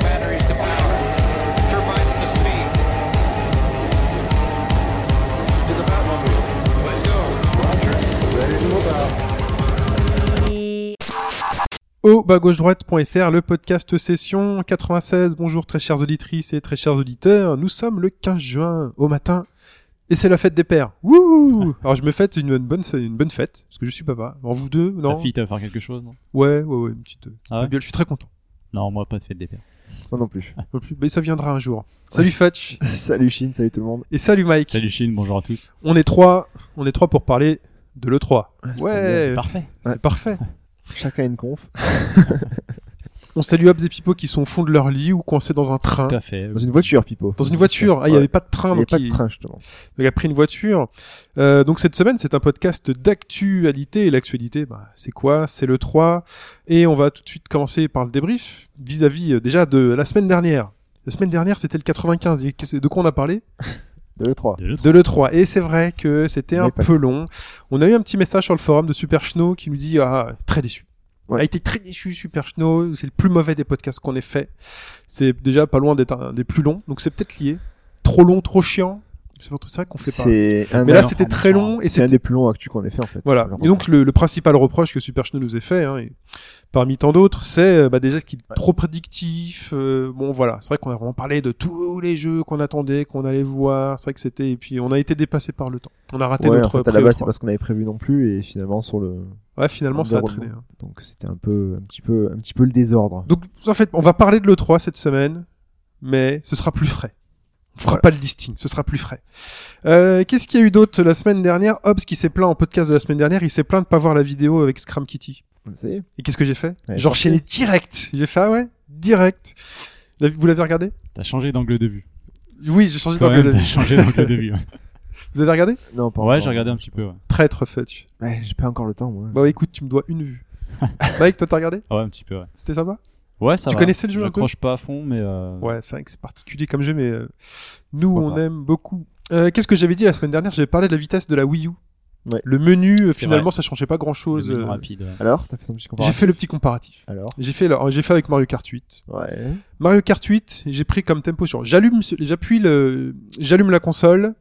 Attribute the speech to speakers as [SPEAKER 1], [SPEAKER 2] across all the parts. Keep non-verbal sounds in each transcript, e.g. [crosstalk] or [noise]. [SPEAKER 1] batteries to power. Turbines to speed. To the Batmobile. Let's go.
[SPEAKER 2] au bas-gauche-droite.fr, le podcast session 96. Bonjour très chères auditrices et très chers auditeurs. Nous sommes le 15 juin au matin et c'est la fête des pères. Wouh Alors je me fête une bonne une bonne fête parce que je suis papa. En vous deux, non
[SPEAKER 3] Ta fille, t'as faire quelque chose, non
[SPEAKER 2] Ouais, ouais, ouais, une petite.
[SPEAKER 3] Ah ouais
[SPEAKER 2] babiole. je suis très content.
[SPEAKER 3] Non, moi, pas de fête des pères.
[SPEAKER 4] Moi non plus. [laughs]
[SPEAKER 2] Non plus, Mais ça viendra un jour. Salut Fetch
[SPEAKER 4] salut Chine, salut tout le monde.
[SPEAKER 2] et salut Mike.
[SPEAKER 3] Salut Chine, bonjour à tous.
[SPEAKER 2] On est trois, on est trois pour parler de le 3.
[SPEAKER 4] Ah,
[SPEAKER 3] C'est
[SPEAKER 2] Ouais,
[SPEAKER 3] parfait.
[SPEAKER 2] c'est parfait.
[SPEAKER 4] Chacun une conf
[SPEAKER 2] On salue Hobbs et Pipo qui sont au fond de leur lit ou coincés dans un train.
[SPEAKER 3] Tout à fait.
[SPEAKER 4] dans une voiture, Pipo.
[SPEAKER 2] Dans une voiture. Ah, il n'y
[SPEAKER 4] Ouais.
[SPEAKER 2] avait pas de train.
[SPEAKER 4] Il y avait
[SPEAKER 2] donc
[SPEAKER 4] pas
[SPEAKER 2] ils-
[SPEAKER 4] de train justement.
[SPEAKER 2] Donc, après une voiture. Euh, donc cette semaine, c'est un podcast d'actualité. Et l'actualité, bah, c'est quoi C'est le 3. Et on va tout de suite commencer par le débrief vis-à-vis euh, déjà de la semaine dernière. La semaine dernière, c'était le 95. Et qu'est-ce- de quoi on a parlé
[SPEAKER 4] De l'E3.
[SPEAKER 3] De l'autre.
[SPEAKER 2] De l'E3. Et c'est vrai que c'était un
[SPEAKER 4] Mais pas
[SPEAKER 2] peu long. On a eu un petit message sur le forum de Super Schno qui nous dit ah, très déçu.
[SPEAKER 4] Ouais.
[SPEAKER 2] A été très déçu Super Schno. C'est le plus mauvais des podcasts qu'on ait fait. C'est déjà pas loin d'être un des plus longs. Donc c'est peut-être lié. Trop long, trop chiant. C'est pour tout ça qu'on fait pas.
[SPEAKER 4] C'est un,
[SPEAKER 2] Mais là,
[SPEAKER 3] Alors,
[SPEAKER 2] c'était
[SPEAKER 3] on
[SPEAKER 2] très
[SPEAKER 3] prend-
[SPEAKER 2] long et
[SPEAKER 4] c'est un
[SPEAKER 2] c'était.
[SPEAKER 4] des plus longs actus qu'on ait fait en fait.
[SPEAKER 2] Voilà.
[SPEAKER 4] Alors,
[SPEAKER 2] Et donc, le, le principal reproche que Super Chino nous ait fait, hein, et parmi tant d'autres, c'est euh, bah, déjà qu'il est trop prédictif. euh, bon, voilà. C'est vrai qu'on a vraiment parlé de tous les jeux qu'on attendait, qu'on allait voir. C'est vrai que c'était. Et puis, on a été dépassé par le temps. On a raté
[SPEAKER 4] ouais, en
[SPEAKER 2] notre.
[SPEAKER 4] fait, à la
[SPEAKER 2] pré-
[SPEAKER 4] base, c'est parce qu'on avait prévu non plus et finalement sur le.
[SPEAKER 2] Ouais, finalement, ça a
[SPEAKER 4] Zéro
[SPEAKER 2] traîné. hein.
[SPEAKER 4] Donc c'était un peu, un petit peu, un petit peu le désordre.
[SPEAKER 2] Donc, en fait, on va parler de l'E3 cette semaine, mais ce sera plus frais. On fera pas le listing, ce sera plus frais. Euh, Qu'est-ce qu'il y a eu d'autre la semaine dernière Hobbs qui s'est plaint en podcast de la semaine dernière, il s'est plaint de pas voir la vidéo avec Scram Kitty.
[SPEAKER 4] Ça y est.
[SPEAKER 2] Et qu'est-ce que j'ai fait
[SPEAKER 4] Ouais,
[SPEAKER 2] J'enchaînais direct. J'ai fait ah ouais, direct. La- Vous l'avez regardé
[SPEAKER 3] T'as changé d'angle de vue.
[SPEAKER 2] Oui, j'ai changé
[SPEAKER 3] Quand
[SPEAKER 2] d'angle de
[SPEAKER 3] même, t'as
[SPEAKER 2] vue.
[SPEAKER 3] changé d'angle de vue.
[SPEAKER 2] [laughs] Vous avez regardé
[SPEAKER 4] Non, pas
[SPEAKER 3] Ouais,
[SPEAKER 4] encore.
[SPEAKER 3] j'ai regardé un petit peu. Ouais,
[SPEAKER 2] Traître, Fetch.
[SPEAKER 4] Ouais, j'ai pas encore le temps moi.
[SPEAKER 2] Bah ouais, écoute, tu me dois une
[SPEAKER 3] [laughs]
[SPEAKER 2] vue. Mike, toi t'as regardé
[SPEAKER 3] Ouais, un petit peu, ouais.
[SPEAKER 2] C'était sympa
[SPEAKER 3] Ouais, ça
[SPEAKER 2] Tu
[SPEAKER 3] va.
[SPEAKER 2] connaissais le jeu
[SPEAKER 3] Je
[SPEAKER 2] un peu
[SPEAKER 3] m'accroche pas à fond, mais. euh,
[SPEAKER 2] Ouais, c'est vrai que c'est particulier comme jeu, mais euh, nous
[SPEAKER 3] Pourquoi
[SPEAKER 2] on
[SPEAKER 3] pas.
[SPEAKER 2] aime beaucoup. Euh, Qu'est-ce que j'avais dit la semaine dernière J'avais parlé de la vitesse de la Wii U.
[SPEAKER 4] Ouais.
[SPEAKER 2] Le menu, euh,
[SPEAKER 3] C'est
[SPEAKER 2] finalement, ça changeait pas
[SPEAKER 3] le
[SPEAKER 2] grand-chose.
[SPEAKER 3] menu
[SPEAKER 2] euh,
[SPEAKER 3] rapide. ouais.
[SPEAKER 4] Alors, t'as fait ton petit
[SPEAKER 2] J'ai
[SPEAKER 4] comparatif.
[SPEAKER 2] fait le petit comparatif.
[SPEAKER 4] Alors.
[SPEAKER 2] J'ai fait, le- j'ai fait avec Mario Kart 8.
[SPEAKER 4] Ouais.
[SPEAKER 2] Mario Kart 8, j'ai pris comme tempo sur. J'allume, ce- j'appuie le, j'allume la console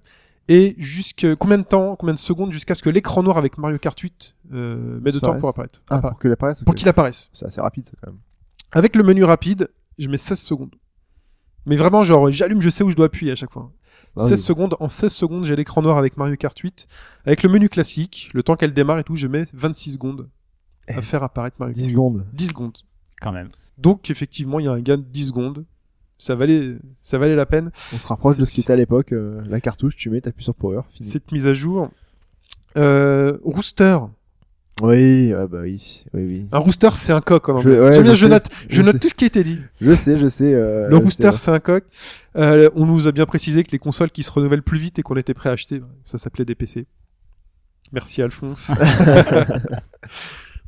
[SPEAKER 2] et jusque combien de temps, combien de secondes jusqu'à ce que l'écran noir avec Mario Kart 8 euh, met de temps pour apparaître,
[SPEAKER 4] Ah,
[SPEAKER 2] Appa-
[SPEAKER 4] pour qu'il apparaisse. ok.
[SPEAKER 2] pour qu'il apparaisse.
[SPEAKER 4] C'est assez rapide ça, quand même.
[SPEAKER 2] Avec le menu rapide, je mets 16 secondes. Mais vraiment, genre, j'allume, je sais où je dois appuyer à chaque fois.
[SPEAKER 4] Ah
[SPEAKER 2] 16
[SPEAKER 4] oui.
[SPEAKER 2] secondes, en 16 secondes, j'ai l'écran noir avec Mario Kart 8. Avec le menu classique, le temps qu'elle démarre et tout, je mets 26 secondes
[SPEAKER 4] Eh.
[SPEAKER 2] à faire apparaître Mario
[SPEAKER 4] 10
[SPEAKER 2] Kart.
[SPEAKER 4] secondes.
[SPEAKER 2] 10 secondes.
[SPEAKER 3] Quand même.
[SPEAKER 2] Donc effectivement, il y a un gain de 10 secondes. Ça valait, ça valait la peine
[SPEAKER 4] On se rapproche de ce
[SPEAKER 2] C'est-
[SPEAKER 4] qui était à l'époque. euh, la cartouche, tu mets, t'appuies sur power. Fini.
[SPEAKER 2] cette mise à jour. Euh, rooster.
[SPEAKER 4] Oui, ah bah oui, oui, oui.
[SPEAKER 2] Un rooster, c'est un coq en anglais.
[SPEAKER 4] Je- ouais,
[SPEAKER 2] J'aime bien,
[SPEAKER 4] je
[SPEAKER 2] je
[SPEAKER 4] sais.
[SPEAKER 2] note, je
[SPEAKER 4] Je
[SPEAKER 2] note
[SPEAKER 4] sais.
[SPEAKER 2] tout ce qui a été dit.
[SPEAKER 4] Je sais, je sais. euh,
[SPEAKER 2] Le
[SPEAKER 4] je
[SPEAKER 2] rooster,
[SPEAKER 4] sais.
[SPEAKER 2] c'est un coq. Euh, on nous a bien précisé que les consoles qui se renouvellent plus vite et qu'on était prêt à acheter, ça s'appelait des PC. Merci
[SPEAKER 4] [laughs]
[SPEAKER 2] Alphonse. [laughs]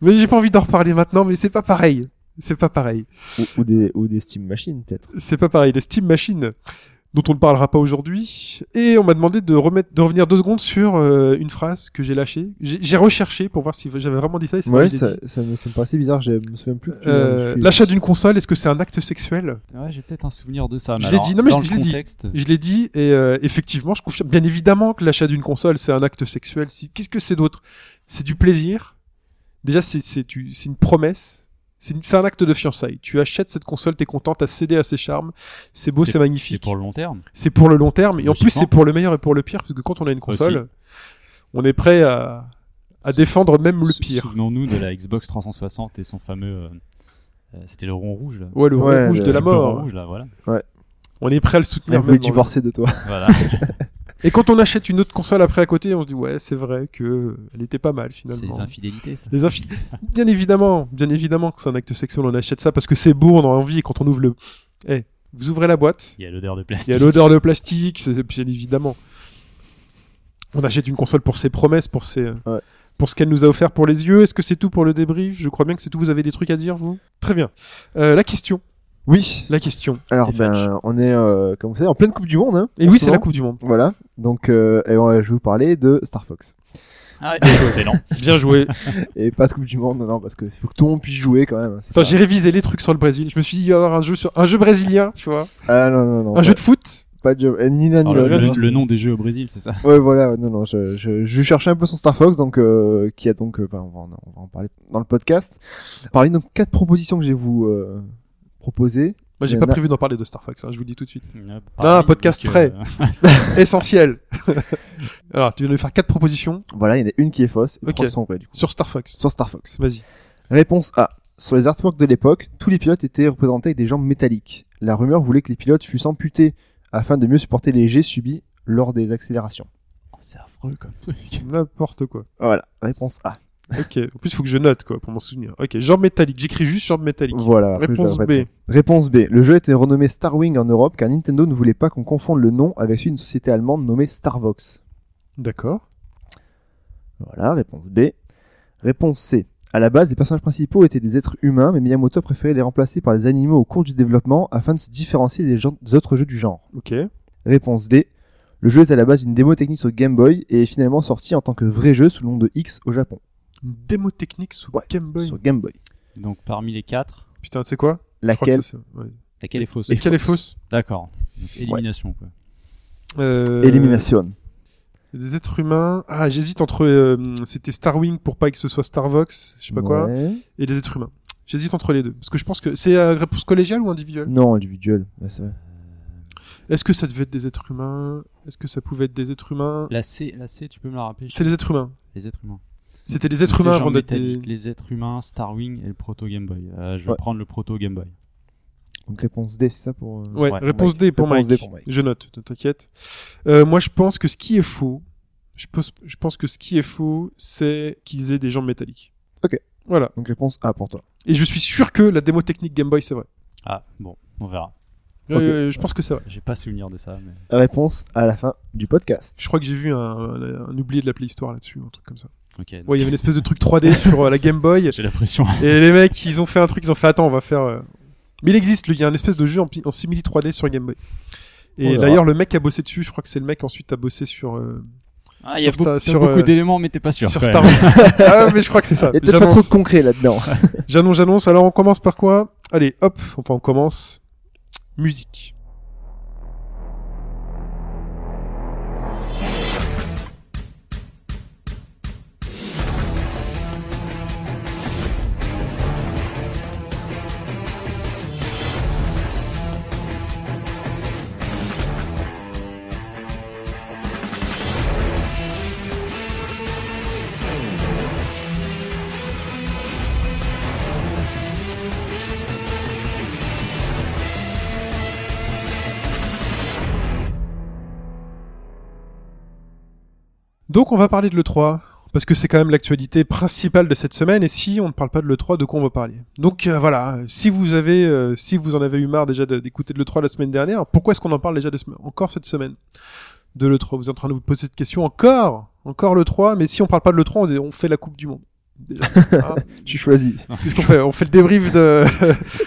[SPEAKER 2] mais j'ai pas envie d'en reparler maintenant, mais c'est pas pareil. C'est pas pareil.
[SPEAKER 4] Ou, ou des, ou des Steam Machines, peut-être.
[SPEAKER 2] C'est pas pareil. Les Steam Machines, dont on ne parlera pas aujourd'hui. Et on m'a demandé de, remettre, de revenir deux secondes sur euh, une phrase que j'ai lâchée. J'ai j'ai recherché pour voir si j'avais vraiment dit ça. Et si
[SPEAKER 4] Ouais,
[SPEAKER 2] je l'ai
[SPEAKER 4] ça,
[SPEAKER 2] dit.
[SPEAKER 4] ça me semble assez bizarre, je me souviens plus. que tu
[SPEAKER 2] Euh,
[SPEAKER 4] l'as dit.
[SPEAKER 2] L'achat d'une console, est-ce que c'est un acte sexuel
[SPEAKER 3] Ouais, j'ai peut-être un souvenir de ça. mais
[SPEAKER 2] Je l'ai
[SPEAKER 3] alors,
[SPEAKER 2] dit, non, mais
[SPEAKER 3] dans
[SPEAKER 2] je-
[SPEAKER 3] le
[SPEAKER 2] je l'ai dit.
[SPEAKER 3] contexte,
[SPEAKER 2] Je l'ai dit et euh, effectivement, je confirme. Bien évidemment que l'achat d'une console, c'est un acte sexuel. Si- Qu'est-ce que c'est d'autre C'est du plaisir. Déjà, c'est c'est tu- c'est une promesse. C'est une- c'est un acte de fiançailles. Tu achètes cette console, t'es content, t'as cédé à ses charmes. C'est beau, c'est
[SPEAKER 3] C'est
[SPEAKER 2] magnifique.
[SPEAKER 3] pour le long terme.
[SPEAKER 2] C'est pour le long terme et en plus
[SPEAKER 3] Logiquement.
[SPEAKER 2] c'est pour le meilleur et pour le pire parce que quand on a une console, on est prêt à, à défendre même le
[SPEAKER 3] Sou-
[SPEAKER 2] pire.
[SPEAKER 3] Souvenons-nous de la Xbox 360 et son fameux. euh, euh, C'était le rond rouge, là.
[SPEAKER 2] Ouais, le
[SPEAKER 4] Ouais,
[SPEAKER 2] rouge
[SPEAKER 4] le-
[SPEAKER 2] de la
[SPEAKER 3] Le rond
[SPEAKER 2] mort.
[SPEAKER 3] rouge,
[SPEAKER 2] [laughs]
[SPEAKER 3] là, voilà.
[SPEAKER 2] On est prêt à le
[SPEAKER 4] Elle
[SPEAKER 2] soutenir.
[SPEAKER 4] voulait
[SPEAKER 2] Même dans le-
[SPEAKER 4] divorcer de toi.
[SPEAKER 3] Voilà.
[SPEAKER 2] Et quand on achète une autre console après à côté, on se dit ouais c'est vrai que euh, elle était pas mal
[SPEAKER 3] C'est
[SPEAKER 2] finalement.
[SPEAKER 3] les infidélités, ça.
[SPEAKER 2] Les infi- bien évidemment, bien évidemment que c'est un acte sexuel, on achète ça parce que c'est beau, on a envie. Et quand on ouvre le, Eh, vous ouvrez la boîte,
[SPEAKER 3] Il y a l'odeur de
[SPEAKER 2] il y
[SPEAKER 3] plastique.
[SPEAKER 2] a l'odeur de plastique, c'est bien évidemment. On achète une console pour ses promesses, pour ses, euh,
[SPEAKER 4] Ouais.
[SPEAKER 2] pour ce qu'elle nous a offert pour les yeux. Est-ce que c'est tout pour le débrief Je crois bien que c'est tout. Vous avez des trucs à dire, vous Très bien. Euh, la question.
[SPEAKER 4] Oui.
[SPEAKER 2] La question.
[SPEAKER 4] Alors,
[SPEAKER 3] C'est French.
[SPEAKER 4] ben, on est, euh, comme vous savez, en pleine Coupe du Monde. Hein,
[SPEAKER 2] Et
[SPEAKER 4] en
[SPEAKER 2] oui, c'est
[SPEAKER 4] ce
[SPEAKER 2] la
[SPEAKER 4] moment.
[SPEAKER 2] Coupe du Monde.
[SPEAKER 4] Voilà. Donc, euh, eh ben, je vais vous parler de Star Fox.
[SPEAKER 3] Ah, excellent.
[SPEAKER 2] Bien
[SPEAKER 4] [laughs]
[SPEAKER 2] joué.
[SPEAKER 4] Et pas de Coupe du Monde, non, non, parce que faut que tout le monde puisse jouer quand même. hein, c'est
[SPEAKER 2] Attends,
[SPEAKER 4] pas-
[SPEAKER 2] j'ai révisé les trucs sur le Brésil. Je me suis dit, il va y avoir un jeu sur un jeu brésilien, tu vois.
[SPEAKER 4] Ah non, non, non.
[SPEAKER 2] Un
[SPEAKER 4] pas-
[SPEAKER 2] jeu de foot.
[SPEAKER 4] Pas de jeu. eh, Ni l'un ni
[SPEAKER 3] Alors, le,
[SPEAKER 4] l'autre.
[SPEAKER 3] le- le nom des jeux au Brésil, c'est ça
[SPEAKER 4] Ouais, voilà, ouais, non, non, je, je, je cherchais un peu son Star Fox, donc, euh, qui a donc, euh, ben, on, va en, on va en parler dans le podcast. Parmi donc quatre propositions que j'ai vous euh, proposées.
[SPEAKER 2] Moi, j'ai
[SPEAKER 4] Mais
[SPEAKER 2] pas
[SPEAKER 4] non.
[SPEAKER 2] prévu d'en parler de Star Fox, hein, je vous le dis tout de suite.
[SPEAKER 3] Pareil,
[SPEAKER 2] un podcast
[SPEAKER 3] donc,
[SPEAKER 2] frais.
[SPEAKER 3] euh,
[SPEAKER 2] Essentiel. [laughs] Alors, tu viens de faire quatre propositions
[SPEAKER 4] Voilà, il y en a une qui est fausse et
[SPEAKER 2] Ok.
[SPEAKER 4] trois qui sont vraies, du coup.
[SPEAKER 2] sur Star Fox.
[SPEAKER 4] Sur Star Fox.
[SPEAKER 2] Vas-y.
[SPEAKER 4] Réponse A. Sur les artworks de l'époque, tous les pilotes étaient représentés avec des jambes métalliques. La rumeur voulait que les pilotes fussent amputés afin de mieux supporter les jets subis lors des accélérations.
[SPEAKER 3] oh, [laughs] c'est affreux comme truc.
[SPEAKER 2] N'importe quoi.
[SPEAKER 4] Voilà, réponse A.
[SPEAKER 2] Ok. En plus, faut que je note, quoi, pour m'en souvenir. Ok. Genre métallique. J'écris juste genre métallique.
[SPEAKER 4] Voilà. après, je
[SPEAKER 2] Réponse
[SPEAKER 4] la
[SPEAKER 2] B.
[SPEAKER 4] répète. Réponse B. Le jeu était renommé Starwing en Europe car Nintendo ne voulait pas qu'on confonde le nom avec celui d'une société allemande nommée Starvox.
[SPEAKER 2] D'accord.
[SPEAKER 4] Voilà, réponse B. Réponse C. À la base, les personnages principaux étaient des êtres humains, mais Miyamoto préférait les remplacer par des animaux au cours du développement afin de se différencier des gens- des autres jeux du genre.
[SPEAKER 2] Ok.
[SPEAKER 4] Réponse D. Le jeu est à la base d'une démo technique sur Game Boy et est finalement sorti en tant que vrai jeu sous le nom de X au Japon.
[SPEAKER 2] Une démo technique sous
[SPEAKER 4] Ouais,
[SPEAKER 2] Game Boy.
[SPEAKER 4] Sur Game Boy.
[SPEAKER 3] Donc, parmi les quatre,
[SPEAKER 2] Putain, c'est quoi Je crois que
[SPEAKER 4] Laquelle
[SPEAKER 2] ça, c'est- ouais.
[SPEAKER 3] laquelle est fausse
[SPEAKER 4] Et-
[SPEAKER 2] Laquelle est fausse
[SPEAKER 3] D'accord. Donc, élimination, quoi.
[SPEAKER 2] Euh,
[SPEAKER 4] Élimination.
[SPEAKER 2] Des êtres humains. Ah, j'hésite entre. euh, C'était Starwing pour pas que ce soit Starvox, je sais pas quoi,
[SPEAKER 4] Ouais.
[SPEAKER 2] et les êtres humains. J'hésite entre les deux. Parce que je pense que. C'est euh, réponse collégiale ou individuelle
[SPEAKER 4] Non, individuel. Ouais, c'est vrai.
[SPEAKER 2] Est-ce que ça devait être des êtres humains Est-ce que ça pouvait être des êtres humains
[SPEAKER 3] La C, la C, tu peux me la rappeler je-
[SPEAKER 2] C'est les êtres humains.
[SPEAKER 3] Les êtres humains.
[SPEAKER 2] C'était les êtres
[SPEAKER 3] Les
[SPEAKER 2] humains
[SPEAKER 3] gens
[SPEAKER 2] avant d'être des.
[SPEAKER 3] métalliques, Les êtres humains, Starwing et le proto Game Boy. Euh, je vais
[SPEAKER 4] Ouais.
[SPEAKER 3] prendre le proto Game Boy.
[SPEAKER 4] Donc réponse D, c'est ça pour. euh,
[SPEAKER 2] Ouais,
[SPEAKER 3] Ouais,
[SPEAKER 2] réponse
[SPEAKER 4] Mike.
[SPEAKER 2] D pour
[SPEAKER 4] Réponse
[SPEAKER 2] Mike.
[SPEAKER 4] D pour Mike.
[SPEAKER 2] Je note, ne t'inquiète. Euh, moi, je pense que ce qui est faux, je pense, je pense que ce qui est faux, c'est qu'ils aient des jambes métalliques.
[SPEAKER 4] Ok.
[SPEAKER 2] Voilà.
[SPEAKER 4] Donc réponse A pour toi.
[SPEAKER 2] Et je suis sûr que la démo technique Game Boy, c'est vrai.
[SPEAKER 3] Ah, bon, on verra.
[SPEAKER 4] Ok.
[SPEAKER 2] Euh, je pense que c'est vrai.
[SPEAKER 3] J'ai pas souvenir de ça, mais.
[SPEAKER 4] Réponse à la fin du podcast.
[SPEAKER 2] Je crois que j'ai vu un, un oublié de la Play Histoire là-dessus, un truc comme ça.
[SPEAKER 3] Ok.
[SPEAKER 2] Ouais, il y avait une espèce de truc
[SPEAKER 4] [laughs]
[SPEAKER 2] 3D sur euh, la Game Boy.
[SPEAKER 3] [laughs] J'ai la pression.
[SPEAKER 2] Et les mecs, ils ont fait un truc, ils ont fait attends, on va faire. euh, Mais il existe, lui, il y a un espèce de jeu en, pi- en simili 3D sur Game Boy.
[SPEAKER 4] On
[SPEAKER 2] Et
[SPEAKER 4] verra.
[SPEAKER 2] d'ailleurs, le mec qui a bossé dessus, je crois que c'est le mec ensuite qui a bossé sur. euh,
[SPEAKER 3] Ah, il y a
[SPEAKER 2] Sur Star-
[SPEAKER 3] beaucoup,
[SPEAKER 2] sur,
[SPEAKER 3] beaucoup
[SPEAKER 2] euh,
[SPEAKER 3] d'éléments, mais t'es pas sûr.
[SPEAKER 2] sur
[SPEAKER 3] quand
[SPEAKER 2] Star
[SPEAKER 3] même.
[SPEAKER 2] Wars. [laughs] ah, mais je crois que c'est ça.
[SPEAKER 4] Il y a peut-être pas trop
[SPEAKER 2] J'annonce,
[SPEAKER 4] de
[SPEAKER 2] [laughs]
[SPEAKER 4] concret là-dedans.
[SPEAKER 2] j'annonce, j'annonce. Alors, on commence par quoi Allez, hop, enfin, on commence. Musique. Donc, on va parler de l'E3. Parce que c'est quand même l'actualité principale de cette semaine, et si on ne parle pas de l'E3, de quoi on va parler Donc euh, voilà, si vous avez, euh, si vous en avez eu marre déjà de- d'écouter de l'E3 la semaine dernière, pourquoi est-ce qu'on en parle déjà de sem- encore cette semaine de l'E3 Vous êtes en train de vous poser cette question encore, encore l'E3, mais si on parle pas de l'E3, on, est- on fait la Coupe du Monde. [laughs] Déjà. Hein
[SPEAKER 4] tu choisis.
[SPEAKER 2] Qu'est-ce qu'on fait On fait le débrief de,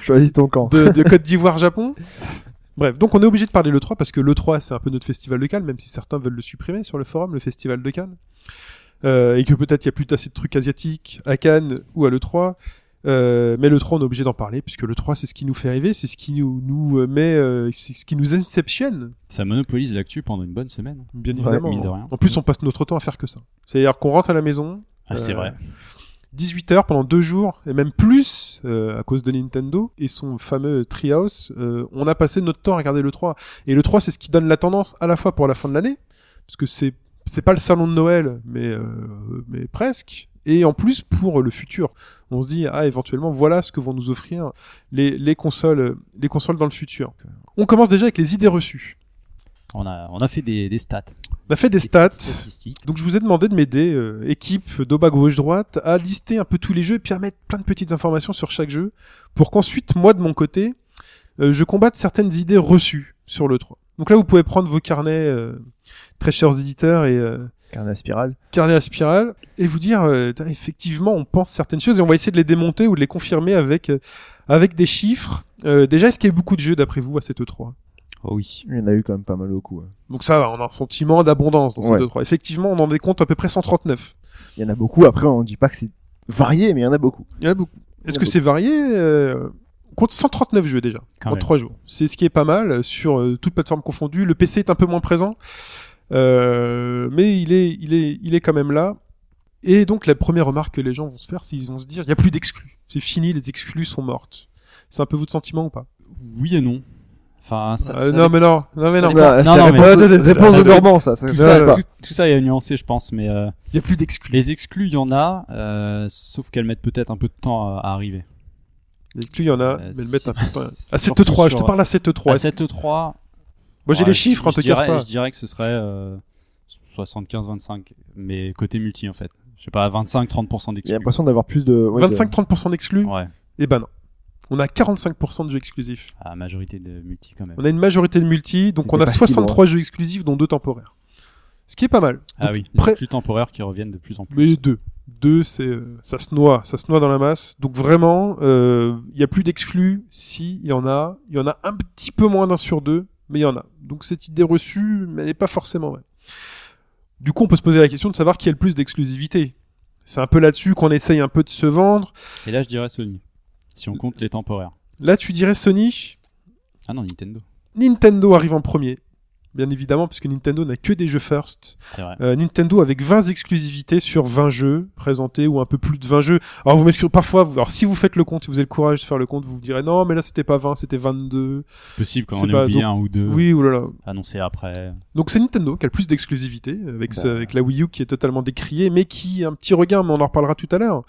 [SPEAKER 4] Choisis ton camp.
[SPEAKER 2] de, de Côte d'Ivoire-Japon. Bref, donc on est obligé de parler l'E3 parce que l'E3 c'est un peu notre festival de Cannes, même si certains veulent le supprimer sur le forum, le festival de Cannes. Euh, et que peut-être il y a plus assez de trucs asiatiques à Cannes ou à l'E3. Euh, mais l'E3 on est obligé d'en parler puisque l'E3 c'est ce qui nous fait rêver, c'est ce qui nous, nous euh, met, euh, c'est ce qui nous inceptionne,
[SPEAKER 3] Ça monopolise l'actu pendant une bonne semaine.
[SPEAKER 2] bien
[SPEAKER 4] Ouais,
[SPEAKER 2] évidemment.
[SPEAKER 3] mine de rien.
[SPEAKER 2] En plus on passe notre temps à faire que ça. C'est-à-dire qu'on rentre à la maison,
[SPEAKER 3] Ah, c'est
[SPEAKER 2] Euh,
[SPEAKER 3] vrai.
[SPEAKER 2] 18 heures pendant deux jours et même plus euh, à cause de Nintendo et son fameux Treehouse. euh, on a passé notre temps à regarder le 3 et le 3 c'est ce qui donne la tendance à la fois pour la fin de l'année parce que c'est c'est pas le salon de Noël mais euh, mais presque et en plus pour le futur. On se dit ah éventuellement voilà ce que vont nous offrir les les consoles les consoles dans le futur. On commence déjà avec les idées reçues.
[SPEAKER 3] On a, on a fait des, des stats.
[SPEAKER 2] On a fait des
[SPEAKER 3] petites
[SPEAKER 2] stats.
[SPEAKER 3] Statistiques.
[SPEAKER 2] Donc je vous ai demandé de m'aider, euh, équipe d'au bas gauche droite, à lister un peu tous les jeux et puis à mettre plein de petites informations sur chaque jeu pour qu'ensuite, moi de mon côté, euh, je combatte certaines idées reçues sur le 3. Donc là, vous pouvez prendre vos carnets, euh, très chers éditeurs, et euh,
[SPEAKER 4] Carnet à spirale.
[SPEAKER 2] carnets à spirale, et vous dire, euh, Tain, effectivement, on pense certaines choses et on va essayer de les démonter ou de les confirmer avec euh, avec des chiffres. Euh, déjà, est-ce qu'il y a eu beaucoup de jeux d'après vous à cette E3
[SPEAKER 3] Oh oui.
[SPEAKER 4] Il y en a eu quand même pas mal au coup. hein.
[SPEAKER 2] Donc ça, va, on a un sentiment d'abondance dans cette
[SPEAKER 4] Ouais.
[SPEAKER 2] E3. Effectivement, on en décompte à peu près 139.
[SPEAKER 4] Il y en a beaucoup. Après, on dit pas que c'est varié, mais il y en a beaucoup.
[SPEAKER 2] Il y en a beaucoup. Est-ce
[SPEAKER 4] Il y en a
[SPEAKER 2] que c'est varié euh, On compte 139 jeux déjà
[SPEAKER 3] Quand
[SPEAKER 2] en
[SPEAKER 3] même.
[SPEAKER 2] 3 jours. C'est ce qui est pas mal euh, sur euh, toute plateforme confondue. Le PC est un peu moins présent, euh, mais il est, il est, il est quand même là. Et donc la première remarque que les gens vont se faire, c'est qu'ils vont se dire, il y a plus d'exclus. C'est fini, les exclus sont mortes. C'est un peu votre sentiment ou pas
[SPEAKER 3] Oui et non. Enfin, ça,
[SPEAKER 2] Euh,
[SPEAKER 3] ça-
[SPEAKER 2] non, mais non, non, mais non.
[SPEAKER 3] ça dépend.
[SPEAKER 4] Bah, c'est
[SPEAKER 3] non, mais-
[SPEAKER 4] réponse,
[SPEAKER 2] Attends, attends,
[SPEAKER 4] réponse
[SPEAKER 2] attends,
[SPEAKER 4] de
[SPEAKER 2] attends.
[SPEAKER 4] Normand, ça. ça-
[SPEAKER 3] tout,
[SPEAKER 2] non,
[SPEAKER 3] ça,
[SPEAKER 2] non,
[SPEAKER 3] tout- tout ça est nuancé, je pense, mais euh,
[SPEAKER 2] Il y a plus d'exclus.
[SPEAKER 3] les exclus, il y en a, euh, sauf qu'elles mettent peut-être un peu de temps à, à arriver.
[SPEAKER 2] Les exclus, il y en a,
[SPEAKER 3] Euh,
[SPEAKER 2] mais le mettre un peu.
[SPEAKER 3] c'est-
[SPEAKER 2] À
[SPEAKER 3] c'est surtout
[SPEAKER 2] 7-3, je te
[SPEAKER 3] sur-
[SPEAKER 2] parle à
[SPEAKER 3] À
[SPEAKER 2] 7-3.
[SPEAKER 3] 7-3,
[SPEAKER 2] Moi j'ai
[SPEAKER 3] ouais,
[SPEAKER 2] les
[SPEAKER 3] je-
[SPEAKER 2] chiffres, on
[SPEAKER 3] je
[SPEAKER 2] te casse
[SPEAKER 3] dirais-
[SPEAKER 2] pas.
[SPEAKER 3] Je dirais que ce serait euh, 75-25, mais côté multi en fait. Je sais pas, 25-30%
[SPEAKER 4] J'ai
[SPEAKER 3] d'exclus.
[SPEAKER 4] l'impression d'avoir plus de. ouais, de-
[SPEAKER 2] 25-30% d'exclus
[SPEAKER 3] Ouais,
[SPEAKER 2] Eh ben non. On a 45% de jeux exclusifs.
[SPEAKER 3] à la majorité de multi quand même.
[SPEAKER 2] On a une majorité de multi, donc
[SPEAKER 4] C'était
[SPEAKER 2] on a
[SPEAKER 4] pas si
[SPEAKER 2] 63 jeux exclusifs, dont deux temporaires. Ce qui est pas mal.
[SPEAKER 3] Ah
[SPEAKER 2] Donc,
[SPEAKER 3] oui, les
[SPEAKER 2] près-
[SPEAKER 3] exclus temporaires qui reviennent de plus en plus.
[SPEAKER 2] Mais deux. Deux, c'est, euh, ça se noie, ça se noie dans la masse. Donc vraiment, euh, il y a plus d'exclus, si, il y en a. Il y en a un petit peu moins d'un sur deux, mais il y en a. Donc cette idée reçue, mais elle n'est pas forcément vraie. Du coup, on peut se poser la question de savoir qui a le plus d'exclusivité. C'est un peu là-dessus qu'on essaye un peu de se vendre.
[SPEAKER 3] Et là, je dirais Sony, si on compte les temporaires.
[SPEAKER 2] Là, tu dirais Sony,
[SPEAKER 3] Ah non, Nintendo,
[SPEAKER 2] Nintendo arrive en premier. Bien évidemment, puisque Nintendo n'a que des jeux first.
[SPEAKER 3] c'est vrai.
[SPEAKER 2] Euh, Nintendo avec 20 exclusivités sur 20 jeux présentés ou un peu plus de 20 jeux. Alors vous m'excusez, parfois, vous- alors si vous faites le compte, si vous avez le courage de faire le compte, vous vous direz non, mais là c'était pas 20, c'était 22.
[SPEAKER 3] C'est possible quand
[SPEAKER 2] c'est
[SPEAKER 3] on
[SPEAKER 2] pas-
[SPEAKER 3] a oublié un ou deux
[SPEAKER 2] Oui, oh oulala.
[SPEAKER 3] annoncés après.
[SPEAKER 2] Donc c'est Nintendo qui a le plus d'exclusivité avec,
[SPEAKER 4] Bah.
[SPEAKER 2] sa- avec la Wii U qui est totalement décriée, mais qui a un petit regain, mais on en reparlera tout à l'heure.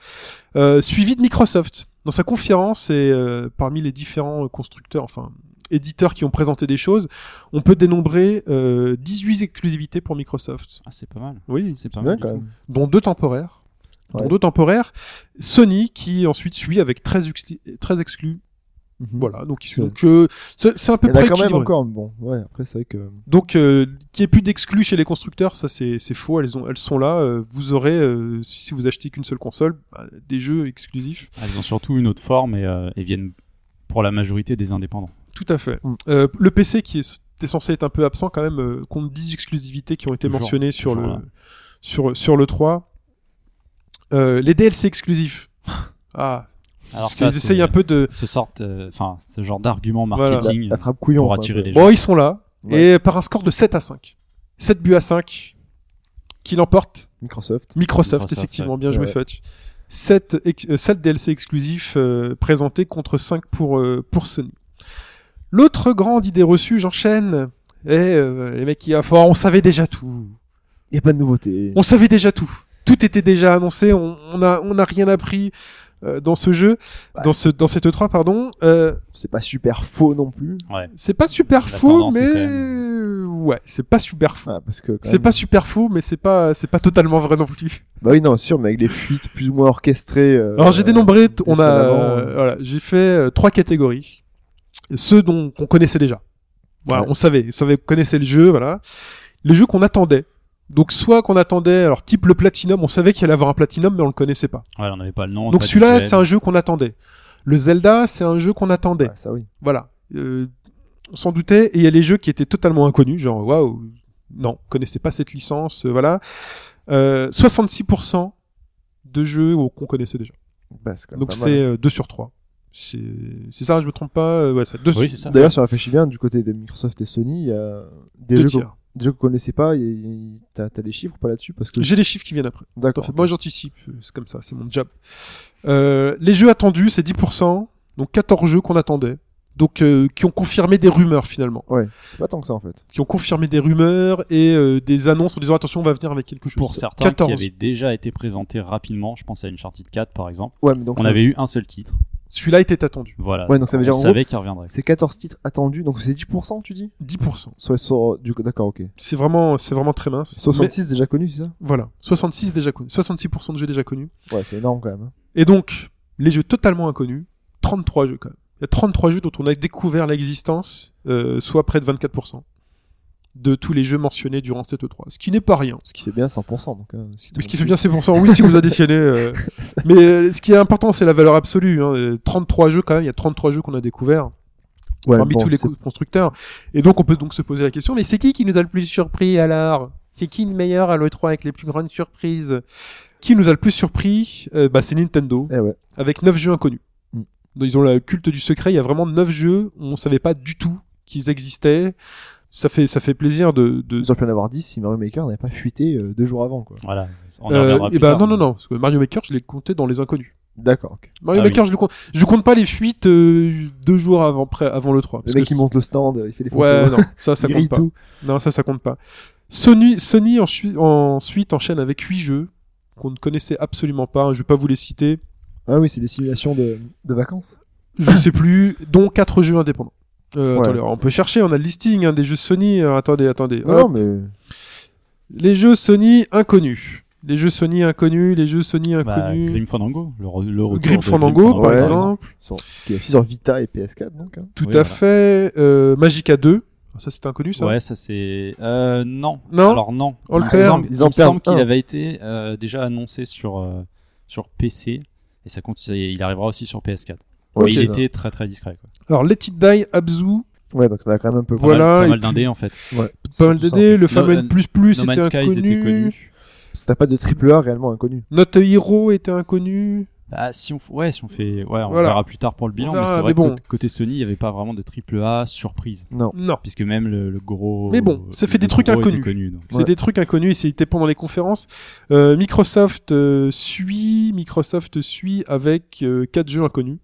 [SPEAKER 2] Euh, suivi de Microsoft dans sa conférence et euh, parmi les différents constructeurs, enfin éditeurs qui ont présenté des choses, on peut dénombrer euh, 18 exclusivités pour Microsoft.
[SPEAKER 3] Ah, c'est pas mal.
[SPEAKER 2] Oui,
[SPEAKER 3] C'est pas
[SPEAKER 4] Ouais,
[SPEAKER 3] mal. du
[SPEAKER 4] quand
[SPEAKER 3] tout.
[SPEAKER 4] même.
[SPEAKER 2] dont deux temporaires.
[SPEAKER 4] Ouais.
[SPEAKER 2] Dont deux temporaires. Sony qui ensuite suit avec 13, exclu- 13 exclus.
[SPEAKER 4] Mhm.
[SPEAKER 2] Voilà, donc, ils suivent.
[SPEAKER 4] Ouais.
[SPEAKER 2] donc euh, c'est c'est un peu
[SPEAKER 4] Il y en a
[SPEAKER 2] près
[SPEAKER 4] quand même
[SPEAKER 2] équilibré.
[SPEAKER 4] encore, mais bon, ouais, après, c'est vrai que.
[SPEAKER 2] Donc, euh, qu'il n'y ait plus d'exclus chez les constructeurs, ça c'est c'est faux, elles, ont, elles sont là. euh, vous aurez, euh, si vous achetez qu'une seule console, bah, des jeux exclusifs.
[SPEAKER 3] Ah, Elles ont surtout une autre forme et, euh, et viennent pour la majorité des indépendants.
[SPEAKER 2] Tout à fait.
[SPEAKER 4] Mm.
[SPEAKER 2] Euh, le PC qui est- était censé être un peu absent quand même, euh, compte 10 exclusivités qui ont été
[SPEAKER 3] Toujours,
[SPEAKER 2] mentionnées sur le,
[SPEAKER 3] toujours là.
[SPEAKER 2] sur, sur le 3. Euh, les DLC exclusifs. Ah,
[SPEAKER 3] Alors
[SPEAKER 2] ils
[SPEAKER 3] c'est-
[SPEAKER 2] essayent un peu de...
[SPEAKER 3] ce sorte, euh, enfin ce genre d'argument
[SPEAKER 2] Voilà.
[SPEAKER 3] marketing.
[SPEAKER 4] La frappe couillon.
[SPEAKER 3] Pour
[SPEAKER 4] ça,
[SPEAKER 3] attirer
[SPEAKER 4] quoi.
[SPEAKER 3] les gens.
[SPEAKER 2] Bon, ils sont là,
[SPEAKER 4] Ouais.
[SPEAKER 2] et par un score de 7 à 5. 7 buts à 5, qui l'emporte Microsoft,
[SPEAKER 4] Microsoft.
[SPEAKER 3] Microsoft,
[SPEAKER 2] effectivement,
[SPEAKER 3] ouais.
[SPEAKER 2] bien joué
[SPEAKER 4] Ouais.
[SPEAKER 2] Fudge. euh, 7, DLC exclusifs euh, présentés contre 5 pour, euh, pour Sony. L'autre grande idée reçue, j'enchaîne, est euh, les mecs qui ah, fort, on savait déjà tout.
[SPEAKER 4] Il n'y a pas de nouveauté.
[SPEAKER 2] On savait déjà tout. Tout était déjà annoncé, on on a on a rien appris euh, dans ce jeu,
[SPEAKER 4] Ouais.
[SPEAKER 2] dans ce dans cette E3 pardon, euh,
[SPEAKER 4] C'est pas super faux non plus.
[SPEAKER 2] c'est pas super
[SPEAKER 3] La
[SPEAKER 2] faux
[SPEAKER 3] tendance est
[SPEAKER 2] mais
[SPEAKER 3] quand
[SPEAKER 2] ouais, c'est pas super faux.
[SPEAKER 4] Ah, parce que. quand
[SPEAKER 2] C'est
[SPEAKER 4] même-
[SPEAKER 2] pas super faux mais c'est pas c'est pas totalement vrai non plus.
[SPEAKER 4] Bah oui, non, sûr, mais avec des fuites plus ou moins orchestrées. euh,
[SPEAKER 2] Alors j'ai dénombré, t-
[SPEAKER 4] des
[SPEAKER 2] on a,
[SPEAKER 4] semaines avant,
[SPEAKER 2] euh,
[SPEAKER 4] euh.
[SPEAKER 2] voilà, j'ai fait euh, trois catégories. Ceux dont on connaissait déjà. Voilà,
[SPEAKER 4] Ouais.
[SPEAKER 2] on savait, on savait, on connaissait le jeu, voilà. Les jeux qu'on attendait. Donc soit qu'on attendait, alors type le platinum, on savait qu'il allait avoir un platinum, mais on le connaissait pas.
[SPEAKER 3] Ouais, on n'avait pas le nom.
[SPEAKER 2] Donc celui-là, c'est un jeu qu'on attendait. Le Zelda, c'est un jeu qu'on attendait.
[SPEAKER 4] Ah, ça oui.
[SPEAKER 2] Voilà. Euh, on s'en doutait. Et il y a les jeux qui étaient totalement inconnus, genre waouh, non, connaissez pas cette licence, euh, voilà. Euh, 66% de jeux oh, qu'on connaissait déjà.
[SPEAKER 4] Bah, c'est quand même
[SPEAKER 2] Donc
[SPEAKER 4] pas
[SPEAKER 2] c'est
[SPEAKER 4] mal.
[SPEAKER 2] euh, 2 sur 3. C'est c'est ça, je me trompe pas euh, Ouais, ça. 2
[SPEAKER 3] Oui, c'est ça.
[SPEAKER 4] D'ailleurs, si on réfléchit bien, du côté de Microsoft et Sony, il y a des
[SPEAKER 2] deux
[SPEAKER 4] jeux qu'on-
[SPEAKER 2] tiers.
[SPEAKER 4] des jeux qu'on connaissait pas. et- et T'as t'as les chiffres ou pas là-dessus Parce que.
[SPEAKER 2] J'ai les chiffres qui viennent après. T'en
[SPEAKER 4] D'accord.
[SPEAKER 2] fais- Moi, j'anticipe. euh, C'est comme ça, c'est mon job. Euh, les jeux attendus, c'est 10%. Donc 14 jeux qu'on attendait. Donc euh, qui ont confirmé des rumeurs finalement.
[SPEAKER 4] Ouais, c'est pas tant que ça en fait.
[SPEAKER 2] Qui ont confirmé des rumeurs et euh, des annonces en disant attention, on va venir avec quelque chose.
[SPEAKER 3] Pour certains
[SPEAKER 2] 14.
[SPEAKER 3] qui avaient déjà été présentés rapidement, je pense à Uncharted 4 par exemple,
[SPEAKER 4] Ouais, mais donc
[SPEAKER 3] on
[SPEAKER 4] ça-
[SPEAKER 3] avait eu un seul titre.
[SPEAKER 2] Celui-là était attendu.
[SPEAKER 3] Voilà.
[SPEAKER 4] Ouais, donc ça veut dire,
[SPEAKER 3] on
[SPEAKER 4] en
[SPEAKER 3] savait qu'il reviendrait.
[SPEAKER 4] c'est 14 titres attendus, donc c'est 10% tu dis
[SPEAKER 2] 10%.
[SPEAKER 4] Soit- soit- du... D'accord, ok.
[SPEAKER 2] C'est vraiment, c'est vraiment très mince.
[SPEAKER 4] 66 déjà connu, c'est ça
[SPEAKER 2] Mais voilà. 66 déjà connus. 66% de jeux déjà connus.
[SPEAKER 4] Ouais, c'est énorme quand même. hein.
[SPEAKER 2] Et donc, les jeux totalement inconnus, 33 jeux quand même. Il y a 33 jeux dont on a découvert l'existence, euh, soit près de 24%. de tous les jeux mentionnés durant cette E3. Ce qui n'est pas rien.
[SPEAKER 4] Ce qui fait bien 100%. Donc, hein, si
[SPEAKER 2] Oui, Ce qui fait bien 6%, oui, si vous additionnez.
[SPEAKER 4] [laughs]
[SPEAKER 2] euh, Mais euh, ce qui est important, c'est la valeur absolue. hein. Euh, 33 jeux, quand même, il y a 33 jeux qu'on a découverts
[SPEAKER 4] Ouais,
[SPEAKER 2] parmi
[SPEAKER 4] bon,
[SPEAKER 2] tous les
[SPEAKER 4] c'est-
[SPEAKER 2] co- constructeurs. Et donc, on peut donc se poser la question mais c'est qui qui nous a le plus surpris alors C'est qui le meilleur à l'E3 avec les plus grandes surprises Qui nous a le plus surpris Euh, bah, C'est Nintendo,
[SPEAKER 4] Eh ouais.
[SPEAKER 2] avec 9 jeux inconnus.
[SPEAKER 4] Mm.
[SPEAKER 2] Donc, ils ont le culte du secret il y a vraiment 9 jeux, où on savait pas du tout qu'ils existaient. Ça fait, ça fait plaisir de, de,
[SPEAKER 4] Ils auraient pu en avoir 10 si Mario Maker n'avait pas fuité euh, deux jours avant. quoi.
[SPEAKER 3] Voilà. On
[SPEAKER 2] Euh,
[SPEAKER 3] en reviendra
[SPEAKER 2] eh
[SPEAKER 3] plus
[SPEAKER 2] ben
[SPEAKER 3] tard.
[SPEAKER 2] non non non parce que Mario Maker je l'ai compté dans les inconnus.
[SPEAKER 4] D'accord. ok.
[SPEAKER 2] Mario
[SPEAKER 3] Ah
[SPEAKER 2] Maker je le compte je compte pas les fuites euh, deux jours avant près avant le 3
[SPEAKER 4] Le
[SPEAKER 2] parce
[SPEAKER 4] mec
[SPEAKER 2] que
[SPEAKER 4] qui monte le stand, il fait les
[SPEAKER 2] c'est- Ouais
[SPEAKER 4] photos,
[SPEAKER 2] non, ça ça
[SPEAKER 4] il
[SPEAKER 2] compte
[SPEAKER 4] grille
[SPEAKER 2] pas.
[SPEAKER 4] tout.
[SPEAKER 2] Non, ça ça compte pas. Sony Sony ensuite, ensuite enchaîne avec huit jeux qu'on ne connaissait absolument pas, je vais pas vous les citer.
[SPEAKER 4] Ah oui, c'est des simulations de, de vacances.
[SPEAKER 2] Je sais plus dont quatre jeux indépendants. Euh,
[SPEAKER 4] Ouais.
[SPEAKER 2] attendez, on peut chercher, on a le listing hein, des jeux Sony. euh, attendez, attendez.
[SPEAKER 4] Non,
[SPEAKER 2] Hop.
[SPEAKER 4] non, mais
[SPEAKER 2] Les jeux Sony inconnus. Les jeux Sony inconnus, les jeux Sony
[SPEAKER 3] Bah,
[SPEAKER 2] inconnus.
[SPEAKER 3] Grim Fandango. Le, re- le retour
[SPEAKER 2] Grim
[SPEAKER 3] de
[SPEAKER 2] Fandango par
[SPEAKER 4] Ouais.
[SPEAKER 2] exemple.
[SPEAKER 4] sur, qui est aussi sur Vita et PS4 donc. hein.
[SPEAKER 2] Tout
[SPEAKER 3] Oui,
[SPEAKER 2] à
[SPEAKER 3] voilà.
[SPEAKER 2] fait. Euh, Magica 2. Ça, c'est inconnu, ça
[SPEAKER 3] Ouais, ça c'est. Euh, non.
[SPEAKER 2] Non
[SPEAKER 3] Alors non.
[SPEAKER 2] On le
[SPEAKER 3] il me
[SPEAKER 2] perd.
[SPEAKER 3] semble,
[SPEAKER 4] Ils
[SPEAKER 3] il
[SPEAKER 4] en
[SPEAKER 3] me semble
[SPEAKER 4] perdent un.
[SPEAKER 3] qu'il avait été euh, déjà annoncé sur euh, sur PC et ça compte. Il arrivera aussi sur PS4.
[SPEAKER 4] Ouais,
[SPEAKER 3] Mais il
[SPEAKER 4] c'est
[SPEAKER 3] était très très discret. Quoi.
[SPEAKER 2] Alors, Let It Die, Abzu,
[SPEAKER 4] ça. Ouais, donc on a quand même un peu.
[SPEAKER 3] Pas mal-
[SPEAKER 2] Voilà,
[SPEAKER 3] Pas
[SPEAKER 2] et
[SPEAKER 3] mal
[SPEAKER 2] puis-
[SPEAKER 3] d'indés en fait.
[SPEAKER 4] C'est
[SPEAKER 2] pas mal
[SPEAKER 4] tout ça, en
[SPEAKER 2] d'aider.
[SPEAKER 4] fait.
[SPEAKER 2] Le fameux
[SPEAKER 3] No-
[SPEAKER 2] N++, plus
[SPEAKER 3] No Man's
[SPEAKER 2] était
[SPEAKER 3] Sky ils étaient
[SPEAKER 2] inconnu.
[SPEAKER 3] connus.
[SPEAKER 4] Parce que T'as pas de triple A réellement inconnu.
[SPEAKER 2] Notre Hero était inconnu.
[SPEAKER 3] Bah, si on, f- ouais, si on fait, ouais, on
[SPEAKER 2] Voilà.
[SPEAKER 3] verra plus tard pour le bilan,
[SPEAKER 2] On verra,
[SPEAKER 3] mais c'est
[SPEAKER 2] mais
[SPEAKER 3] vrai
[SPEAKER 2] bon.
[SPEAKER 3] que côté- côté Sony, il n'y avait pas vraiment de triple A surprise.
[SPEAKER 2] Non.
[SPEAKER 3] Puisque même le, le gros.
[SPEAKER 2] Mais bon, ça fait
[SPEAKER 3] le
[SPEAKER 2] des trucs
[SPEAKER 3] gros était
[SPEAKER 2] inconnus.
[SPEAKER 3] connu, donc.
[SPEAKER 2] C'est
[SPEAKER 4] Ouais.
[SPEAKER 2] des trucs inconnus et c'était pendant les conférences. Euh, Microsoft euh, suit, Microsoft suit avec euh, quatre jeux inconnus,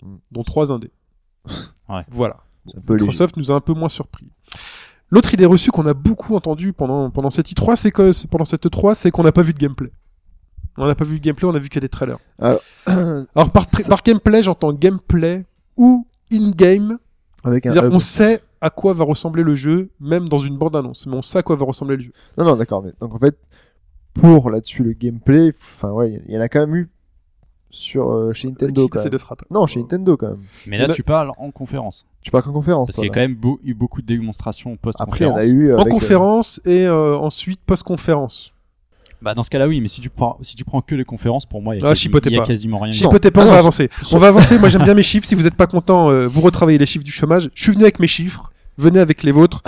[SPEAKER 4] Mm.
[SPEAKER 2] dont trois
[SPEAKER 4] [laughs]
[SPEAKER 2] indés.
[SPEAKER 3] Ouais.
[SPEAKER 2] Voilà.
[SPEAKER 4] C'est un peu léger.
[SPEAKER 2] Microsoft nous a un peu moins surpris. L'autre idée reçue qu'on a beaucoup entendue pendant, pendant cette i3, c'est que, c'est- pendant cette 3, c'est qu'on n'a pas vu de gameplay. On n'a pas vu de gameplay, on a vu que des trailers. [coughs] Alors par, tra-
[SPEAKER 4] Ça-
[SPEAKER 2] par gameplay, j'entends gameplay ou in-game.
[SPEAKER 4] Avec un
[SPEAKER 2] C'est-à-dire
[SPEAKER 4] hub.
[SPEAKER 2] on sait à quoi va ressembler le jeu, même dans une bande-annonce, mais on sait à quoi va ressembler le jeu.
[SPEAKER 4] Non, non, d'accord. Mais donc en fait, pour là-dessus le gameplay, enfin ouais, il y en a quand même eu sur euh, chez Nintendo.
[SPEAKER 2] Qui
[SPEAKER 4] Quand
[SPEAKER 2] essaie
[SPEAKER 4] même.
[SPEAKER 2] de se rattraper.
[SPEAKER 4] Non, chez Nintendo quand même.
[SPEAKER 3] Mais
[SPEAKER 2] Il y en
[SPEAKER 3] là,
[SPEAKER 2] a-
[SPEAKER 3] tu parles en conférence.
[SPEAKER 4] Tu parles qu'en conférence.
[SPEAKER 3] Parce
[SPEAKER 4] toi,
[SPEAKER 3] qu'il y a
[SPEAKER 4] là.
[SPEAKER 3] quand même beau- eu beaucoup de démonstrations
[SPEAKER 4] Après, il y en
[SPEAKER 3] post-conférence.
[SPEAKER 4] a eu.
[SPEAKER 2] En
[SPEAKER 4] avec, euh,
[SPEAKER 2] conférence et euh, ensuite post-conférence.
[SPEAKER 3] Bah, dans ce cas-là, oui, mais si tu prends, si tu prends que les conférences, pour moi, il y a,
[SPEAKER 2] Ah,
[SPEAKER 3] quasi-
[SPEAKER 2] chipotez
[SPEAKER 3] il y a
[SPEAKER 2] pas.
[SPEAKER 3] quasiment rien.
[SPEAKER 4] Non.
[SPEAKER 2] Chipotez pas,
[SPEAKER 4] Ah
[SPEAKER 2] on
[SPEAKER 4] non,
[SPEAKER 2] va
[SPEAKER 4] sur-
[SPEAKER 2] avancer. On va avancer, moi j'aime bien mes chiffres, si vous n'êtes pas content, euh, vous retravaillez les chiffres du chômage. Je suis venu avec mes chiffres, venez avec les vôtres.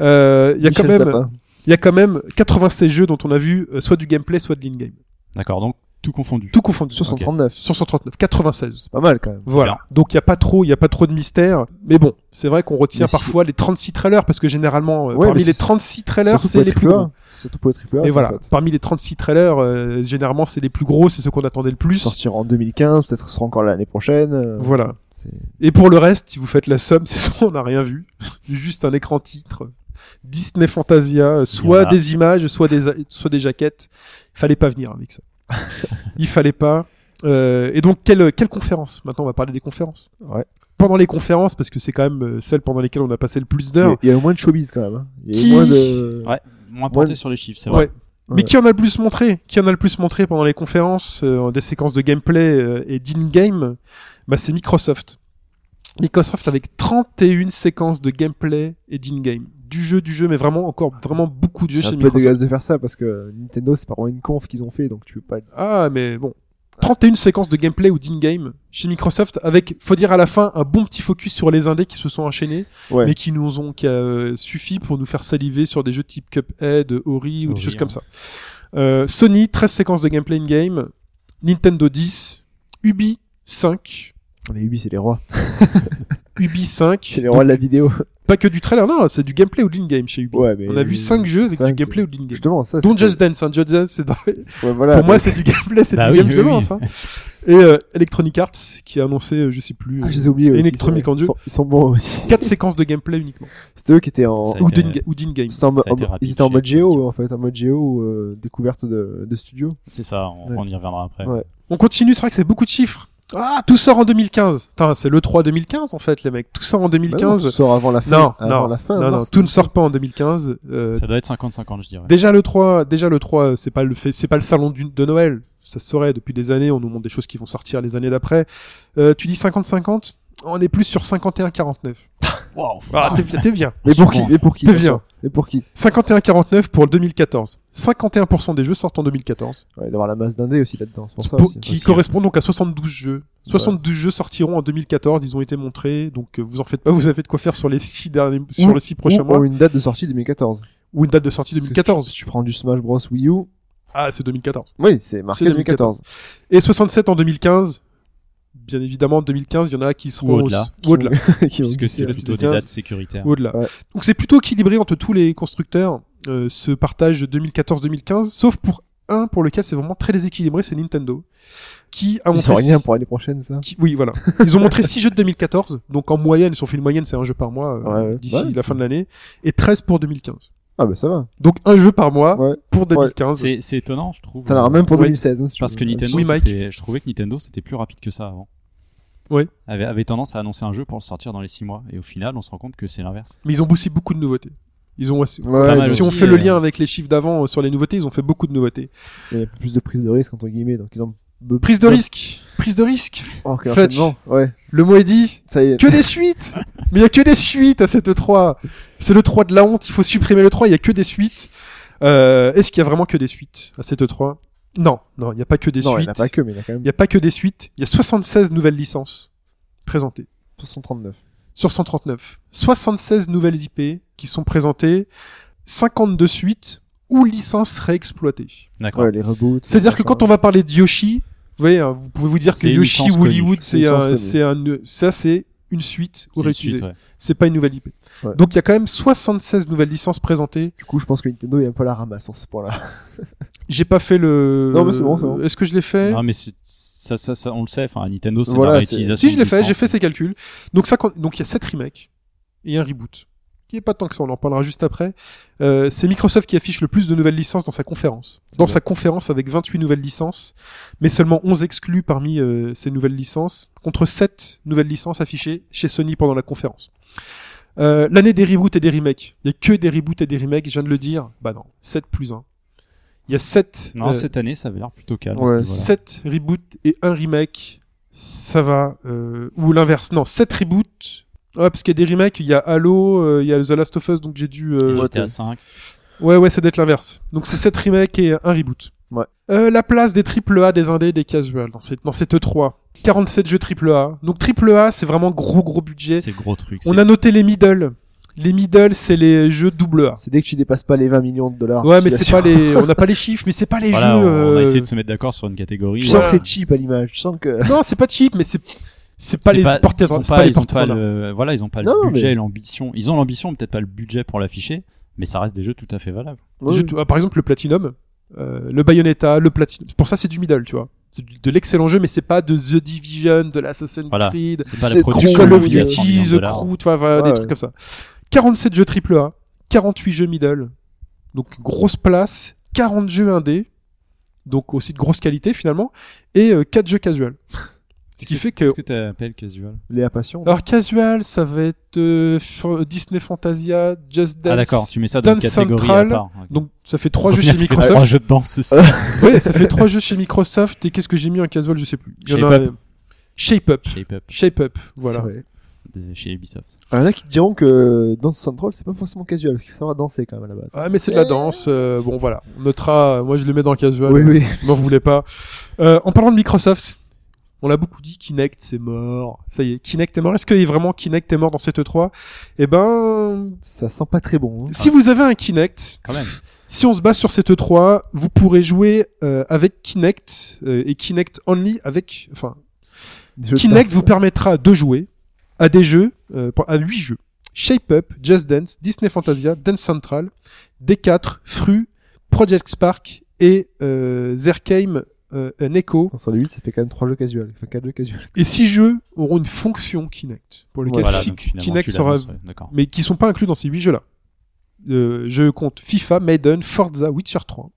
[SPEAKER 2] Euh, Il y a quand
[SPEAKER 4] Michel
[SPEAKER 2] même...
[SPEAKER 4] Sapin.
[SPEAKER 2] il y a quand même 96 jeux dont on a vu euh, soit du gameplay, soit de l'in-game.
[SPEAKER 3] D'accord, donc tout confondu.
[SPEAKER 2] Tout confondu. Hein.
[SPEAKER 4] sur son
[SPEAKER 3] Ok.
[SPEAKER 4] 39.
[SPEAKER 2] 139, 96.
[SPEAKER 4] C'est pas mal quand même.
[SPEAKER 2] Voilà.
[SPEAKER 3] bien.
[SPEAKER 2] Donc il y a pas trop, il y a pas trop de mystère. Mais bon, c'est vrai qu'on retient
[SPEAKER 3] Mais si-
[SPEAKER 2] parfois les 36 trailers parce que généralement euh,
[SPEAKER 4] Ouais,
[SPEAKER 2] parmi
[SPEAKER 4] mais
[SPEAKER 2] les
[SPEAKER 4] c'est-
[SPEAKER 2] 36 trailers,
[SPEAKER 4] Surtout
[SPEAKER 2] c'est
[SPEAKER 4] pour
[SPEAKER 2] les plus
[SPEAKER 4] AAA.
[SPEAKER 2] gros.
[SPEAKER 4] Surtout pour les AAA.
[SPEAKER 2] Et
[SPEAKER 4] ça,
[SPEAKER 2] voilà,
[SPEAKER 4] en fait.
[SPEAKER 2] parmi les 36 trailers, euh, généralement c'est les plus gros, c'est ceux qu'on attendait le plus.
[SPEAKER 4] Sortir en 2015, peut-être ce sera encore l'année prochaine. euh,
[SPEAKER 2] Voilà.
[SPEAKER 4] c'est-
[SPEAKER 2] Et pour le reste, si vous faites la somme, [laughs] c'est soit on n'a rien vu, juste un écran titre, Disney Fantasia, euh, soit
[SPEAKER 3] en a.
[SPEAKER 2] des images, soit des, soit des jaquettes. Il fallait pas venir
[SPEAKER 4] [laughs]
[SPEAKER 2] avec ça. Il fallait pas. Euh, et donc, quelle, quelle conférence Maintenant, on va parler des conférences.
[SPEAKER 4] Ouais.
[SPEAKER 2] Pendant les conférences, parce que c'est quand même euh, celle pendant lesquelles on a passé le plus
[SPEAKER 4] Il y
[SPEAKER 2] d'heures.
[SPEAKER 4] a- il y a au moins de showbiz quand même. hein. Il y a
[SPEAKER 2] Qui- Ah,
[SPEAKER 4] eu moins de.
[SPEAKER 3] Ouais, moins porté
[SPEAKER 4] Ouais.
[SPEAKER 3] sur les chiffres, c'est
[SPEAKER 2] Ouais.
[SPEAKER 3] vrai.
[SPEAKER 2] Mais qui en a le plus montré Qui en a le plus montré pendant les conférences, euh, des séquences de gameplay euh, et d'in-game Bah, c'est Microsoft. Microsoft avec 31 séquences de gameplay et d'in-game. Du jeu, du jeu, mais vraiment encore vraiment beaucoup de jeux
[SPEAKER 4] C'est
[SPEAKER 2] chez
[SPEAKER 4] un peu
[SPEAKER 2] Microsoft.
[SPEAKER 4] dégueulasse de faire ça parce que Nintendo, c'est pas vraiment une conf qu'ils ont fait donc tu peux pas.
[SPEAKER 2] Ah, mais bon. 31 séquences de gameplay ou d'in-game chez Microsoft avec, faut dire à la fin, un bon petit focus sur les indés qui se sont enchaînés,
[SPEAKER 4] Ouais.
[SPEAKER 2] mais qui nous ont, qui a euh, suffi pour nous faire saliver sur des jeux type Cuphead, Ori ou des
[SPEAKER 3] Ori,
[SPEAKER 2] choses
[SPEAKER 3] hein.
[SPEAKER 2] comme ça. Euh, Sony, 13 séquences de gameplay in-game, Nintendo 10, Ubi 5,
[SPEAKER 4] Mais Ubi, c'est les rois.
[SPEAKER 2] Ubi
[SPEAKER 4] C'est
[SPEAKER 2] 5,
[SPEAKER 4] les rois de
[SPEAKER 3] [laughs]
[SPEAKER 4] la vidéo.
[SPEAKER 2] pas que du trailer, non, c'est du gameplay ou de l'in-game chez Ubi.
[SPEAKER 4] Ouais, mais.
[SPEAKER 2] On a vu 5 jeux avec du gameplay ou de l'in-game.
[SPEAKER 4] Justement, ça.
[SPEAKER 2] Don't
[SPEAKER 4] c'est-
[SPEAKER 2] Just Dance, hein, Just Dance, c'est dans-
[SPEAKER 4] Ouais, voilà.
[SPEAKER 2] Pour moi,
[SPEAKER 4] donc-
[SPEAKER 2] c'est du gameplay, c'est
[SPEAKER 3] Bah
[SPEAKER 2] du
[SPEAKER 3] oui,
[SPEAKER 2] game
[SPEAKER 3] oui,
[SPEAKER 2] violent,
[SPEAKER 3] oui.
[SPEAKER 2] ça. Et euh, Electronic Arts qui a annoncé, euh, je sais plus,
[SPEAKER 4] Ah, je les ai oubliés aussi.
[SPEAKER 2] Electronic
[SPEAKER 4] c'est vrai.
[SPEAKER 2] en deux.
[SPEAKER 4] Ils sont- Ils sont bons aussi.
[SPEAKER 2] quatre séquences de gameplay uniquement
[SPEAKER 4] C'était eux qui étaient en.
[SPEAKER 3] Ça a
[SPEAKER 2] ou
[SPEAKER 3] été-
[SPEAKER 2] d'in- ou d'in-game.
[SPEAKER 4] C'était en mo-
[SPEAKER 3] Ça a été
[SPEAKER 4] en-
[SPEAKER 3] rapide
[SPEAKER 4] Ils étaient en
[SPEAKER 3] chez
[SPEAKER 4] mode
[SPEAKER 3] Electronic.
[SPEAKER 4] géo en fait, en mode géo, euh, découverte de, de studio. Bah
[SPEAKER 3] C'est ça, on,
[SPEAKER 4] Ouais.
[SPEAKER 3] on y reviendra après.
[SPEAKER 4] Ouais.
[SPEAKER 2] On continue, c'est vrai que c'est beaucoup de chiffres. Ah, tout sort en 2015. Putain, c'est le 3 2015 en fait, les mecs. Tout sort en
[SPEAKER 4] Bah non,
[SPEAKER 2] 2015.
[SPEAKER 4] ça sort avant la fin.
[SPEAKER 2] non,
[SPEAKER 4] avant
[SPEAKER 2] non,
[SPEAKER 4] la fin,
[SPEAKER 2] non, non,
[SPEAKER 4] mars,
[SPEAKER 2] tout ne
[SPEAKER 4] donc,
[SPEAKER 2] sort pas en 2015. Euh,
[SPEAKER 3] Ça doit être 50-50, je dirais.
[SPEAKER 2] déjà le 3, déjà le 3, c'est pas le fait, c'est pas le salon du- de Noël. Ça se saurait depuis des années. On nous montre des choses qui vont sortir les années d'après. Euh, tu dis 50-50. On est plus sur 51-49.
[SPEAKER 3] Wow.
[SPEAKER 2] Ah, t'es bien, t'es bien.
[SPEAKER 4] Mais pour qui
[SPEAKER 3] Sûrement.
[SPEAKER 4] Mais pour qui
[SPEAKER 2] T'es
[SPEAKER 4] bien
[SPEAKER 2] bien.
[SPEAKER 4] sûr. Mais pour qui
[SPEAKER 2] 51-49 pour le 2014. 51% des jeux sortent en 2014,
[SPEAKER 4] ouais, D'avoir la masse d'indés aussi là-dedans, c'est pour ça
[SPEAKER 2] pour-
[SPEAKER 4] aussi.
[SPEAKER 2] qui
[SPEAKER 3] aussi,
[SPEAKER 2] correspond donc à 72 jeux. 72 jeux sortiront en 2014, ils ont été montrés, donc euh, vous en faites pas, vous avez de quoi faire sur les 6 derniers, sur les six prochains
[SPEAKER 4] Ou-
[SPEAKER 2] mois,
[SPEAKER 4] ou une date de sortie 2014.
[SPEAKER 2] ou une date de sortie
[SPEAKER 4] Parce que
[SPEAKER 2] 2014.
[SPEAKER 4] Si tu prends du Smash Bros Wii U,
[SPEAKER 2] Ah, c'est 2014.
[SPEAKER 4] oui, c'est marqué
[SPEAKER 2] C'est
[SPEAKER 4] 2014.
[SPEAKER 2] Et 67 en 2015. Bien évidemment, en 2015, il y en a qui seront
[SPEAKER 3] Ou au-delà.
[SPEAKER 2] aussi- ou au-delà.
[SPEAKER 4] [laughs] Qui vont-
[SPEAKER 3] Parce que c'est
[SPEAKER 2] la
[SPEAKER 3] plutôt
[SPEAKER 2] petite
[SPEAKER 3] des
[SPEAKER 2] case.
[SPEAKER 3] dates sécuritaires.
[SPEAKER 2] Au-delà.
[SPEAKER 4] Ouais.
[SPEAKER 2] Donc c'est plutôt équilibré entre tous les constructeurs, euh, ce partage 2014-2015, sauf pour un pour lequel c'est vraiment très déséquilibré, c'est Nintendo, qui a
[SPEAKER 4] Ils
[SPEAKER 2] montré...
[SPEAKER 4] sont rien
[SPEAKER 2] six-
[SPEAKER 4] pour l'année prochaine, ça.
[SPEAKER 2] qui- oui, voilà. Ils ont montré 6 jeux de 2014, donc en moyenne, si on fait une moyenne, c'est un jeu par mois euh,
[SPEAKER 4] Ouais, ouais.
[SPEAKER 2] d'ici
[SPEAKER 4] Ouais, c'est-
[SPEAKER 2] la fin de l'année, et 13 pour 2015.
[SPEAKER 4] Ah bah ça va.
[SPEAKER 2] Donc un jeu par mois
[SPEAKER 4] Ouais.
[SPEAKER 2] pour 2015.
[SPEAKER 3] C'est c'est étonnant, je trouve.
[SPEAKER 4] Ça l'aura même pour
[SPEAKER 2] Ouais.
[SPEAKER 4] 2016. hein, si tu
[SPEAKER 3] Parce
[SPEAKER 4] veux.
[SPEAKER 3] que Nintendo,
[SPEAKER 2] Oui, Mike.
[SPEAKER 3] c'était- je trouvais que Nintendo c'était plus rapide que ça avant.
[SPEAKER 2] Oui.
[SPEAKER 3] Avait, avait tendance à annoncer un jeu pour le sortir dans les 6 mois. Et au final, on se rend compte que c'est l'inverse.
[SPEAKER 2] Mais ils ont bossé beaucoup de nouveautés. Ils ont assez-
[SPEAKER 4] Ouais,
[SPEAKER 3] mal
[SPEAKER 2] si
[SPEAKER 4] ils ont-
[SPEAKER 2] on
[SPEAKER 3] aussi,
[SPEAKER 2] fait le
[SPEAKER 3] euh,
[SPEAKER 2] lien avec les chiffres d'avant euh, sur les nouveautés, ils ont fait beaucoup de nouveautés.
[SPEAKER 4] il y a plus de prise de risque entre guillemets, donc ils ont
[SPEAKER 2] Prise de risque, prise de risque.
[SPEAKER 4] Oh, quel
[SPEAKER 2] Fetch.
[SPEAKER 4] enchaînement. Ouais,
[SPEAKER 2] Le mot est dit,
[SPEAKER 4] ça y est.
[SPEAKER 2] que des suites [laughs] Mais il y a que des suites à cette 3 C'est le 3 de la honte, il faut supprimer le 3, il y a que des suites. Euh, Est-ce qu'il y a vraiment que des suites à cette 3 Non, non, il n'y a pas que des
[SPEAKER 4] non, il
[SPEAKER 2] suites.
[SPEAKER 4] n'y en a pas que, mais il y en a quand même
[SPEAKER 2] Il y a pas que des suites, il y a 76 nouvelles licences présentées
[SPEAKER 4] 239.
[SPEAKER 2] sur 139. 76 nouvelles IP qui sont présentées, 52 suites ou licences réexploitées.
[SPEAKER 3] D'accord.
[SPEAKER 4] Ouais, les reboots. euh,
[SPEAKER 2] C'est-à-dire que quand on va parler de Yoshi, vous voyez, hein, vous pouvez vous dire que
[SPEAKER 3] C'est une
[SPEAKER 2] Yoshi
[SPEAKER 3] licence
[SPEAKER 2] ou Hollywood,
[SPEAKER 3] connue.
[SPEAKER 4] C'est une
[SPEAKER 2] c'est
[SPEAKER 4] licence
[SPEAKER 2] un,
[SPEAKER 4] connue.
[SPEAKER 2] c'est un, ça c'est une suite
[SPEAKER 3] C'est
[SPEAKER 2] ou
[SPEAKER 3] une suite,
[SPEAKER 2] réutilisée
[SPEAKER 3] ouais.
[SPEAKER 2] c'est pas une nouvelle IP.
[SPEAKER 4] Ouais.
[SPEAKER 2] Donc il y a quand même 76 nouvelles licences présentées.
[SPEAKER 4] Du coup, je pense que Nintendo est un peu à la ramasse sur ce point-là.
[SPEAKER 2] J'ai pas fait le.
[SPEAKER 4] Non, mais c'est bon, c'est bon.
[SPEAKER 2] Est-ce que je l'ai fait
[SPEAKER 3] Non, mais c'est- ça, ça, ça, on le sait. Enfin, Nintendo, c'est
[SPEAKER 4] Voilà,
[SPEAKER 3] la
[SPEAKER 4] c'est-
[SPEAKER 3] réutilisation.
[SPEAKER 2] Si je l'ai
[SPEAKER 3] de
[SPEAKER 2] fait, j'ai
[SPEAKER 3] licences.
[SPEAKER 2] fait ces calculs. Donc ça, compte- donc il y a 7 remakes et un reboot. Il n'y a pas tant que ça, on en parlera juste après. Euh, c'est Microsoft qui affiche le plus de nouvelles licences dans sa conférence. Dans
[SPEAKER 4] bien.
[SPEAKER 2] sa conférence avec 28 nouvelles licences, mais seulement 11 exclus parmi euh, ces nouvelles licences, contre 7 nouvelles licences affichées chez Sony pendant la conférence. Euh, L'année des reboots et des remakes. Il n'y a que des reboots et des remakes, je viens de le dire. Bah non, 7 plus 1. Il y a euh, 7
[SPEAKER 3] Non, cette année, ça avait l'air plutôt calme.
[SPEAKER 4] ouais,
[SPEAKER 3] à ce niveau-là.
[SPEAKER 2] 7 reboots et un remake, ça va. euh, ou l'inverse, non, 7 reboots. Ouais, parce qu'il y a des remakes, il y a Halo, euh, il y a The Last of Us, donc j'ai dû...
[SPEAKER 3] Et
[SPEAKER 2] euh,
[SPEAKER 3] GTA 5.
[SPEAKER 2] Ouais, ouais, ça doit être l'inverse. Donc c'est 7 remakes et un reboot.
[SPEAKER 4] Ouais.
[SPEAKER 2] Euh, la place des triple A, des indés, des casual dans cette, dans cette 3. 47 jeux triple A. Donc triple A, c'est vraiment gros gros budget.
[SPEAKER 3] C'est le gros truc.
[SPEAKER 2] On
[SPEAKER 3] c'est-
[SPEAKER 2] a noté les middle. Les middle, c'est les jeux double A.
[SPEAKER 4] C'est dès que tu dépasses pas les 20 millions de dollars.
[SPEAKER 2] Ah. Ouais, mais c'est
[SPEAKER 4] d'utilisation.
[SPEAKER 2] pas les, on n'a pas les chiffres, mais c'est pas les
[SPEAKER 3] Voilà,
[SPEAKER 2] jeux.
[SPEAKER 3] on, on a
[SPEAKER 2] euh,
[SPEAKER 3] essayé de se mettre d'accord sur une catégorie.
[SPEAKER 4] Tu
[SPEAKER 2] Voilà.
[SPEAKER 4] sens que c'est cheap à l'image. Tu sens que.
[SPEAKER 2] Non, c'est pas cheap, mais c'est, c'est pas
[SPEAKER 3] C'est
[SPEAKER 2] les
[SPEAKER 3] pas-
[SPEAKER 2] porteurs-
[SPEAKER 3] ils ont
[SPEAKER 2] c'est
[SPEAKER 3] pas-
[SPEAKER 2] pas les
[SPEAKER 3] ils ont pas
[SPEAKER 2] porteurs-
[SPEAKER 3] le- voilà, ils ont pas
[SPEAKER 4] Non,
[SPEAKER 3] le budget,
[SPEAKER 4] mais-
[SPEAKER 3] l'ambition. Ils ont l'ambition, peut-être pas le budget pour l'afficher, mais ça reste des jeux tout à fait valables.
[SPEAKER 2] Des
[SPEAKER 4] Ouais,
[SPEAKER 2] jeux tout- ah, par exemple, le Platinum, euh, le Bayonetta, le Platinum. Pour ça, c'est du middle, tu vois. C'est du- de l'excellent jeu, mais c'est pas de The Division, de l'Assassin's
[SPEAKER 3] Voilà.
[SPEAKER 2] Creed,
[SPEAKER 3] C'est pas
[SPEAKER 4] C'est
[SPEAKER 3] la
[SPEAKER 4] trop
[SPEAKER 2] du
[SPEAKER 3] production.
[SPEAKER 2] Call of
[SPEAKER 4] Creed à
[SPEAKER 3] de 100
[SPEAKER 2] Duty,
[SPEAKER 3] millions de
[SPEAKER 2] The
[SPEAKER 3] dollars.
[SPEAKER 2] Crew, tu vois, voilà,
[SPEAKER 4] Ouais,
[SPEAKER 2] des trucs comme ça. 47 jeux AAA, 48 jeux middle, donc grosse place, 40 jeux indés, donc aussi de grosse qualité finalement, et 4 jeux casual. Ce qui fait que...
[SPEAKER 3] Qu'est-ce que t'appelles casual
[SPEAKER 4] Léa Passion.
[SPEAKER 2] Alors casual, ça va être euh, F- Disney Fantasia, Just Dance.
[SPEAKER 3] Ah d'accord, tu mets ça dans une
[SPEAKER 2] Dance
[SPEAKER 3] catégorie
[SPEAKER 2] Central,
[SPEAKER 3] à part. ok.
[SPEAKER 2] Donc ça fait 3
[SPEAKER 3] Au
[SPEAKER 2] jeux
[SPEAKER 3] final,
[SPEAKER 2] chez
[SPEAKER 3] ça fait
[SPEAKER 2] Microsoft.
[SPEAKER 3] trois jeux de danse aussi.
[SPEAKER 2] Ouais, ça fait trois jeux chez Microsoft et qu'est-ce que j'ai mis en casual, je sais plus. Il y en a
[SPEAKER 3] Shape
[SPEAKER 2] un- Shape Up.
[SPEAKER 3] Shape Up,
[SPEAKER 2] Shape Up,
[SPEAKER 4] Voilà.
[SPEAKER 2] voilà.
[SPEAKER 3] de- chez Ubisoft.
[SPEAKER 4] Il y en a qui diront que dans Central, c'est pas forcément casual, parce qu'il faut savoir danser quand même à la base.
[SPEAKER 2] Ah mais c'est de la danse, euh, bon voilà. On notera, euh, moi je le mets dans casual.
[SPEAKER 4] oui, oui.
[SPEAKER 2] M'en voulez pas. Euh, en parlant de Microsoft, on l'a beaucoup dit, Kinect c'est mort. Ça y est, Kinect est mort. Est-ce que vraiment Kinect est mort dans cette 3 Eh ben,
[SPEAKER 4] Ça sent pas très bon. hein.
[SPEAKER 3] Ah.
[SPEAKER 2] si vous avez un Kinect,
[SPEAKER 3] Quand même.
[SPEAKER 2] Si on se base sur cette 3, vous pourrez jouer euh, avec Kinect euh, et Kinect only avec enfin
[SPEAKER 4] Des jeux de
[SPEAKER 2] Kinect
[SPEAKER 4] danse.
[SPEAKER 2] vous permettra de jouer à des jeux euh, à 8 jeux. Shape Up, Just Dance, Disney Fantasia, Dance Central, D4, Fru, Project Spark et euh, Zerkheim euh, un Echo.
[SPEAKER 4] Sur les 8, ça fait quand même 3 jeux casual. Enfin, 4 jeux casual.
[SPEAKER 2] Et six jeux auront une fonction Kinect pour lequel
[SPEAKER 3] Voilà,
[SPEAKER 2] fi-
[SPEAKER 3] donc finalement,
[SPEAKER 2] Kinect
[SPEAKER 3] tu
[SPEAKER 2] sera
[SPEAKER 3] l'annonces, ouais, D'accord.
[SPEAKER 2] mais qui sont pas inclus dans ces huit jeux-là. Euh, je compte FIFA, Maiden, Forza, Witcher 3,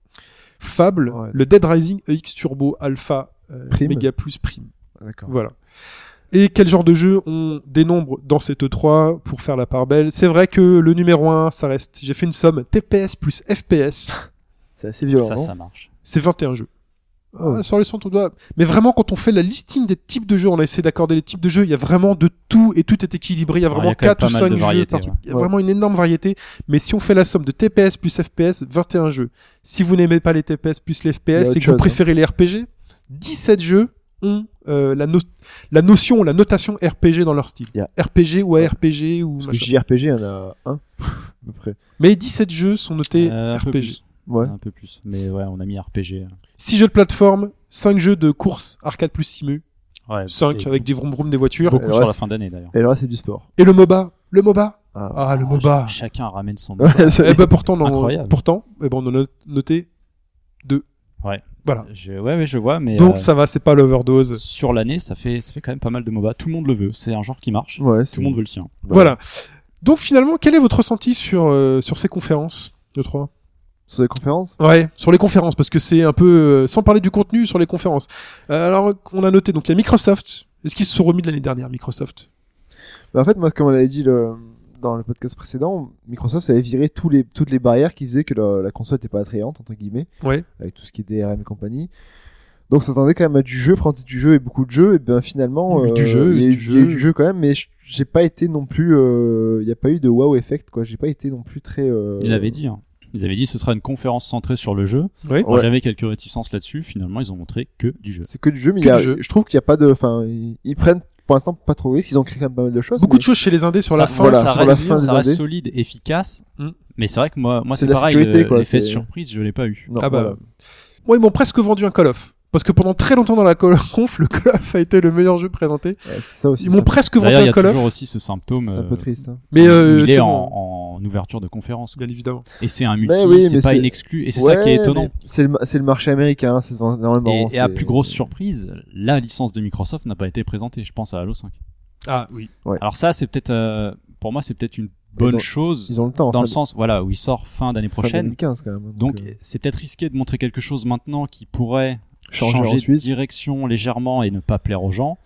[SPEAKER 2] Fable,
[SPEAKER 4] Ouais.
[SPEAKER 2] le Dead Rising EX Turbo Alpha euh,
[SPEAKER 4] Prime.
[SPEAKER 2] Mega Plus Prime.
[SPEAKER 4] Ah, D'accord.
[SPEAKER 2] Voilà. Et quel genre de jeu on dénombre dans cette 3 pour faire la part belle C'est vrai que le numéro 1, ça reste. J'ai fait une somme TPS plus FPS,
[SPEAKER 4] C'est assez violent.
[SPEAKER 3] Ça,
[SPEAKER 4] non
[SPEAKER 3] ça marche.
[SPEAKER 2] c'est 21 jeux.
[SPEAKER 4] Oh.
[SPEAKER 2] Ah, sans les sons, on doit. Mais vraiment, quand on fait la listing des types de jeux, on a essayé d'accorder les types de jeux. Il y a vraiment de tout et tout est équilibré. Il y a
[SPEAKER 3] Ouais, il y
[SPEAKER 2] vraiment
[SPEAKER 3] a quand même
[SPEAKER 2] quatre
[SPEAKER 3] pas
[SPEAKER 2] 4 ou
[SPEAKER 3] mal
[SPEAKER 2] 5
[SPEAKER 3] de
[SPEAKER 2] jeux.
[SPEAKER 3] variétés,
[SPEAKER 2] par truc.
[SPEAKER 3] ouais.
[SPEAKER 2] Il y a vraiment une énorme variété. Mais si on fait la somme de TPS plus FPS, 21 jeux. Si vous n'aimez pas les TPS plus les
[SPEAKER 4] Il y a
[SPEAKER 2] FPS
[SPEAKER 4] autre
[SPEAKER 2] et que vous
[SPEAKER 4] chose, hein.
[SPEAKER 2] préférez les RPG, 17 jeux ont euh, la, no- la notion, la notation RPG dans leur style.
[SPEAKER 4] Il y a-
[SPEAKER 2] RPG ou ARPG ou
[SPEAKER 4] Parce
[SPEAKER 2] machin.
[SPEAKER 4] que JRPG, il y en a un, à peu près.
[SPEAKER 2] Mais 17 jeux sont notés
[SPEAKER 3] Euh, un
[SPEAKER 2] RPG.
[SPEAKER 3] peu plus.
[SPEAKER 4] Ouais.
[SPEAKER 3] Un peu plus. Mais ouais, on a mis RPG.
[SPEAKER 2] 6 jeux de plateforme, 5 jeux de course, arcade plus simu,
[SPEAKER 3] Ouais.
[SPEAKER 2] 5
[SPEAKER 3] euh, et
[SPEAKER 2] avec des vroom vroom des voitures.
[SPEAKER 3] Beaucoup
[SPEAKER 4] Alors
[SPEAKER 3] sur
[SPEAKER 4] là,
[SPEAKER 3] la
[SPEAKER 4] c'est-
[SPEAKER 3] fin d'année d'ailleurs.
[SPEAKER 4] Et alors là, c'est du sport.
[SPEAKER 2] Et le MOBA Le MOBA
[SPEAKER 4] Ah.
[SPEAKER 2] Ah, le
[SPEAKER 3] Ah,
[SPEAKER 2] MOBA
[SPEAKER 3] ch- Chacun ramène son.
[SPEAKER 4] [laughs] Ouais, ça-
[SPEAKER 2] Eh ben pourtant, non,
[SPEAKER 3] Incroyable.
[SPEAKER 2] pourtant eh ben, on en a noté 2.
[SPEAKER 3] Ouais.
[SPEAKER 2] Voilà.
[SPEAKER 3] Je- Ouais, ouais, je vois, mais
[SPEAKER 2] Donc
[SPEAKER 3] euh,
[SPEAKER 2] ça va, c'est pas l'overdose.
[SPEAKER 3] sur l'année, ça fait, ça fait quand même pas mal de MOBA. Tout le monde le veut. C'est un genre qui marche.
[SPEAKER 4] Ouais, c'est-
[SPEAKER 3] Tout le monde veut le sien.
[SPEAKER 4] bah,
[SPEAKER 2] Voilà. Donc finalement, quel est votre ressenti sur, euh, sur ces conférences de trois
[SPEAKER 4] Sur les conférences
[SPEAKER 2] Ouais, sur les conférences, parce que c'est un peu... euh, sans parler du contenu, sur les conférences. Euh, alors, on a noté, donc il y a Microsoft. Est-ce qu'ils se sont remis de l'année dernière, Microsoft
[SPEAKER 4] Bah, En fait, moi, comme on l'avait dit le- dans le podcast précédent, Microsoft avait viré tous les... toutes les barrières qui faisaient que la, la console n'était pas attrayante, entre guillemets,
[SPEAKER 2] Ouais.
[SPEAKER 4] avec tout ce qui est DRM et compagnie. Donc, ça tendait quand même à du jeu, présenter du jeu et beaucoup de jeux, et bien finalement,
[SPEAKER 2] Il y a eu du
[SPEAKER 4] euh,
[SPEAKER 2] jeu,
[SPEAKER 4] il y a eu
[SPEAKER 2] du
[SPEAKER 4] il y a eu
[SPEAKER 2] jeu.
[SPEAKER 4] du jeu quand même, mais je- j'ai pas été non plus, euh, il n'y a pas eu de wow effect, quoi, j'ai pas été non plus très. euh,
[SPEAKER 3] Ils l'avaient dit. hein. Ils avaient dit que ce sera une conférence centrée sur le jeu.
[SPEAKER 2] Oui.
[SPEAKER 3] Alors,
[SPEAKER 4] Ouais.
[SPEAKER 3] J'avais quelques réticences là-dessus. Finalement, ils ont montré que du jeu.
[SPEAKER 4] C'est que du jeu, mais
[SPEAKER 2] Que
[SPEAKER 4] il y a-
[SPEAKER 2] du jeu.
[SPEAKER 4] je trouve qu'il n'y a pas de. Enfin, ils, ils prennent pour l'instant pas trop de risques. Ils ont créé quand même pas mal de choses.
[SPEAKER 2] Beaucoup
[SPEAKER 4] mais
[SPEAKER 2] de choses chez les indés sur la
[SPEAKER 3] ça,
[SPEAKER 2] fin.
[SPEAKER 4] voilà,
[SPEAKER 3] ça
[SPEAKER 4] sur
[SPEAKER 3] reste,
[SPEAKER 4] la fin
[SPEAKER 3] ça
[SPEAKER 4] des
[SPEAKER 3] reste
[SPEAKER 4] indés.
[SPEAKER 3] solide, efficace.
[SPEAKER 2] Mm.
[SPEAKER 3] Mais c'est vrai que moi, moi
[SPEAKER 4] C'est
[SPEAKER 3] c'est
[SPEAKER 4] de la
[SPEAKER 3] pareil.
[SPEAKER 4] sécurité,
[SPEAKER 3] le-
[SPEAKER 4] quoi,
[SPEAKER 3] L'effet
[SPEAKER 4] c'est-
[SPEAKER 3] surprise, je l'ai pas eu.
[SPEAKER 4] non,
[SPEAKER 2] Ah bah,
[SPEAKER 4] voilà.
[SPEAKER 2] Moi, ils m'ont presque vendu un Call of. Parce que pendant très longtemps dans la Call of [laughs] Conf, le Call of a été le meilleur jeu présenté.
[SPEAKER 4] Ouais, c'est ça aussi.
[SPEAKER 2] Ils m'ont
[SPEAKER 4] c'est un-
[SPEAKER 2] presque vendu
[SPEAKER 3] D'ailleurs, il y
[SPEAKER 2] un
[SPEAKER 3] a
[SPEAKER 2] Call of.
[SPEAKER 3] toujours aussi ce symptôme.
[SPEAKER 4] C'est un
[SPEAKER 3] euh,
[SPEAKER 4] peu triste. hein.
[SPEAKER 2] Mais euh,
[SPEAKER 3] il
[SPEAKER 2] c'est
[SPEAKER 3] est en,
[SPEAKER 2] bon,
[SPEAKER 3] en ouverture de conférence. quoi.
[SPEAKER 2] bien évidemment.
[SPEAKER 3] Et c'est un multi,
[SPEAKER 4] Mais Ben oui, mais
[SPEAKER 3] c'est pas
[SPEAKER 4] c'est-
[SPEAKER 3] une exclue. Et c'est ça qui est
[SPEAKER 4] Ouais,
[SPEAKER 3] étonnant.
[SPEAKER 4] mais C'est le, ma- c'est le marché américain. hein, C'est normalement.
[SPEAKER 3] Et, et à
[SPEAKER 4] c'est-
[SPEAKER 3] plus grosse surprise, la licence de Microsoft n'a pas été présentée. Je pense à Halo 5.
[SPEAKER 2] Ah oui.
[SPEAKER 3] Alors ça, c'est peut-être, euh, pour moi, c'est peut-être une bonne
[SPEAKER 4] ont-
[SPEAKER 3] chose
[SPEAKER 4] Ils ont le temps.
[SPEAKER 3] dans
[SPEAKER 4] fin-
[SPEAKER 3] le sens, voilà, où il sort fin d'année
[SPEAKER 4] fin
[SPEAKER 3] prochaine.
[SPEAKER 4] 2015 quand même.
[SPEAKER 3] Donc
[SPEAKER 4] euh,
[SPEAKER 3] c'est peut-être risqué de montrer quelque chose maintenant qui pourrait
[SPEAKER 4] Changer
[SPEAKER 3] changer, de
[SPEAKER 4] ensuite.
[SPEAKER 3] direction légèrement et ne pas plaire aux gens.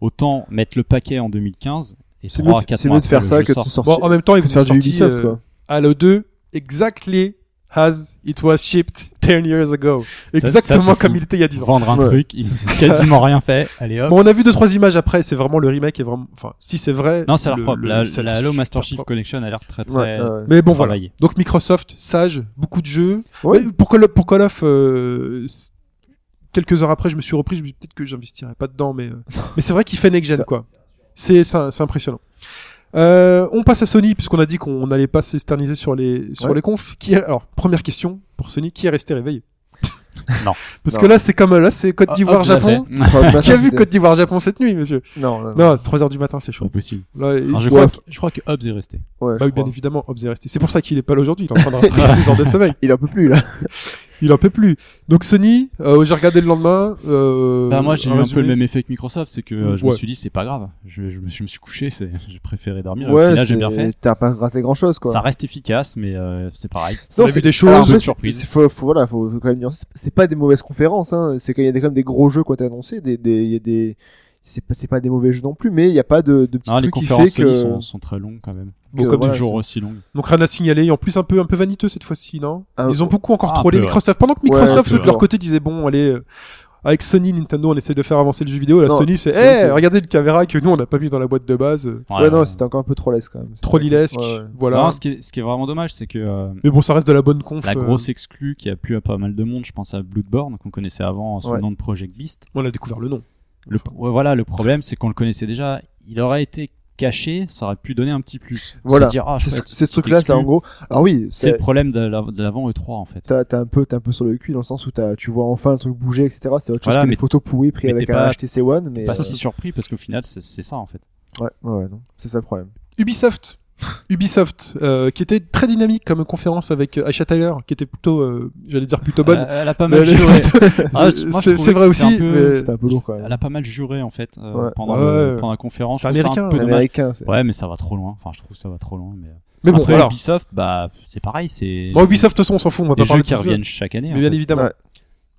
[SPEAKER 3] Autant mettre le paquet en 2015 et
[SPEAKER 4] c'est mieux, de-
[SPEAKER 3] 3 4
[SPEAKER 4] c'est mieux
[SPEAKER 3] mois
[SPEAKER 4] de faire
[SPEAKER 3] après,
[SPEAKER 4] ça
[SPEAKER 3] le
[SPEAKER 4] que
[SPEAKER 3] jeu
[SPEAKER 4] de
[SPEAKER 3] sort.
[SPEAKER 4] sortir.
[SPEAKER 2] Bon, en même temps, ils
[SPEAKER 4] que de
[SPEAKER 2] vous
[SPEAKER 4] faire
[SPEAKER 2] sortir euh,
[SPEAKER 4] du Ubisoft quoi.
[SPEAKER 2] Halo 2 exactly as it was shipped 10 years ago.
[SPEAKER 3] ça,
[SPEAKER 2] Exactement
[SPEAKER 3] c'est
[SPEAKER 2] comme
[SPEAKER 3] fou.
[SPEAKER 2] il était il y a 10 ans.
[SPEAKER 3] Vendre un
[SPEAKER 4] Ouais.
[SPEAKER 3] truc, ils ont quasiment rien
[SPEAKER 4] [laughs]
[SPEAKER 3] fait. Allez hop.
[SPEAKER 2] Bon, on a vu deux trois images après, c'est vraiment le remake est vraiment enfin si c'est vrai
[SPEAKER 3] non, ça a l'air
[SPEAKER 2] le-
[SPEAKER 3] propre.
[SPEAKER 2] le-
[SPEAKER 3] La,
[SPEAKER 2] ça a
[SPEAKER 3] la
[SPEAKER 2] l'air
[SPEAKER 3] Halo
[SPEAKER 2] super
[SPEAKER 3] Master Chief
[SPEAKER 2] propre.
[SPEAKER 3] Collection a l'air très
[SPEAKER 2] euh,
[SPEAKER 3] très
[SPEAKER 4] Ouais,
[SPEAKER 2] [laughs]
[SPEAKER 4] euh, ouais.
[SPEAKER 2] Mais bon voilà.
[SPEAKER 3] travaillée.
[SPEAKER 2] Donc Microsoft sage, beaucoup de jeux,
[SPEAKER 4] Ouais.
[SPEAKER 2] Mais pour Call of, pour Call of, euh, c- quelques heures après, je me suis repris, je me dis peut-être que j'investirai pas dedans,
[SPEAKER 3] [laughs]
[SPEAKER 2] mais, euh, mais c'est vrai qu'il fait next
[SPEAKER 4] Ça-
[SPEAKER 2] gen, quoi. C'est, c'est, c'est impressionnant. Euh, on passe à Sony, puisqu'on a dit qu'on n'allait pas s'externiser sur les, sur
[SPEAKER 4] Ouais.
[SPEAKER 2] les confs. Qui est- alors, première question pour Sony, qui est resté réveillé?
[SPEAKER 3] [laughs] Non.
[SPEAKER 2] [laughs] Parce
[SPEAKER 4] Non.
[SPEAKER 2] que là, c'est comme, là, c'est Côte
[SPEAKER 3] Ah,
[SPEAKER 2] d'Ivoire,
[SPEAKER 3] hop, je l'ai
[SPEAKER 2] Japon.
[SPEAKER 3] fait. [laughs]
[SPEAKER 4] Trois matchs,
[SPEAKER 2] Qui
[SPEAKER 4] [laughs]
[SPEAKER 2] a vu
[SPEAKER 4] c'était-
[SPEAKER 2] Côte d'Ivoire, Japon cette nuit, monsieur?
[SPEAKER 4] Non, non, non.
[SPEAKER 2] Non, c'est 3 heures du matin, c'est chaud.
[SPEAKER 3] Impossible.
[SPEAKER 2] Là, il-
[SPEAKER 3] Alors, je,
[SPEAKER 2] Ouais,
[SPEAKER 3] crois
[SPEAKER 2] bah
[SPEAKER 3] que, je crois que Hobbs est resté.
[SPEAKER 4] Ouais,
[SPEAKER 2] Ah oui,
[SPEAKER 4] je
[SPEAKER 2] bien
[SPEAKER 4] crois.
[SPEAKER 2] évidemment, Hobbs est resté. C'est pour ça qu'il est pas là aujourd'hui. Il est en train
[SPEAKER 4] [laughs]
[SPEAKER 2] de rattraper ses heures de sommeil.
[SPEAKER 4] Il en peut plus là.
[SPEAKER 2] Il en peut plus. Donc Sony, euh, j'ai regardé le lendemain. Euh,
[SPEAKER 3] Bah, moi j'ai eu un
[SPEAKER 2] résumé.
[SPEAKER 3] peu le même effet que Microsoft, c'est que euh, je
[SPEAKER 2] Ouais.
[SPEAKER 3] me suis dit c'est pas grave, je, je me, suis, je me suis couché, [laughs] c'est- j'ai préféré dormir, et au
[SPEAKER 4] Ouais,
[SPEAKER 3] final j'ai bien
[SPEAKER 4] c'est-
[SPEAKER 3] fait.
[SPEAKER 4] t'as pas raté grand chose quoi.
[SPEAKER 3] Ça reste efficace mais euh, c'est
[SPEAKER 4] [laughs]
[SPEAKER 3] pareil.
[SPEAKER 4] Sinon,
[SPEAKER 2] On a
[SPEAKER 4] c'est-
[SPEAKER 2] vu des
[SPEAKER 4] c'est-
[SPEAKER 2] choses,
[SPEAKER 4] alors, après,
[SPEAKER 2] une
[SPEAKER 4] c'est-
[SPEAKER 3] surprise.
[SPEAKER 4] c'est- Faut, faut, voilà, faut, faut quand même nuancer. C'est- C'est pas des mauvaises conférences, hein. C'est quand il y a des, quand même des gros jeux qui ont été annoncés, des, des, il y a des, c'est pas, c'est pas des mauvais jeux non plus, mais il n'y a pas de, de petits
[SPEAKER 3] Non, les
[SPEAKER 4] trucs qui
[SPEAKER 3] conférences
[SPEAKER 4] fait que.
[SPEAKER 3] Sony sont, sont très longues quand même.
[SPEAKER 2] Bon,
[SPEAKER 4] que,
[SPEAKER 2] comme
[SPEAKER 4] voilà,
[SPEAKER 2] du jour.
[SPEAKER 3] Toujours
[SPEAKER 4] c'est-
[SPEAKER 3] aussi longues.
[SPEAKER 2] Donc rien à signaler. Et en plus un peu un peu vaniteux cette fois-ci, non
[SPEAKER 4] Ah,
[SPEAKER 2] Ils ont beaucoup encore
[SPEAKER 3] un
[SPEAKER 2] trollé
[SPEAKER 3] peu, ouais.
[SPEAKER 2] Microsoft. Pendant que
[SPEAKER 4] Ouais,
[SPEAKER 2] Microsoft
[SPEAKER 4] un peu,
[SPEAKER 2] ceux de leur
[SPEAKER 4] genre.
[SPEAKER 2] côté disaient bon allez. euh, avec Sony, Nintendo, on essaie de faire avancer le jeu vidéo. La
[SPEAKER 4] Non,
[SPEAKER 2] Sony, c'est,
[SPEAKER 4] c'est-
[SPEAKER 2] eh,
[SPEAKER 4] c'est-
[SPEAKER 2] regardez le caméra que nous, on n'a pas mis dans la boîte de base. euh,
[SPEAKER 4] Ouais, non, c'était encore un peu trop laisse quand même.
[SPEAKER 2] Trollilesque.
[SPEAKER 4] Ouais, ouais.
[SPEAKER 2] Voilà.
[SPEAKER 3] Non, ce, qui est, ce qui est vraiment dommage, c'est que euh,
[SPEAKER 2] Mais bon, ça reste de la bonne conf.
[SPEAKER 3] la
[SPEAKER 2] euh,
[SPEAKER 3] grosse exclue qui a plu à pas mal de monde, je pense à Bloodborne qu'on connaissait avant sous
[SPEAKER 4] Ouais.
[SPEAKER 3] le nom de Project Beast.
[SPEAKER 2] On a découvert le nom.
[SPEAKER 3] Le,
[SPEAKER 2] Enfin.
[SPEAKER 3] ouais, voilà, le problème c'est qu'on le connaissait déjà. Il aurait été caché, ça aurait pu donner un petit plus.
[SPEAKER 4] Voilà.
[SPEAKER 3] Se dire, ah,
[SPEAKER 4] C'est
[SPEAKER 3] chouette,
[SPEAKER 4] ce, c'est ce
[SPEAKER 3] petite
[SPEAKER 4] truc-là, c'est en
[SPEAKER 3] exclue.
[SPEAKER 4] gros. Alors oui,
[SPEAKER 3] C'est le
[SPEAKER 4] c'est
[SPEAKER 3] problème de la- de l'avant E3 en fait.
[SPEAKER 4] t'as t'as un peu, t'es un peu sur le cul dans le sens où t'as, tu vois enfin le truc bouger, etc. C'est autre chose
[SPEAKER 3] Voilà,
[SPEAKER 4] que les
[SPEAKER 3] mais-
[SPEAKER 4] photos pourries prises
[SPEAKER 3] mais
[SPEAKER 4] avec
[SPEAKER 3] t'es
[SPEAKER 4] un
[SPEAKER 3] pas-
[SPEAKER 4] HTC One, mais.
[SPEAKER 3] Pas
[SPEAKER 4] euh,
[SPEAKER 3] si surpris parce qu'au final c'est c'est ça en fait.
[SPEAKER 4] Ouais, ouais, non, c'est ça le problème.
[SPEAKER 3] [laughs]
[SPEAKER 2] Ubisoft. Ubisoft, euh, qui était très dynamique comme conférence avec euh, Aisha Tyler, qui était plutôt, euh, j'allais dire plutôt bonne.
[SPEAKER 3] Euh, Elle, a
[SPEAKER 2] [laughs]
[SPEAKER 3] pas
[SPEAKER 2] Mais
[SPEAKER 3] mal
[SPEAKER 2] elle est-
[SPEAKER 3] joué. Ah,
[SPEAKER 2] C'est-
[SPEAKER 3] je- moi, je
[SPEAKER 2] c'est c'est
[SPEAKER 3] trouvais que
[SPEAKER 2] vrai
[SPEAKER 3] c'était un
[SPEAKER 2] aussi.
[SPEAKER 3] peu-
[SPEAKER 2] mais-
[SPEAKER 4] C'était un peu lourd quand même.
[SPEAKER 3] Elle a pas mal juré en fait euh,
[SPEAKER 4] Ouais.
[SPEAKER 3] pendant,
[SPEAKER 2] Ouais.
[SPEAKER 3] le- pendant la conférence.
[SPEAKER 2] C'est
[SPEAKER 3] Je trouve ça
[SPEAKER 2] américain,
[SPEAKER 3] un peu
[SPEAKER 4] C'est
[SPEAKER 3] dommage.
[SPEAKER 4] américain, c'est.
[SPEAKER 3] Ouais, mais ça va trop loin. Enfin, je trouve ça va trop loin. Mais,
[SPEAKER 2] Mais bon,
[SPEAKER 3] Après,
[SPEAKER 2] voilà.
[SPEAKER 3] Ubisoft, bah, c'est pareil. C'est
[SPEAKER 2] Bon, Ubisoft, de toute façon, on s'en fout, on va
[SPEAKER 3] les
[SPEAKER 2] pas
[SPEAKER 3] jeux
[SPEAKER 2] parler
[SPEAKER 3] qui
[SPEAKER 2] de tout le jeu.
[SPEAKER 3] reviennent chaque année. en
[SPEAKER 2] Mais bien
[SPEAKER 3] fait.
[SPEAKER 2] évidemment.
[SPEAKER 4] Ouais.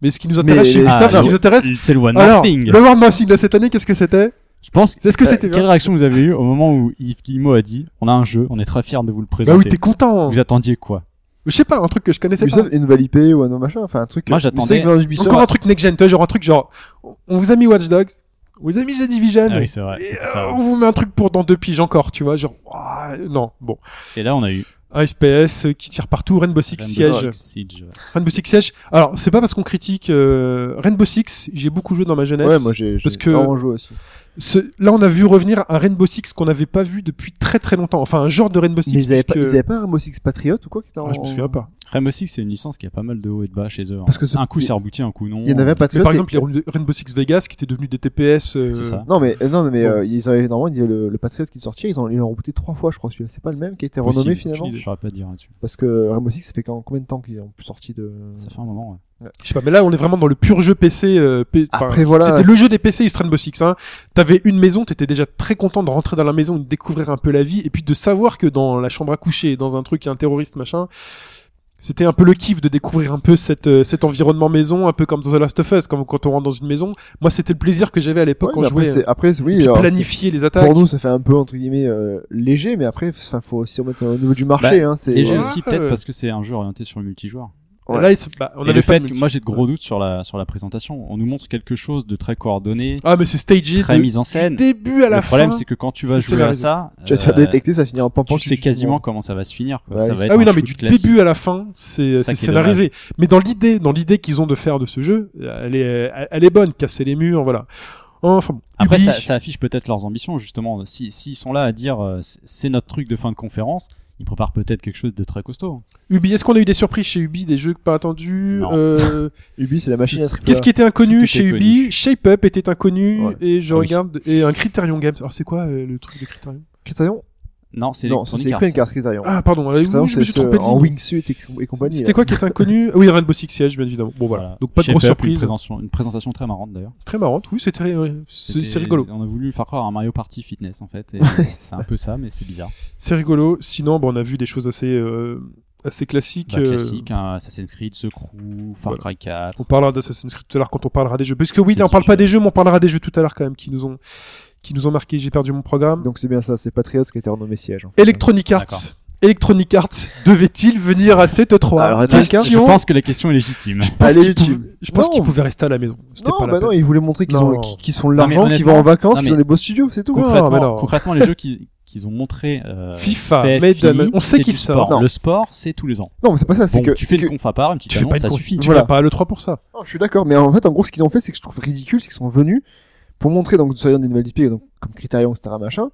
[SPEAKER 2] Mais ce qui nous intéresse
[SPEAKER 4] Mais
[SPEAKER 2] chez
[SPEAKER 4] les-
[SPEAKER 2] Ubisoft,
[SPEAKER 3] Ah,
[SPEAKER 2] ce qui
[SPEAKER 3] non.
[SPEAKER 2] nous intéresse,
[SPEAKER 3] C'est le One
[SPEAKER 2] alors,
[SPEAKER 3] More Thing.
[SPEAKER 2] le World Massing de cette année, qu'est-ce que c'était
[SPEAKER 3] Je pense.
[SPEAKER 2] Est-ce que
[SPEAKER 3] euh,
[SPEAKER 2] c'était bien
[SPEAKER 3] Quelle réaction vous avez eue au moment où Yves Guillemot a dit On a un jeu, on est très fiers de vous le
[SPEAKER 2] Bah oui,
[SPEAKER 3] présenter
[SPEAKER 2] t'es content
[SPEAKER 3] Vous attendiez quoi
[SPEAKER 2] Je sais pas, un truc que je connaissais
[SPEAKER 4] Ubisoft, une nouvelle IP ou un autre machin, enfin un truc. euh,
[SPEAKER 3] Moi,
[SPEAKER 4] Mais c'est vrai
[SPEAKER 3] j'attendais-
[SPEAKER 4] que dans
[SPEAKER 2] pas.
[SPEAKER 4] Ubisoft-
[SPEAKER 2] Encore un truc next-gen, tu vois, genre un truc genre, on vous a mis Watch Dogs, on vous a mis The Division,
[SPEAKER 3] Ah oui, c'est vrai,
[SPEAKER 2] et,
[SPEAKER 3] c'était
[SPEAKER 2] euh,
[SPEAKER 3] ça.
[SPEAKER 2] on vous met un truc pour dans deux piges encore, tu vois, genre, ouah, non, bon.
[SPEAKER 3] Et là, on a eu
[SPEAKER 2] Un SPS qui tire partout, Rainbow Six
[SPEAKER 3] Rainbow
[SPEAKER 2] Siege.
[SPEAKER 3] Six Siege, ouais.
[SPEAKER 2] Rainbow Six Siege. Alors, c'est pas parce qu'on critique euh, Rainbow Six, j'ai beaucoup joué dans ma jeunesse.
[SPEAKER 4] Ouais, moi j'ai
[SPEAKER 2] Parce
[SPEAKER 4] j'ai
[SPEAKER 2] que-
[SPEAKER 4] vraiment joué aussi.
[SPEAKER 2] Ce- là, on a vu revenir un Rainbow Six qu'on n'avait pas vu depuis très très longtemps. Enfin, un genre de Rainbow Six.
[SPEAKER 4] Mais ils avaient, pas,
[SPEAKER 2] puisque-
[SPEAKER 4] ils avaient pas un Rainbow Six Patriot ou quoi qui était en-
[SPEAKER 2] Ah, je me souviens pas.
[SPEAKER 3] Rainbow Six, c'est une licence qui a pas mal de hauts et de bas chez eux. hein.
[SPEAKER 4] Parce que c'est-
[SPEAKER 3] un coup c'est rebooté, un coup non. euh,
[SPEAKER 4] Il y en avait un
[SPEAKER 2] Mais
[SPEAKER 4] Patriot.
[SPEAKER 2] par
[SPEAKER 4] et-
[SPEAKER 2] exemple, il y a Rainbow Six Vegas qui était devenu des TPS. euh,
[SPEAKER 3] C'est ça.
[SPEAKER 4] Non mais euh, non mais
[SPEAKER 2] Bon.
[SPEAKER 4] euh, ils avaient normalement ils avaient le, le Patriot qui sortait, ils ont ils l'ont rebooté trois fois je crois celui-là. C'est pas le même qui a été
[SPEAKER 3] Possible,
[SPEAKER 4] renommé
[SPEAKER 3] aucune
[SPEAKER 4] finalement
[SPEAKER 3] idée. Je saurais pas te dire là-dessus.
[SPEAKER 4] parce que Rainbow Six ça fait quand combien de temps qu'ils ont plus sorti de
[SPEAKER 3] Ça fait un moment. ouais.
[SPEAKER 2] Je sais pas, mais là, on est vraiment dans le pur jeu PC. euh, P- enfin,
[SPEAKER 4] Après, voilà.
[SPEAKER 2] C'était le jeu des PC, East Rainbow Six. Hein. T'avais une maison, t'étais déjà très content de rentrer dans la maison, de découvrir un peu la vie, et puis de savoir que dans la chambre à coucher, dans un truc, il y a un terroriste, machin. C'était un peu le kiff de découvrir un peu cette, euh, cet environnement maison, un peu comme dans The Last of Us, comme quand on rentre dans une maison. Moi, c'était le plaisir que j'avais à l'époque
[SPEAKER 4] Ouais,
[SPEAKER 2] quand
[SPEAKER 4] mais
[SPEAKER 2] je
[SPEAKER 4] après,
[SPEAKER 2] jouais.
[SPEAKER 4] c'est-
[SPEAKER 2] euh,
[SPEAKER 4] après c'est- oui
[SPEAKER 2] puis
[SPEAKER 4] alors,
[SPEAKER 2] planifier les
[SPEAKER 4] c'est-
[SPEAKER 2] attaques.
[SPEAKER 4] pour nous ça fait un peu entre guillemets euh, léger mais après enfin faut aussi remettre au niveau
[SPEAKER 2] Bah,
[SPEAKER 4] du marché hein c'est
[SPEAKER 3] Et j'ai
[SPEAKER 2] Ouais,
[SPEAKER 3] aussi
[SPEAKER 2] ça,
[SPEAKER 3] peut-être
[SPEAKER 2] ouais.
[SPEAKER 3] parce que c'est un jeu orienté sur le multijoueur.
[SPEAKER 4] ouais.
[SPEAKER 2] Là, c'est- bah, on
[SPEAKER 3] et
[SPEAKER 2] avait
[SPEAKER 3] le
[SPEAKER 2] pas
[SPEAKER 3] fait
[SPEAKER 2] de
[SPEAKER 3] que
[SPEAKER 2] multi-
[SPEAKER 3] moi j'ai de gros doutes sur la sur la présentation. On nous montre quelque chose de très coordonné,
[SPEAKER 2] Ah, mais c'est stagé
[SPEAKER 3] très
[SPEAKER 2] de-
[SPEAKER 3] mise en scène.
[SPEAKER 2] du début à la
[SPEAKER 3] le problème
[SPEAKER 2] fin.
[SPEAKER 3] c'est que quand tu vas
[SPEAKER 2] c'est
[SPEAKER 3] jouer à
[SPEAKER 2] scénarisé.
[SPEAKER 3] ça,
[SPEAKER 4] tu vas te faire
[SPEAKER 3] euh,
[SPEAKER 4] détecter ça finit en pampant
[SPEAKER 3] tu sais quasiment comment ça va se finir. quoi.
[SPEAKER 4] Ouais.
[SPEAKER 3] Ça va être
[SPEAKER 2] Ah oui,
[SPEAKER 3] un
[SPEAKER 2] non, mais
[SPEAKER 3] shoot
[SPEAKER 2] du
[SPEAKER 3] classique.
[SPEAKER 2] début à la fin, c'est
[SPEAKER 3] C'est
[SPEAKER 2] c'est
[SPEAKER 3] ça qui est
[SPEAKER 2] scénarisé. Mais dans l'idée, dans l'idée qu'ils ont de faire de ce jeu, elle est, elle est bonne. Casser les murs, voilà. Enfin, bon,
[SPEAKER 3] Après,
[SPEAKER 2] Ubi,
[SPEAKER 3] ça, ça affiche peut-être leurs ambitions, justement. Euh, Si- S'ils sont là à dire euh, c'est- c'est notre truc de fin de conférence, ils préparent peut-être quelque chose de très costaud. hein.
[SPEAKER 2] Ubi, est-ce qu'on a eu des surprises chez Ubi, des jeux pas attendus
[SPEAKER 3] Non. [laughs]
[SPEAKER 2] euh,
[SPEAKER 4] Ubi c'est la machine à triple
[SPEAKER 2] Qu'est-ce qui était inconnu
[SPEAKER 3] Tout était
[SPEAKER 2] chez Ubi Shape Up était inconnu
[SPEAKER 4] Ouais.
[SPEAKER 2] et je
[SPEAKER 3] Ah oui.
[SPEAKER 2] regarde et un Criterion Games. Alors c'est quoi euh, le truc de Criterion
[SPEAKER 4] Criterion
[SPEAKER 3] Non, c'est
[SPEAKER 4] non c'est
[SPEAKER 3] Electronic Arts.
[SPEAKER 4] Electronic Arts Criterion
[SPEAKER 2] Ah pardon, alors,
[SPEAKER 4] Criterion,
[SPEAKER 2] oui, je me
[SPEAKER 4] c'est
[SPEAKER 2] suis
[SPEAKER 4] ce-
[SPEAKER 2] trompé de
[SPEAKER 4] en
[SPEAKER 2] ligne.
[SPEAKER 4] wingsuit et- et compagnie
[SPEAKER 2] C'était
[SPEAKER 4] là.
[SPEAKER 2] quoi qui était inconnu Ah Oui, Rainbow Six Siege, bien évidemment. Bon voilà, donc pas de
[SPEAKER 3] Shape
[SPEAKER 2] grosse
[SPEAKER 3] Up,
[SPEAKER 2] surprise.
[SPEAKER 3] Une présentation- une présentation très marrante d'ailleurs.
[SPEAKER 2] Très marrante, oui, c'était c'est c'est
[SPEAKER 3] C'était-
[SPEAKER 2] rigolo.
[SPEAKER 3] On a voulu faire croire à un Mario Party Fitness
[SPEAKER 2] [laughs]
[SPEAKER 3] en fait. et C'est un peu ça, mais c'est bizarre.
[SPEAKER 2] C'est rigolo. Sinon, bon, on a vu des choses assez, euh, assez classiques.
[SPEAKER 3] Bah,
[SPEAKER 2] euh,
[SPEAKER 3] Classique, hein, Assassin's Creed, The Crew, Far
[SPEAKER 2] voilà.
[SPEAKER 3] Cry 4.
[SPEAKER 2] on parlera d'Assassin's Creed tout à l'heure quand on parlera des jeux. Parce que oui,
[SPEAKER 3] C'est
[SPEAKER 2] là, on parle
[SPEAKER 3] qui,
[SPEAKER 2] pas
[SPEAKER 3] euh,
[SPEAKER 2] des jeux, mais on parlera des jeux tout à l'heure quand même qui nous ont, qui nous ont marqué. J'ai perdu mon programme.
[SPEAKER 4] donc c'est bien ça c'est Patriot qui a été renommé siège en fait.
[SPEAKER 2] Electronic
[SPEAKER 3] D'accord.
[SPEAKER 2] Arts. Electronic Arts devait-il venir à cette 3
[SPEAKER 4] Alors, Electronic Arts,
[SPEAKER 3] Je
[SPEAKER 2] Question.
[SPEAKER 3] pense que la question est légitime.
[SPEAKER 2] Je pense
[SPEAKER 4] Elle est
[SPEAKER 2] qu'il
[SPEAKER 4] utile.
[SPEAKER 2] pouvait- je pense
[SPEAKER 4] Non.
[SPEAKER 2] qu'il pouvait rester à la maison. C'était
[SPEAKER 4] non
[SPEAKER 2] pas la
[SPEAKER 4] bah
[SPEAKER 2] peine.
[SPEAKER 4] non ils voulaient montrer qu'ils ont
[SPEAKER 2] Non.
[SPEAKER 4] qu'ils- qu'ils sont de
[SPEAKER 3] Non, mais
[SPEAKER 4] l'argent qu'ils vont en
[SPEAKER 3] honnêtement-
[SPEAKER 4] vacances
[SPEAKER 3] non,
[SPEAKER 4] qu'ils ont
[SPEAKER 3] mais-
[SPEAKER 4] des beaux studios c'est tout
[SPEAKER 2] Concrètement, mais non.
[SPEAKER 3] Concrètement, concrètement, les jeux qui- qu'ils ont montrés. euh,
[SPEAKER 2] FIFA,
[SPEAKER 3] faits,
[SPEAKER 2] Madden,
[SPEAKER 3] finis,
[SPEAKER 2] on sait
[SPEAKER 3] c'est
[SPEAKER 2] qu'ils
[SPEAKER 3] du sport.
[SPEAKER 4] sortent.
[SPEAKER 3] Le sport, c'est tous les ans.
[SPEAKER 4] non mais c'est pas ça c'est
[SPEAKER 3] Bon,
[SPEAKER 4] que
[SPEAKER 3] tu
[SPEAKER 4] c'est
[SPEAKER 3] fais une
[SPEAKER 4] que-
[SPEAKER 3] conf à part, une petite
[SPEAKER 2] Tu fais pas
[SPEAKER 3] annonce,
[SPEAKER 2] une
[SPEAKER 3] ça
[SPEAKER 2] conf-
[SPEAKER 3] suffit.
[SPEAKER 2] Tu
[SPEAKER 4] Voilà.
[SPEAKER 2] fais pas le 3 pour ça.
[SPEAKER 4] Non, je suis d'accord, mais en fait, en gros, ce qu'ils ont fait, c'est que je trouve ridicule, c'est qu'ils sont venus pour montrer, donc, soyons des nouvelles IP, donc, comme Criterion, etc., machin.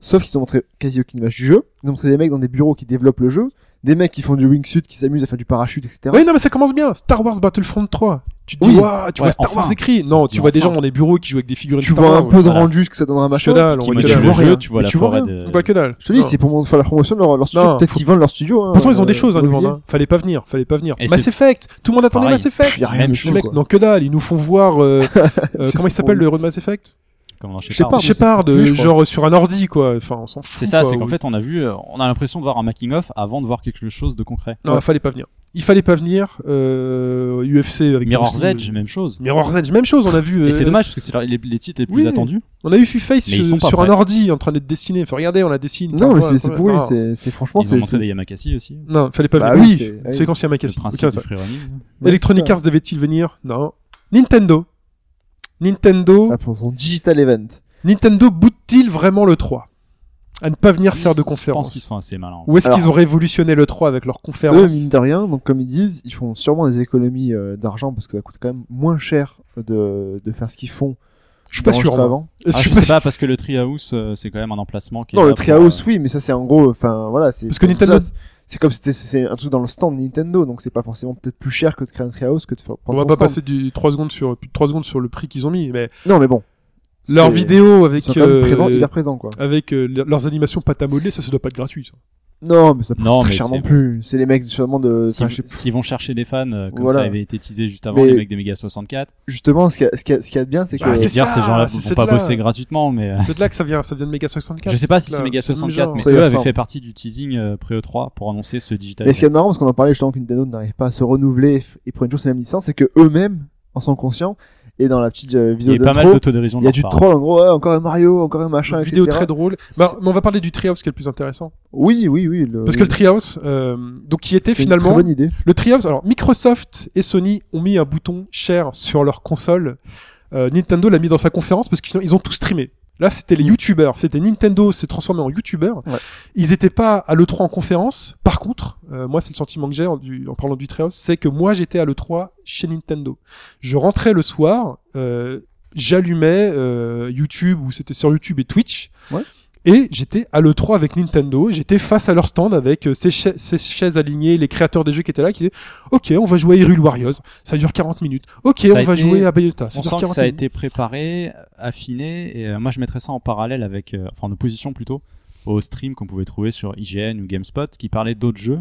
[SPEAKER 4] Sauf qu'ils ont montré quasi aucune image du jeu. Ils ont montré des mecs dans des bureaux qui développent le jeu, des mecs qui font du wingsuit, qui s'amusent à faire du parachute, etc.
[SPEAKER 2] Oui, non, mais ça commence bien. Star Wars Battlefront 3. Tu te dis,
[SPEAKER 4] Oui.
[SPEAKER 2] waouh, tu
[SPEAKER 3] Ouais,
[SPEAKER 2] vois Star
[SPEAKER 3] enfin.
[SPEAKER 2] Wars écrit. Non,
[SPEAKER 3] On se
[SPEAKER 2] tu
[SPEAKER 3] dit
[SPEAKER 2] vois des
[SPEAKER 3] enfin.
[SPEAKER 2] gens dans des bureaux qui jouent avec des figurines
[SPEAKER 4] tu
[SPEAKER 2] Star
[SPEAKER 4] vois un
[SPEAKER 2] Wars.
[SPEAKER 4] peu de
[SPEAKER 3] voilà.
[SPEAKER 4] rendu, ce que ça donnera,
[SPEAKER 2] Que
[SPEAKER 4] machin.
[SPEAKER 2] dalle, on
[SPEAKER 3] Qui
[SPEAKER 2] voit que
[SPEAKER 4] modifie
[SPEAKER 3] module
[SPEAKER 2] dalle.
[SPEAKER 3] le
[SPEAKER 4] vois rien.
[SPEAKER 3] jeu, tu vois
[SPEAKER 4] Mais
[SPEAKER 3] la
[SPEAKER 4] tu vois
[SPEAKER 3] forêt
[SPEAKER 4] rien.
[SPEAKER 3] de.
[SPEAKER 2] On voit Bah, que dalle.
[SPEAKER 4] Je te dis,
[SPEAKER 2] Non.
[SPEAKER 4] c'est pour mon- faire la promotion de leur, leur studio.
[SPEAKER 2] Non,
[SPEAKER 4] Peut-être
[SPEAKER 2] faut-
[SPEAKER 4] qu'ils vendent leur studio. Hein,
[SPEAKER 2] Pourtant, ils ont des
[SPEAKER 4] euh,
[SPEAKER 2] choses à nous
[SPEAKER 4] immobilier.
[SPEAKER 2] vendre. hein. Fallait pas venir, fallait pas venir.
[SPEAKER 3] Et
[SPEAKER 2] Mass
[SPEAKER 3] c'est-
[SPEAKER 2] Effect. Tout le monde attendait
[SPEAKER 3] Pareil.
[SPEAKER 2] Mass Effect.
[SPEAKER 4] Y a rien
[SPEAKER 3] Même
[SPEAKER 4] de
[SPEAKER 2] Les
[SPEAKER 4] chaud,
[SPEAKER 3] chose,
[SPEAKER 2] mecs,
[SPEAKER 4] quoi.
[SPEAKER 2] non que dalle. Ils nous font voir.
[SPEAKER 4] [laughs]
[SPEAKER 2] euh, euh,
[SPEAKER 4] C'est
[SPEAKER 2] comment il s'appelle
[SPEAKER 4] pour-
[SPEAKER 2] le Road Mass Effect
[SPEAKER 3] Comme dans
[SPEAKER 4] Je sais
[SPEAKER 3] Shepard.
[SPEAKER 4] pas, mais
[SPEAKER 2] Shepard,
[SPEAKER 4] c'est plus, je
[SPEAKER 2] euh,
[SPEAKER 4] crois.
[SPEAKER 2] genre sur un ordi quoi. Enfin, on s'en fout.
[SPEAKER 3] C'est ça,
[SPEAKER 2] quoi.
[SPEAKER 3] c'est qu'en fait, on a vu, euh, on a l'impression de voir un making of avant de voir quelque chose de concret.
[SPEAKER 2] Non, fallait pas venir. Il fallait pas venir. Euh, UFC avec
[SPEAKER 3] Mirror's
[SPEAKER 2] Bruce Lee.
[SPEAKER 3] Edge, même chose.
[SPEAKER 2] Mirror's Edge, même chose. On a vu.
[SPEAKER 3] Et
[SPEAKER 2] euh,
[SPEAKER 3] c'est dommage parce que c'est leur- les, les titres les plus
[SPEAKER 2] oui.
[SPEAKER 3] attendus.
[SPEAKER 2] On a eu Fuface
[SPEAKER 3] Mais ils sont
[SPEAKER 2] sur,
[SPEAKER 3] pas
[SPEAKER 2] sur un
[SPEAKER 3] prêts.
[SPEAKER 2] ordi en train d'être dessiné. Enfin, regardez, on la dessine.
[SPEAKER 4] Non,
[SPEAKER 2] Enfin,
[SPEAKER 4] mais
[SPEAKER 2] voilà,
[SPEAKER 4] c'est c'est
[SPEAKER 2] quand
[SPEAKER 4] pourri,
[SPEAKER 2] même.
[SPEAKER 4] c'est c'est- franchement,
[SPEAKER 3] Ils ont
[SPEAKER 4] c'est.
[SPEAKER 3] montré
[SPEAKER 4] c'est-
[SPEAKER 3] des Yamakasi aussi.
[SPEAKER 2] Non, non, fallait pas
[SPEAKER 4] Bah
[SPEAKER 2] venir.
[SPEAKER 4] oui,
[SPEAKER 2] Oui,
[SPEAKER 4] c'est- oui.
[SPEAKER 2] c'est quand c'est un
[SPEAKER 3] Le
[SPEAKER 2] Makassi.
[SPEAKER 3] principe du free running.
[SPEAKER 4] Ouais,
[SPEAKER 2] Electronic
[SPEAKER 4] c'est ça.
[SPEAKER 2] Arts devait-il venir Non. Nintendo. Nintendo.
[SPEAKER 4] Ah, pour son digital event.
[SPEAKER 2] Nintendo boot-il vraiment le 3 À ne pas venir faire de
[SPEAKER 3] Je pense
[SPEAKER 2] conférence.
[SPEAKER 3] qu'ils sont assez malins.
[SPEAKER 2] Ou est-ce
[SPEAKER 4] Alors-
[SPEAKER 2] qu'ils ont révolutionné le 3 avec leur
[SPEAKER 4] Eux,
[SPEAKER 2] conférence
[SPEAKER 4] mine de rien, donc comme ils disent, ils font sûrement des économies euh, d'argent parce que ça coûte quand même moins cher de, de faire ce qu'ils font.
[SPEAKER 2] Je suis pas sûr.
[SPEAKER 4] d'enregistrer
[SPEAKER 2] moi.
[SPEAKER 4] Avant.
[SPEAKER 2] Je
[SPEAKER 3] Ah,
[SPEAKER 2] suis
[SPEAKER 3] je
[SPEAKER 2] pas
[SPEAKER 3] sais
[SPEAKER 2] sûr.
[SPEAKER 3] pas parce que le Treehouse euh, c'est quand même un emplacement qui est
[SPEAKER 4] Non,
[SPEAKER 3] là
[SPEAKER 4] le
[SPEAKER 3] pour,
[SPEAKER 4] Treehouse,
[SPEAKER 3] euh,
[SPEAKER 4] oui, mais ça c'est en gros, enfin voilà, c'est.
[SPEAKER 2] Parce
[SPEAKER 4] c'est
[SPEAKER 2] que
[SPEAKER 4] une
[SPEAKER 2] Nintendo-
[SPEAKER 4] place. c'est comme si c'était- c'est un truc dans le stand Nintendo, donc c'est pas forcément peut-être plus cher que de créer un Treehouse que de faire.
[SPEAKER 2] On
[SPEAKER 4] prendre
[SPEAKER 2] va
[SPEAKER 4] ton
[SPEAKER 2] pas
[SPEAKER 4] stand.
[SPEAKER 2] passer du 3 secondes sur, plus de 3 secondes sur le prix qu'ils ont mis, mais
[SPEAKER 4] Non, mais bon.
[SPEAKER 2] leur
[SPEAKER 4] C'est-
[SPEAKER 2] vidéo
[SPEAKER 4] Ils sont
[SPEAKER 2] avec,
[SPEAKER 4] quand même
[SPEAKER 2] euh,
[SPEAKER 4] présents, hyper présents quoi.
[SPEAKER 2] avec euh, le- leurs animations pâte à modeler, ça, ça doit pas être gratuit. ça.
[SPEAKER 4] Non, mais ça coûte
[SPEAKER 3] Non,
[SPEAKER 4] très
[SPEAKER 3] mais
[SPEAKER 4] cher
[SPEAKER 3] c'est-
[SPEAKER 4] non plus. C'est les mecs sûrement de.
[SPEAKER 3] S'ils
[SPEAKER 4] Euh, enfin, je sais
[SPEAKER 3] s'ils vont chercher des fans, euh, comme
[SPEAKER 4] Voilà.
[SPEAKER 3] ça avait été teasé juste avant,
[SPEAKER 4] Mais-
[SPEAKER 3] les mecs des Mega 64,
[SPEAKER 4] Justement, ce qu'il y a- ce qu'il y a- ce qu'il y a de bien, c'est que.
[SPEAKER 2] Bah,
[SPEAKER 3] je veux
[SPEAKER 2] c'est
[SPEAKER 3] dire,
[SPEAKER 2] ça,
[SPEAKER 3] ces gens-là
[SPEAKER 2] c'est
[SPEAKER 3] vont
[SPEAKER 2] cette
[SPEAKER 3] pas
[SPEAKER 2] là.
[SPEAKER 3] bosser gratuitement, mais euh,
[SPEAKER 2] C'est de là que ça vient, ça vient de Mega 64.
[SPEAKER 3] je sais pas si
[SPEAKER 2] là,
[SPEAKER 3] c'est Mega
[SPEAKER 2] c'est le même
[SPEAKER 3] 64,
[SPEAKER 2] genre.
[SPEAKER 4] Ça
[SPEAKER 3] mais
[SPEAKER 4] y
[SPEAKER 3] eux avaient
[SPEAKER 4] ressemble.
[SPEAKER 3] fait partie du teasing euh, pré-E3 pour annoncer ce digital.
[SPEAKER 4] Mais ce qui est marrant, parce qu'on en parlait justement que Nintendo n'arrive pas à se renouveler et f- et prendre toujours ces mêmes licences, c'est que eux-mêmes en sont conscients Et dans la petite euh,
[SPEAKER 3] Il y
[SPEAKER 4] vidéo
[SPEAKER 3] a pas mal
[SPEAKER 4] d'intro,
[SPEAKER 3] d'autodérision
[SPEAKER 4] il y a
[SPEAKER 3] de
[SPEAKER 4] du
[SPEAKER 3] leur part. hein.
[SPEAKER 4] troll en gros, ouais, encore un Mario, encore un machin,
[SPEAKER 2] Une
[SPEAKER 4] etc.
[SPEAKER 2] vidéo très drôle. Bah, mais on va parler du Treehouse qui est le plus intéressant.
[SPEAKER 4] Oui, oui, oui. le-
[SPEAKER 2] Parce que le Treehouse, euh, donc qui était
[SPEAKER 4] c'est une
[SPEAKER 2] finalement
[SPEAKER 4] très bonne idée.
[SPEAKER 2] le Treehouse. Alors Microsoft et Sony ont mis un bouton share sur leur console. Euh, Nintendo l'a mis dans sa conférence parce qu'ils ont- ils ont tout streamé. Là, c'était
[SPEAKER 3] Mm.
[SPEAKER 2] les YouTubers. C'était Nintendo s'est transformé en YouTuber.
[SPEAKER 4] Ouais.
[SPEAKER 2] Ils étaient pas à l'E3 en conférence. Par contre, euh, moi, c'est le sentiment que j'ai en, du- en parlant du Treehouse, c'est que moi, j'étais à l'E3 chez Nintendo. Je rentrais le soir, euh, j'allumais euh, YouTube ou c'était sur YouTube et Twitch.
[SPEAKER 4] Ouais.
[SPEAKER 2] Et j'étais à l'E3 avec Nintendo, j'étais face à leur stand avec euh, ces, cha- ces chaises alignées, les créateurs des jeux qui étaient là, qui disaient « Ok, on va jouer à Hyrule Warriors, ça dure 40 minutes. Ok,
[SPEAKER 3] Ça
[SPEAKER 2] on
[SPEAKER 3] a
[SPEAKER 2] va
[SPEAKER 3] été-
[SPEAKER 2] jouer à Bayonetta, ça
[SPEAKER 3] On
[SPEAKER 2] dure
[SPEAKER 3] sent que
[SPEAKER 2] 40
[SPEAKER 3] ça a
[SPEAKER 2] minutes.
[SPEAKER 3] été préparé, affiné, et euh, moi je mettrais ça en parallèle avec, euh, enfin en opposition plutôt, au stream qu'on pouvait trouver sur IGN ou GameSpot qui parlait d'autres jeux,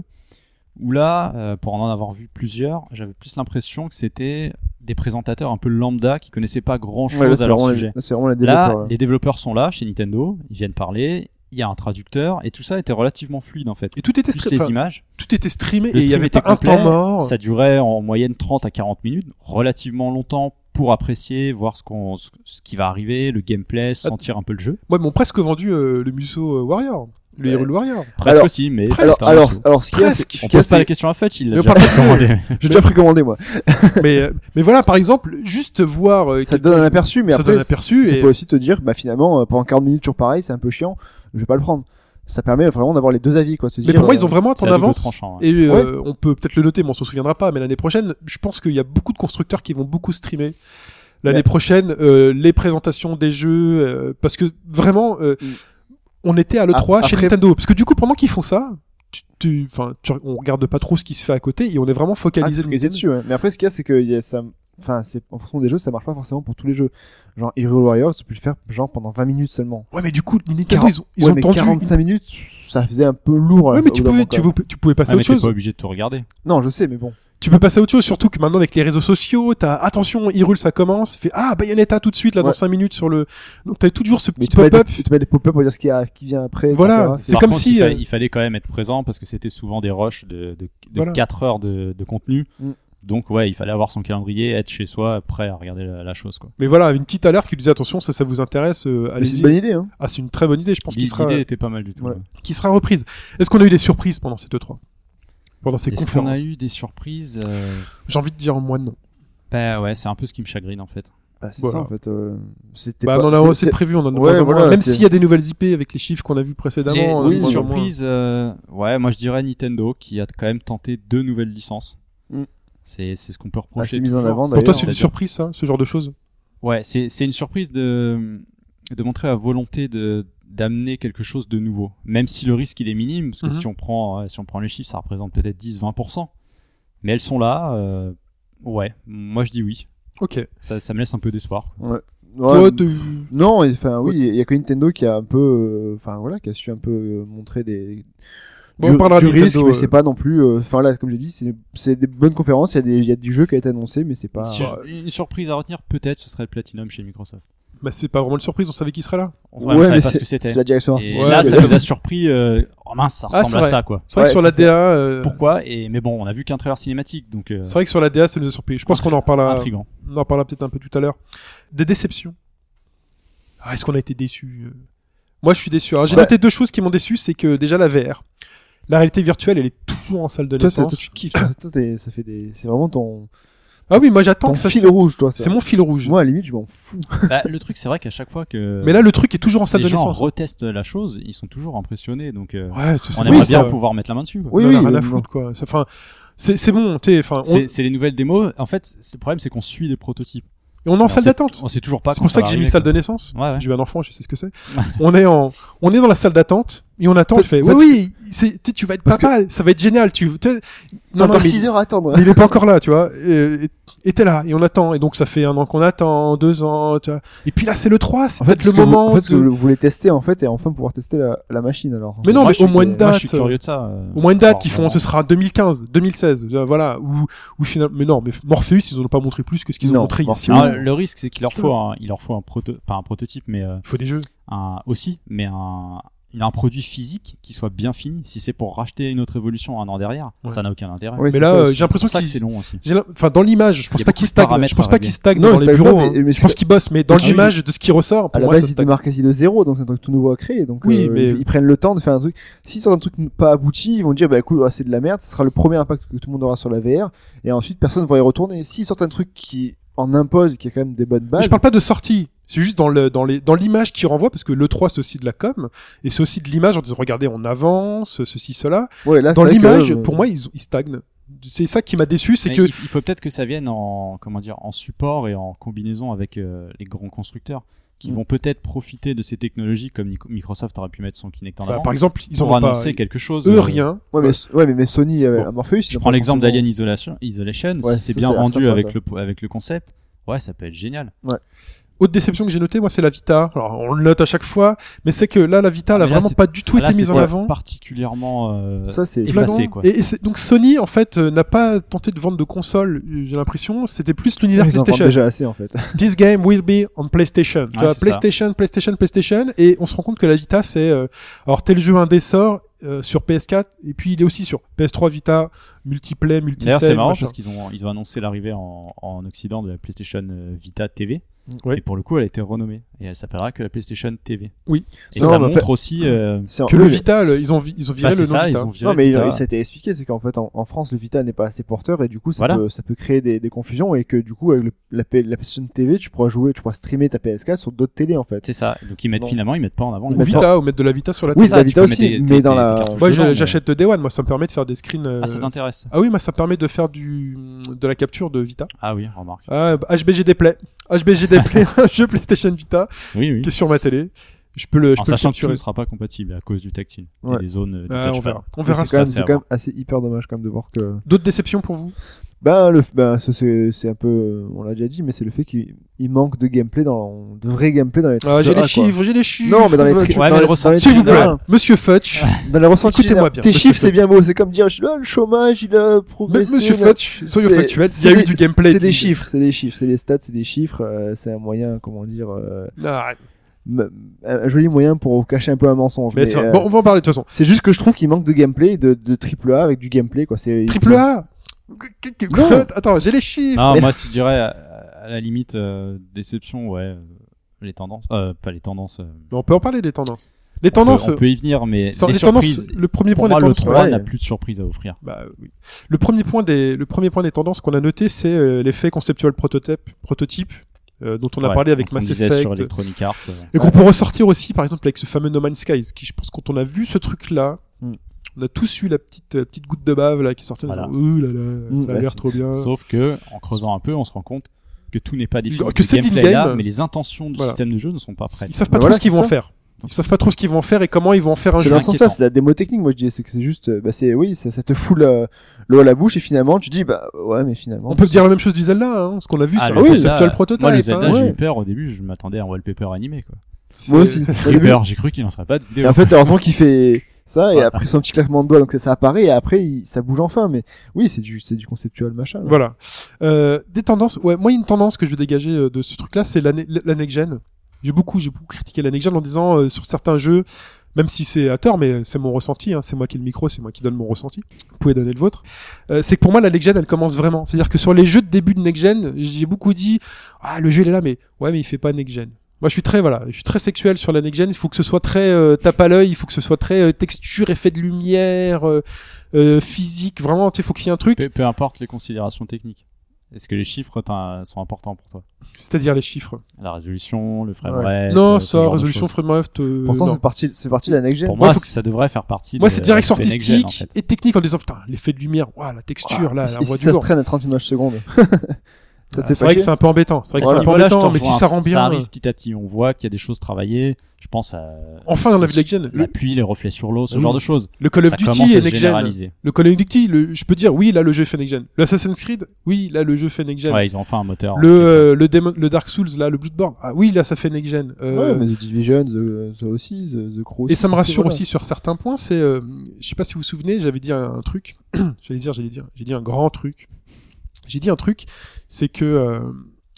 [SPEAKER 3] où là, euh, pour en avoir vu plusieurs, j'avais plus l'impression que c'était des présentateurs un peu lambda qui connaissaient pas grand chose
[SPEAKER 4] Ouais, là,
[SPEAKER 3] à
[SPEAKER 4] c'est
[SPEAKER 3] leur
[SPEAKER 4] vraiment,
[SPEAKER 3] sujet.
[SPEAKER 4] les- là, c'est vraiment les
[SPEAKER 3] Là,
[SPEAKER 4] développeurs. là.
[SPEAKER 3] les développeurs sont là chez Nintendo, ils viennent parler, il y a un traducteur, et tout ça était relativement fluide en fait.
[SPEAKER 2] Et tout était,
[SPEAKER 3] Juste
[SPEAKER 2] stre-
[SPEAKER 3] les
[SPEAKER 2] enfin,
[SPEAKER 3] images,
[SPEAKER 2] tout était streamé et
[SPEAKER 3] le
[SPEAKER 2] il y
[SPEAKER 3] stream
[SPEAKER 2] avait
[SPEAKER 3] était
[SPEAKER 2] pas un
[SPEAKER 3] complet,
[SPEAKER 2] temps mort.
[SPEAKER 3] ça durait en moyenne 30 à 40 minutes, relativement longtemps pour apprécier, voir ce, qu'on, ce ce qui va arriver, le gameplay, sentir un peu le jeu.
[SPEAKER 2] Moi, ils m'ont presque vendu euh, le Muso euh, Warrior, le
[SPEAKER 4] Ouais.
[SPEAKER 2] Hyrule Warrior. [laughs]
[SPEAKER 3] Presque
[SPEAKER 4] Alors-
[SPEAKER 3] aussi, mais c'est
[SPEAKER 4] Alors,
[SPEAKER 3] un
[SPEAKER 4] alors,
[SPEAKER 3] dessous.
[SPEAKER 4] alors, ce qu'il y a,
[SPEAKER 2] Presque.
[SPEAKER 4] c'est- ce
[SPEAKER 3] on
[SPEAKER 4] qu'il y a,
[SPEAKER 3] pose pas
[SPEAKER 4] c'est-
[SPEAKER 3] la question à Fetch, il
[SPEAKER 2] Mais
[SPEAKER 3] l'a
[SPEAKER 2] on
[SPEAKER 3] déjà
[SPEAKER 2] parle pas
[SPEAKER 3] commandé.
[SPEAKER 4] j'ai déjà précommandé moi.
[SPEAKER 2] mais, euh, mais voilà, par exemple, juste voir. euh,
[SPEAKER 4] Ça te
[SPEAKER 2] quelques-
[SPEAKER 4] donne un aperçu, mais
[SPEAKER 2] ça donne
[SPEAKER 4] après,
[SPEAKER 2] un aperçu.
[SPEAKER 4] c'est
[SPEAKER 2] Et...
[SPEAKER 4] pas aussi te dire, bah finalement, euh, pendant 40 minutes toujours pareil, c'est un peu chiant, je vais pas le prendre. Ça permet vraiment d'avoir les deux avis, quoi. se
[SPEAKER 2] Mais
[SPEAKER 4] dire,
[SPEAKER 2] pour moi,
[SPEAKER 4] euh,
[SPEAKER 2] ils ont vraiment un temps
[SPEAKER 3] C'est à double
[SPEAKER 2] d'avance.
[SPEAKER 3] tranchant, ouais.
[SPEAKER 2] Et euh, on peut peut-être le noter, mais on s'en souviendra pas. Mais l'année prochaine, je pense qu'il y a beaucoup de constructeurs qui vont beaucoup streamer. L'année
[SPEAKER 4] Ouais.
[SPEAKER 2] prochaine, euh, les présentations des jeux, euh, parce que vraiment, euh,
[SPEAKER 4] Mm.
[SPEAKER 2] on était à l'E3
[SPEAKER 4] Ap-
[SPEAKER 2] chez
[SPEAKER 4] après-
[SPEAKER 2] Nintendo. Parce que du coup, pendant qu'ils font ça, tu, tu, enfin, tu- on regarde pas trop ce qui se fait à côté et on est vraiment
[SPEAKER 4] Ah,
[SPEAKER 2] focalisé
[SPEAKER 4] c'est focalisé dessus. ouais. Mais après, ce qu'il y a, c'est que il y a ça, enfin, c'est en fonction des jeux, ça marche pas forcément pour tous les jeux. Genre, Hero Warriors, tu peux le faire genre pendant 20 minutes seulement.
[SPEAKER 2] Ouais, mais du coup, Nintendo,
[SPEAKER 4] Quarante-
[SPEAKER 2] ils ont, ils
[SPEAKER 4] ouais,
[SPEAKER 2] ont
[SPEAKER 4] mais
[SPEAKER 2] tendu.
[SPEAKER 4] 45 minutes, ça faisait un peu lourd.
[SPEAKER 2] Ouais,
[SPEAKER 4] là,
[SPEAKER 2] mais
[SPEAKER 4] au
[SPEAKER 2] tu
[SPEAKER 4] bout d'un
[SPEAKER 2] pouvais,
[SPEAKER 4] moment,
[SPEAKER 2] tu,
[SPEAKER 4] quand même.
[SPEAKER 2] pouvais- tu pouvais passer
[SPEAKER 3] Ah,
[SPEAKER 2] à
[SPEAKER 3] mais
[SPEAKER 2] autre
[SPEAKER 3] t'es
[SPEAKER 2] chose.
[SPEAKER 3] pas obligé de tout regarder.
[SPEAKER 4] Non, je sais, mais bon.
[SPEAKER 2] Tu peux passer à autre chose, surtout que maintenant avec les réseaux sociaux, t'as attention, Hyrule ça commence, fait ah Bayonetta tout de suite là dans
[SPEAKER 4] Ouais.
[SPEAKER 2] 5 minutes sur le. Donc t'as toujours ce petit
[SPEAKER 4] Mais tu mets, des,
[SPEAKER 2] pop-up.
[SPEAKER 4] tu mets des pop-up pour dire ce qui, a- qui vient après.
[SPEAKER 2] Voilà.
[SPEAKER 4] etc.
[SPEAKER 2] C'est
[SPEAKER 3] Par
[SPEAKER 2] comme
[SPEAKER 3] contre,
[SPEAKER 2] si,
[SPEAKER 3] Il, fa-
[SPEAKER 2] euh,
[SPEAKER 3] il fallait quand même être présent parce que c'était souvent des rushs de, de,
[SPEAKER 2] Voilà.
[SPEAKER 3] 4 heures de, de contenu.
[SPEAKER 4] Mm.
[SPEAKER 3] Donc, ouais, il fallait avoir son calendrier, être chez soi, prêt à regarder la, la chose. Quoi.
[SPEAKER 2] Mais voilà, une petite alerte qui lui disait attention, ça ça vous intéresse, euh,
[SPEAKER 4] Mais C'est
[SPEAKER 2] allez-y.
[SPEAKER 4] une bonne idée, hein.
[SPEAKER 2] Ah c'est une très bonne idée, je pense
[SPEAKER 3] L'idée
[SPEAKER 2] qu'il sera
[SPEAKER 3] était pas mal du tout.
[SPEAKER 4] Ouais.
[SPEAKER 3] ouais.
[SPEAKER 2] qui sera reprise. Est-ce qu'on a eu des surprises pendant ces deux trois Pendant ces
[SPEAKER 3] Est-ce qu'on
[SPEAKER 2] conférences.
[SPEAKER 3] a eu des surprises euh,
[SPEAKER 2] J'ai envie de dire moi non.
[SPEAKER 3] Bah ouais, c'est un peu ce qui me chagrine en fait.
[SPEAKER 4] Bah, c'est
[SPEAKER 2] Voilà.
[SPEAKER 4] ça, en fait. euh, C'était
[SPEAKER 2] Bah,
[SPEAKER 4] pas-
[SPEAKER 2] on en a
[SPEAKER 4] c'est-
[SPEAKER 2] aussi
[SPEAKER 4] c'est-
[SPEAKER 2] prévu, on en a de
[SPEAKER 4] Ouais,
[SPEAKER 2] moins en
[SPEAKER 4] voilà,
[SPEAKER 2] moins. Même
[SPEAKER 4] c'est-
[SPEAKER 2] s'il y a des nouvelles IP avec les chiffres qu'on a vus précédemment,
[SPEAKER 3] Les-
[SPEAKER 2] on en a
[SPEAKER 4] oui,
[SPEAKER 2] de
[SPEAKER 3] une
[SPEAKER 2] moins en moins.
[SPEAKER 3] surprise, euh, ouais, moi je dirais Nintendo qui a quand même tenté deux nouvelles licences.
[SPEAKER 4] Mm.
[SPEAKER 3] C'est c'est ce qu'on peut
[SPEAKER 4] Ah,
[SPEAKER 3] reprocher.
[SPEAKER 4] c'est mis en
[SPEAKER 3] toujours.
[SPEAKER 4] avant,
[SPEAKER 2] Pour toi,
[SPEAKER 4] d'ailleurs.
[SPEAKER 2] c'est une
[SPEAKER 3] C'est-à-dire-
[SPEAKER 2] surprise, ça, ce genre de choses
[SPEAKER 3] Ouais, c'est c'est une surprise de, de montrer la volonté de d'amener quelque chose de nouveau, même si le risque il est minime, parce que
[SPEAKER 2] Mhm.
[SPEAKER 4] Mm-hmm.
[SPEAKER 3] si on prend euh, si on prend les chiffres, ça représente peut-être 10-20%. Mais elles sont là. euh, ouais, moi je dis oui.
[SPEAKER 2] Ok.
[SPEAKER 3] Ça, ça me laisse un peu d'espoir.
[SPEAKER 4] Ouais,
[SPEAKER 2] Toi,
[SPEAKER 4] mais-
[SPEAKER 2] tu-
[SPEAKER 4] Non, et- enfin oui, il y a que Nintendo qui a un peu, euh, enfin voilà, qui a su un peu euh, montrer des
[SPEAKER 2] Bon,
[SPEAKER 4] du,
[SPEAKER 2] on parlera
[SPEAKER 4] du
[SPEAKER 2] de Nintendo,
[SPEAKER 4] risque,
[SPEAKER 2] euh.
[SPEAKER 4] mais c'est pas non plus. euh, Enfin là, comme j'ai dit, c'est c'est des bonnes conférences. Il y a des, il y a du jeu qui a été annoncé, mais c'est pas. euh,
[SPEAKER 3] Si je- une surprise à retenir, peut-être, ce serait le Platinum chez Microsoft.
[SPEAKER 2] Bah, c'est pas vraiment une surprise, on savait qu'il serait là.
[SPEAKER 3] On savait- on savait pas ce
[SPEAKER 4] c'est
[SPEAKER 3] que c'était.
[SPEAKER 4] c'est la direction
[SPEAKER 3] Et
[SPEAKER 4] artistique.
[SPEAKER 2] Ouais,
[SPEAKER 3] là,
[SPEAKER 2] mais
[SPEAKER 3] ça
[SPEAKER 2] c'est-
[SPEAKER 3] nous a surpris. euh, oh mince, ça
[SPEAKER 2] Ah, c'est
[SPEAKER 3] ressemble à
[SPEAKER 2] vrai.
[SPEAKER 3] ça, quoi.
[SPEAKER 2] C'est vrai que
[SPEAKER 4] Ouais,
[SPEAKER 2] sur la
[SPEAKER 4] c'est ça.
[SPEAKER 2] DA, euh,
[SPEAKER 3] Pourquoi Et mais bon, on a vu qu'un trailer cinématique, donc euh,
[SPEAKER 2] c'est vrai que sur la DA, ça euh, nous a surpris. Je pense qu'on en reparlera, [laughs]
[SPEAKER 3] intrigant.
[SPEAKER 2] on en reparlera peut-être un peu tout à l'heure. Des déceptions. Ah, est-ce qu'on a été déçus euh Moi, je suis déçu. Alors, j'ai
[SPEAKER 4] Ouais.
[SPEAKER 2] noté deux choses qui m'ont déçu, c'est que déjà la VR, la réalité virtuelle, elle est toujours en salle de
[SPEAKER 4] Toi, t'es- toi,
[SPEAKER 2] naissance.
[SPEAKER 4] tu kiffes. toi, toi, t'es- ça fait des, c'est vraiment ton,
[SPEAKER 2] Ah oui, moi j'attends
[SPEAKER 4] ton
[SPEAKER 2] que ça.
[SPEAKER 4] fil
[SPEAKER 2] se-
[SPEAKER 4] rouge, toi. ça.
[SPEAKER 2] C'est mon fil rouge.
[SPEAKER 4] Moi, à la limite, je m'en fous.
[SPEAKER 3] Bah, le truc, c'est vrai qu'à chaque fois que
[SPEAKER 2] Mais là, le truc est toujours en salle
[SPEAKER 3] les
[SPEAKER 2] de
[SPEAKER 3] gens
[SPEAKER 2] naissance.
[SPEAKER 3] retestent la chose, ils sont toujours impressionnés, donc euh,
[SPEAKER 2] hein. Ouais, c'est
[SPEAKER 3] on
[SPEAKER 2] oui,
[SPEAKER 3] aimerait
[SPEAKER 2] ça,
[SPEAKER 3] bien pouvoir mettre la main dessus. quoi.
[SPEAKER 4] Oui,
[SPEAKER 2] on en a
[SPEAKER 4] oui,
[SPEAKER 2] rien
[SPEAKER 4] mais
[SPEAKER 2] à
[SPEAKER 4] bon.
[SPEAKER 2] foutre quoi. Ça- Enfin, c'est c'est bon, tu sais. Enfin, on,
[SPEAKER 3] C'est c'est les nouvelles démos. En fait, c'est- le problème, c'est qu'on suit les prototypes.
[SPEAKER 2] on est en
[SPEAKER 3] On
[SPEAKER 2] salle
[SPEAKER 3] sait-
[SPEAKER 2] d'attente.
[SPEAKER 3] On sait toujours pas.
[SPEAKER 2] C'est
[SPEAKER 3] quand
[SPEAKER 2] pour ça
[SPEAKER 3] va
[SPEAKER 2] que j'ai
[SPEAKER 3] arriver,
[SPEAKER 2] mis salle
[SPEAKER 3] quoi.
[SPEAKER 2] de naissance.
[SPEAKER 3] Ouais, ouais.
[SPEAKER 2] J'ai eu un enfant, je sais ce que c'est. on est en, on est dans la salle d'attente et on attend.
[SPEAKER 4] Pas-
[SPEAKER 2] Je fais, oui,
[SPEAKER 4] pas de-
[SPEAKER 2] oui, c'est, tu- tu vas être
[SPEAKER 4] Parce
[SPEAKER 2] papa, ça va être génial. Tu, tu- non,
[SPEAKER 4] T'as
[SPEAKER 2] non,
[SPEAKER 4] encore
[SPEAKER 2] mais,
[SPEAKER 4] 6 heures à attendre.
[SPEAKER 2] mais il est pas encore là, tu vois. Euh, Et et t'es là et on attend. Et donc ça fait un an qu'on attend, deux ans. Tu vois. Et puis là, c'est le 3 c'est
[SPEAKER 4] En
[SPEAKER 2] peut-être
[SPEAKER 4] ce
[SPEAKER 2] le
[SPEAKER 4] que vous-
[SPEAKER 2] moment.
[SPEAKER 4] en fait, ce que
[SPEAKER 2] de-
[SPEAKER 4] vous voulez tester, en fait, et enfin pouvoir tester la, la machine, alors.
[SPEAKER 2] Mais non,
[SPEAKER 3] Moi,
[SPEAKER 2] mais
[SPEAKER 3] je
[SPEAKER 2] au
[SPEAKER 3] suis-
[SPEAKER 2] moins une
[SPEAKER 3] Moi, je suis
[SPEAKER 2] date, euh,
[SPEAKER 3] curieux de ça. euh,
[SPEAKER 2] Au moins une date qu'ils
[SPEAKER 3] alors,
[SPEAKER 2] font, ce sera 2015, 2016, euh, voilà. Ou, ou finalement, mais non, mais Morpheus, ils en ont pas montré plus que ce qu'ils ont
[SPEAKER 4] Non,
[SPEAKER 2] montré. Ah, il y a six
[SPEAKER 4] Morpheus.
[SPEAKER 2] mois.
[SPEAKER 3] Alors, le risque, c'est qu'il leur
[SPEAKER 2] Putain.
[SPEAKER 3] faut un, il leur faut un proto, pas un prototype, mais euh,
[SPEAKER 2] Il faut des jeux.
[SPEAKER 3] un aussi, mais un, il a un produit physique qui soit bien fini. Si c'est pour racheter une autre évolution un an derrière,
[SPEAKER 2] Ouais.
[SPEAKER 3] ça n'a aucun intérêt.
[SPEAKER 4] Ouais,
[SPEAKER 2] Mais
[SPEAKER 4] c'est
[SPEAKER 2] là,
[SPEAKER 4] ça,
[SPEAKER 2] euh,
[SPEAKER 4] c'est-
[SPEAKER 2] j'ai l'impression
[SPEAKER 3] C'est pour ça
[SPEAKER 2] qu'il
[SPEAKER 3] que c'est long aussi.
[SPEAKER 2] j'ai l'im- Enfin, dans l'image, je
[SPEAKER 3] Il y
[SPEAKER 2] pense
[SPEAKER 3] a
[SPEAKER 2] pas
[SPEAKER 3] beaucoup
[SPEAKER 2] qu'il
[SPEAKER 3] de
[SPEAKER 2] stagne.
[SPEAKER 3] paramètres
[SPEAKER 2] Je pense
[SPEAKER 3] à
[SPEAKER 2] pas qu'il
[SPEAKER 3] régler.
[SPEAKER 2] stagne
[SPEAKER 4] Non,
[SPEAKER 2] dans
[SPEAKER 4] il
[SPEAKER 2] les
[SPEAKER 4] stagne pas,
[SPEAKER 2] bureaux. hein.
[SPEAKER 4] mais- mais
[SPEAKER 2] Je
[SPEAKER 4] c'est-
[SPEAKER 2] pense qu'il bosse, mais dans
[SPEAKER 4] Ah oui.
[SPEAKER 2] l'image de ce qu'il ressort,
[SPEAKER 4] à
[SPEAKER 2] pour
[SPEAKER 4] la
[SPEAKER 2] moi, ça
[SPEAKER 4] base, ils
[SPEAKER 2] stagne.
[SPEAKER 4] démarrent quasi de zéro, donc c'est un truc tout nouveau à créer. Donc,
[SPEAKER 2] Oui,
[SPEAKER 4] euh,
[SPEAKER 2] mais-
[SPEAKER 4] ils prennent le temps de faire un truc. S'ils sortent un truc pas abouti, ils vont dire, bah, écoute, ah, c'est de la merde, ce sera le premier impact que tout le monde aura sur la VR, et ensuite, personne ne va y retourner. S'ils sortent un truc qui en impose, qui a quand même des bonnes
[SPEAKER 2] Mais
[SPEAKER 4] bases.
[SPEAKER 2] je parle pas de sortie. C'est juste dans le, dans les, dans l'image qui renvoie, parce que le 3, c'est aussi de la com, et c'est aussi de l'image en disant, regardez, on avance, ceci, cela.
[SPEAKER 4] Ouais, là,
[SPEAKER 2] Dans
[SPEAKER 4] Ah, c'est vrai que,
[SPEAKER 2] l'image,
[SPEAKER 4] euh,
[SPEAKER 2] pour moi, ils, ils stagnent. C'est ça qui m'a déçu, c'est
[SPEAKER 3] Mais
[SPEAKER 2] que,
[SPEAKER 3] il, il faut peut-être que ça vienne en comment dire en support et en combinaison avec euh, les grands constructeurs qui
[SPEAKER 4] Mm.
[SPEAKER 3] vont peut-être profiter de ces technologies comme Nico- Microsoft aurait pu mettre son Kinect en
[SPEAKER 2] bah,
[SPEAKER 3] avant
[SPEAKER 2] par exemple, ils
[SPEAKER 3] pour
[SPEAKER 2] ont pas,
[SPEAKER 3] annoncer quelque chose.
[SPEAKER 2] eux,
[SPEAKER 3] euh,
[SPEAKER 2] rien.
[SPEAKER 4] Ouais, mais, ouais, mais, mais Sony, euh,
[SPEAKER 3] Bon.
[SPEAKER 4] Morpheus. ils
[SPEAKER 3] Je
[SPEAKER 4] ont
[SPEAKER 3] prends
[SPEAKER 4] pas
[SPEAKER 3] l'exemple
[SPEAKER 4] forcément-
[SPEAKER 3] d'Alien Isolation, Isolation
[SPEAKER 4] Ouais,
[SPEAKER 3] si c'est
[SPEAKER 4] ça,
[SPEAKER 3] bien
[SPEAKER 4] ça a l'air
[SPEAKER 3] vendu
[SPEAKER 4] sympa,
[SPEAKER 3] avec
[SPEAKER 4] ça.
[SPEAKER 3] le, po- avec le concept. Ouais, ça peut être génial.
[SPEAKER 2] Autre déception que j'ai notée, moi, c'est la Vita. Alors, on le note à chaque fois, mais c'est que là, la Vita, elle a
[SPEAKER 3] Mais là,
[SPEAKER 2] vraiment
[SPEAKER 3] c'est-
[SPEAKER 2] pas du tout
[SPEAKER 3] Là,
[SPEAKER 2] été
[SPEAKER 3] c'est
[SPEAKER 2] mise en
[SPEAKER 3] pas
[SPEAKER 2] avant.
[SPEAKER 3] Particulièrement. euh,
[SPEAKER 4] Ça, c'est.
[SPEAKER 3] effacé,
[SPEAKER 2] Flagrant.
[SPEAKER 3] quoi.
[SPEAKER 2] Et, et c'est- donc Sony, en fait, euh, n'a pas tenté de vendre de console, euh, j'ai l'impression. C'était plus
[SPEAKER 4] Ils en
[SPEAKER 2] l'univers
[SPEAKER 4] vendent
[SPEAKER 2] PlayStation.
[SPEAKER 4] déjà assez, en fait.
[SPEAKER 2] This game will be on PlayStation. tu
[SPEAKER 3] Ouais,
[SPEAKER 2] vois,
[SPEAKER 3] c'est ça.
[SPEAKER 2] PlayStation, PlayStation, PlayStation. Et on se rend compte que la Vita, c'est... euh, alors, tel jeu indé sort euh, sur PS4, et puis il est aussi sur PS3 Vita, multiplay, multisave.
[SPEAKER 3] D'ailleurs, c'est marrant
[SPEAKER 2] machin.
[SPEAKER 3] parce qu'ils ont, ils ont annoncé l'arrivée en, en Occident de la PlayStation euh, Vita TV.
[SPEAKER 2] Ouais.
[SPEAKER 3] Et pour le coup, elle a été renommée. Et elle s'appellera que la PlayStation TV.
[SPEAKER 2] Oui.
[SPEAKER 3] Et
[SPEAKER 4] Non,
[SPEAKER 3] ça
[SPEAKER 4] mais en
[SPEAKER 3] montre aussi. euh,
[SPEAKER 4] C'est en-
[SPEAKER 2] Que
[SPEAKER 4] oui,
[SPEAKER 2] le
[SPEAKER 4] mais-
[SPEAKER 2] Vita, le- ils ont, vi- ils ont viré
[SPEAKER 3] bah,
[SPEAKER 2] le nom
[SPEAKER 3] c'est ça,
[SPEAKER 2] Vita.
[SPEAKER 3] ils ont viré
[SPEAKER 4] Non, mais
[SPEAKER 3] le
[SPEAKER 4] il-
[SPEAKER 3] Vita.
[SPEAKER 4] ça a été expliqué, c'est qu'en fait, en, en France, le Vita n'est pas assez porteur et du coup, ça,
[SPEAKER 3] Voilà.
[SPEAKER 4] peut, ça peut créer des, des confusions et que du coup, avec le- la, P- la PlayStation TV, tu pourras jouer, tu pourras streamer ta PS4 sur d'autres télés en fait.
[SPEAKER 3] C'est ça. Donc ils mettent
[SPEAKER 4] Bon.
[SPEAKER 3] finalement, ils mettent pas en avant.
[SPEAKER 4] Ils
[SPEAKER 3] le
[SPEAKER 2] Ou
[SPEAKER 4] mettent
[SPEAKER 3] Vita.
[SPEAKER 2] Vita, ou mettre de la Vita sur la télé.
[SPEAKER 4] Oui, c'est la
[SPEAKER 3] tu
[SPEAKER 4] Vita
[SPEAKER 3] peux
[SPEAKER 4] aussi,
[SPEAKER 3] mettre des-
[SPEAKER 4] mais
[SPEAKER 3] des-
[SPEAKER 4] dans
[SPEAKER 3] des
[SPEAKER 4] la-
[SPEAKER 3] cartouches
[SPEAKER 2] Moi,
[SPEAKER 3] dedans,
[SPEAKER 2] j'ai-
[SPEAKER 3] mais-
[SPEAKER 2] j'achète Day One. Moi, ça me permet de faire des screens. euh,
[SPEAKER 3] Ah, ça t'intéresse
[SPEAKER 2] ah oui, moi, ça me permet de faire du, de la capture de Vita.
[SPEAKER 3] Ah oui, remarque.
[SPEAKER 2] Ah, bah, HBG Dayplay. HBG Dayplay, [laughs] un jeu PlayStation Vita
[SPEAKER 3] Oui, oui.
[SPEAKER 2] qui est sur ma télé. Je peux le, je
[SPEAKER 3] En
[SPEAKER 2] peux le
[SPEAKER 3] sachant que tout
[SPEAKER 2] capturer.
[SPEAKER 3] ne sera pas compatible à cause du tactile
[SPEAKER 4] Ouais.
[SPEAKER 3] et des zones. euh, du
[SPEAKER 2] Ah, on
[SPEAKER 3] touchpad.
[SPEAKER 2] verra. On
[SPEAKER 4] Mais
[SPEAKER 2] verra
[SPEAKER 4] c'est quand,
[SPEAKER 2] ça. hein.
[SPEAKER 4] même-
[SPEAKER 3] c'est
[SPEAKER 4] c'est
[SPEAKER 3] à
[SPEAKER 4] quand
[SPEAKER 3] voir.
[SPEAKER 4] même assez hyper dommage quand même de voir que.
[SPEAKER 2] D'autres déceptions pour vous
[SPEAKER 4] Bah, le, bah ça, c'est c'est un peu. On l'a déjà dit, mais c'est le fait qu'il il manque de gameplay, dans, de vrai gameplay dans les
[SPEAKER 2] Ah, J'ai les
[SPEAKER 4] AAA, quoi.
[SPEAKER 2] chiffres, j'ai les chiffres.
[SPEAKER 4] Non, mais dans les
[SPEAKER 2] Euh,
[SPEAKER 4] trucs-
[SPEAKER 2] tu-
[SPEAKER 3] Ouais, mais
[SPEAKER 4] dans
[SPEAKER 3] le
[SPEAKER 4] les-
[SPEAKER 3] ressenti,
[SPEAKER 4] dans les
[SPEAKER 2] S'il vous
[SPEAKER 4] trucs-
[SPEAKER 2] plaît,
[SPEAKER 4] dans-
[SPEAKER 2] Monsieur Futch,
[SPEAKER 4] Dans le ressenti,
[SPEAKER 2] Écoutez-moi
[SPEAKER 4] général,
[SPEAKER 2] bien,
[SPEAKER 4] tes
[SPEAKER 2] monsieur
[SPEAKER 4] chiffres, c'est
[SPEAKER 2] Fetch.
[SPEAKER 4] bien beau. C'est comme dire, oh, le chômage, il a progressé.
[SPEAKER 2] Monsieur
[SPEAKER 4] là.
[SPEAKER 2] Futch, soyons
[SPEAKER 4] C'est-
[SPEAKER 2] factuels, il y
[SPEAKER 4] c'est
[SPEAKER 2] a eu
[SPEAKER 4] des-
[SPEAKER 2] du gameplay.
[SPEAKER 4] C'est des chiffres, c'est des chiffres, c'est des stats, c'est des chiffres. euh, c'est un moyen, comment dire, euh,
[SPEAKER 2] Ah, arrête.
[SPEAKER 4] m- un joli moyen pour cacher un peu un mensonge.
[SPEAKER 2] Mais c'est vrai.
[SPEAKER 4] euh,
[SPEAKER 2] Bon, on va en parler de toute façon.
[SPEAKER 4] c'est juste que je trouve qu'il manque de gameplay, de, de triple A avec du gameplay quoi. C'est
[SPEAKER 2] Triple A
[SPEAKER 4] Non.
[SPEAKER 2] Attends, j'ai les chiffres.
[SPEAKER 3] Non,
[SPEAKER 4] Mais-
[SPEAKER 3] moi, si je dirais à, à la limite euh, déception, ouais, euh, les tendances, euh, pas les tendances. euh,
[SPEAKER 2] Mais on peut en parler des tendances. Les
[SPEAKER 3] on peut-
[SPEAKER 2] tendances.
[SPEAKER 3] on peut y venir, mais
[SPEAKER 2] sans-
[SPEAKER 3] les
[SPEAKER 2] les tendances.
[SPEAKER 3] surprises.
[SPEAKER 2] Le premier
[SPEAKER 3] Pour
[SPEAKER 2] point
[SPEAKER 3] moi,
[SPEAKER 2] des
[SPEAKER 3] le
[SPEAKER 2] tendances.
[SPEAKER 3] 3
[SPEAKER 4] ouais.
[SPEAKER 3] n'a plus de surprise à offrir.
[SPEAKER 2] Bah, oui. Le premier point des le premier point des tendances qu'on a noté, c'est euh, l'effet conceptuel prototype prototype euh, dont on a
[SPEAKER 3] Ouais,
[SPEAKER 2] parlé avec
[SPEAKER 3] quand on
[SPEAKER 2] Mass
[SPEAKER 3] disait
[SPEAKER 2] Effect.
[SPEAKER 3] sur Electronic Arts. euh,
[SPEAKER 2] Et qu'on peut ressortir aussi, par exemple, avec ce fameux No Man's Skies, qui je pense quand on a vu ce truc-là,
[SPEAKER 4] Mm.
[SPEAKER 2] on a tous eu la petite, la petite goutte de bave là qui sortait. en
[SPEAKER 3] Voilà.
[SPEAKER 2] disant, Oh là là,
[SPEAKER 4] Mm,
[SPEAKER 2] ça a
[SPEAKER 4] ouais.
[SPEAKER 2] l'air trop bien.
[SPEAKER 3] Sauf que, en creusant un peu, on se rend compte que tout n'est pas défini.
[SPEAKER 2] Que
[SPEAKER 3] Le
[SPEAKER 2] c'est de
[SPEAKER 3] gameplay
[SPEAKER 2] l'in-game.
[SPEAKER 3] est là, mais les intentions du
[SPEAKER 2] Voilà.
[SPEAKER 3] système de jeu ne sont pas prêtes.
[SPEAKER 2] Ils savent
[SPEAKER 4] Bah
[SPEAKER 2] pas trop
[SPEAKER 4] voilà,
[SPEAKER 2] ce qu'ils
[SPEAKER 4] c'est
[SPEAKER 2] vont en
[SPEAKER 4] ça.
[SPEAKER 2] faire. Ils savent pas trop ce qu'ils vont en faire et comment ils vont en faire un
[SPEAKER 4] C'est
[SPEAKER 2] jeu.
[SPEAKER 4] dans ce sens-là,
[SPEAKER 3] inquiétant.
[SPEAKER 4] c'est la démo technique. Moi, je dis, c'est que c'est juste, euh, bah, c'est, oui, ça, ça te fout la- l'eau à la bouche et finalement, tu dis, bah, ouais, mais finalement.
[SPEAKER 2] On peut dire la même chose du Zelda, hein. ce qu'on a vu,
[SPEAKER 3] Ah,
[SPEAKER 2] c'est
[SPEAKER 3] le
[SPEAKER 2] un
[SPEAKER 3] Zelda,
[SPEAKER 2] conceptuel prototype.
[SPEAKER 3] Moi, le
[SPEAKER 2] hein.
[SPEAKER 3] Zelda,
[SPEAKER 4] Ouais.
[SPEAKER 3] j'ai eu peur au début, je m'attendais à un wallpaper animé. Quoi.
[SPEAKER 2] C'est-
[SPEAKER 4] Moi aussi. Au
[SPEAKER 3] J'ai eu
[SPEAKER 4] début,
[SPEAKER 3] peur, j'ai cru qu'il n'en serait pas de
[SPEAKER 4] Et
[SPEAKER 3] vidéo.
[SPEAKER 4] en fait, heureusement qu'il fait ça, et
[SPEAKER 3] Voilà.
[SPEAKER 4] après son petit claquement de doigts, donc ça, ça apparaît, et après, il- ça bouge enfin, mais oui, c'est du, c'est du conceptuel machin. là.
[SPEAKER 2] Voilà. Euh, des tendances. Ouais, moi, il y a une tendance que je veux dégager euh, de ce truc-là, c'est la, ne- la next gen. J'ai beaucoup, j'ai beaucoup critiqué la next gen en disant euh, sur certains jeux, même si c'est à tort, mais euh, c'est mon ressenti, hein, c'est moi qui ai le micro, c'est moi qui donne mon ressenti. Vous pouvez donner le vôtre. Euh, c'est que pour moi, la next gen, elle commence vraiment. C'est-à-dire que sur les jeux de début de next gen, j'ai beaucoup dit, ah, le jeu il est là, mais ouais, mais il fait pas next gen. Moi, je suis très voilà, je suis très sexuel sur la next gen. Il faut que ce soit très euh, tape à l'œil, il faut que ce soit très euh, texture, effet de lumière, euh, euh, physique. Vraiment, tu sais, faut qu'il y ait un truc.
[SPEAKER 3] Peu, peu importe les considérations techniques. Est-ce que les chiffres t'in- sont importants pour toi
[SPEAKER 2] C'est-à-dire les chiffres.
[SPEAKER 3] La résolution, le
[SPEAKER 4] Ouais.
[SPEAKER 3] frame rate
[SPEAKER 2] Non,
[SPEAKER 3] euh, ce genre
[SPEAKER 2] ça,
[SPEAKER 3] de
[SPEAKER 2] résolution
[SPEAKER 3] choses.
[SPEAKER 2] frame rate. euh,
[SPEAKER 4] Pourtant,
[SPEAKER 2] non.
[SPEAKER 4] c'est parti, c'est parti de la next-gen.
[SPEAKER 3] Pour
[SPEAKER 2] Moi,
[SPEAKER 3] moi,
[SPEAKER 2] faut que-
[SPEAKER 3] ça devrait faire partie
[SPEAKER 2] Moi,
[SPEAKER 3] de-
[SPEAKER 2] c'est direction
[SPEAKER 3] de next gen,
[SPEAKER 2] artistique
[SPEAKER 3] en fait.
[SPEAKER 2] et technique en disant putain, l'effet de lumière, ouah, la texture, là, la
[SPEAKER 4] Et
[SPEAKER 2] voix
[SPEAKER 4] Ah, si
[SPEAKER 2] du
[SPEAKER 4] ça se
[SPEAKER 2] vent.
[SPEAKER 4] traîne à 30
[SPEAKER 2] [laughs]
[SPEAKER 4] images secondes. ça te fait
[SPEAKER 2] C'est
[SPEAKER 4] pas
[SPEAKER 2] vrai que
[SPEAKER 4] chier
[SPEAKER 2] c'est un peu embêtant. C'est vrai que
[SPEAKER 4] Voilà.
[SPEAKER 2] c'est un peu
[SPEAKER 3] Voilà, je te
[SPEAKER 2] embêtant, mais si
[SPEAKER 3] rejoins,
[SPEAKER 2] ça rend bien. euh,
[SPEAKER 3] Ça arrive petit à petit. On voit qu'il y a des choses travaillées. Je pense à.
[SPEAKER 2] Enfin, dans la Next Gen, le-
[SPEAKER 3] L'appui, les reflets sur l'eau, ce
[SPEAKER 2] Oui.
[SPEAKER 3] genre de choses.
[SPEAKER 2] Le Call of
[SPEAKER 3] ça commence
[SPEAKER 2] Duty
[SPEAKER 3] à
[SPEAKER 2] est
[SPEAKER 3] se
[SPEAKER 2] next gen.
[SPEAKER 3] généraliser.
[SPEAKER 2] Le Call of Duty, le- je peux dire oui, là le jeu fait next gen. L'Assassin's Creed, oui, là le jeu fait next gen.
[SPEAKER 3] Ouais, ils ont enfin un moteur.
[SPEAKER 2] Le
[SPEAKER 3] en quelque
[SPEAKER 2] euh, le Demon- le Dark Souls, là le Bloodborne, ah oui, là ça fait next gen. Euh,
[SPEAKER 4] Ouais, mais The Division, The, The aussi, The, The Crow.
[SPEAKER 2] Et ça me rassure
[SPEAKER 4] voilà.
[SPEAKER 2] aussi sur certains points. C'est, euh, je sais pas si vous vous souvenez, j'avais dit un, un truc. [clears throat] j'allais dire, j'allais dire, j'ai dit un grand truc. J'ai dit un truc, c'est que euh,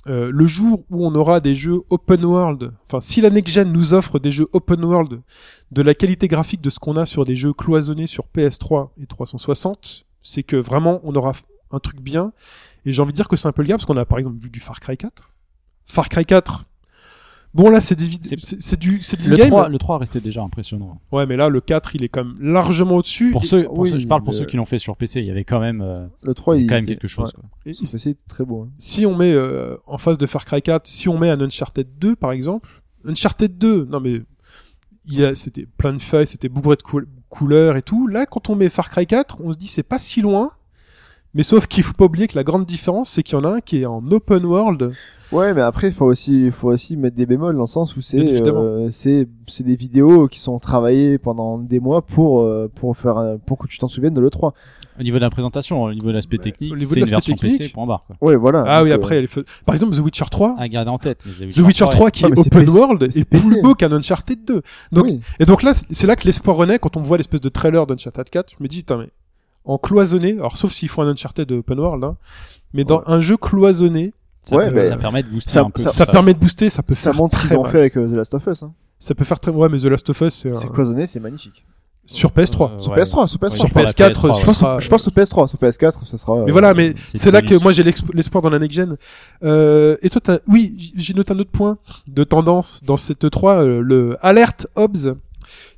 [SPEAKER 2] euh, le jour où on aura des jeux open world, enfin si la next gen nous offre des jeux open world de la qualité graphique de ce qu'on a sur des jeux cloisonnés sur PS3 et 360, c'est que vraiment on aura f- un truc bien. Et j'ai envie de dire que c'est un peu le cas parce qu'on a par exemple vu du Far Cry 4. Far Cry 4. Bon là c'est des vid-
[SPEAKER 3] C'est-
[SPEAKER 2] c'est c'est du c'est du
[SPEAKER 3] Le
[SPEAKER 2] game.
[SPEAKER 3] 3, le 3 restait déjà impressionnant.
[SPEAKER 2] Ouais mais là le 4 il est quand même largement au-dessus.
[SPEAKER 3] Pour
[SPEAKER 2] Et-
[SPEAKER 3] ceux, pour
[SPEAKER 4] oui,
[SPEAKER 3] ceux- je parle pour
[SPEAKER 4] le-
[SPEAKER 3] ceux qui l'ont fait sur PC, il y avait quand même, euh,
[SPEAKER 4] Le 3, il.
[SPEAKER 3] quand même
[SPEAKER 4] était-
[SPEAKER 3] quelque chose.
[SPEAKER 4] ouais,
[SPEAKER 3] quoi.
[SPEAKER 2] et-
[SPEAKER 4] sur PC, il était très beau. hein.
[SPEAKER 2] si on met euh, en face de Far Cry 4, si on met un Uncharted 2 par exemple, Uncharted 2, non mais il y a c'était plein de feuilles, c'était bourré de cou- couleurs et tout. Là quand on met Far Cry 4, on se dit c'est pas si loin. Mais sauf qu'il faut pas oublier que la grande différence c'est qu'il y en a un qui est en open world.
[SPEAKER 4] Ouais, mais après, faut aussi, faut aussi mettre des bémols dans le sens où
[SPEAKER 2] Bien
[SPEAKER 4] c'est,
[SPEAKER 2] évidemment.
[SPEAKER 4] euh, c'est, c'est des vidéos qui sont travaillées pendant des mois pour, euh, pour faire, euh, pour que tu t'en souviennes de l'E3.
[SPEAKER 3] Au niveau de la présentation, au niveau de l'aspect
[SPEAKER 2] Bah,
[SPEAKER 3] technique,
[SPEAKER 2] au niveau de
[SPEAKER 3] c'est une
[SPEAKER 2] l'aspect
[SPEAKER 3] version PC,
[SPEAKER 2] technique,
[SPEAKER 3] point barre. Quoi.
[SPEAKER 4] Ouais, voilà.
[SPEAKER 2] Ah,
[SPEAKER 4] Donc,
[SPEAKER 2] oui,
[SPEAKER 4] euh, Ah,
[SPEAKER 2] après il y a les feux- par exemple The Witcher 3,
[SPEAKER 3] À garder en tête. mais
[SPEAKER 2] The Witcher 3 qui est
[SPEAKER 4] Ouais, mais c'est
[SPEAKER 2] open
[SPEAKER 4] PC,
[SPEAKER 2] world
[SPEAKER 4] c'est hein.
[SPEAKER 2] est plus
[SPEAKER 4] PC.
[SPEAKER 2] beau qu'un Uncharted 2. Donc,
[SPEAKER 4] euh, oui.
[SPEAKER 2] Et donc là, c'est- c'est là que l'espoir renaît quand on voit l'espèce de trailer d'Uncharted 4. Je me dis, putain, mais en cloisonné, alors sauf s'ils font un Uncharted open world, hein, mais dans
[SPEAKER 4] Ouais.
[SPEAKER 2] un jeu cloisonné,
[SPEAKER 3] Ça,
[SPEAKER 4] Ouais,
[SPEAKER 3] peut-
[SPEAKER 4] bah,
[SPEAKER 3] ça permet de booster
[SPEAKER 4] ça-
[SPEAKER 3] un peu.
[SPEAKER 2] ça, permet de booster, ça peut
[SPEAKER 4] ça
[SPEAKER 2] faire
[SPEAKER 4] montre ce
[SPEAKER 2] très
[SPEAKER 4] qu'ils ont
[SPEAKER 2] mal.
[SPEAKER 4] fait avec euh, The Last of Us. Hein.
[SPEAKER 2] Ça peut faire très ouais, mais The Last of Us, c'est
[SPEAKER 4] C'est
[SPEAKER 2] un-
[SPEAKER 4] cloisonné, c'est magnifique.
[SPEAKER 2] sur PS3.
[SPEAKER 3] Euh,
[SPEAKER 4] Sur
[SPEAKER 3] ouais.
[SPEAKER 4] PS3, sur PS3.
[SPEAKER 3] Ouais,
[SPEAKER 2] sur
[SPEAKER 3] je crois la
[SPEAKER 2] PS4,
[SPEAKER 3] PS3,
[SPEAKER 2] ce
[SPEAKER 3] ouais.
[SPEAKER 4] pense-
[SPEAKER 2] sera-
[SPEAKER 4] Je pense sur PS3, sur PS4, ça sera.
[SPEAKER 2] Mais
[SPEAKER 4] euh,
[SPEAKER 2] voilà, mais
[SPEAKER 3] c'est
[SPEAKER 2] c'est là que
[SPEAKER 3] évolution.
[SPEAKER 2] moi j'ai l'exp- l'espoir dans la next gen. Euh, et toi, t'as... oui, j- j'ai noté un autre point de tendance dans cette 3 euh, le alerte Hobbs,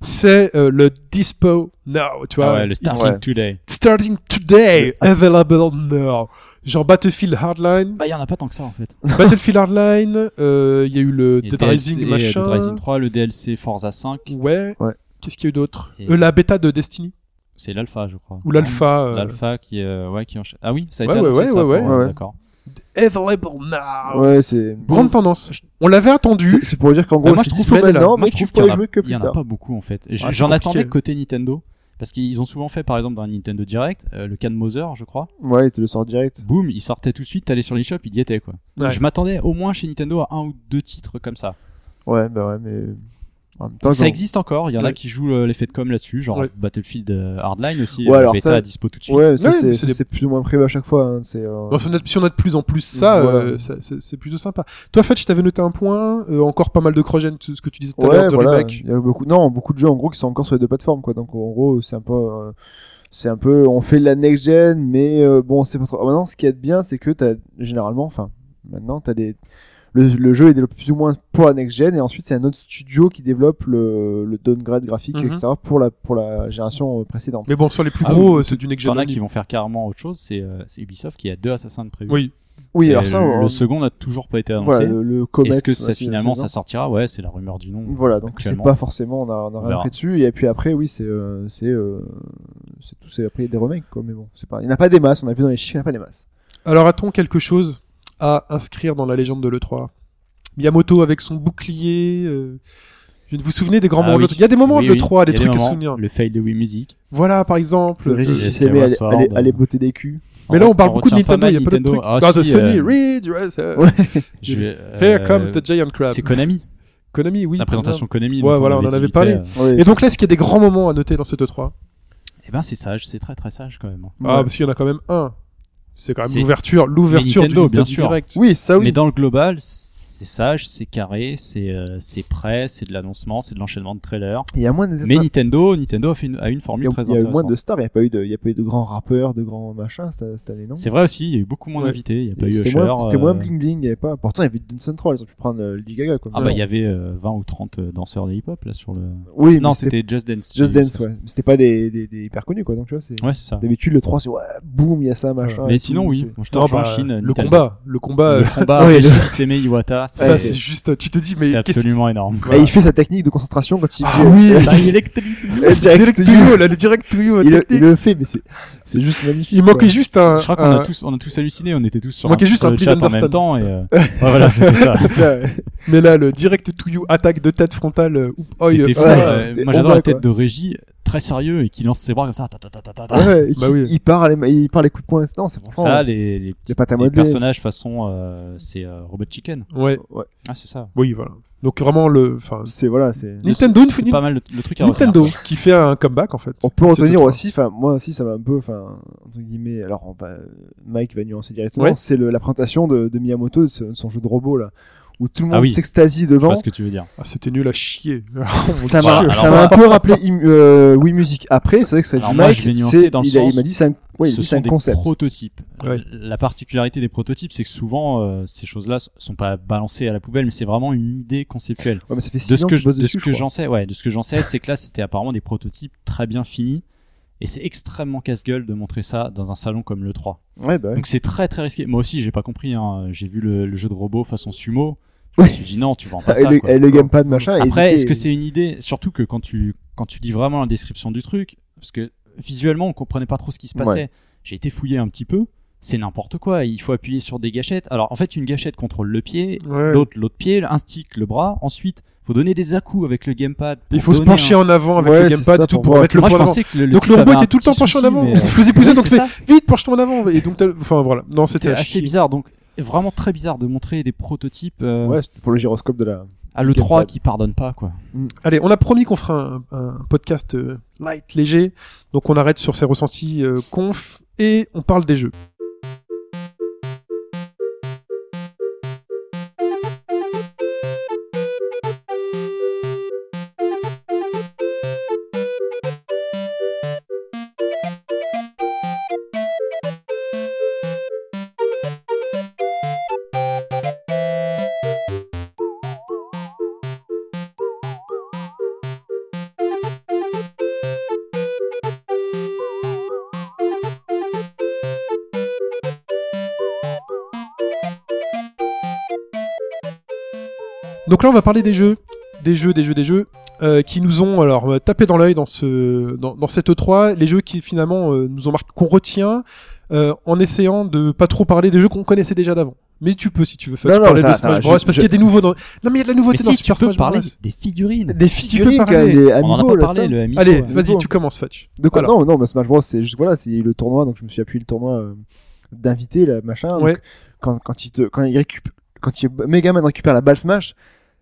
[SPEAKER 2] c'est euh, le dispo now, tu vois,
[SPEAKER 3] Ah ouais, le Starting
[SPEAKER 4] Ouais.
[SPEAKER 3] Today.
[SPEAKER 2] starting today, available now. Genre Battlefield
[SPEAKER 3] [laughs]
[SPEAKER 2] Hardline,
[SPEAKER 3] Bah, il y en a pas tant que ça en fait.
[SPEAKER 2] Battlefield Hardline, euh, il y a eu le
[SPEAKER 3] Et
[SPEAKER 2] Dead
[SPEAKER 3] DLC,
[SPEAKER 2] Rising
[SPEAKER 3] euh,
[SPEAKER 2] machin.
[SPEAKER 3] Dead Rising 3, le DLC Forza 5,
[SPEAKER 2] Ouais.
[SPEAKER 4] Ouais.
[SPEAKER 2] Qu'est-ce qu'il y a eu d'autre
[SPEAKER 3] Et-
[SPEAKER 2] Euh, La bêta de Destiny
[SPEAKER 3] c'est l'alpha, je crois.
[SPEAKER 2] ou l'alpha. euh,
[SPEAKER 3] L'alpha qui, euh, ouais, qui enchaîne. Ah oui, ça a
[SPEAKER 2] Ouais,
[SPEAKER 3] été
[SPEAKER 2] ouais,
[SPEAKER 3] annoncé,
[SPEAKER 2] ouais,
[SPEAKER 3] ça,
[SPEAKER 2] ouais,
[SPEAKER 3] pour-
[SPEAKER 2] ouais.
[SPEAKER 4] Ouais, ouais.
[SPEAKER 3] D'accord.
[SPEAKER 2] Available now.
[SPEAKER 4] euh, Ouais, c'est.
[SPEAKER 2] Grande tendance. On l'avait attendu.
[SPEAKER 4] C'est c'est pour dire qu'en gros,
[SPEAKER 3] Bah, moi,
[SPEAKER 4] c'est
[SPEAKER 3] je trouve
[SPEAKER 4] dispo
[SPEAKER 3] que-
[SPEAKER 4] maintenant,
[SPEAKER 3] moi,
[SPEAKER 4] mais
[SPEAKER 3] je
[SPEAKER 4] tu
[SPEAKER 3] trouve
[SPEAKER 4] peux
[SPEAKER 3] qu'il y
[SPEAKER 4] les
[SPEAKER 3] en a-
[SPEAKER 4] jouer que
[SPEAKER 3] Il y
[SPEAKER 4] plus
[SPEAKER 3] en a
[SPEAKER 4] tard.
[SPEAKER 3] pas beaucoup en fait. Et j-
[SPEAKER 2] Ouais, c'est
[SPEAKER 3] J'en
[SPEAKER 2] compliqué.
[SPEAKER 3] attendais côté Nintendo parce qu'ils ont souvent fait par exemple dans Nintendo Direct euh, le cas de Mother, je crois.
[SPEAKER 4] Ouais, il te le sort direct.
[SPEAKER 3] Boum, il sortait tout de suite, t'allais sur l'eShop, il y était quoi.
[SPEAKER 2] Ouais.
[SPEAKER 3] Je m'attendais au moins chez Nintendo à un ou deux titres comme ça.
[SPEAKER 4] Ouais, bah ouais, mais. En même temps,
[SPEAKER 3] ça
[SPEAKER 4] genre-
[SPEAKER 3] existe encore, il y en
[SPEAKER 2] Ouais.
[SPEAKER 3] a qui jouent euh, l'effet de com là-dessus, genre
[SPEAKER 2] Ouais.
[SPEAKER 3] Battlefield euh, Hardline aussi,
[SPEAKER 4] Ouais,
[SPEAKER 3] euh,
[SPEAKER 4] alors
[SPEAKER 3] bêta
[SPEAKER 4] ça-
[SPEAKER 3] à dispo tout de suite.
[SPEAKER 4] Ouais, ça,
[SPEAKER 2] Ouais, mais
[SPEAKER 4] c'est
[SPEAKER 2] c'est des-
[SPEAKER 4] c'est plus ou moins prévu à chaque fois. hein, C'est. euh,
[SPEAKER 2] Bon, si on a- si on a de plus en plus ça,
[SPEAKER 4] Voilà.
[SPEAKER 2] euh, ça- c'est c'est plutôt sympa. Toi, Fetch, t'avais noté un point, euh, encore pas mal de crogène, ce que tu disais tout à l'heure,
[SPEAKER 4] Ouais,
[SPEAKER 2] de
[SPEAKER 4] voilà.
[SPEAKER 2] remake.
[SPEAKER 4] Il y a beaucoup, non, beaucoup de jeux en gros qui sont encore sur les deux plateformes, quoi. Donc en gros, c'est un peu, euh, c'est un peu, on fait de la next gen, mais euh, bon, c'est pas trop. Maintenant, ce qui est bien, c'est que t'as généralement, enfin, maintenant, t'as des, le, le jeu est développé plus ou moins pour la next gen, et ensuite c'est un autre studio qui développe le, le downgrade graphique,
[SPEAKER 2] Mhm.
[SPEAKER 4] etc. pour la pour la génération euh, précédente.
[SPEAKER 2] Mais bon, sur les plus
[SPEAKER 3] Ah
[SPEAKER 2] gros,
[SPEAKER 3] oui,
[SPEAKER 2] euh, c'est du next
[SPEAKER 3] T'en
[SPEAKER 2] gen.
[SPEAKER 3] as qui
[SPEAKER 2] only.
[SPEAKER 3] vont faire carrément autre chose, c'est euh, c'est Ubisoft qui a deux Assassins de prévu.
[SPEAKER 2] Oui. hein.
[SPEAKER 4] Oui,
[SPEAKER 3] Et
[SPEAKER 4] alors ça,
[SPEAKER 3] le,
[SPEAKER 4] on-
[SPEAKER 3] le second n'a toujours pas été annoncé.
[SPEAKER 4] voilà, le, le Comet,
[SPEAKER 3] Est-ce que
[SPEAKER 4] ouais,
[SPEAKER 3] ça
[SPEAKER 4] c'est-
[SPEAKER 3] finalement
[SPEAKER 4] c'est-
[SPEAKER 3] ça sortira Ouais, c'est la rumeur du nom.
[SPEAKER 4] Voilà, donc c'est
[SPEAKER 3] Actuellement.
[SPEAKER 4] pas forcément, on a, on a
[SPEAKER 3] On
[SPEAKER 4] rien
[SPEAKER 3] verra.
[SPEAKER 4] pris dessus. Et puis après, oui, c'est euh, c'est euh, c'est tout, c'est après des remakes, quoi. Mais bon, c'est pas, il n'y en a pas des masses, on a vu dans les chiffres, il n'y en a pas des masses.
[SPEAKER 2] Alors, a-t-on quelque chose à inscrire dans la légende de l'E3 Miyamoto avec son bouclier. euh, je- Vous vous souvenez des grands
[SPEAKER 3] Ah
[SPEAKER 2] moments de
[SPEAKER 3] oui.
[SPEAKER 2] l'E3 Il y a des moments
[SPEAKER 3] Oui,
[SPEAKER 2] de
[SPEAKER 3] oui,
[SPEAKER 2] l'E3, des
[SPEAKER 3] il y a
[SPEAKER 2] trucs à
[SPEAKER 3] moments.
[SPEAKER 2] souvenir.
[SPEAKER 3] Le fail de Wii Music.
[SPEAKER 2] Voilà, par exemple.
[SPEAKER 4] Le
[SPEAKER 2] euh,
[SPEAKER 4] Régis,
[SPEAKER 3] euh,
[SPEAKER 4] il s'est aimé
[SPEAKER 3] Skyward Sword,
[SPEAKER 4] aller,
[SPEAKER 3] euh,
[SPEAKER 4] aller botter des culs.
[SPEAKER 2] mais là, on parle
[SPEAKER 3] On
[SPEAKER 2] beaucoup de
[SPEAKER 3] retient pas
[SPEAKER 2] Nintendo, il y a
[SPEAKER 3] mal
[SPEAKER 2] pas d'autres trucs.
[SPEAKER 3] Nintendo. Ah,
[SPEAKER 2] Ah, de
[SPEAKER 3] si,
[SPEAKER 2] Sony,
[SPEAKER 3] euh,
[SPEAKER 2] Ridge Racer.
[SPEAKER 4] Ouais.
[SPEAKER 3] Je vais, euh,
[SPEAKER 2] Here comes the Giant Crab.
[SPEAKER 3] C'est Konami.
[SPEAKER 2] Konami, oui.
[SPEAKER 3] La présentation Konami.
[SPEAKER 2] Ouais,
[SPEAKER 3] dont
[SPEAKER 2] voilà, on en avait
[SPEAKER 3] dit
[SPEAKER 2] parlé.
[SPEAKER 3] vite fait,
[SPEAKER 4] Ouais,
[SPEAKER 2] Et donc là, est-ce qu'il y a des grands moments à noter dans cette E3
[SPEAKER 3] euh, Eh ben c'est sage, c'est très très sage quand même.
[SPEAKER 2] Ah,
[SPEAKER 4] Ouais.
[SPEAKER 2] parce qu'il y en a quand même un. C'est quand même
[SPEAKER 3] C'est-
[SPEAKER 2] l'ouverture, l'ouverture
[SPEAKER 3] Nintendo,
[SPEAKER 2] du Nintendo
[SPEAKER 3] bien sûr.
[SPEAKER 2] Direct.
[SPEAKER 4] oui, ça oui.
[SPEAKER 3] Mais dans le global, c'est sage, c'est carré, c'est euh, c'est prêt, c'est de l'annoncement, c'est de l'enchaînement de trailers.
[SPEAKER 4] Il y a moins de
[SPEAKER 3] Mais Nintendo, Nintendo a, fait une, a une
[SPEAKER 4] il y a,
[SPEAKER 3] formule très
[SPEAKER 4] il y a eu moins
[SPEAKER 3] intéressante.
[SPEAKER 4] de stars, il n'y a pas eu de, il y a pas eu de grands rappeurs, de grands machins cette, cette année, non
[SPEAKER 3] C'est vrai aussi, il y a eu beaucoup moins
[SPEAKER 2] Ouais.
[SPEAKER 3] d'invités, il n'y a pas eu
[SPEAKER 4] C'était
[SPEAKER 3] Usher.
[SPEAKER 4] moins, c'était
[SPEAKER 3] euh,
[SPEAKER 4] moins bling bling, il y avait pas. Pourtant, il y avait Dunson Troll, ils ont pu prendre euh, Lady Gaga, quoi.
[SPEAKER 3] Ah
[SPEAKER 4] Mais
[SPEAKER 3] bah
[SPEAKER 4] non.
[SPEAKER 3] il y avait euh, 20 ou 30 danseurs de hip-hop là sur le...
[SPEAKER 4] Oui,
[SPEAKER 3] non,
[SPEAKER 4] mais c'était
[SPEAKER 3] c'était Just Dance.
[SPEAKER 4] Just
[SPEAKER 3] j'ai vu
[SPEAKER 4] Dance,
[SPEAKER 3] ça.
[SPEAKER 4] ouais. Mais C'était pas des, des, des hyper connus, quoi. Donc tu vois, c'est.
[SPEAKER 3] Ouais, c'est ça.
[SPEAKER 4] D'habitude, le 3, c'est ouais, boum, il y a ça, machin. et
[SPEAKER 3] Mais
[SPEAKER 4] tout,
[SPEAKER 3] sinon, oui,
[SPEAKER 4] c'est-
[SPEAKER 3] bon, je te
[SPEAKER 2] Non,
[SPEAKER 3] rejoins,
[SPEAKER 2] bah,
[SPEAKER 3] Chine.
[SPEAKER 2] le
[SPEAKER 3] Nintendo.
[SPEAKER 2] combat, le combat, euh,
[SPEAKER 3] Le combat
[SPEAKER 4] Ouais,
[SPEAKER 3] avec
[SPEAKER 4] le-
[SPEAKER 3] Shiseme Iwata,
[SPEAKER 2] ça
[SPEAKER 4] Ouais.
[SPEAKER 2] c'est juste, tu te dis, mais
[SPEAKER 3] c'est
[SPEAKER 2] qu'est-ce-
[SPEAKER 3] absolument énorme. quoi.
[SPEAKER 4] Et il fait sa technique de concentration quand il
[SPEAKER 2] Ah
[SPEAKER 4] dit,
[SPEAKER 2] oui,
[SPEAKER 4] [laughs] euh,
[SPEAKER 2] ça,
[SPEAKER 4] direct-
[SPEAKER 2] c'est-
[SPEAKER 4] euh, direct
[SPEAKER 2] Direct
[SPEAKER 4] to
[SPEAKER 2] to
[SPEAKER 4] you.
[SPEAKER 2] you, là, le direct to you,
[SPEAKER 4] il, le, il
[SPEAKER 2] technique.
[SPEAKER 4] le fait, mais c'est, c'est juste magnifique.
[SPEAKER 2] Il
[SPEAKER 4] [laughs]
[SPEAKER 2] manquait juste un.
[SPEAKER 3] Je crois qu'on
[SPEAKER 2] un-
[SPEAKER 3] a tous, on a tous halluciné, on était tous sur
[SPEAKER 2] Il manquait
[SPEAKER 3] un-
[SPEAKER 2] juste
[SPEAKER 3] sur
[SPEAKER 2] un
[SPEAKER 3] le
[SPEAKER 2] Please
[SPEAKER 3] chat en même
[SPEAKER 2] Understand.
[SPEAKER 3] temps et euh, ouais, voilà, c'était ça.
[SPEAKER 4] juste ça.
[SPEAKER 2] Mais là, le direct to you, attaque de tête frontale. euh, ou- oi,
[SPEAKER 3] C'était
[SPEAKER 2] euh,
[SPEAKER 3] fou.
[SPEAKER 4] ouais,
[SPEAKER 3] euh,
[SPEAKER 4] c'était
[SPEAKER 3] moi j'adore
[SPEAKER 4] horrible,
[SPEAKER 3] la tête
[SPEAKER 4] quoi.
[SPEAKER 3] de régie très sérieux et qui lance ses bras comme ça. ta, ta, ta, ta, ta, ta.
[SPEAKER 4] Ah ouais, et
[SPEAKER 2] bah
[SPEAKER 4] qui-
[SPEAKER 2] oui.
[SPEAKER 4] il, part les, il part les coups de poing. Non, c'est franchement.
[SPEAKER 3] Ça, les, les, petits-
[SPEAKER 4] les pâtes à
[SPEAKER 3] les
[SPEAKER 4] modeler.
[SPEAKER 3] personnages façon, euh, c'est euh, Robot Chicken.
[SPEAKER 2] Ouais.
[SPEAKER 3] Ah, c'est ça.
[SPEAKER 2] Oui, voilà. Donc vraiment le, enfin,
[SPEAKER 4] C'est voilà, c'est.
[SPEAKER 2] Nintendo,
[SPEAKER 3] c'est
[SPEAKER 2] une-
[SPEAKER 3] pas mal le, le truc à
[SPEAKER 2] Nintendo
[SPEAKER 3] retenir,
[SPEAKER 2] qui fait un comeback en fait.
[SPEAKER 4] On peut en
[SPEAKER 2] C'est
[SPEAKER 4] tenir
[SPEAKER 2] tout,
[SPEAKER 4] aussi, enfin moi aussi ça m'a un peu, enfin entre guillemets, alors on va- Mike va nuancer directement,
[SPEAKER 2] Ouais.
[SPEAKER 4] c'est le- la présentation de, de Miyamoto, de, ce- de son jeu de robot là, où tout le
[SPEAKER 3] Ah
[SPEAKER 4] monde
[SPEAKER 3] oui.
[SPEAKER 4] s'extasie
[SPEAKER 3] quoi. Je
[SPEAKER 4] devant.
[SPEAKER 3] vois ce que tu veux dire.
[SPEAKER 2] quoi. Ah, c'était nul à chier. [laughs] Oh,
[SPEAKER 4] Ça
[SPEAKER 3] Voilà,
[SPEAKER 4] m'a
[SPEAKER 3] alors
[SPEAKER 4] ça m'a
[SPEAKER 3] moi-
[SPEAKER 4] un peu rappelé im- euh, Wii Music. Après c'est vrai que ça
[SPEAKER 3] Alors
[SPEAKER 4] dit
[SPEAKER 3] moi,
[SPEAKER 4] Mike,
[SPEAKER 3] je vais nuancer
[SPEAKER 4] c'est-
[SPEAKER 3] dans le
[SPEAKER 4] il a-
[SPEAKER 3] sens-
[SPEAKER 4] il m'a dit c'est un, ouais, il a
[SPEAKER 3] ce
[SPEAKER 4] dit, c'est
[SPEAKER 3] sont
[SPEAKER 4] un
[SPEAKER 3] des
[SPEAKER 4] concept.
[SPEAKER 3] prototypes.
[SPEAKER 2] Ouais.
[SPEAKER 3] La particularité des prototypes, c'est que souvent euh, ces choses-là s- sont pas balancées à la poubelle, mais c'est vraiment une idée conceptuelle.
[SPEAKER 4] Ouais, mais ça fait
[SPEAKER 3] De
[SPEAKER 4] six
[SPEAKER 3] ce
[SPEAKER 4] ans
[SPEAKER 3] que,
[SPEAKER 4] qu'il
[SPEAKER 3] je-
[SPEAKER 4] bosse
[SPEAKER 3] de ce
[SPEAKER 4] dessus.
[SPEAKER 3] que
[SPEAKER 4] je crois.
[SPEAKER 3] j'en sais, ouais, de ce que j'en sais, c'est que là, c'était apparemment des prototypes très bien finis, et c'est extrêmement casse-gueule de montrer ça dans un salon comme le 3.
[SPEAKER 4] Ouais, bah ouais.
[SPEAKER 3] Donc c'est très très risqué. Moi aussi, j'ai pas compris. hein. J'ai vu le, le jeu de robot façon sumo. Je me suis dit non, tu vends pas
[SPEAKER 4] Bah, Ah, Et
[SPEAKER 3] ça.
[SPEAKER 4] le,
[SPEAKER 3] quoi.
[SPEAKER 4] et le gamepad machin. et
[SPEAKER 3] Après,
[SPEAKER 4] hésiter,
[SPEAKER 3] est-ce que c'est une idée Surtout que quand tu, quand tu lis vraiment la description du truc, parce que visuellement, on comprenait pas trop ce qui se passait. J'ai été fouillé un petit peu. C'est n'importe quoi. Il faut appuyer sur des gâchettes. Alors, en fait, une gâchette contrôle le pied,
[SPEAKER 2] Ouais.
[SPEAKER 3] l'autre l'autre pied, un stick le bras. Ensuite, faut donner des à-coups avec le gamepad. pour
[SPEAKER 2] Il faut se
[SPEAKER 3] donner
[SPEAKER 2] pencher
[SPEAKER 3] un-
[SPEAKER 2] en avant avec
[SPEAKER 4] Ouais,
[SPEAKER 2] le
[SPEAKER 4] c'est
[SPEAKER 2] gamepad
[SPEAKER 4] ça,
[SPEAKER 2] et tout
[SPEAKER 4] pour
[SPEAKER 2] pour
[SPEAKER 4] voir.
[SPEAKER 2] mettre le
[SPEAKER 3] Moi, je
[SPEAKER 2] point en avant.
[SPEAKER 3] pensais que le,
[SPEAKER 2] Donc
[SPEAKER 3] type
[SPEAKER 2] le robot
[SPEAKER 3] avait un
[SPEAKER 2] était tout le temps
[SPEAKER 3] petit
[SPEAKER 2] penché en
[SPEAKER 3] souci,
[SPEAKER 2] avant.
[SPEAKER 3] mais,
[SPEAKER 2] Il se faisait
[SPEAKER 3] euh,
[SPEAKER 2] pousser,
[SPEAKER 3] ouais,
[SPEAKER 2] donc
[SPEAKER 3] c'est
[SPEAKER 2] fait
[SPEAKER 3] ça.
[SPEAKER 2] vite penche-toi en avant. Et donc, t'as- enfin voilà. Non, c'était à
[SPEAKER 3] assez
[SPEAKER 2] chier.
[SPEAKER 3] bizarre. Donc vraiment très bizarre de montrer des prototypes euh,
[SPEAKER 4] Ouais, c'est pour le gyroscope de la.
[SPEAKER 3] à le 3
[SPEAKER 4] Gamepad.
[SPEAKER 3] qui pardonnent pas quoi.
[SPEAKER 2] Allez, on a promis qu'on fera un, un podcast euh, light, léger. Donc on arrête sur ces ressentis euh, conf et on parle des jeux. Donc là, on va parler des jeux, des jeux, des jeux, des jeux euh, qui nous ont alors euh, tapé dans l'œil dans ce dans, dans cette E3, les jeux qui finalement euh, nous ont marqué qu'on retient euh, en essayant de pas trop parler des jeux qu'on connaissait déjà d'avant. Mais tu peux si tu veux faire
[SPEAKER 4] Non, non,
[SPEAKER 2] parler
[SPEAKER 4] ça
[SPEAKER 2] de
[SPEAKER 4] va, ça
[SPEAKER 2] Smash
[SPEAKER 4] va,
[SPEAKER 2] Bros
[SPEAKER 4] je-
[SPEAKER 2] parce
[SPEAKER 4] je-
[SPEAKER 2] qu'il y a des nouveaux dans... Non mais il y a de la
[SPEAKER 3] Mais
[SPEAKER 2] nouveauté dans
[SPEAKER 3] si tu
[SPEAKER 2] Super
[SPEAKER 3] peux
[SPEAKER 2] Smash Bros.
[SPEAKER 3] parler des figurines.
[SPEAKER 4] Des
[SPEAKER 2] Tu
[SPEAKER 4] figurines,
[SPEAKER 2] peux
[SPEAKER 4] quoi,
[SPEAKER 2] parler.
[SPEAKER 4] et des
[SPEAKER 3] On en a
[SPEAKER 4] amiibo,
[SPEAKER 3] pas
[SPEAKER 4] là,
[SPEAKER 3] parlé
[SPEAKER 4] ça.
[SPEAKER 3] le Amiibo.
[SPEAKER 2] Allez,
[SPEAKER 3] hein.
[SPEAKER 2] vas-y,
[SPEAKER 4] nouveau.
[SPEAKER 2] tu commences Fetch.
[SPEAKER 4] De quoi
[SPEAKER 2] Alors.
[SPEAKER 4] Non, non, mais Smash Bros, c'est juste voilà, c'est le tournoi, donc je me suis appuyé le tournoi euh, d'invité, là, machin. donc
[SPEAKER 2] Ouais.
[SPEAKER 4] Quand, quand il te, quand il récupère, quand il, Megaman récupère la balle Smash,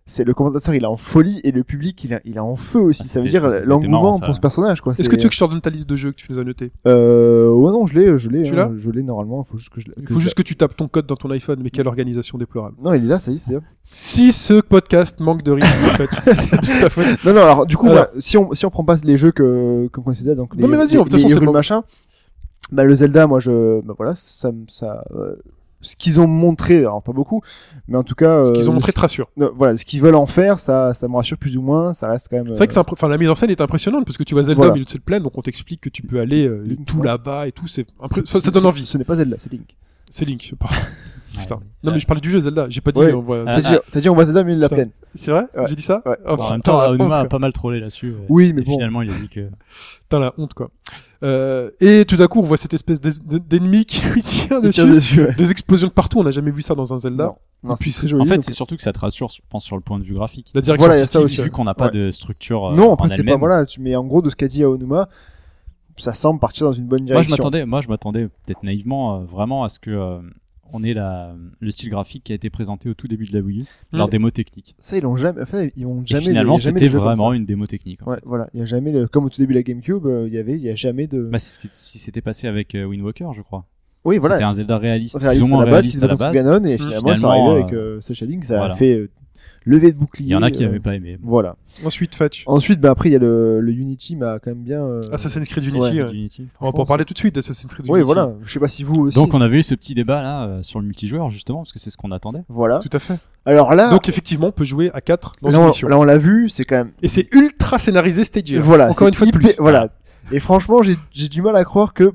[SPEAKER 4] c'est le commentateur, il est en folie et le public, il est, il est en feu aussi.
[SPEAKER 3] Ah,
[SPEAKER 4] ça veut
[SPEAKER 3] c'était-
[SPEAKER 4] dire
[SPEAKER 3] c'était marrant,
[SPEAKER 4] l'engouement
[SPEAKER 3] ça.
[SPEAKER 4] pour ce personnage, quoi.
[SPEAKER 2] Est-ce
[SPEAKER 4] c'est-
[SPEAKER 2] que tu veux que je te redonne ta liste de jeux que tu nous as notés
[SPEAKER 4] euh, ouais, non, je l'ai, je l'ai,
[SPEAKER 2] Tu
[SPEAKER 4] hein,
[SPEAKER 2] l'as
[SPEAKER 4] je l'ai normalement. Faut juste que je.
[SPEAKER 2] Il
[SPEAKER 4] que
[SPEAKER 2] faut
[SPEAKER 4] je-
[SPEAKER 2] juste que tu tapes ton code dans ton iPhone, mais quelle organisation déplorable.
[SPEAKER 4] Non, il est là, ça y est, c'est.
[SPEAKER 2] Si ce podcast manque de rythme, en fait, c'est de ta faute.
[SPEAKER 4] Non, non, alors du coup,
[SPEAKER 2] Alors.
[SPEAKER 4] voilà, si, on, si on prend pas les jeux que, comme on disait, donc les,
[SPEAKER 2] Non, mais vas-y,
[SPEAKER 4] les-
[SPEAKER 2] de toute façon,
[SPEAKER 4] les
[SPEAKER 2] c'est
[SPEAKER 4] Hyrule
[SPEAKER 2] bon.
[SPEAKER 4] machin, bah, le Zelda, moi, je, bah, voilà, ça, me- ça, euh, ce qu'ils ont montré, alors pas beaucoup, mais en tout cas,
[SPEAKER 2] Ce qu'ils ont
[SPEAKER 4] euh,
[SPEAKER 2] montré
[SPEAKER 4] le-
[SPEAKER 2] te rassure.
[SPEAKER 4] non, voilà, ce qu'ils veulent en faire, ça, ça me rassure plus ou moins, ça reste quand même.
[SPEAKER 2] C'est vrai que c'est impr- enfin, la mise en scène est impressionnante parce que tu vas Zelda
[SPEAKER 4] Voilà.
[SPEAKER 2] au milieu de cette plaine, donc on t'explique que tu peux aller euh,
[SPEAKER 4] Link,
[SPEAKER 2] tout
[SPEAKER 4] ouais.
[SPEAKER 2] là-bas et tout. C'est impré- ça, ça donne envie.
[SPEAKER 4] Ce n'est pas Zelda, euh, c'est Link.
[SPEAKER 2] C'est Link. je parle. [laughs] Putain.
[SPEAKER 3] Ouais.
[SPEAKER 2] Non mais je parlais du jeu Zelda. J'ai pas dit.
[SPEAKER 4] Ouais.
[SPEAKER 2] euh, voilà.
[SPEAKER 3] Ah,
[SPEAKER 2] [laughs]
[SPEAKER 4] T'as dit- T'as dit on voit Zelda au milieu de la
[SPEAKER 2] Putain.
[SPEAKER 4] plaine.
[SPEAKER 2] C'est vrai
[SPEAKER 4] Ouais.
[SPEAKER 2] J'ai dit ça.
[SPEAKER 4] Ouais.
[SPEAKER 2] Oh,
[SPEAKER 3] En même
[SPEAKER 2] putain,
[SPEAKER 3] temps,
[SPEAKER 2] la honte,
[SPEAKER 3] Aonuma a
[SPEAKER 2] quoi.
[SPEAKER 3] pas mal trollé là-dessus. ouais.
[SPEAKER 4] Oui, mais
[SPEAKER 3] Et
[SPEAKER 4] bon.
[SPEAKER 3] finalement, il a dit que
[SPEAKER 2] Putain, la honte quoi. Euh, et tout à coup, on voit cette espèce d'es- d'ennemi qui [laughs] lui tient
[SPEAKER 4] Il tire
[SPEAKER 2] dessus.
[SPEAKER 4] dessus, ouais.
[SPEAKER 2] Des explosions de partout. On n'a jamais vu ça dans un Zelda.
[SPEAKER 4] Non. Non,
[SPEAKER 2] Et puis,
[SPEAKER 4] très
[SPEAKER 2] c'est-
[SPEAKER 4] joli,
[SPEAKER 3] En fait,
[SPEAKER 4] donc-
[SPEAKER 3] c'est surtout que ça te rassure, je pense, sur le point de vue graphique.
[SPEAKER 2] La direction
[SPEAKER 4] Voilà, il y a
[SPEAKER 2] artistique.
[SPEAKER 4] ça aussi.
[SPEAKER 3] Vu qu'on n'a pas
[SPEAKER 4] Ouais.
[SPEAKER 3] de structure. euh,
[SPEAKER 4] non, en fait, c'est
[SPEAKER 3] elle-même.
[SPEAKER 4] pas voilà, tu mais en gros de ce qu'a dit Aonuma, ça semble partir dans une bonne
[SPEAKER 3] Moi, je
[SPEAKER 4] direction.
[SPEAKER 3] m'attendais, moi, je m'attendais peut-être naïvement, euh, vraiment, à ce que euh, on ait la, le style graphique qui a été présenté au tout début de la Wii U lors
[SPEAKER 2] Mm.
[SPEAKER 3] des mots techniques.
[SPEAKER 4] ça ils l'ont jamais fait, ils vont
[SPEAKER 3] Et
[SPEAKER 4] jamais.
[SPEAKER 3] finalement,
[SPEAKER 4] il y a jamais
[SPEAKER 3] c'était
[SPEAKER 4] des jeux comme ça.
[SPEAKER 3] vraiment une démo technique. hein. en
[SPEAKER 4] Ouais,
[SPEAKER 3] fait.
[SPEAKER 4] voilà. Il y a jamais, le- comme au tout début de la GameCube, euh, il y avait, il y a jamais de.
[SPEAKER 3] Bah, c'est ce qui ce qui s'était passé avec euh, Wind Walker, je crois.
[SPEAKER 4] oui,
[SPEAKER 3] C'était
[SPEAKER 4] voilà.
[SPEAKER 3] un Zelda réaliste,
[SPEAKER 4] Réaliste
[SPEAKER 3] plus ou moins
[SPEAKER 4] à la base, qui
[SPEAKER 3] réaliste
[SPEAKER 4] se
[SPEAKER 3] à la
[SPEAKER 4] bat contre
[SPEAKER 3] base.
[SPEAKER 4] Ganon, et finalement, ça
[SPEAKER 3] Finalement,
[SPEAKER 4] arrivait avec
[SPEAKER 3] euh,
[SPEAKER 4] euh, ce shading, ça
[SPEAKER 3] voilà.
[SPEAKER 4] a fait euh, lever de
[SPEAKER 3] Il
[SPEAKER 4] bouclier.
[SPEAKER 3] y en a qui
[SPEAKER 4] euh,
[SPEAKER 3] n'avaient pas aimé.
[SPEAKER 4] Voilà.
[SPEAKER 2] euh, Ensuite, Fetch.
[SPEAKER 4] Ensuite, bah, après, il y a le, le Unity, m'a quand même bien. euh,
[SPEAKER 2] Assassin's Creed
[SPEAKER 4] ouais.
[SPEAKER 2] Unity. ouais.
[SPEAKER 3] Unity.
[SPEAKER 2] On va pas en parler tout de suite d'Assassin's Creed
[SPEAKER 4] Oui,
[SPEAKER 2] Unity.
[SPEAKER 4] voilà. Je sais pas si vous aussi.
[SPEAKER 3] Donc, on avait eu ce petit débat là euh, sur le multijoueur justement, parce que c'est ce qu'on attendait.
[SPEAKER 4] Voilà.
[SPEAKER 2] Tout à fait.
[SPEAKER 4] Alors là,
[SPEAKER 2] Donc effectivement, on peut jouer à 4 dans
[SPEAKER 4] là,
[SPEAKER 2] une
[SPEAKER 4] on,
[SPEAKER 2] mission.
[SPEAKER 4] là, on l'a vu, c'est quand même.
[SPEAKER 2] Et c'est ultra scénarisé, stagé. hein.
[SPEAKER 4] Voilà.
[SPEAKER 2] Encore
[SPEAKER 4] c'est
[SPEAKER 2] une fois de
[SPEAKER 4] hyper-
[SPEAKER 2] plus. Ah.
[SPEAKER 4] Voilà. Et franchement, j'ai j'ai du mal à croire que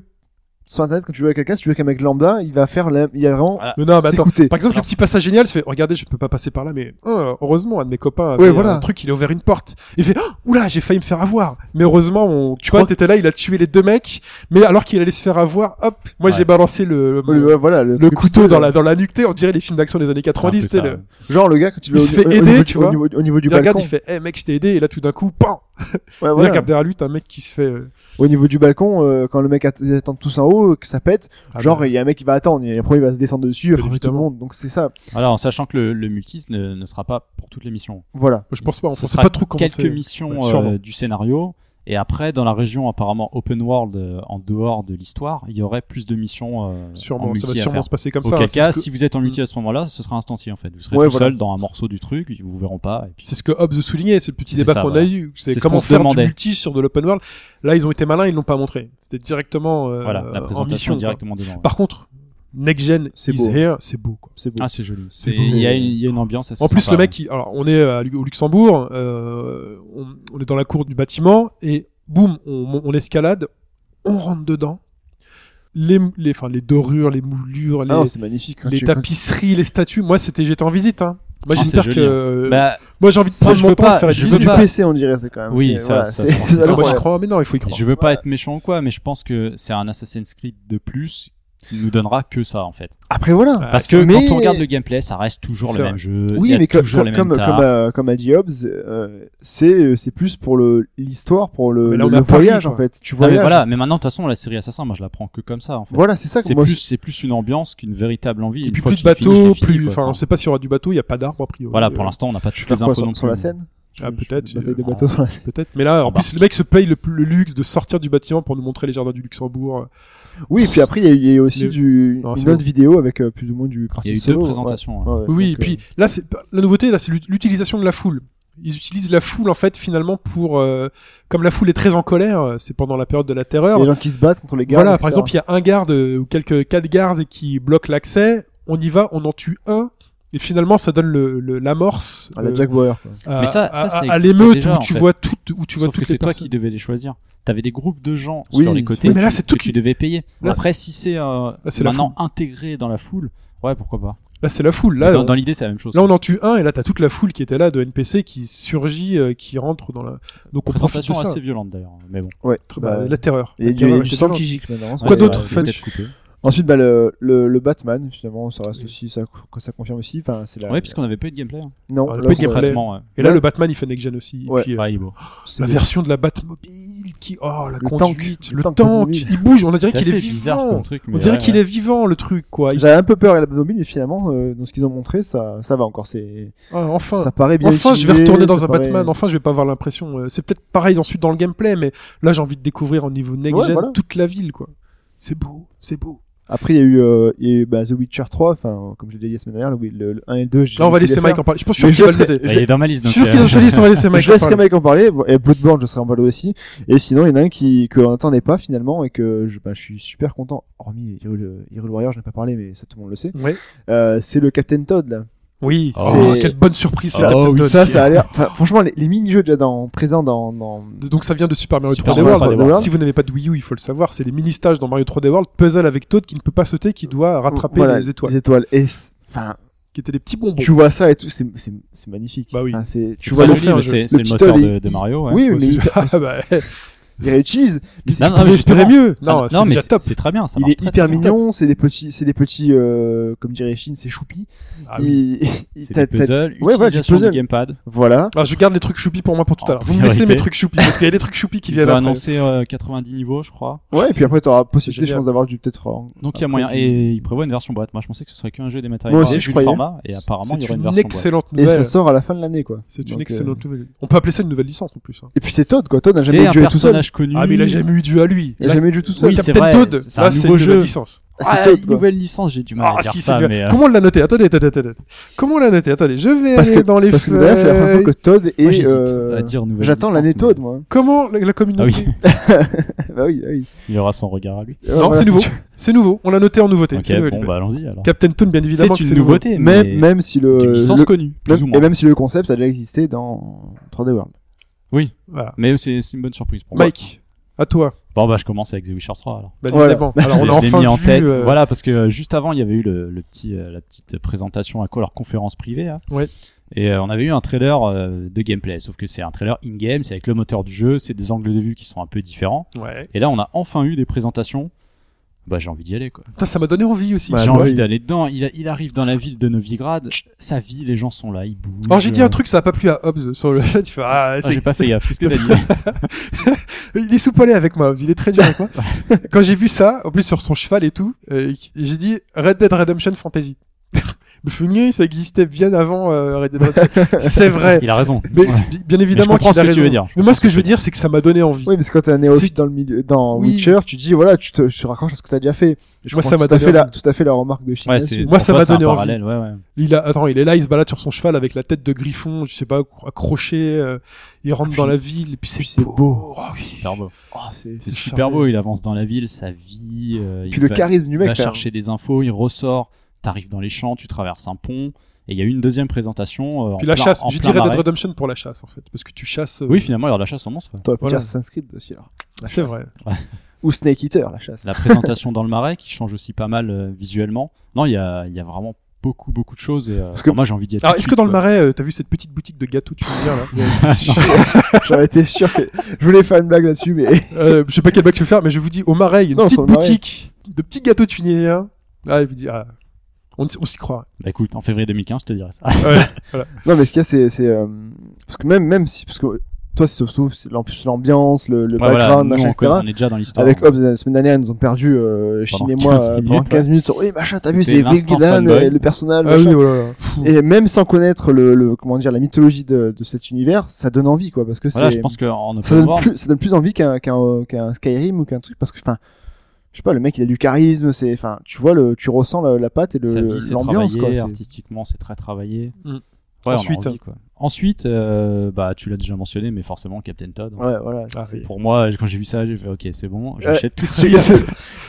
[SPEAKER 4] sur internet, quand tu joues avec quelqu'un, si tu joues avec un mec lambda, il va faire la... il va vraiment
[SPEAKER 3] Voilà.
[SPEAKER 2] Mais non, mais attends.
[SPEAKER 4] t'écouter.
[SPEAKER 2] Par exemple,
[SPEAKER 3] Alors-
[SPEAKER 2] le petit passage génial, je fais, regardez, je peux pas passer par là, mais oh, heureusement, un de mes copains avait
[SPEAKER 4] Ouais,
[SPEAKER 2] euh,
[SPEAKER 4] voilà.
[SPEAKER 2] un truc, il a ouvert une porte. Il fait, oh, oula, j'ai failli me faire avoir. Mais heureusement, on, tu
[SPEAKER 4] crois
[SPEAKER 2] vois, t'étais là, il a tué les deux mecs, mais alors qu'il allait se faire avoir, hop, moi
[SPEAKER 3] Ouais.
[SPEAKER 2] j'ai balancé le,
[SPEAKER 4] Ouais,
[SPEAKER 2] le,
[SPEAKER 4] ouais, voilà, le,
[SPEAKER 2] le
[SPEAKER 4] le
[SPEAKER 2] couteau dans
[SPEAKER 4] pistolet.
[SPEAKER 2] la, dans la nuque, tu sais, on dirait les films d'action des années 90, tu sais,
[SPEAKER 3] Un peu Ah, ça,
[SPEAKER 2] le-
[SPEAKER 4] Genre, le gars, quand il,
[SPEAKER 2] Il
[SPEAKER 4] est au-
[SPEAKER 2] se fait
[SPEAKER 4] au- au
[SPEAKER 2] aider,
[SPEAKER 4] niveau du-
[SPEAKER 2] tu
[SPEAKER 4] au
[SPEAKER 2] vois.
[SPEAKER 4] niveau, au niveau du
[SPEAKER 2] il regarde,
[SPEAKER 4] balcon.
[SPEAKER 2] il fait, eh mec, je t'ai aidé, et là tout d'un coup, pan!
[SPEAKER 4] Ouais,
[SPEAKER 2] Voilà.
[SPEAKER 4] voilà.
[SPEAKER 2] Là, derrière lui, t'as un mec qui se fait. euh,
[SPEAKER 4] Au niveau du balcon, euh, quand le mec att- ils attendent tous en haut, que ça pète,
[SPEAKER 2] ah,
[SPEAKER 4] genre
[SPEAKER 2] bah,
[SPEAKER 4] il y a un mec qui va attendre, et après il va se descendre dessus,
[SPEAKER 2] Bien
[SPEAKER 4] après tout le
[SPEAKER 2] évidemment.
[SPEAKER 4] monde. Donc c'est ça,
[SPEAKER 3] Voilà, en sachant que le, le multis ne, ne sera pas pour toute l'émission.
[SPEAKER 4] voilà.
[SPEAKER 2] je pense pas. On
[SPEAKER 3] Ce
[SPEAKER 2] sait
[SPEAKER 3] sera
[SPEAKER 2] pas trop comment
[SPEAKER 3] quelques
[SPEAKER 2] c'est.
[SPEAKER 3] missions
[SPEAKER 2] Ouais, sûrement.
[SPEAKER 3] euh, du scénario. Et après, dans la région apparemment open world, euh, en dehors de l'histoire, il y aurait plus de missions euh, en
[SPEAKER 2] Sûrement,
[SPEAKER 3] multi
[SPEAKER 2] ça va
[SPEAKER 3] à
[SPEAKER 2] sûrement
[SPEAKER 3] faire.
[SPEAKER 2] se passer comme ça. hein,
[SPEAKER 3] Auquel
[SPEAKER 2] C'est ce
[SPEAKER 3] cas,
[SPEAKER 2] que- Hmm.
[SPEAKER 3] si vous êtes en multi à ce moment-là, ce sera instantié en fait. Vous serez
[SPEAKER 4] Ouais,
[SPEAKER 3] tout
[SPEAKER 4] voilà.
[SPEAKER 3] seul dans un morceau du truc, ils vous verront pas. Et puis...
[SPEAKER 2] C'est ce que Hobbes soulignait, c'est le petit
[SPEAKER 3] C'était
[SPEAKER 2] débat
[SPEAKER 3] ça,
[SPEAKER 2] qu'on a
[SPEAKER 3] voilà.
[SPEAKER 2] eu.
[SPEAKER 3] C'est
[SPEAKER 2] C'est
[SPEAKER 3] ce
[SPEAKER 2] comment
[SPEAKER 3] qu'on se
[SPEAKER 2] faire
[SPEAKER 3] demandait.
[SPEAKER 2] du multi sur de l'open world. Là, ils ont été malins, ils l'ont pas montré. C'était directement euh,
[SPEAKER 3] Voilà, la
[SPEAKER 2] en
[SPEAKER 3] présentation
[SPEAKER 2] mission.
[SPEAKER 3] est
[SPEAKER 2] quoi.
[SPEAKER 3] directement devant. ouais.
[SPEAKER 2] Par contre, Next Gen
[SPEAKER 4] C'est
[SPEAKER 2] is
[SPEAKER 4] beau.
[SPEAKER 2] here, c'est beau. Quoi.
[SPEAKER 4] C'est beau.
[SPEAKER 3] Ah, c'est joli.
[SPEAKER 2] C'est
[SPEAKER 3] C'est-
[SPEAKER 2] beau.
[SPEAKER 3] Il y, a une- il y a une ambiance assez
[SPEAKER 2] En plus,
[SPEAKER 3] sympa,
[SPEAKER 2] le mec, il- alors, on est à Lu- au Luxembourg, euh, on, on est dans la cour du bâtiment et boum, on, on escalade, on rentre dedans. Les, les, enfin, les dorures, les moulures, les,
[SPEAKER 4] Ah non, c'est magnifique. Quand
[SPEAKER 2] les
[SPEAKER 4] tu- quand-
[SPEAKER 2] tapisseries, les statues. Moi, c'était, j'étais en visite. Hein. Moi,
[SPEAKER 3] Ah,
[SPEAKER 2] j'espère
[SPEAKER 3] c'est joli,
[SPEAKER 2] que. euh,
[SPEAKER 3] ouais. Bah,
[SPEAKER 2] moi, j'ai envie de
[SPEAKER 3] ça,
[SPEAKER 2] prendre
[SPEAKER 3] je
[SPEAKER 2] mon
[SPEAKER 3] veux
[SPEAKER 2] temps
[SPEAKER 3] pas-
[SPEAKER 2] à faire
[SPEAKER 3] je
[SPEAKER 2] une
[SPEAKER 3] veux
[SPEAKER 4] C'est
[SPEAKER 2] visite.
[SPEAKER 4] du
[SPEAKER 3] pas-
[SPEAKER 4] PC, on dirait, c'est quand même.
[SPEAKER 3] Oui,
[SPEAKER 4] c'est-
[SPEAKER 3] ça-
[SPEAKER 4] voilà,
[SPEAKER 3] ça,
[SPEAKER 4] c'est-
[SPEAKER 3] sûrement,
[SPEAKER 4] c'est
[SPEAKER 3] c'est
[SPEAKER 2] Ah, moi,
[SPEAKER 3] ça.
[SPEAKER 2] j'y
[SPEAKER 4] incroyable.
[SPEAKER 2] crois. Mais non, il faut y croire.
[SPEAKER 3] je veux pas
[SPEAKER 4] Ouais.
[SPEAKER 3] être méchant ou quoi, mais je pense que c'est un Assassin's Creed de plus qui nous donnera que ça en fait.
[SPEAKER 4] Après, voilà.
[SPEAKER 2] Ah,
[SPEAKER 3] Parce que
[SPEAKER 4] c'est vrai.
[SPEAKER 3] quand on regarde
[SPEAKER 4] Mais-
[SPEAKER 3] le gameplay, ça reste toujours
[SPEAKER 2] C'est
[SPEAKER 3] le même jeu. il y
[SPEAKER 4] Oui,
[SPEAKER 3] a
[SPEAKER 4] mais co-
[SPEAKER 3] toujours
[SPEAKER 4] comme,
[SPEAKER 3] les
[SPEAKER 4] comme,
[SPEAKER 3] mêmes
[SPEAKER 4] comme,
[SPEAKER 3] tares.
[SPEAKER 4] euh, comme a dit Hobbes, euh, c'est euh, c'est plus pour le- l'histoire, pour le,
[SPEAKER 2] Mais là, on
[SPEAKER 4] le
[SPEAKER 2] est à Paris,
[SPEAKER 4] voyage
[SPEAKER 2] quoi.
[SPEAKER 4] en fait. Tu
[SPEAKER 3] Non, mais
[SPEAKER 4] voyages.
[SPEAKER 3] voilà, mais maintenant de toute façon la série Assassin, moi je la prends que comme ça en fait.
[SPEAKER 4] Voilà, c'est ça. que
[SPEAKER 3] C'est
[SPEAKER 4] moi,
[SPEAKER 3] plus c'est plus une ambiance qu'une véritable envie.
[SPEAKER 2] Et
[SPEAKER 3] Une
[SPEAKER 2] puis
[SPEAKER 3] fois
[SPEAKER 2] plus de
[SPEAKER 3] que je l'ai fini, je
[SPEAKER 2] bateaux,
[SPEAKER 3] l'ai fini,
[SPEAKER 2] plus.
[SPEAKER 3] quoi.
[SPEAKER 2] Enfin, on sait pas s'il y aura du bateau, il y a pas d'arbre a priori.
[SPEAKER 3] voilà, pour
[SPEAKER 2] Euh,
[SPEAKER 3] l'instant on n'a pas
[SPEAKER 4] je
[SPEAKER 3] toutes
[SPEAKER 4] fais
[SPEAKER 3] les
[SPEAKER 4] quoi,
[SPEAKER 3] infos
[SPEAKER 4] sur,
[SPEAKER 3] non
[SPEAKER 4] sur la
[SPEAKER 3] plus.
[SPEAKER 4] scène.
[SPEAKER 2] Ah, peut-être.
[SPEAKER 4] La bataille des
[SPEAKER 3] euh,
[SPEAKER 4] bateaux sur la scène.
[SPEAKER 2] Peut-être. Mais là, en
[SPEAKER 3] On va.
[SPEAKER 2] plus, le mec se paye le, le luxe de sortir du bâtiment pour nous montrer les jardins du Luxembourg.
[SPEAKER 4] Oui, et puis après, il y a eu- il y, a eu aussi
[SPEAKER 2] Le-
[SPEAKER 4] du,
[SPEAKER 2] Non,
[SPEAKER 4] une
[SPEAKER 2] c'est
[SPEAKER 4] autre
[SPEAKER 2] bon.
[SPEAKER 4] vidéo avec euh, plus ou moins du
[SPEAKER 3] Il
[SPEAKER 4] parti
[SPEAKER 3] y a eu
[SPEAKER 4] solo.
[SPEAKER 3] deux
[SPEAKER 4] ouais.
[SPEAKER 3] présentations. hein.
[SPEAKER 4] Ouais, ouais,
[SPEAKER 2] oui, et
[SPEAKER 4] donc, euh,
[SPEAKER 2] puis là, c'est la nouveauté, là, c'est l'ut- l'utilisation de la foule. Ils utilisent la foule en fait finalement pour euh, comme la foule est très en colère, c'est pendant la période de la
[SPEAKER 4] euh,
[SPEAKER 2] terreur.
[SPEAKER 4] il y a des gens qui se battent contre les gars.
[SPEAKER 2] voilà, par exemple, il y a un garde euh, ou quelques quatre gardes qui bloquent l'accès. On y va, on en tue un. Et finalement, ça donne le- le- l'amorce
[SPEAKER 4] à Ah, la
[SPEAKER 2] euh,
[SPEAKER 4] Jack Bauer. quoi.
[SPEAKER 2] à,
[SPEAKER 3] Mais ça- ça,
[SPEAKER 2] à-
[SPEAKER 3] ça
[SPEAKER 2] à
[SPEAKER 3] existait
[SPEAKER 2] l'émeute
[SPEAKER 3] déjà,
[SPEAKER 2] où
[SPEAKER 3] en
[SPEAKER 2] tu
[SPEAKER 3] fait.
[SPEAKER 2] vois tout, où tu vois
[SPEAKER 3] Sauf que
[SPEAKER 2] toutes les
[SPEAKER 3] c'est toi qui
[SPEAKER 2] personnes.
[SPEAKER 3] devais les choisir. T'avais des groupes de gens
[SPEAKER 4] Oui.
[SPEAKER 3] sur les côtés
[SPEAKER 2] Oui, mais là,
[SPEAKER 3] que-
[SPEAKER 2] c'est toute
[SPEAKER 3] que tu
[SPEAKER 2] une-
[SPEAKER 3] devais payer.
[SPEAKER 2] Là,
[SPEAKER 3] Après, si c'est euh,
[SPEAKER 2] Là, c'est la
[SPEAKER 3] maintenant intégré dans la foule, ouais, pourquoi pas.
[SPEAKER 2] Là, c'est la foule.
[SPEAKER 3] Mais
[SPEAKER 2] Là,
[SPEAKER 3] dans
[SPEAKER 2] on-
[SPEAKER 3] dans l'idée, c'est la même chose.
[SPEAKER 2] Là, on en tue un, et là, t'as toute la foule qui était là de NPC qui surgit, euh, qui rentre dans la. Donc, on profite de
[SPEAKER 3] Présentation
[SPEAKER 2] ça.
[SPEAKER 3] assez violente d'ailleurs, mais bon.
[SPEAKER 4] Ouais.
[SPEAKER 2] Tr-
[SPEAKER 4] bah,
[SPEAKER 2] bah, la terreur.
[SPEAKER 4] Il y a
[SPEAKER 2] La
[SPEAKER 4] du, il y
[SPEAKER 2] terreur
[SPEAKER 4] a du
[SPEAKER 2] était
[SPEAKER 4] sang
[SPEAKER 2] violente.
[SPEAKER 4] qui gicle maintenant.
[SPEAKER 2] Quoi
[SPEAKER 4] c'est-
[SPEAKER 2] d'autre,
[SPEAKER 4] euh,
[SPEAKER 3] fait
[SPEAKER 2] Fetch
[SPEAKER 4] Ensuite, bah, le, le, le Batman, finalement, ça reste aussi, ça, ça confirme aussi. Enfin, c'est la.
[SPEAKER 3] Ouais, puisqu'on avait pas eu de gameplay. hein.
[SPEAKER 4] Non,
[SPEAKER 2] Ah, le
[SPEAKER 4] là,
[SPEAKER 2] peu de
[SPEAKER 4] c'est-
[SPEAKER 2] gameplay.
[SPEAKER 3] Concrètement, ouais.
[SPEAKER 2] Et là,
[SPEAKER 4] Ouais.
[SPEAKER 2] le Batman, il fait Next Gen aussi. Et
[SPEAKER 4] Ouais.
[SPEAKER 2] puis, euh,
[SPEAKER 3] Ouais, Bah, il est beau.
[SPEAKER 4] c'est
[SPEAKER 2] la
[SPEAKER 4] des-
[SPEAKER 2] version de la Batmobile qui. Oh, la
[SPEAKER 4] Le
[SPEAKER 2] conduite.
[SPEAKER 4] tank.
[SPEAKER 2] le,
[SPEAKER 4] Le
[SPEAKER 2] tank.
[SPEAKER 4] tank Batmobile.
[SPEAKER 2] Il bouge. On dirait
[SPEAKER 3] C'est
[SPEAKER 2] qu'il est
[SPEAKER 3] assez bizarre
[SPEAKER 2] vivant.
[SPEAKER 3] comme truc,
[SPEAKER 2] On
[SPEAKER 3] mais
[SPEAKER 2] dirait
[SPEAKER 3] ouais,
[SPEAKER 2] qu'il
[SPEAKER 3] ouais.
[SPEAKER 2] est vivant, le truc, quoi. Il-
[SPEAKER 4] J'avais un peu peur à la Batmobile, et finalement, euh, dans ce qu'ils ont montré, ça, ça va encore. C'est,
[SPEAKER 2] Ah, enfin.
[SPEAKER 4] ça paraît bien.
[SPEAKER 2] Enfin, je vais
[SPEAKER 4] utilisé,
[SPEAKER 2] retourner dans
[SPEAKER 4] ça
[SPEAKER 2] un
[SPEAKER 4] paraît-
[SPEAKER 2] Batman. Enfin, je vais pas avoir l'impression. euh, C'est peut-être pareil ensuite dans le gameplay, mais là, j'ai envie de découvrir au niveau next
[SPEAKER 4] Ouais,
[SPEAKER 2] gen
[SPEAKER 4] voilà.
[SPEAKER 2] toute la ville, quoi. C'est beau, c'est beau.
[SPEAKER 4] Après, il y a eu, euh, il y a eu bah, The Witcher 3, enfin, comme je l'ai dit la semaine dernière, le, le, le 1 et le 2. j'ai-
[SPEAKER 2] Là, on va
[SPEAKER 4] j'ai
[SPEAKER 2] laisser
[SPEAKER 4] les
[SPEAKER 2] Mike
[SPEAKER 4] faire.
[SPEAKER 2] en parler. Je pense
[SPEAKER 4] Mais
[SPEAKER 2] sûr qu'il
[SPEAKER 4] je
[SPEAKER 2] va le
[SPEAKER 4] serai-
[SPEAKER 2] noter.
[SPEAKER 3] Ouais, il est dans ma liste.
[SPEAKER 2] Je
[SPEAKER 3] donc,
[SPEAKER 2] suis sûr
[SPEAKER 3] euh,
[SPEAKER 2] qu'il est dans sa liste, on va laisser Mike
[SPEAKER 4] je
[SPEAKER 2] en
[SPEAKER 4] laisserai
[SPEAKER 2] parler.
[SPEAKER 4] Mike en parler, et Bloodborne, je serai en parler aussi. Et sinon, il y en a un qui, que l'on n'attendait pas finalement, et que je, bah, je suis super content, hormis Hyrule, Hyrule Warrior, je n'ai pas parlé, mais ça tout le monde le sait.
[SPEAKER 2] Ouais.
[SPEAKER 4] Euh, c'est le Captain Todd,
[SPEAKER 3] Ah,
[SPEAKER 4] là.
[SPEAKER 2] Oui,
[SPEAKER 4] Oh,
[SPEAKER 2] c'est- quelle bonne surprise.
[SPEAKER 3] Oh,
[SPEAKER 2] c'est Captain
[SPEAKER 3] oui,
[SPEAKER 2] Toad.
[SPEAKER 4] Ça, ça a l'air, enfin, franchement, les, les mini-jeux déjà dans, présents dans, dans,
[SPEAKER 2] Donc ça vient de Super Mario
[SPEAKER 3] Super
[SPEAKER 2] 3D
[SPEAKER 3] Mario
[SPEAKER 2] World.
[SPEAKER 4] 3D World.
[SPEAKER 2] Si vous n'avez pas de Wii U, il faut le savoir, c'est les mini-stages dans Mario 3D World, puzzle avec Toad qui ne peut pas sauter, qui doit rattraper
[SPEAKER 4] voilà,
[SPEAKER 2] les étoiles,
[SPEAKER 4] Les étoiles. Et, c'est- enfin,
[SPEAKER 2] qui étaient des petits bonbons.
[SPEAKER 4] tu vois ça et tout, c'est, c'est, c'est magnifique.
[SPEAKER 2] Bah oui.
[SPEAKER 4] Enfin, c'est, tu
[SPEAKER 3] Oh. c'est
[SPEAKER 4] vois
[SPEAKER 3] très
[SPEAKER 4] le
[SPEAKER 2] le
[SPEAKER 3] joli,
[SPEAKER 2] faire,
[SPEAKER 3] mais
[SPEAKER 2] je-
[SPEAKER 3] c'est-
[SPEAKER 4] le
[SPEAKER 3] c'est le
[SPEAKER 4] petit
[SPEAKER 3] moteur
[SPEAKER 4] Todd,
[SPEAKER 3] de
[SPEAKER 4] il-
[SPEAKER 3] de Mario. ouais.
[SPEAKER 4] Oui,
[SPEAKER 2] Ouais,
[SPEAKER 4] mais
[SPEAKER 2] c'est-
[SPEAKER 4] il,
[SPEAKER 2] [laughs] ah, bah,
[SPEAKER 4] il réutilise. Mais c'est-
[SPEAKER 3] Non, non,
[SPEAKER 2] tu pouvais
[SPEAKER 3] mais
[SPEAKER 2] espérer
[SPEAKER 3] justement.
[SPEAKER 2] mieux. Non,
[SPEAKER 3] Ah,
[SPEAKER 2] c'est déjà
[SPEAKER 3] c'est-
[SPEAKER 2] top.
[SPEAKER 3] c'est très bien. Ça
[SPEAKER 4] il
[SPEAKER 3] marche
[SPEAKER 4] est
[SPEAKER 3] très
[SPEAKER 4] hyper
[SPEAKER 3] bien.
[SPEAKER 4] mignon, c'est des petits, c'est des petits, euh, comme dirait Chine, c'est choupi.
[SPEAKER 2] Ah, oui.
[SPEAKER 4] Il- il-
[SPEAKER 3] C'est
[SPEAKER 4] t'as-
[SPEAKER 3] des
[SPEAKER 4] t'as-
[SPEAKER 3] puzzles,
[SPEAKER 4] ouais, voilà, du
[SPEAKER 3] utilisation du
[SPEAKER 4] puzzle.
[SPEAKER 3] gamepad.
[SPEAKER 4] Voilà.
[SPEAKER 2] Alors, je garde les trucs choupi pour moi pour tout à
[SPEAKER 3] En
[SPEAKER 2] l'heure. Vous me laissez
[SPEAKER 3] priorité.
[SPEAKER 2] mes trucs choupi parce qu'il y a des trucs choupi qui
[SPEAKER 3] Ils
[SPEAKER 2] viennent
[SPEAKER 3] ont
[SPEAKER 2] après.
[SPEAKER 3] annoncé euh, 90 niveaux, je crois.
[SPEAKER 4] Ouais, et puis après, t'auras possibilité, je
[SPEAKER 2] génial.
[SPEAKER 4] pense, d'avoir du, peut-être, euh,
[SPEAKER 3] Donc il y a
[SPEAKER 4] Après,
[SPEAKER 3] moyen.
[SPEAKER 4] tu-
[SPEAKER 3] Et il prévoit une version boîte. Moi, je pensais que ce serait qu'un jeu
[SPEAKER 4] Moi
[SPEAKER 3] dématérialisé.
[SPEAKER 4] aussi,
[SPEAKER 3] vu
[SPEAKER 4] je
[SPEAKER 3] le
[SPEAKER 4] croyais.
[SPEAKER 3] format. Et apparemment, il y
[SPEAKER 2] C'est
[SPEAKER 3] aura une
[SPEAKER 2] une
[SPEAKER 3] version boîte.
[SPEAKER 2] excellente
[SPEAKER 4] et ça
[SPEAKER 2] nouvelle.
[SPEAKER 4] sort à la fin de l'année, quoi.
[SPEAKER 2] C'est
[SPEAKER 4] Donc,
[SPEAKER 2] une
[SPEAKER 4] euh,
[SPEAKER 2] excellente nouvelle. On peut appeler ça une nouvelle licence en plus. hein.
[SPEAKER 4] Et puis c'est Todd, quoi. Todd n'a
[SPEAKER 3] C'est
[SPEAKER 4] jamais
[SPEAKER 3] un
[SPEAKER 4] joué tout seul.
[SPEAKER 3] personnage connu.
[SPEAKER 2] Ah, mais il a jamais eu du à lui.
[SPEAKER 4] Il
[SPEAKER 2] Là,
[SPEAKER 4] a jamais joué tout
[SPEAKER 2] c'est-
[SPEAKER 4] seul.
[SPEAKER 3] Oui, c'est
[SPEAKER 2] Captain
[SPEAKER 3] vrai,
[SPEAKER 2] Toad,
[SPEAKER 3] c'est un
[SPEAKER 2] là, c'est une
[SPEAKER 3] nouveau jeu.
[SPEAKER 2] nouvelle licence.
[SPEAKER 4] Ah,
[SPEAKER 3] Ah,
[SPEAKER 4] c'est Todd,
[SPEAKER 3] une
[SPEAKER 4] quoi.
[SPEAKER 3] nouvelle licence, j'ai du mal
[SPEAKER 2] Ah,
[SPEAKER 3] à dire
[SPEAKER 2] si,
[SPEAKER 3] ça,
[SPEAKER 2] c'est bien.
[SPEAKER 3] mais euh,
[SPEAKER 2] Comment on l'a noté Attendez, attendez, attendez. attendez. Comment on l'a noté Attendez, je vais
[SPEAKER 4] Parce que,
[SPEAKER 2] aller dans les
[SPEAKER 4] parce que derrière, c'est la première
[SPEAKER 2] feuilles.
[SPEAKER 4] fois que Todd
[SPEAKER 3] moi,
[SPEAKER 4] est,
[SPEAKER 3] j'hésite
[SPEAKER 4] euh,
[SPEAKER 3] à dire nouvelle
[SPEAKER 4] j'attends
[SPEAKER 3] licence,
[SPEAKER 4] l'année
[SPEAKER 3] mais-
[SPEAKER 4] Todd, moi. [laughs]
[SPEAKER 2] Comment la, la
[SPEAKER 3] Ah oui,
[SPEAKER 2] communauté
[SPEAKER 4] bah oui, ah oui.
[SPEAKER 3] il aura son regard à lui.
[SPEAKER 4] Euh,
[SPEAKER 2] Non,
[SPEAKER 4] voilà,
[SPEAKER 2] c'est nouveau. C'est nouveau. On l'a noté en nouveauté.
[SPEAKER 3] Ok,
[SPEAKER 2] C'est nouvelle
[SPEAKER 3] bon,
[SPEAKER 2] nouvelle.
[SPEAKER 3] bah allons-y alors.
[SPEAKER 2] Captain Toon, bien évidemment.
[SPEAKER 3] C'est
[SPEAKER 2] que
[SPEAKER 3] une nouveauté, mais
[SPEAKER 4] Même, même si le,
[SPEAKER 2] euh,
[SPEAKER 3] une licence
[SPEAKER 4] le-
[SPEAKER 3] connue, plus ou
[SPEAKER 4] même-
[SPEAKER 3] moins.
[SPEAKER 4] et même si le concept a déjà existé dans 3D World.
[SPEAKER 2] Voilà.
[SPEAKER 3] Mais c'est c'est une bonne surprise pour moi.
[SPEAKER 2] Mike, à toi.
[SPEAKER 3] Bon, bah je commence avec The Witcher 3 alors.
[SPEAKER 2] Bah,
[SPEAKER 4] Voilà.
[SPEAKER 2] évidemment. Alors, on
[SPEAKER 3] Je
[SPEAKER 2] a
[SPEAKER 3] l'ai
[SPEAKER 2] enfin
[SPEAKER 3] mis en
[SPEAKER 2] vu,
[SPEAKER 3] tête.
[SPEAKER 2] euh,
[SPEAKER 3] Voilà, parce que euh, juste avant, il y avait eu le, le petit, euh, la petite présentation à quoi leur conférence privée. hein.
[SPEAKER 2] Ouais.
[SPEAKER 3] Et euh, on avait eu un trailer euh, de gameplay, sauf que c'est un trailer in-game, c'est avec le moteur du jeu, c'est des angles de vue qui sont un peu différents.
[SPEAKER 2] Ouais.
[SPEAKER 3] Et là, on a enfin eu des présentations bah j'ai envie d'y aller quoi.
[SPEAKER 2] Putain, ça m'a donné envie aussi.
[SPEAKER 4] Bah,
[SPEAKER 3] j'ai
[SPEAKER 4] bah
[SPEAKER 3] envie
[SPEAKER 4] oui.
[SPEAKER 3] d'aller dedans. Il, a- il arrive dans la ville de Novigrad, sa vie, les gens sont là, ils bougent.
[SPEAKER 2] Alors Oh, j'ai dit un truc, ça a pas plu à Hobbes sur le fait. Tu fais, ah,
[SPEAKER 3] euh, Ah,
[SPEAKER 2] c'est-
[SPEAKER 3] j'ai pas fait gaffe. Qu'est-ce que t'as dit
[SPEAKER 2] Il est soupolé avec moi, Hobbes, il est très dur avec
[SPEAKER 3] [laughs]
[SPEAKER 2] moi. Quand j'ai vu ça, en plus sur son cheval et tout, euh, j'ai dit Red Dead Redemption Fantasy. [laughs] Le fumier, ça existait bien avant euh, Red Dead Redemption.
[SPEAKER 3] [laughs]
[SPEAKER 2] c'est vrai.
[SPEAKER 3] Il a raison.
[SPEAKER 2] Mais
[SPEAKER 3] Ouais.
[SPEAKER 2] c'est- bien évidemment
[SPEAKER 3] Mais je comprends
[SPEAKER 2] qu'il a
[SPEAKER 3] ce que tu
[SPEAKER 2] raison.
[SPEAKER 3] veux dire. Je
[SPEAKER 2] Mais moi, ce que je veux dire, c'est que ça m'a donné envie.
[SPEAKER 4] Oui, parce que quand t'es un
[SPEAKER 2] C'est-
[SPEAKER 4] néophyte dans le milieu, dans
[SPEAKER 2] Oui.
[SPEAKER 4] Witcher, tu dis voilà, tu te, tu raccroches à ce que t'as déjà fait. Je
[SPEAKER 2] Moi,
[SPEAKER 4] comprends
[SPEAKER 2] ça m'a
[SPEAKER 4] tout à
[SPEAKER 2] donné
[SPEAKER 4] fait la,
[SPEAKER 2] envie.
[SPEAKER 4] tout à fait la remarque de Chine.
[SPEAKER 3] Ouais,
[SPEAKER 4] là-dessus.
[SPEAKER 3] c'est
[SPEAKER 2] Moi,
[SPEAKER 3] pour
[SPEAKER 2] ça
[SPEAKER 3] toi,
[SPEAKER 2] m'a
[SPEAKER 3] c'est un
[SPEAKER 2] donné envie.
[SPEAKER 3] parallèle, ouais, ouais.
[SPEAKER 2] Il a, attends, il est là, il se balade sur son cheval avec la tête de griffon, je sais pas, accroché, euh, il rentre dans la ville, et puis
[SPEAKER 4] puis
[SPEAKER 2] c'est
[SPEAKER 4] c'est
[SPEAKER 2] beau. Oh,
[SPEAKER 4] Ah
[SPEAKER 2] oui.
[SPEAKER 3] Super beau.
[SPEAKER 4] Oh, c'est-
[SPEAKER 3] C'est
[SPEAKER 2] C'est
[SPEAKER 3] super
[SPEAKER 2] charmé.
[SPEAKER 3] beau. Il avance dans la ville, sa vie. euh, il
[SPEAKER 4] Puis le
[SPEAKER 3] va-
[SPEAKER 4] charisme du
[SPEAKER 3] Il
[SPEAKER 4] mec.
[SPEAKER 3] va
[SPEAKER 4] là.
[SPEAKER 3] chercher des infos, il ressort, t'arrives dans les champs, tu traverses un pont, et il y a eu une deuxième présentation. euh,
[SPEAKER 2] Puis
[SPEAKER 3] en
[SPEAKER 2] la
[SPEAKER 3] plein-
[SPEAKER 2] chasse,
[SPEAKER 3] en
[SPEAKER 2] je
[SPEAKER 3] plein
[SPEAKER 2] dirais Dead
[SPEAKER 3] marais.
[SPEAKER 2] Redemption pour la chasse, en fait, parce que tu chasses. euh,
[SPEAKER 3] Oui, finalement, il y aura de la chasse au monstre.
[SPEAKER 4] [laughs]
[SPEAKER 3] ouais.
[SPEAKER 4] T'aurais pu
[SPEAKER 2] Voilà.
[SPEAKER 4] dire Assassin's Creed aussi, là.
[SPEAKER 2] c'est vrai.
[SPEAKER 4] Ou Snake Eater, la chasse.
[SPEAKER 3] La présentation dans le marais qui change aussi pas mal euh, visuellement. Non, il y a, il y a vraiment beaucoup, beaucoup de choses. Et, euh,
[SPEAKER 4] Parce que-
[SPEAKER 3] enfin, moi, j'ai envie d'y être.
[SPEAKER 2] Alors,
[SPEAKER 3] tout de
[SPEAKER 2] est-ce que
[SPEAKER 3] suite,
[SPEAKER 2] dans le
[SPEAKER 3] quoi.
[SPEAKER 2] marais, euh, t'as vu cette petite boutique de gâteaux tunisiens, là? [laughs]
[SPEAKER 4] J'aurais été sûr que je voulais faire une blague là-dessus, mais [laughs]
[SPEAKER 2] Euh, je sais pas quel bac je veux faire, mais je vous dis, au Marais, il y a une
[SPEAKER 4] Non,
[SPEAKER 2] petite
[SPEAKER 4] sur le Marais.
[SPEAKER 2] boutique de petits gâteaux tunisiens. Ah, il vous dit, ah, on, on s'y croit.
[SPEAKER 3] Bah écoute, en février 2015, je te dirai ça.
[SPEAKER 4] non, mais ce qu'il y a, c'est, c'est, euh, parce que même, même si, parce que toi, c'est surtout c'est l'amb- c'est l'ambiance, le, le
[SPEAKER 3] Ouais, voilà,
[SPEAKER 4] background,
[SPEAKER 3] nous, on,
[SPEAKER 4] machin,
[SPEAKER 3] connaît-
[SPEAKER 4] etc.
[SPEAKER 3] on est déjà dans l'histoire. hein.
[SPEAKER 4] Avec Hobbs, la semaine dernière, ils nous ont perdu, euh,
[SPEAKER 3] Pendant
[SPEAKER 4] Chine et moi,
[SPEAKER 3] 15
[SPEAKER 4] euh,
[SPEAKER 3] minutes,
[SPEAKER 4] pendant
[SPEAKER 3] ouais.
[SPEAKER 4] 15 minutes. sur, Oui, machin, t'as vu,
[SPEAKER 3] C'était
[SPEAKER 4] c'est
[SPEAKER 3] l'instant
[SPEAKER 4] Vilgidan,
[SPEAKER 3] fanboy.
[SPEAKER 4] euh, le personnage,
[SPEAKER 2] Ah oui,
[SPEAKER 4] machin.
[SPEAKER 2] oh là là. Pfff.
[SPEAKER 4] Et même sans connaître le, le- comment dire, la mythologie de, de cet univers, ça donne envie, quoi, parce que
[SPEAKER 3] Voilà,
[SPEAKER 4] c'est,
[SPEAKER 3] je pense qu'en
[SPEAKER 4] ça
[SPEAKER 3] open
[SPEAKER 4] donne,
[SPEAKER 3] world,
[SPEAKER 4] plus, ça donne plus envie qu'un qu'un euh, qu'un Skyrim ou qu'un truc parce que enfin je sais pas le mec il a du charisme c'est enfin tu vois le tu ressens la, la patte et
[SPEAKER 3] sa
[SPEAKER 4] le
[SPEAKER 3] vie, c'est
[SPEAKER 4] l'ambiance
[SPEAKER 3] travaillé,
[SPEAKER 4] quoi c'est-
[SPEAKER 3] artistiquement, c'est très travaillé.
[SPEAKER 2] Mm.
[SPEAKER 3] Ouais, on a
[SPEAKER 2] Ensuite.
[SPEAKER 3] envie, quoi. Ensuite, euh, bah, tu l'as déjà mentionné, mais forcément, Captain Todd.
[SPEAKER 4] ouais voilà
[SPEAKER 2] Ah,
[SPEAKER 4] [laughs] c'est-
[SPEAKER 3] Pour moi, quand j'ai vu ça, j'ai fait OK, c'est bon, j'achète tout de
[SPEAKER 4] [laughs] c'est-
[SPEAKER 3] suite. [laughs]
[SPEAKER 4] c'est-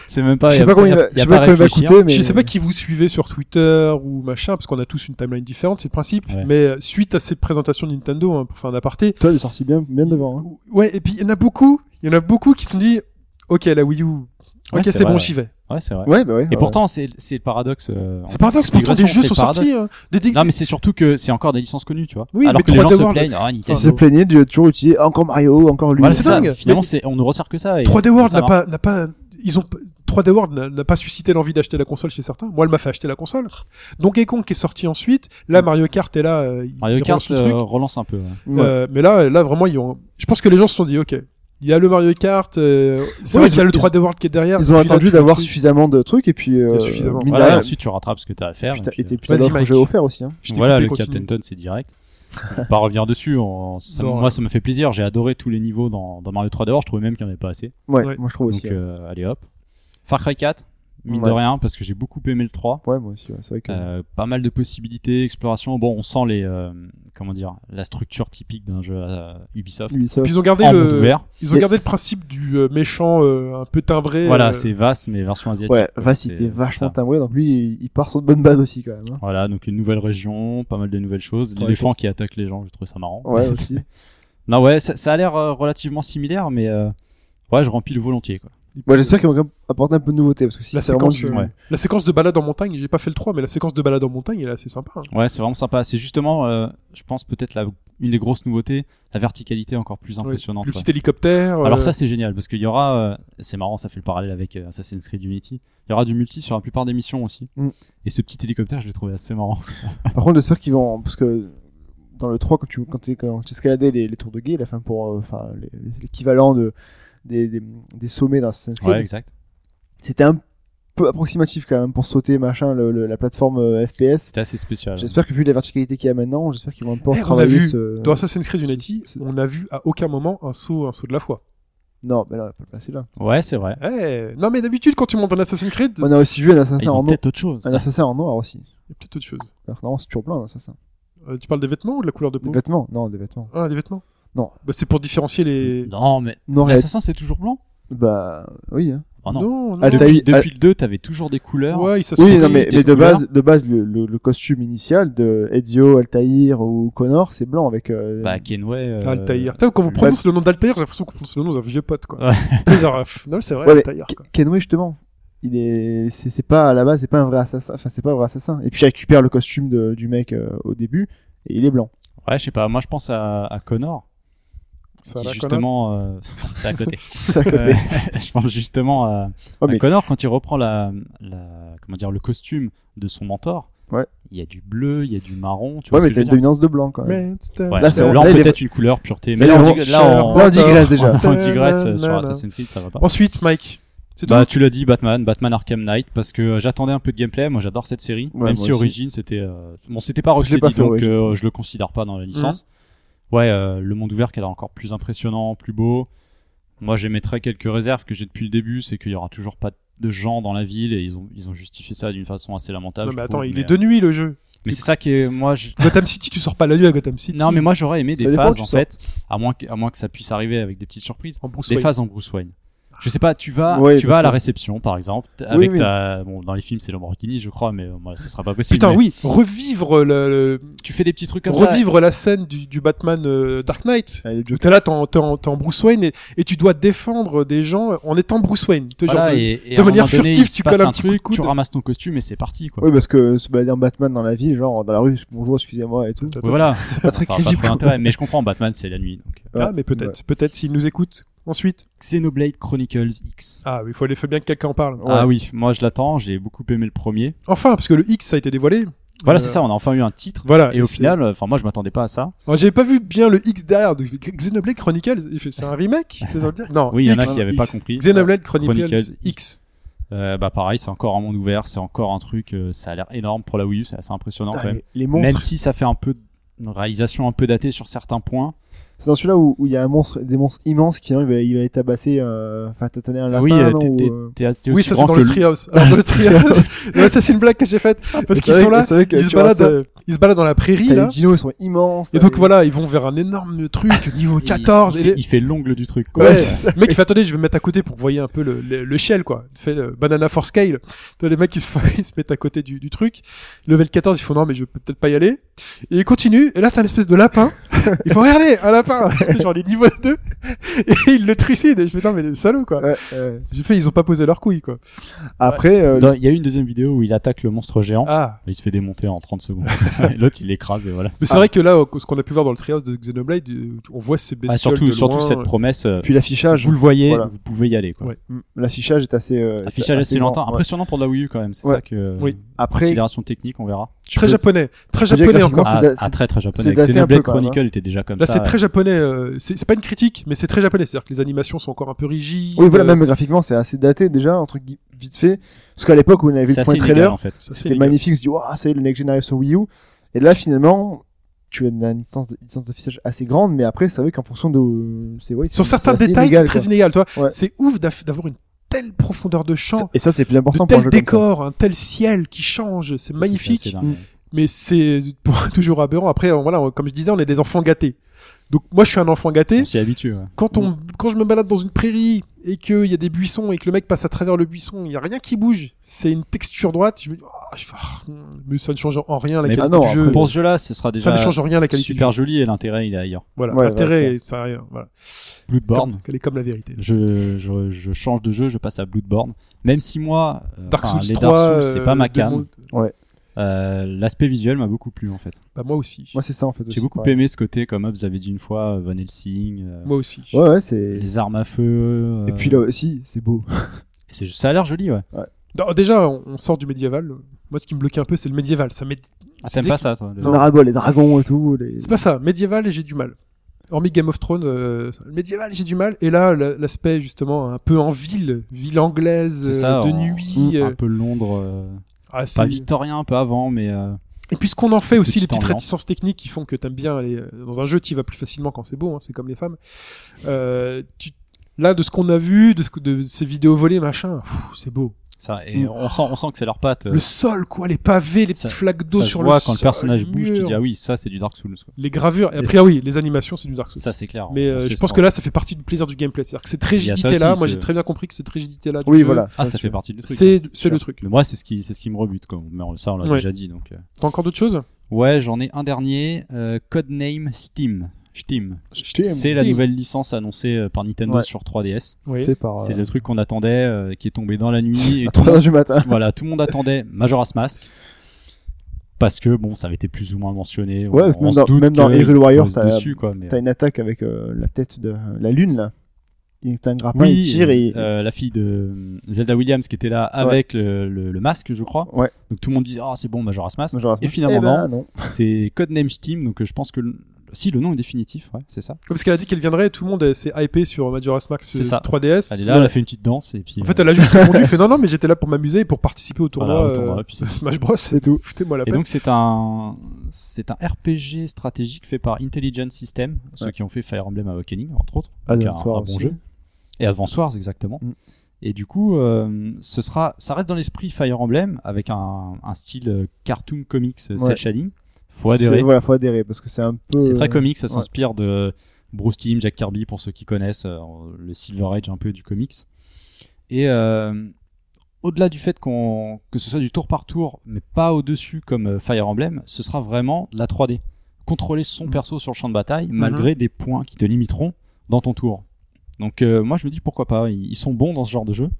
[SPEAKER 3] C'est même pas.
[SPEAKER 4] je
[SPEAKER 3] y
[SPEAKER 4] sais
[SPEAKER 3] a-
[SPEAKER 4] pas combien
[SPEAKER 3] y
[SPEAKER 4] il
[SPEAKER 3] a-
[SPEAKER 4] va-
[SPEAKER 3] y a
[SPEAKER 4] je sais
[SPEAKER 3] pas hein.
[SPEAKER 4] pas combien il va
[SPEAKER 3] réfléchir.
[SPEAKER 4] coûter mais euh,
[SPEAKER 2] Je sais pas qui vous suivez sur Twitter ou machin, parce qu'on a tous une timeline différente, c'est le principe.
[SPEAKER 3] Ouais.
[SPEAKER 2] Mais euh, suite à cette présentation de Nintendo, hein, pour faire un aparté,
[SPEAKER 4] toi t'es sorti bien bien devant hein.
[SPEAKER 2] ouais, et puis il y en a beaucoup, il y en a beaucoup qui se sont dit, ok, la Wii U, ok,
[SPEAKER 3] Ouais, c'est
[SPEAKER 2] c'est bon,
[SPEAKER 3] vrai, ouais.
[SPEAKER 2] j'y vais.
[SPEAKER 3] Ouais, c'est vrai.
[SPEAKER 4] ouais bah ouais
[SPEAKER 3] Et
[SPEAKER 4] ouais.
[SPEAKER 3] pourtant, c'est c'est le paradoxe. euh, en-
[SPEAKER 2] C'est paradoxe, pourtant des
[SPEAKER 3] digression,
[SPEAKER 2] jeux
[SPEAKER 3] c'est
[SPEAKER 2] sont
[SPEAKER 3] paradoxe.
[SPEAKER 2] sortis. hein. Des, des-
[SPEAKER 3] Non, mais c'est surtout que c'est encore des licences connues, tu vois.
[SPEAKER 2] Oui,
[SPEAKER 3] Alors
[SPEAKER 2] mais
[SPEAKER 3] que les gens
[SPEAKER 2] 3D
[SPEAKER 3] se
[SPEAKER 2] World-
[SPEAKER 3] plaignent. Ah,
[SPEAKER 4] ils
[SPEAKER 3] Nintendo.
[SPEAKER 4] se plaignaient de toujours utiliser encore Mario encore lui
[SPEAKER 3] Voilà,
[SPEAKER 2] c'est
[SPEAKER 3] c'est ça.
[SPEAKER 2] dingue.
[SPEAKER 3] Finalement,
[SPEAKER 2] Mais-
[SPEAKER 3] c'est on ne resserre que ça. et
[SPEAKER 2] 3D World
[SPEAKER 3] ça
[SPEAKER 2] n'a
[SPEAKER 3] marche.
[SPEAKER 2] pas, n'a pas, ils ont, p- 3D World n'a- n'a pas suscité l'envie d'acheter la console chez certains. Moi, elle m'a fait acheter la console. Donkey Kong qui est sorti ensuite. Là, Mario Kart est là. euh, il-
[SPEAKER 3] Mm. Mario
[SPEAKER 2] il
[SPEAKER 3] Kart
[SPEAKER 2] relance le truc.
[SPEAKER 3] euh, relance un peu. ouais.
[SPEAKER 4] Ouais.
[SPEAKER 2] Euh, mais là, là, vraiment, ils ont, je pense que les gens se sont dit, OK, il y a le Mario Kart, euh, c'est
[SPEAKER 4] Ouais,
[SPEAKER 2] vrai
[SPEAKER 4] ils
[SPEAKER 2] qu'il y a
[SPEAKER 4] ont-
[SPEAKER 2] le
[SPEAKER 4] ils
[SPEAKER 2] 3D World qui est derrière.
[SPEAKER 4] ils ont
[SPEAKER 2] et puis là,
[SPEAKER 4] attendu
[SPEAKER 2] tous les
[SPEAKER 4] d'avoir
[SPEAKER 2] trucs.
[SPEAKER 4] suffisamment de trucs et puis euh,
[SPEAKER 2] suffisamment.
[SPEAKER 4] mine de
[SPEAKER 3] Voilà,
[SPEAKER 4] rien,
[SPEAKER 3] et ensuite, tu rattrapes ce que tu as à faire.
[SPEAKER 4] puis
[SPEAKER 3] et
[SPEAKER 4] t'as-
[SPEAKER 3] puis,
[SPEAKER 4] et t'es
[SPEAKER 3] euh,
[SPEAKER 4] putain
[SPEAKER 2] Vas-y,
[SPEAKER 4] d'offres que
[SPEAKER 2] Mike.
[SPEAKER 4] j'ai offert aussi hein.
[SPEAKER 2] Je t'ai
[SPEAKER 3] Voilà,
[SPEAKER 2] coupé,
[SPEAKER 3] le
[SPEAKER 2] continue.
[SPEAKER 3] Captain Todd, c'est direct. On va pas revenir dessus. on- ça-
[SPEAKER 2] Non,
[SPEAKER 3] moi,
[SPEAKER 2] ouais.
[SPEAKER 3] ça m'a fait plaisir. J'ai adoré tous les niveaux dans, dans Mario 3D World. Je trouvais même qu'il n'y en avait pas assez.
[SPEAKER 4] ouais
[SPEAKER 2] Ouais.
[SPEAKER 4] moi je trouve
[SPEAKER 3] Donc,
[SPEAKER 4] aussi hein. ouais.
[SPEAKER 3] euh, allez hop. Far Cry 4, mine de
[SPEAKER 4] Ouais.
[SPEAKER 3] rien, parce que j'ai beaucoup aimé le 3.
[SPEAKER 4] ouais moi aussi ouais, c'est vrai que
[SPEAKER 3] Euh, pas mal de possibilités, exploration. Bon, on sent les, euh, comment dire, la structure typique d'un jeu euh, Ubisoft.
[SPEAKER 4] Ubisoft
[SPEAKER 2] Puis ils ont gardé
[SPEAKER 3] en monde
[SPEAKER 2] le,
[SPEAKER 3] ouvert.
[SPEAKER 2] ils ont
[SPEAKER 4] Mais-
[SPEAKER 2] gardé le principe du euh, méchant euh, un peu timbré.
[SPEAKER 3] Voilà,
[SPEAKER 2] euh,
[SPEAKER 3] c'est vaste, mais version asiatique.
[SPEAKER 4] ouais
[SPEAKER 3] quoi.
[SPEAKER 4] Vass il
[SPEAKER 3] C'est-
[SPEAKER 4] était
[SPEAKER 3] c'est
[SPEAKER 4] vachement
[SPEAKER 3] ça.
[SPEAKER 4] timbré donc lui il- il part sur de bonnes bases aussi quand même hein.
[SPEAKER 3] Voilà, donc une nouvelle région, pas mal de nouvelles choses.
[SPEAKER 4] Ouais,
[SPEAKER 3] L'éléphant qui attaque les gens, je trouve ça marrant.
[SPEAKER 4] [laughs] ouais aussi
[SPEAKER 3] Non, ouais, ça, ça a l'air euh, relativement similaire, mais euh, ouais, je remplis le volontiers. Quoi.
[SPEAKER 4] Moi j'espère qu'ils vont quand même apporter un peu de nouveauté parce que si
[SPEAKER 2] La
[SPEAKER 4] c'est vraiment
[SPEAKER 2] séquence,
[SPEAKER 4] du-
[SPEAKER 2] euh,
[SPEAKER 3] ouais.
[SPEAKER 2] la séquence de balade en montagne, j'ai pas fait le 3, mais la séquence de balade en montagne, elle est assez sympa. hein.
[SPEAKER 3] Ouais, c'est vraiment sympa. C'est justement, euh, je pense, peut-être la- une des grosses nouveautés, la verticalité encore plus impressionnante.
[SPEAKER 2] Le
[SPEAKER 3] ouais.
[SPEAKER 2] petit hélicoptère.
[SPEAKER 3] Alors
[SPEAKER 2] euh,
[SPEAKER 3] ça c'est génial parce qu'il y aura, euh, c'est marrant, ça fait le parallèle avec euh, Assassin's Creed Unity. Il y aura du multi sur la plupart des missions aussi.
[SPEAKER 4] Mm.
[SPEAKER 3] Et ce petit hélicoptère, je l'ai trouvé assez
[SPEAKER 4] [laughs]
[SPEAKER 3] marrant.
[SPEAKER 4] Par contre, j'espère qu'ils vont. Parce que dans le 3, quand tu quand t'es- quand t'escaladais les, les tours de guet, la fin pour. euh, Enfin, les- les- l'équivalent de, des, des, des sommets dans Assassin's Creed,
[SPEAKER 3] Ouais, exact.
[SPEAKER 4] c'était un peu approximatif quand même pour sauter, machin, le- le- la plateforme euh, FPS.
[SPEAKER 3] C'était assez spécial.
[SPEAKER 4] J'espère que vu la verticalité qu'il y a maintenant, j'espère qu'ils vont un peu
[SPEAKER 2] Eh, on a
[SPEAKER 4] travailler
[SPEAKER 2] vu
[SPEAKER 4] ce.
[SPEAKER 2] Dans Assassin's Creed Unity,
[SPEAKER 4] C'est-
[SPEAKER 2] on n'a vu à aucun moment un saut, un saut de la foi.
[SPEAKER 4] Non, mais là, on peut le passer là.
[SPEAKER 3] Ouais, c'est vrai.
[SPEAKER 2] Eh, non, mais d'habitude, quand tu montes en Assassin's Creed, il
[SPEAKER 4] On a aussi vu un
[SPEAKER 3] Ah, Ils
[SPEAKER 4] assassin en
[SPEAKER 3] ont
[SPEAKER 4] noir.
[SPEAKER 3] peut-être autre chose.
[SPEAKER 4] Un assassin en noir aussi.
[SPEAKER 2] y a peut-être autre chose.
[SPEAKER 4] Alors, normalement, c'est toujours plein d'assassins.
[SPEAKER 2] Euh, tu parles des vêtements ou de la couleur de
[SPEAKER 4] Des
[SPEAKER 2] peau
[SPEAKER 4] vêtements Non, des vêtements.
[SPEAKER 2] Ah, des vêtements
[SPEAKER 4] Non.
[SPEAKER 2] Bah, c'est pour différencier les.
[SPEAKER 3] Non, mais
[SPEAKER 4] Noir et.
[SPEAKER 3] l'assassin Ah, c'est toujours blanc.
[SPEAKER 4] Bah, oui. Hein.
[SPEAKER 3] Oh, non.
[SPEAKER 2] non.
[SPEAKER 4] Ah,
[SPEAKER 3] Depuis,
[SPEAKER 4] t'as eu-
[SPEAKER 3] depuis le 2, t'avais toujours des couleurs.
[SPEAKER 2] Ouais, ils s'associent.
[SPEAKER 4] Oui, non, mais,
[SPEAKER 3] des
[SPEAKER 4] mais de
[SPEAKER 3] couleurs.
[SPEAKER 4] base, de base le, le, le costume initial de Ezio, Altaïr ou Connor, c'est blanc avec. euh,
[SPEAKER 3] Bah Kenway. euh,
[SPEAKER 2] Altaïr. Putain, quand vous
[SPEAKER 4] le-
[SPEAKER 2] prononcez le nom d'Altaïr, j'ai l'impression qu'on prononce le nom d'un vieux pote, quoi.
[SPEAKER 3] Ouais.
[SPEAKER 2] Tu sais, genre, euh, pff, non, [laughs] c'est vrai,
[SPEAKER 4] Ouais, mais
[SPEAKER 2] Altaïr,
[SPEAKER 4] Ke-
[SPEAKER 2] quoi.
[SPEAKER 4] Kenway justement, il est, c'est c'est pas à la base, c'est pas un vrai assassin. Enfin, c'est pas un vrai assassin. Et puis il récupère le costume
[SPEAKER 3] [laughs]
[SPEAKER 4] de- du mec euh, au début et il est blanc.
[SPEAKER 3] Ouais, je sais pas. Moi, je pense à, à Connor.
[SPEAKER 4] Ça
[SPEAKER 3] qui
[SPEAKER 4] va,
[SPEAKER 3] justement, euh, [laughs] c'est à côté.
[SPEAKER 4] C'est à [laughs] côté.
[SPEAKER 3] Euh, je pense justement à,
[SPEAKER 4] Oh,
[SPEAKER 3] à
[SPEAKER 4] mais-
[SPEAKER 3] Connor quand il reprend la, la- comment dire, le costume de son mentor.
[SPEAKER 4] Ouais.
[SPEAKER 3] Il y a du bleu, il y a du marron. Tu vois
[SPEAKER 4] ouais,
[SPEAKER 3] ce
[SPEAKER 4] mais
[SPEAKER 3] que je veux
[SPEAKER 4] t'as une
[SPEAKER 3] dire
[SPEAKER 4] dominance de blanc quand même.
[SPEAKER 2] Mais c'est-
[SPEAKER 3] Ouais,
[SPEAKER 4] Là,
[SPEAKER 3] c'est-
[SPEAKER 4] c'est-
[SPEAKER 3] là, on
[SPEAKER 4] là, il
[SPEAKER 3] peut
[SPEAKER 4] est-
[SPEAKER 3] être une couleur pureté. Mais
[SPEAKER 4] Là,
[SPEAKER 3] là, on,
[SPEAKER 4] on-
[SPEAKER 3] dig- là, on-
[SPEAKER 4] Là, on digresse déjà.
[SPEAKER 3] [laughs] on digresse euh, sur
[SPEAKER 4] [laughs]
[SPEAKER 2] Nanana.
[SPEAKER 3] Assassin's Creed, ça va pas.
[SPEAKER 2] Ensuite, Mike, c'est
[SPEAKER 3] Bah,
[SPEAKER 2] toi.
[SPEAKER 3] tu l'as dit, Batman, Batman Arkham Knight, parce que euh, j'attendais un peu de gameplay. Moi, j'adore cette série.
[SPEAKER 4] Ouais, moi
[SPEAKER 3] même si
[SPEAKER 4] aussi.
[SPEAKER 3] Origins, c'était, euh, bon, c'était pas
[SPEAKER 4] Je
[SPEAKER 3] Rocksteady,
[SPEAKER 4] l'ai pas fait, Mhm.
[SPEAKER 3] donc
[SPEAKER 4] Origins.
[SPEAKER 3] euh, je le considère pas dans la licence. Ouais, euh, le monde ouvert qui est encore plus impressionnant, plus beau. Moi, j'émettrais quelques réserves que j'ai depuis le début, c'est qu'il y aura toujours pas de gens dans la ville et ils ont, ils ont justifié ça d'une façon assez lamentable.
[SPEAKER 2] Non, mais
[SPEAKER 3] je
[SPEAKER 2] attends,
[SPEAKER 3] trouve,
[SPEAKER 2] il
[SPEAKER 3] mais, euh,
[SPEAKER 2] est de nuit le jeu.
[SPEAKER 3] Mais c'est ça qui est, moi,
[SPEAKER 4] [laughs]
[SPEAKER 3] je-
[SPEAKER 2] Gotham City, tu sors pas la nuit à Gotham City.
[SPEAKER 3] non, mais moi, j'aurais aimé
[SPEAKER 4] Ça
[SPEAKER 3] des
[SPEAKER 4] dépend
[SPEAKER 3] phases,
[SPEAKER 4] où tu
[SPEAKER 3] en
[SPEAKER 4] sors.
[SPEAKER 3] fait, à moins, que, à moins que ça puisse arriver avec des petites surprises
[SPEAKER 2] en Bruce
[SPEAKER 3] des
[SPEAKER 2] Wayne.
[SPEAKER 3] phases en Bruce Wayne. Je sais pas, tu vas,
[SPEAKER 4] Ouais,
[SPEAKER 3] tu
[SPEAKER 4] parce
[SPEAKER 3] vas à la
[SPEAKER 4] que-
[SPEAKER 3] réception par exemple, t- avec
[SPEAKER 4] oui.
[SPEAKER 3] ta, bon, dans les films c'est Lamborghini je crois, mais euh, moi, ce sera pas possible.
[SPEAKER 2] Putain,
[SPEAKER 3] mais
[SPEAKER 2] oui, revivre le, le-
[SPEAKER 3] Tu fais des petits trucs comme
[SPEAKER 2] revivre la scène du, du Batman euh, Dark Knight.
[SPEAKER 4] Allez, le
[SPEAKER 2] Donc
[SPEAKER 4] Joker.
[SPEAKER 2] t'es là, t'es en, t'es en- t'es en Bruce Wayne et, et tu dois défendre des gens en étant Bruce Wayne. Te
[SPEAKER 3] ça. Voilà,
[SPEAKER 2] genre de-
[SPEAKER 3] et, et
[SPEAKER 2] de
[SPEAKER 3] à un
[SPEAKER 2] manière
[SPEAKER 3] moment donné,
[SPEAKER 2] furtive,
[SPEAKER 3] il se
[SPEAKER 2] tu
[SPEAKER 3] passe
[SPEAKER 2] colles un
[SPEAKER 3] un
[SPEAKER 2] petit coup de
[SPEAKER 3] truc, tu
[SPEAKER 2] coude.
[SPEAKER 3] ramasses ton costume et c'est parti quoi.
[SPEAKER 4] Oui, parce que se balader en Batman dans la ville, genre dans la rue, bonjour, excusez-moi et tout.
[SPEAKER 2] Attends,
[SPEAKER 3] Ouais, voilà, ça
[SPEAKER 4] Pas très
[SPEAKER 3] a pas
[SPEAKER 4] crédible.
[SPEAKER 3] trop d'intérêt, mais je comprends, Batman c'est la nuit. Donc. euh.
[SPEAKER 2] Ah, mais peut-être, peut-être s'il nous écoute. Ensuite,
[SPEAKER 3] Xenoblade Chronicles X.
[SPEAKER 2] ah, il faut aller, faut bien que quelqu'un en parle.
[SPEAKER 4] Ouais.
[SPEAKER 3] Ah oui, moi je l'attends, j'ai beaucoup aimé le premier.
[SPEAKER 2] Enfin, parce que le X ça a été dévoilé.
[SPEAKER 3] Voilà,
[SPEAKER 2] Euh,
[SPEAKER 3] c'est ça, on a enfin eu un titre.
[SPEAKER 2] Voilà.
[SPEAKER 3] Et au
[SPEAKER 2] c'est-
[SPEAKER 3] final, euh, enfin moi je m'attendais pas à ça.
[SPEAKER 2] Alors, j'avais pas vu bien le X derrière. donc, Xenoblade Chronicles, il fait, c'est un
[SPEAKER 3] [laughs]
[SPEAKER 2] remake, c'est ça le dire Non.
[SPEAKER 3] Oui, il y en a
[SPEAKER 2] X,
[SPEAKER 3] qui avaient pas
[SPEAKER 2] X.
[SPEAKER 3] compris.
[SPEAKER 2] Xenoblade Chronicles,
[SPEAKER 3] Chronicles
[SPEAKER 2] X.
[SPEAKER 3] Euh, bah pareil, c'est encore un monde ouvert, c'est encore un truc, euh, ça a l'air énorme pour la Wii U, c'est assez impressionnant
[SPEAKER 4] Ah,
[SPEAKER 3] quand même.
[SPEAKER 4] les- les
[SPEAKER 3] Même
[SPEAKER 4] monstres.
[SPEAKER 3] si ça fait un peu une réalisation un peu datée sur certains points.
[SPEAKER 4] C'est dans celui-là où où il y a un monstre, des monstres immenses qui finalement il va, il va les tabasser, euh, enfin t'attendais un lapin.
[SPEAKER 3] oui, euh,
[SPEAKER 4] non,
[SPEAKER 3] t'es-
[SPEAKER 4] ou,
[SPEAKER 3] t'es-
[SPEAKER 4] euh,
[SPEAKER 3] t'es as- t'es
[SPEAKER 2] Oui,
[SPEAKER 3] aussi
[SPEAKER 2] ça c'est
[SPEAKER 3] grand
[SPEAKER 2] dans
[SPEAKER 3] que Ah,
[SPEAKER 2] le
[SPEAKER 3] le-
[SPEAKER 2] Treehouse.
[SPEAKER 3] [laughs]
[SPEAKER 2] Alors, dans le Treehouse. Ouais, ça c'est une blague que j'ai faite parce qu'ils
[SPEAKER 4] C'est
[SPEAKER 2] sont
[SPEAKER 4] vrai-
[SPEAKER 2] là,
[SPEAKER 4] c'est vrai que
[SPEAKER 2] ils
[SPEAKER 4] tu
[SPEAKER 2] se
[SPEAKER 4] vois,
[SPEAKER 2] baladent,
[SPEAKER 4] ça-
[SPEAKER 2] euh, ils se baladent dans la prairie
[SPEAKER 4] t'as
[SPEAKER 2] là.
[SPEAKER 4] Les dinos ils sont immenses. euh,
[SPEAKER 2] Et
[SPEAKER 4] t'as
[SPEAKER 2] donc
[SPEAKER 4] les-
[SPEAKER 2] voilà, ils vont vers un énorme truc niveau
[SPEAKER 3] Ah, il-
[SPEAKER 2] 14.
[SPEAKER 3] Il,
[SPEAKER 2] et
[SPEAKER 3] fait,
[SPEAKER 2] les-
[SPEAKER 3] il fait l'ongle du truc. quoi.
[SPEAKER 2] Ouais, le mec, il fait attendez, je vais me mettre à côté pour que vous voyez un peu le, le, le ciel, quoi. Il fait euh, banana for scale. T'as les mecs qui se, font- [laughs] ils se mettent à côté du, du truc. Level 14, ils font non, mais je peux peut-être pas y aller. Et il continue. Et là, t'as une espèce de lapin. il faut regarder, un lapin. [laughs] T'es genre les niveaux 2. [laughs] Et il le tricide. Et je fais non, mais les salauds, quoi.
[SPEAKER 4] Ouais, ouais.
[SPEAKER 2] J'ai fait, ils ont pas posé leur couille, quoi.
[SPEAKER 4] [laughs] Après, euh,
[SPEAKER 3] Dans- Il y a eu une deuxième vidéo où il attaque le monstre géant.
[SPEAKER 2] Ah.
[SPEAKER 3] Il se fait démonter en 30 secondes. [laughs] Et L'autre, il l'écrase et voilà.
[SPEAKER 2] Mais c'est vrai que là, ce qu'on a pu voir dans le trios de Xenoblade, euh, on voit ces bestioles
[SPEAKER 3] Ah, surtout,
[SPEAKER 2] de
[SPEAKER 3] surtout
[SPEAKER 2] loin.
[SPEAKER 3] cette promesse. euh,
[SPEAKER 4] puis l'affichage.
[SPEAKER 3] vous le voyez,
[SPEAKER 4] voilà.
[SPEAKER 3] vous pouvez y aller. Quoi.
[SPEAKER 2] Ouais.
[SPEAKER 4] Mm, L'affichage est assez. euh,
[SPEAKER 3] Affichage assez
[SPEAKER 4] grand,
[SPEAKER 3] longtemps.
[SPEAKER 4] ouais.
[SPEAKER 3] Impressionnant pour de la Wii U quand même. C'est
[SPEAKER 4] Ouais.
[SPEAKER 3] ça que.
[SPEAKER 2] Oui.
[SPEAKER 4] Après,
[SPEAKER 3] Considération technique, on verra.
[SPEAKER 4] tu
[SPEAKER 2] Très
[SPEAKER 4] peux-
[SPEAKER 2] japonais, très
[SPEAKER 4] Je veux dire,
[SPEAKER 2] japonais
[SPEAKER 4] graphiquement,
[SPEAKER 2] encore.
[SPEAKER 4] c'est
[SPEAKER 3] Ah,
[SPEAKER 4] da-
[SPEAKER 3] ah, très très japonais.
[SPEAKER 4] c'est daté un
[SPEAKER 3] Xenoblade
[SPEAKER 4] peu, quand même,
[SPEAKER 3] Chronicle était déjà comme
[SPEAKER 2] Là,
[SPEAKER 3] ça.
[SPEAKER 2] c'est très japonais. euh, c'est c'est pas une critique, mais c'est très japonais. C'est-à-dire que les animations sont encore un peu rigides.
[SPEAKER 4] Oui, voilà,
[SPEAKER 2] euh,
[SPEAKER 4] même graphiquement, c'est assez daté déjà, un truc vite fait. Parce qu'à l'époque où on avait vu
[SPEAKER 3] C'est
[SPEAKER 4] le
[SPEAKER 3] assez
[SPEAKER 4] point
[SPEAKER 3] illégal,
[SPEAKER 4] trailer,
[SPEAKER 3] en fait.
[SPEAKER 2] ça, hein. c'est
[SPEAKER 4] c'était
[SPEAKER 2] les gars.
[SPEAKER 4] magnifique. On se dit, waouh, ça y est, le next gen arrive sur Wii U. Et là, finalement, tu as une distance distance d'affichage assez grande, mais après, c'est vrai qu'en fonction de. euh, c'est ouais,
[SPEAKER 2] Sur
[SPEAKER 4] c'est-
[SPEAKER 2] certains
[SPEAKER 4] c'est assez
[SPEAKER 2] détails, c'est
[SPEAKER 4] inégal,
[SPEAKER 2] très
[SPEAKER 4] quoi.
[SPEAKER 2] inégal. Toi,
[SPEAKER 4] Ouais.
[SPEAKER 2] c'est ouf d'aff- d'avoir une telle profondeur de champ,
[SPEAKER 4] Et ça, c'est plus
[SPEAKER 2] de
[SPEAKER 4] important pour un
[SPEAKER 2] tel
[SPEAKER 4] jeu comme ça.
[SPEAKER 2] décor, un tel ciel qui change. C'est
[SPEAKER 3] Ça,
[SPEAKER 2] magnifique,
[SPEAKER 3] assez dingue.
[SPEAKER 2] mais c'est pour- [laughs] toujours aberrant. Après, on- voilà, on- comme je disais, on est des enfants gâtés. Donc moi, je suis un enfant gâté.
[SPEAKER 3] On s'y habitue. ouais.
[SPEAKER 2] Quand on, quand je me balade dans une prairie et qu'il y a des buissons et que le mec passe à travers le buisson, il y a rien qui bouge. C'est une texture droite. Je me dis, ah, je fais, ah, mais ça ne change en rien la
[SPEAKER 3] Mais- bah
[SPEAKER 2] qualité
[SPEAKER 4] ah non,
[SPEAKER 2] du jeu.
[SPEAKER 4] après,
[SPEAKER 3] Pour ce jeu-là, ce sera
[SPEAKER 2] ça
[SPEAKER 3] déjà
[SPEAKER 2] ne change en rien la qualité du jeu.
[SPEAKER 3] super joli et l'intérêt il est ailleurs.
[SPEAKER 2] Voilà,
[SPEAKER 4] Ouais,
[SPEAKER 2] l'intérêt,
[SPEAKER 4] voilà,
[SPEAKER 2] ça a rien. Voilà.
[SPEAKER 3] Bloodborne.
[SPEAKER 2] Comme- Elle est comme la vérité.
[SPEAKER 3] Je, je, je change de jeu, je passe à Bloodborne. Même si moi, euh,
[SPEAKER 2] Dark
[SPEAKER 3] enfin,
[SPEAKER 2] Souls
[SPEAKER 3] les
[SPEAKER 2] 3,
[SPEAKER 3] Dark Souls, c'est
[SPEAKER 2] euh,
[SPEAKER 3] pas ma
[SPEAKER 2] Demon-
[SPEAKER 3] cam. euh, L'aspect visuel m'a beaucoup plu en fait.
[SPEAKER 2] Bah moi aussi.
[SPEAKER 4] Moi, c'est ça, en fait. aussi,
[SPEAKER 3] J'ai beaucoup
[SPEAKER 4] pareil.
[SPEAKER 3] aimé ce côté, comme Hobbs avait dit une fois, euh, Van Helsing, euh,
[SPEAKER 2] Moi aussi.
[SPEAKER 4] Ouais, ouais, c'est.
[SPEAKER 3] les armes à feu. euh,
[SPEAKER 4] Et puis là aussi, c'est beau.
[SPEAKER 3] c'est- ça a l'air joli, ouais.
[SPEAKER 2] Non, déjà, on on sort du médiéval. Moi, ce qui me bloquait un peu, c'est le médiéval. Ça m'est-
[SPEAKER 3] Ah,
[SPEAKER 2] c'est
[SPEAKER 3] T'aimes
[SPEAKER 2] dès
[SPEAKER 3] pas
[SPEAKER 2] que-
[SPEAKER 3] ça, toi le-
[SPEAKER 4] On a ras-le-bol, les dragons et tout. les-
[SPEAKER 2] C'est pas ça. Médiéval, j'ai du mal. Hormis Game of Thrones, euh, le médiéval, j'ai du mal. Et là, la- l'aspect justement un peu en ville, ville anglaise,
[SPEAKER 3] C'est
[SPEAKER 2] euh,
[SPEAKER 3] ça,
[SPEAKER 2] de
[SPEAKER 3] en-
[SPEAKER 2] nuit. euh,
[SPEAKER 3] un peu Londres, euh,
[SPEAKER 2] ah, c'est-
[SPEAKER 3] pas victorien, un peu avant, mais euh,
[SPEAKER 2] Et puis ce qu'on en fait aussi, les
[SPEAKER 3] Petite
[SPEAKER 2] petites
[SPEAKER 3] ambiance.
[SPEAKER 2] réticences techniques qui font que t'aimes bien aller euh, dans un jeu, t'y vas plus facilement quand c'est beau. hein, c'est comme les femmes. Euh, tu- Là, de ce qu'on a vu, de, ce que- de ces vidéos volées, machin, pff, c'est beau.
[SPEAKER 3] ça, et on sent, on sent que c'est leur patte. euh,
[SPEAKER 2] Mm. Le sol, quoi, les pavés, les
[SPEAKER 3] ça-
[SPEAKER 2] petites flaques
[SPEAKER 3] ça
[SPEAKER 2] d'eau
[SPEAKER 3] se
[SPEAKER 2] sur
[SPEAKER 3] voit
[SPEAKER 2] le
[SPEAKER 3] quand le
[SPEAKER 2] sol,
[SPEAKER 3] personnage
[SPEAKER 2] les
[SPEAKER 3] bouge, tu
[SPEAKER 2] murs.
[SPEAKER 3] dis ah oui, ça c'est du Dark Souls. quoi.
[SPEAKER 2] les gravures. Et après, oui, les animations, c'est du Dark Souls.
[SPEAKER 3] Ça c'est clair.
[SPEAKER 2] Mais
[SPEAKER 3] on
[SPEAKER 2] euh,
[SPEAKER 3] sait
[SPEAKER 2] je
[SPEAKER 3] ce
[SPEAKER 2] pense
[SPEAKER 3] qu'on-
[SPEAKER 2] que là, ça fait partie du plaisir du gameplay. C'est-à-dire que cette
[SPEAKER 3] y a ça
[SPEAKER 2] rigidité-là,
[SPEAKER 3] aussi,
[SPEAKER 2] moi
[SPEAKER 3] c'est-
[SPEAKER 2] j'ai très bien compris que cette rigidité-là. du
[SPEAKER 4] Oui,
[SPEAKER 2] jeu,
[SPEAKER 4] voilà.
[SPEAKER 3] Ah, ça
[SPEAKER 4] tu
[SPEAKER 3] fait
[SPEAKER 4] vois.
[SPEAKER 3] partie du truc.
[SPEAKER 2] C'est c'est le truc. hein.
[SPEAKER 3] Mais moi, c'est ce qui, c'est ce qui me rebute, quoi. Mais on- ça, on l'a
[SPEAKER 2] Ouais.
[SPEAKER 3] déjà dit, donc. euh.
[SPEAKER 2] T'as encore d'autres choses
[SPEAKER 3] Ouais, j'en ai un dernier. euh, Codename Steam. Steam. C'est la
[SPEAKER 2] Steam.
[SPEAKER 3] nouvelle licence annoncée euh, par Nintendo
[SPEAKER 4] Ouais.
[SPEAKER 3] sur 3DS.
[SPEAKER 2] Oui.
[SPEAKER 4] Fait par.
[SPEAKER 3] C'est
[SPEAKER 4] euh, [laughs]
[SPEAKER 3] le truc qu'on attendait, euh, qui est tombé dans la nuit. Et
[SPEAKER 4] À
[SPEAKER 3] tout le
[SPEAKER 4] 3h
[SPEAKER 3] monde-
[SPEAKER 4] du matin.
[SPEAKER 3] voilà, tout le monde attendait Majora's Mask. parce que bon, ça avait été plus ou moins mentionné.
[SPEAKER 4] Ouais,
[SPEAKER 3] on,
[SPEAKER 4] même
[SPEAKER 3] on se
[SPEAKER 4] dans-
[SPEAKER 3] doute
[SPEAKER 4] même dans
[SPEAKER 3] que
[SPEAKER 4] Hyrule
[SPEAKER 3] ils
[SPEAKER 4] Warrior,
[SPEAKER 3] posent
[SPEAKER 4] t'as-
[SPEAKER 3] dessus quoi. mais-
[SPEAKER 4] T'as une attaque avec euh, la tête de la lune là. Il est un grappin, il
[SPEAKER 3] Oui,
[SPEAKER 4] tire et.
[SPEAKER 3] euh, la fille de euh, Zelda Williams qui était là avec le, le- le masque, je crois.
[SPEAKER 4] Ouais.
[SPEAKER 3] Donc tout le monde disait ah c'est bon Majora's Mask.
[SPEAKER 4] Majora's
[SPEAKER 3] Et
[SPEAKER 4] Mask.
[SPEAKER 3] finalement
[SPEAKER 4] Eh ben, non.
[SPEAKER 3] C'est Codename Steam, donc euh, je pense que le- si le nom est définitif, ouais, c'est ça.
[SPEAKER 2] Parce qu'elle a dit qu'elle viendrait, tout le monde euh, s'est hypé sur Majora's Mask euh,
[SPEAKER 3] C'est
[SPEAKER 2] sur
[SPEAKER 3] ça.
[SPEAKER 2] 3DS.
[SPEAKER 3] Elle est là, elle a fait une petite danse et puis.
[SPEAKER 2] En fait,
[SPEAKER 3] euh,
[SPEAKER 2] elle a
[SPEAKER 3] [laughs]
[SPEAKER 2] juste répondu, fait non, non, mais j'étais là pour m'amuser et pour participer au tournoi,
[SPEAKER 3] Voilà, au tournoi,
[SPEAKER 2] euh,
[SPEAKER 3] puis c'est tout.
[SPEAKER 2] Smash Bros.
[SPEAKER 4] C'est tout.
[SPEAKER 2] [laughs] Foutez-moi la
[SPEAKER 3] et
[SPEAKER 2] paix.
[SPEAKER 3] donc c'est un c'est un RPG stratégique fait par Intelligent System, ceux
[SPEAKER 4] Ouais. qui
[SPEAKER 3] qui ont fait Fire Emblem Awakening entre autres,
[SPEAKER 4] Ah,
[SPEAKER 3] donc
[SPEAKER 4] Advance
[SPEAKER 3] un, un
[SPEAKER 4] Wars
[SPEAKER 3] bon
[SPEAKER 4] aussi.
[SPEAKER 3] jeu. Et Advance Wars exactement.
[SPEAKER 4] Mm.
[SPEAKER 3] Et du coup, euh, ce sera ça reste dans l'esprit Fire Emblem avec un, un style euh, cartoon comics euh, cel
[SPEAKER 4] Ouais.
[SPEAKER 3] shading. Faut
[SPEAKER 4] C'est-
[SPEAKER 3] adhérer.
[SPEAKER 4] Voilà, faut adhérer parce que c'est un peu.
[SPEAKER 3] C'est très
[SPEAKER 4] euh,
[SPEAKER 3] comique, ça
[SPEAKER 4] ouais.
[SPEAKER 3] s'inspire de Bruce Timm, Jack Kirby pour ceux qui connaissent euh, le Silver Age un peu du comics. Et euh, au-delà du fait qu'on que ce soit du tour par tour, mais pas au-dessus comme euh, Fire Emblem, ce sera vraiment de la 3D. Contrôler son
[SPEAKER 4] Mhm.
[SPEAKER 3] perso sur le champ de bataille malgré des points qui te limiteront dans ton tour. Donc euh, moi je me dis pourquoi pas, ils ils sont bons dans ce genre de jeu.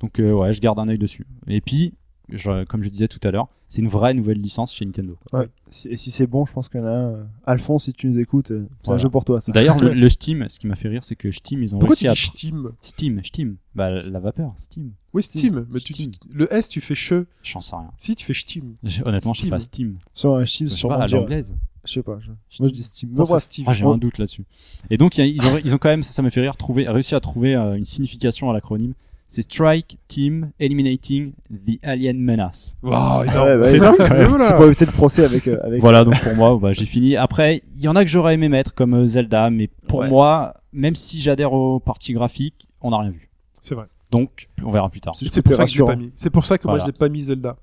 [SPEAKER 3] Donc euh, ouais, je garde un œil dessus. Et puis, je- comme je disais tout à l'heure, c'est une vraie nouvelle licence chez Nintendo.
[SPEAKER 4] ouais. Si- Et si c'est bon, je pense qu'il y en a un. euh, Alphonse, si tu nous écoutes, euh, c'est un
[SPEAKER 3] Voilà.
[SPEAKER 4] jeu pour toi
[SPEAKER 3] [laughs]
[SPEAKER 4] ça.
[SPEAKER 3] D'ailleurs, le, le Steam, ce qui m'a fait rire, c'est que Steam, ils ont
[SPEAKER 2] Pourquoi
[SPEAKER 3] réussi
[SPEAKER 2] tu
[SPEAKER 3] à.
[SPEAKER 2] dis Steam
[SPEAKER 3] Steam, Steam. Bah, la vapeur, Steam.
[SPEAKER 2] Oui,
[SPEAKER 3] Steam.
[SPEAKER 2] Steam. Mais tu, tu-
[SPEAKER 3] Steam.
[SPEAKER 2] le S, tu fais che.
[SPEAKER 3] J'en sais rien.
[SPEAKER 2] Si, tu fais Steam.
[SPEAKER 3] J'ai- Honnêtement, je sais
[SPEAKER 2] Steam.
[SPEAKER 3] pas Steam.
[SPEAKER 4] Sur un chips,
[SPEAKER 3] Je sais
[SPEAKER 4] sur
[SPEAKER 3] pas, à
[SPEAKER 4] un jet, ouais.
[SPEAKER 3] l'anglaise.
[SPEAKER 4] Je sais pas. je- Moi je dis Steam.
[SPEAKER 2] Pense
[SPEAKER 4] Bon,
[SPEAKER 2] à
[SPEAKER 4] bref.
[SPEAKER 2] Steve.
[SPEAKER 3] Ah, j'ai
[SPEAKER 4] Ouais.
[SPEAKER 3] un doute là-dessus. Et donc, il y a- ils ont, ils ont quand même, ça, ça m'a fait rire, trouver, réussi à trouver euh, une signification à l'acronyme. C'est Strike Team Eliminating the Alien Menace.
[SPEAKER 2] Waouh,
[SPEAKER 3] Ah,
[SPEAKER 2] énorme.
[SPEAKER 3] bah,
[SPEAKER 4] Ouais, ouais,
[SPEAKER 2] c'est
[SPEAKER 4] ouais. [laughs]
[SPEAKER 2] énorme, quand même,
[SPEAKER 4] C'est
[SPEAKER 2] là.
[SPEAKER 4] pour éviter le procès avec. euh, avec-
[SPEAKER 3] Voilà, donc pour moi, bah, j'ai fini. Après, il y en a que j'aurais aimé mettre, comme euh, Zelda, mais pour
[SPEAKER 4] Ouais.
[SPEAKER 3] moi, même si j'adhère aux parties graphiques, on n'a rien vu.
[SPEAKER 2] C'est vrai.
[SPEAKER 3] Donc, on verra plus tard.
[SPEAKER 4] C'est
[SPEAKER 2] C'est pour ça que je l'ai
[SPEAKER 4] rassurant.
[SPEAKER 2] pas mis. C'est pour ça que moi,
[SPEAKER 3] Voilà.
[SPEAKER 2] je l'ai pas mis Zelda.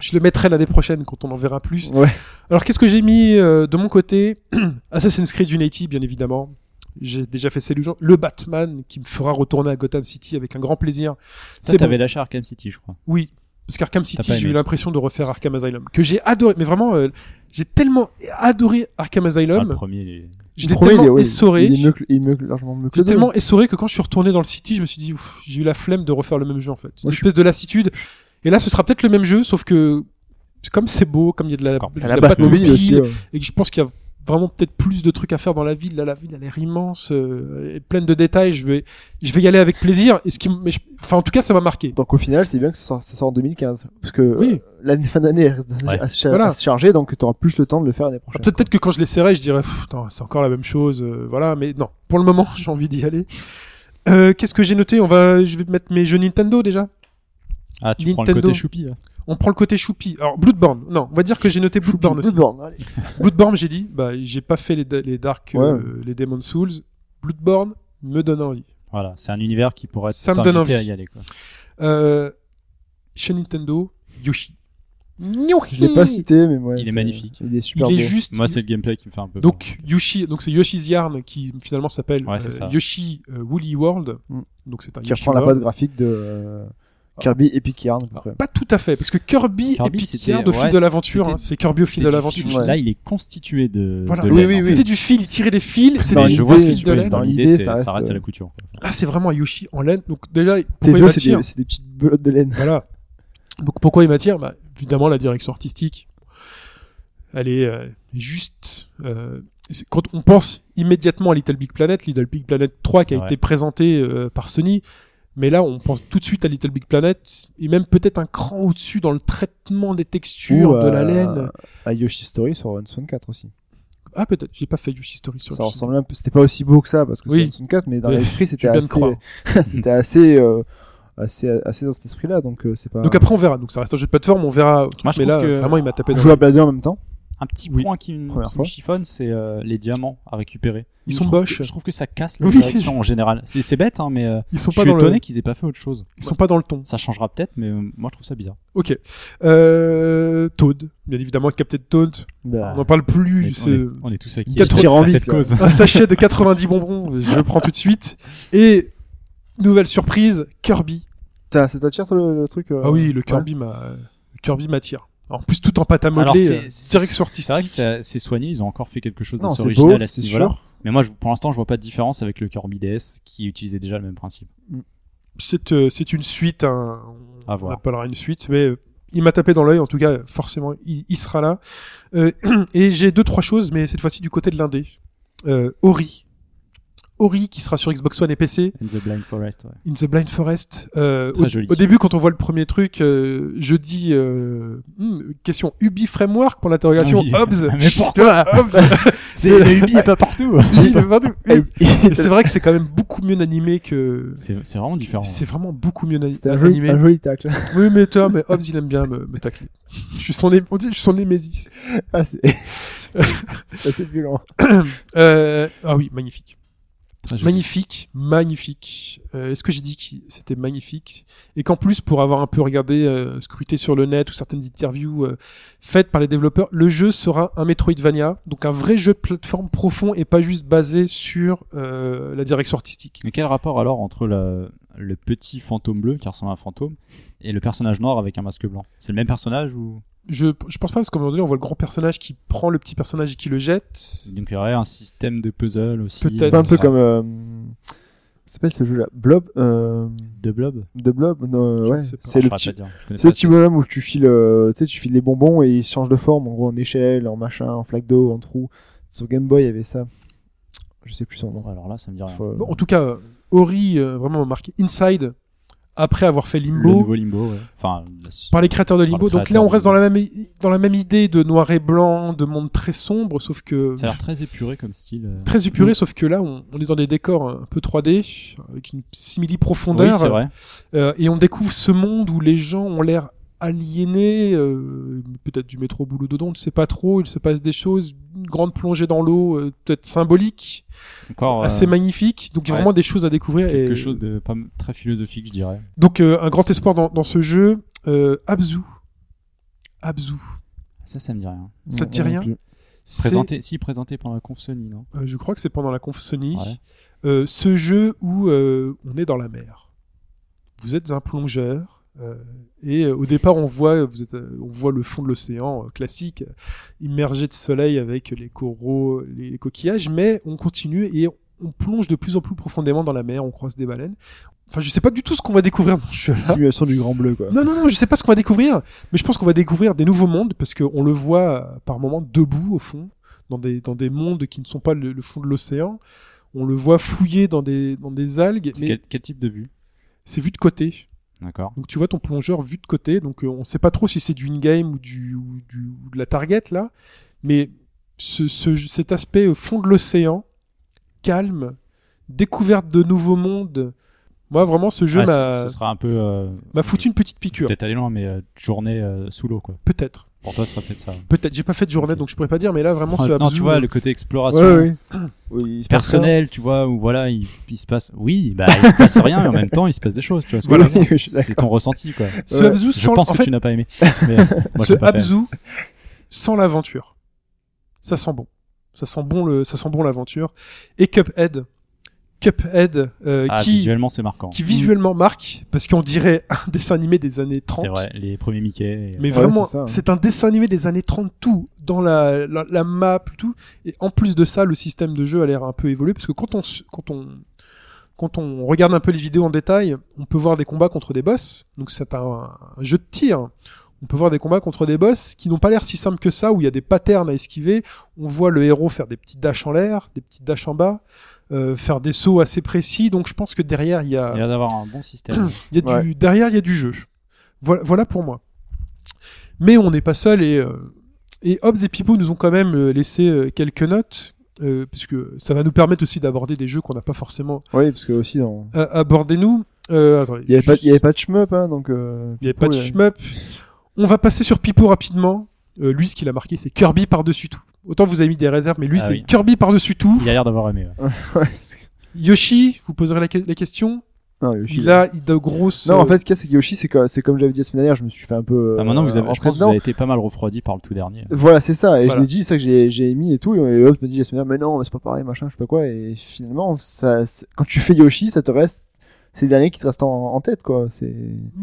[SPEAKER 2] Je le mettrai l'année prochaine quand on en verra plus.
[SPEAKER 4] Ouais.
[SPEAKER 2] Alors, qu'est-ce que j'ai mis euh, de mon côté [clears throat] Assassin's Creed Unity, bien évidemment. J'ai déjà fait Cellulent. Le Batman, qui me fera retourner à Gotham City avec un grand plaisir.
[SPEAKER 3] Toi,
[SPEAKER 2] bon.
[SPEAKER 3] t'avais lâché Arkham City, je crois.
[SPEAKER 2] Oui, parce qu'Arkham City,
[SPEAKER 3] pas
[SPEAKER 2] j'ai eu
[SPEAKER 3] aimé.
[SPEAKER 2] l'impression de refaire Arkham Asylum, que j'ai adoré, mais vraiment, euh, j'ai tellement adoré Arkham
[SPEAKER 3] Enfin, le
[SPEAKER 2] Asylum,
[SPEAKER 3] premier, les-
[SPEAKER 2] je
[SPEAKER 4] Ah, Le
[SPEAKER 2] l'ai
[SPEAKER 4] premier, il est-
[SPEAKER 2] tellement
[SPEAKER 4] ouais, il-
[SPEAKER 2] essoré,
[SPEAKER 4] Il est mieux que- il est mieux que- largement mieux que
[SPEAKER 2] j'ai
[SPEAKER 4] le deux.
[SPEAKER 2] tellement essoré que quand je suis retourné dans le City, je me suis dit, ouf, j'ai eu la flemme de refaire le même jeu en fait, une
[SPEAKER 4] je-
[SPEAKER 2] espèce de lassitude. Et là, ce sera peut-être le même jeu, sauf que comme c'est beau, comme il y a de la,
[SPEAKER 3] Encore,
[SPEAKER 2] de
[SPEAKER 4] T'as
[SPEAKER 2] la
[SPEAKER 4] la
[SPEAKER 2] Batmobile,
[SPEAKER 4] Batmobile aussi. euh. ouais.
[SPEAKER 2] et que je pense qu'il y a vraiment peut-être plus de trucs à faire dans la ville. Là, la ville, elle est immense, euh, elle est pleine de détails. Je vais, je vais y aller avec plaisir. Et ce qui, m- mais je- enfin, en tout cas, ça m'a marqué.
[SPEAKER 4] Donc au final, c'est bien que ça sort, ça sort en 2015. Parce que
[SPEAKER 2] Oui.
[SPEAKER 4] euh, l'année fin d'année elle [laughs] reste
[SPEAKER 3] Ouais.
[SPEAKER 4] à, se cha-
[SPEAKER 2] Voilà.
[SPEAKER 4] à se charger, donc tu auras plus le temps de le faire l'année
[SPEAKER 2] Ah,
[SPEAKER 4] prochaine.
[SPEAKER 2] Peut-être peut-être que quand je l'essaierai, je dirais, Pff, attends, c'est encore la même chose, euh, voilà, mais non, pour le moment, [laughs] j'ai envie d'y aller. Euh, Qu'est-ce que j'ai noté On va, Je vais mettre mes jeux Nintendo déjà.
[SPEAKER 3] Ah, tu prends le
[SPEAKER 2] Nintendo.
[SPEAKER 3] côté choupi, là.
[SPEAKER 2] On prend le côté choupi. Alors, Bloodborne, non, on va dire que j'ai noté
[SPEAKER 4] Choupi,
[SPEAKER 2] Bloodborne aussi.
[SPEAKER 4] Bloodborne, allez.
[SPEAKER 2] Bloodborne, j'ai dit, bah, j'ai pas fait les, da- les Dark, euh,
[SPEAKER 4] Ouais.
[SPEAKER 2] les Demon Souls. Bloodborne me donne envie.
[SPEAKER 3] Voilà, c'est un univers qui pourrait
[SPEAKER 2] Ça me donne
[SPEAKER 3] t'inviter à
[SPEAKER 2] envie.
[SPEAKER 3] y aller. Quoi.
[SPEAKER 2] Euh, chez Nintendo, Yoshi.
[SPEAKER 4] Je l'ai pas cité, mais ouais,
[SPEAKER 3] Il est
[SPEAKER 4] c'est-
[SPEAKER 3] magnifique.
[SPEAKER 4] Il est
[SPEAKER 2] Il
[SPEAKER 4] super
[SPEAKER 2] est
[SPEAKER 4] beau.
[SPEAKER 2] juste
[SPEAKER 3] Moi, c'est le gameplay qui me fait un peu.
[SPEAKER 2] Donc Yoshi, donc c'est Yoshi's Yarn qui finalement s'appelle
[SPEAKER 3] Ouais, c'est
[SPEAKER 2] euh,
[SPEAKER 3] ça.
[SPEAKER 2] Yoshi euh, Woolly World.
[SPEAKER 4] Mm.
[SPEAKER 2] Donc c'est un
[SPEAKER 4] Qui
[SPEAKER 2] Yoshi
[SPEAKER 4] reprend la
[SPEAKER 2] World.
[SPEAKER 4] patte graphique de euh,
[SPEAKER 2] Ah.
[SPEAKER 4] Kirby Epic Yarn, à peu près.
[SPEAKER 2] Pas tout à fait, parce que Kirby,
[SPEAKER 3] Kirby,
[SPEAKER 2] et Picard,
[SPEAKER 3] c'était-
[SPEAKER 2] au fil
[SPEAKER 3] ouais,
[SPEAKER 2] de l'aventure,
[SPEAKER 3] c'était-
[SPEAKER 2] hein, c'est Kirby au fil
[SPEAKER 3] peur.
[SPEAKER 2] de
[SPEAKER 3] C'est du
[SPEAKER 2] l'aventure.
[SPEAKER 3] fil.
[SPEAKER 4] ouais.
[SPEAKER 3] Là, il est constitué de.
[SPEAKER 2] Voilà.
[SPEAKER 3] de
[SPEAKER 4] Oui,
[SPEAKER 3] laine,
[SPEAKER 4] oui,
[SPEAKER 3] hein.
[SPEAKER 4] oui.
[SPEAKER 2] C'était du fil, il tirait des fils,
[SPEAKER 3] Dans
[SPEAKER 2] c'était
[SPEAKER 4] Dans
[SPEAKER 2] des
[SPEAKER 3] l'idée,
[SPEAKER 2] grosses
[SPEAKER 4] l'idée,
[SPEAKER 2] fils de
[SPEAKER 4] oui,
[SPEAKER 2] laine.
[SPEAKER 3] Dans
[SPEAKER 4] Dans
[SPEAKER 3] l'idée,
[SPEAKER 4] l'idée,
[SPEAKER 3] c'est- ça
[SPEAKER 4] ça reste,
[SPEAKER 3] reste à la
[SPEAKER 4] euh,
[SPEAKER 3] couture. quoi.
[SPEAKER 2] Là, c'est vraiment un Yoshi en laine. Donc déjà, pourquoi
[SPEAKER 4] Tes
[SPEAKER 2] il
[SPEAKER 4] os, c'est
[SPEAKER 2] m'attire
[SPEAKER 4] des, c'est des petites belotes de laine.
[SPEAKER 2] Voilà. Donc pourquoi il m'attire bah, Évidemment, la direction artistique, elle est euh, juste. euh, c'est- quand on pense immédiatement à Little Big Planet, Little Big Planet 3 qui a
[SPEAKER 3] Ouais.
[SPEAKER 2] été présenté euh, par Sony, mais là on pense tout de suite à Little Big Planet, et même peut-être un cran au-dessus dans le traitement des textures,
[SPEAKER 4] Ou,
[SPEAKER 2] de la
[SPEAKER 4] euh,
[SPEAKER 2] laine.
[SPEAKER 4] À Yoshi Story sur One 4 aussi.
[SPEAKER 2] Ah peut-être, j'ai pas fait Yoshi Story sur
[SPEAKER 4] Ça
[SPEAKER 2] le
[SPEAKER 4] ressemblait un peu. C'était pas aussi beau que ça parce que
[SPEAKER 2] Oui.
[SPEAKER 4] c'est One 4 mais dans
[SPEAKER 2] Ouais,
[SPEAKER 4] l'esprit, c'était
[SPEAKER 2] bien de
[SPEAKER 4] assez.
[SPEAKER 2] croire.
[SPEAKER 3] euh,
[SPEAKER 4] C'était assez. euh, Assez, assez dans cet esprit-là, donc euh, c'est pas.
[SPEAKER 2] Donc après on verra, donc ça reste un jeu de plateforme, on verra.
[SPEAKER 3] Moi, je
[SPEAKER 2] mais
[SPEAKER 3] trouve
[SPEAKER 2] là
[SPEAKER 3] que-
[SPEAKER 2] vraiment il m'a tapé dans
[SPEAKER 4] jouer à Blade en même temps.
[SPEAKER 3] Un petit
[SPEAKER 2] Oui.
[SPEAKER 3] point qui, me-
[SPEAKER 4] Première
[SPEAKER 3] qui me
[SPEAKER 4] fois.
[SPEAKER 3] chiffonne, c'est euh, les diamants à récupérer.
[SPEAKER 2] Ils
[SPEAKER 3] Je
[SPEAKER 2] sont
[SPEAKER 3] trouve
[SPEAKER 2] moches.
[SPEAKER 3] que- Je trouve que ça casse la
[SPEAKER 2] Oui.
[SPEAKER 3] direction en général. C'est c'est bête, hein, mais euh,
[SPEAKER 2] Ils sont
[SPEAKER 3] je
[SPEAKER 2] pas
[SPEAKER 3] suis
[SPEAKER 2] dans
[SPEAKER 3] étonné
[SPEAKER 2] le...
[SPEAKER 3] qu'ils aient pas fait autre chose.
[SPEAKER 2] ils sont pas dans le ton.
[SPEAKER 3] Ça changera peut-être, mais euh, moi, je trouve ça bizarre.
[SPEAKER 2] Ok. Euh... Toad, bien évidemment Captain Toad.
[SPEAKER 4] Bah,
[SPEAKER 2] On n'en parle
[SPEAKER 3] Ah. On est,
[SPEAKER 2] plus. c'est-
[SPEAKER 3] on est- on est tous acquis
[SPEAKER 2] Quatre-
[SPEAKER 3] à
[SPEAKER 4] Tyrannique,
[SPEAKER 3] cette
[SPEAKER 4] là.
[SPEAKER 3] cause.
[SPEAKER 2] un sachet de 90 bonbons, je le prends tout de suite. Et nouvelle surprise, Kirby.
[SPEAKER 4] T'as, ça t'attire toi, le, le truc euh,
[SPEAKER 2] Ah
[SPEAKER 4] [laughs]
[SPEAKER 2] oui, le
[SPEAKER 4] ouais.
[SPEAKER 2] Kirby m'a le Kirby m'attire. En plus tout en pâte à
[SPEAKER 3] Alors,
[SPEAKER 2] modeler,
[SPEAKER 3] c'est-
[SPEAKER 2] euh,
[SPEAKER 3] c'est-
[SPEAKER 2] direction
[SPEAKER 3] C'est vrai
[SPEAKER 2] artistique.
[SPEAKER 3] que ça- c'est soigné, ils ont encore fait quelque chose
[SPEAKER 4] Non,
[SPEAKER 3] d'assez
[SPEAKER 4] c'est
[SPEAKER 3] original
[SPEAKER 4] beau,
[SPEAKER 3] à ce
[SPEAKER 4] c'est
[SPEAKER 3] niveau-là.
[SPEAKER 4] sûr.
[SPEAKER 3] Mais moi, je- pour l'instant, je vois pas de différence avec le Kirby DS qui utilisait déjà le même principe.
[SPEAKER 2] C'est euh, c'est une suite, hein,
[SPEAKER 3] À
[SPEAKER 2] on
[SPEAKER 3] voir.
[SPEAKER 2] appellera une suite, mais euh, il m'a tapé dans l'œil, en tout cas, forcément, il, il sera là. Euh, [clears throat] et j'ai deux, trois choses, mais cette fois-ci du côté de l'indé. Euh, Ori. Ori qui sera sur Xbox One et PC.
[SPEAKER 3] In the Blind Forest, ouais.
[SPEAKER 2] In the Blind Forest. Euh,
[SPEAKER 3] Très
[SPEAKER 2] au,
[SPEAKER 3] joli.
[SPEAKER 2] au début, quand on voit le premier truc, euh, je dis euh, hmm, question Ubi Framework pour l'interrogation.
[SPEAKER 3] Ah oui.
[SPEAKER 2] Hobbs.
[SPEAKER 3] [laughs] Mais
[SPEAKER 2] Chut,
[SPEAKER 3] pourquoi [laughs]
[SPEAKER 2] Hobbs.
[SPEAKER 3] C'est
[SPEAKER 4] [laughs]
[SPEAKER 3] le Ubi est
[SPEAKER 2] [laughs]
[SPEAKER 3] pas partout.
[SPEAKER 2] Ubi, c'est partout. Ubi. Et
[SPEAKER 4] C'était
[SPEAKER 2] C'est vrai que c'est quand même beaucoup mieux animé que.
[SPEAKER 3] Eh C'est c'est vraiment différent.
[SPEAKER 2] C'est vraiment beaucoup mieux ani-
[SPEAKER 4] un
[SPEAKER 2] animé.
[SPEAKER 4] joli, un joli tacle. [laughs]
[SPEAKER 2] Oui, mais toi, mais Hobbs, il aime bien me, me tacler. Je suis son, é- on dit, je suis son némésis. [laughs]
[SPEAKER 4] Ah, c'est c'est assez violent.
[SPEAKER 2] Euh, ah oui, magnifique.
[SPEAKER 3] Très joli.
[SPEAKER 2] Magnifique, magnifique. Euh, Est-ce que j'ai dit que c'était magnifique Et qu'en plus, pour avoir un peu regardé, euh, scruté sur le net ou certaines interviews euh, faites par les développeurs, le jeu sera un Metroidvania, donc un vrai jeu de plateforme profond et pas juste basé sur euh, la direction artistique.
[SPEAKER 3] Mais quel rapport alors entre le, le petit fantôme bleu qui ressemble à un fantôme et le personnage noir avec un masque blanc C'est le même personnage ou
[SPEAKER 2] Je, je pense pas, parce qu'à un moment donné, on voit le grand personnage qui prend le petit personnage et qui le jette.
[SPEAKER 3] Donc il y aurait un système de puzzle aussi.
[SPEAKER 2] Peut-être.
[SPEAKER 4] C'est pas un peu
[SPEAKER 3] etc.
[SPEAKER 4] comme. euh, Ça s'appelle ce jeu-là Blob euh,
[SPEAKER 3] de blob.
[SPEAKER 4] De Blob Non,
[SPEAKER 2] Je
[SPEAKER 4] ouais.
[SPEAKER 2] ne sais pas.
[SPEAKER 4] C'est
[SPEAKER 3] Je
[SPEAKER 4] le
[SPEAKER 3] saurais
[SPEAKER 4] petit.
[SPEAKER 3] pas dire. Je connais
[SPEAKER 4] C'est le
[SPEAKER 3] pas
[SPEAKER 4] petit
[SPEAKER 3] ce-
[SPEAKER 4] bonhomme où tu files, euh, tu sais, tu files les bonbons et ils changent de forme, en gros en échelle, en machin, en flaque d'eau, en trou. Sur Game Boy, il y avait ça. Je sais plus son nom.
[SPEAKER 3] bah, Alors là, ça me dit rien.
[SPEAKER 4] Faut-
[SPEAKER 2] Bon, en tout cas, euh, Ori, euh, vraiment marqué Inside, après avoir fait
[SPEAKER 3] Le
[SPEAKER 2] Limbo.
[SPEAKER 3] nouveau limbo, ouais. Enfin, la-
[SPEAKER 2] par les créateurs de
[SPEAKER 3] Par
[SPEAKER 2] Limbo.
[SPEAKER 3] les
[SPEAKER 2] Donc là,
[SPEAKER 3] créateurs
[SPEAKER 2] on
[SPEAKER 3] de
[SPEAKER 2] reste dans la même i- dans la même idée de noir et blanc, de monde très sombre, sauf que
[SPEAKER 3] ça a l'air très épuré comme style. euh.
[SPEAKER 2] très épuré, sauf que là, on, on est dans des décors un peu 3D avec une simili
[SPEAKER 3] Oui,
[SPEAKER 2] profondeur,
[SPEAKER 3] c'est vrai.
[SPEAKER 2] Euh, et on découvre ce monde où les gens ont l'air aliénés, euh, peut-être du métro boulot dedans, on ne sait pas trop. Il se passe des choses, une grande plongée dans l'eau, euh, peut-être symbolique,
[SPEAKER 3] Encore euh,
[SPEAKER 2] assez magnifique. Donc
[SPEAKER 3] ouais.
[SPEAKER 2] vraiment des choses à découvrir.
[SPEAKER 3] quelque
[SPEAKER 2] et-
[SPEAKER 3] chose de pas m- très philosophique, je dirais.
[SPEAKER 2] Donc euh, un grand espoir dans, dans ce jeu, euh, Abzu. Abzu.
[SPEAKER 3] Ça, ça me dit rien.
[SPEAKER 2] Ça te dit
[SPEAKER 4] Non, non
[SPEAKER 2] rien
[SPEAKER 4] plus.
[SPEAKER 2] C'est-
[SPEAKER 3] Présenté, si présenté pendant la conf Sony, non
[SPEAKER 2] Euh, je crois que c'est pendant la conf Sony,
[SPEAKER 3] Ouais.
[SPEAKER 2] Euh, ce jeu où euh, on est dans la mer. Vous êtes un plongeur. euh, et euh, au départ, on voit, euh, vous êtes, euh, on voit le fond de l'océan euh, classique, euh, immergé de soleil avec les coraux, les, les coquillages, mais on continue et on plonge de plus en plus profondément dans la mer, on croise des baleines. Enfin, je sais pas du tout ce qu'on va découvrir dans ce jeu-là.
[SPEAKER 4] [laughs] Simulation du grand bleu, quoi.
[SPEAKER 2] Non, non, non, je sais pas ce qu'on va découvrir, mais je pense qu'on va découvrir des nouveaux mondes parce qu'on le voit euh, par moments debout au fond, dans des, dans des mondes qui ne sont pas le, le fond de l'océan. On le voit fouiller dans des, dans des algues,
[SPEAKER 3] C'est
[SPEAKER 2] mais
[SPEAKER 3] quel, quel type de vue
[SPEAKER 2] c'est vu de côté.
[SPEAKER 3] D'accord.
[SPEAKER 2] Donc tu vois ton plongeur vu de côté, donc euh, on sait pas trop si c'est du in-game ou, du, ou, du- ou de la target là, mais ce, ce- cet aspect au fond de l'océan, calme, découverte de nouveaux mondes, moi vraiment ce jeu
[SPEAKER 3] Ah,
[SPEAKER 2] m'a-
[SPEAKER 3] ce ce sera un peu. euh,
[SPEAKER 2] m'a foutu une petite piqûre.
[SPEAKER 3] Peut-être aller loin, mais euh, journée euh, sous l'eau, quoi.
[SPEAKER 2] Peut-être.
[SPEAKER 3] Pour toi, ce serait peut-être ça.
[SPEAKER 2] Peut-être, j'ai pas fait de journée,
[SPEAKER 3] Ok.
[SPEAKER 2] donc je pourrais pas dire, mais là vraiment, ce
[SPEAKER 3] Ah, non,
[SPEAKER 2] Abzu,
[SPEAKER 3] tu vois,
[SPEAKER 2] euh,
[SPEAKER 3] le côté exploration.
[SPEAKER 4] Ouais, ouais. Oui, il se passe
[SPEAKER 3] Personnel, tu vois, où voilà, il, il se passe. Oui, bah, il se passe rien, mais en même temps, il se passe des choses, tu vois. ce que je
[SPEAKER 4] Voilà.
[SPEAKER 3] veux dire.
[SPEAKER 2] [laughs]
[SPEAKER 4] Oui, je suis
[SPEAKER 3] c'est ton ressenti, quoi.
[SPEAKER 2] ce
[SPEAKER 4] Ouais.
[SPEAKER 2] Abzu
[SPEAKER 3] Je
[SPEAKER 2] sans,
[SPEAKER 3] pense
[SPEAKER 2] en
[SPEAKER 3] que
[SPEAKER 2] fait,
[SPEAKER 3] tu n'as
[SPEAKER 2] [laughs]
[SPEAKER 3] pas aimé. Mais, euh, moi, je
[SPEAKER 2] ce
[SPEAKER 3] l'ai pas fait.
[SPEAKER 2] Abzu sans l'aventure, ça sent bon, ça sent bon le, ça sent bon l'aventure. Et Cuphead, Cuphead euh,
[SPEAKER 3] Ah,
[SPEAKER 2] qui
[SPEAKER 3] visuellement, c'est marquant.
[SPEAKER 2] qui visuellement marque parce qu'on dirait un dessin animé des années 30.
[SPEAKER 3] C'est vrai, les premiers Mickey. euh, et-
[SPEAKER 2] Mais
[SPEAKER 4] Ouais,
[SPEAKER 2] vraiment,
[SPEAKER 4] c'est ça. hein.
[SPEAKER 2] c'est un dessin animé des années 30, tout, dans la, la, la map, tout. Et en plus de ça, le système de jeu a l'air un peu évolué, parce que quand on, s- quand on, quand on regarde un peu les vidéos en détail, on peut voir des combats contre des boss. Donc c'est un, un jeu de tir. On peut voir des combats contre des boss qui n'ont pas l'air si simples que ça, où il y a des patterns à esquiver. On voit le héros faire des petits dashs en l'air, des petits dashs en bas, euh, faire des sauts assez précis. Donc je pense que derrière, il y a,
[SPEAKER 3] Il a l'air d'avoir un bon système.
[SPEAKER 2] il y a du, derrière, il y a du jeu. Voilà, voilà pour moi. Mais on n'est pas seul et, euh, et Hobbs et Pipo nous ont quand même euh, laissé euh, quelques notes, euh, puisque ça va nous permettre aussi d'aborder des jeux qu'on n'a pas forcément
[SPEAKER 4] Oui, parce que aussi, dans...
[SPEAKER 2] euh, abordés nous. Euh, attendez,
[SPEAKER 4] il n'y avait, pas-
[SPEAKER 2] juste-
[SPEAKER 4] il y avait pas de shmup, hein, donc. euh, [laughs]
[SPEAKER 2] il y avait pas de
[SPEAKER 4] ouais.
[SPEAKER 2] shmup. On va passer sur Pipo rapidement. Euh, lui, ce qu'il a marqué, c'est Kirby par-dessus tout. Autant vous avez mis des réserves, mais lui,
[SPEAKER 3] Ah
[SPEAKER 2] c'est
[SPEAKER 3] oui.
[SPEAKER 2] Kirby par-dessus tout.
[SPEAKER 3] Il a l'air d'avoir aimé. ouais.
[SPEAKER 4] Ouais, c'est-
[SPEAKER 2] Yoshi, vous poserez la, que- la question.
[SPEAKER 4] Non, Yoshi,
[SPEAKER 2] Il a, il a grosses.
[SPEAKER 4] Non, en
[SPEAKER 2] euh,
[SPEAKER 4] fait, ce qu'il y a, c'est que Yoshi, c'est que- c'est comme j'avais dit la semaine dernière, je me suis fait un peu.
[SPEAKER 3] Ah, maintenant, vous
[SPEAKER 4] euh,
[SPEAKER 3] avez, je
[SPEAKER 4] rentrer
[SPEAKER 3] pense que vous
[SPEAKER 4] dedans.
[SPEAKER 3] avez été pas mal refroidi par le tout dernier.
[SPEAKER 2] Euh,
[SPEAKER 4] Voilà, c'est ça. Et
[SPEAKER 2] Voilà.
[SPEAKER 4] je l'ai dit, c'est ça que j'ai, j'ai mis et tout. Et Hobbes me dit la semaine dernière, mais non, mais c'est pas pareil, machin, je sais pas quoi. Et finalement, ça, c'est- quand tu fais Yoshi, ça te reste. C'est les derniers qui te restent en, en tête, quoi. C'est.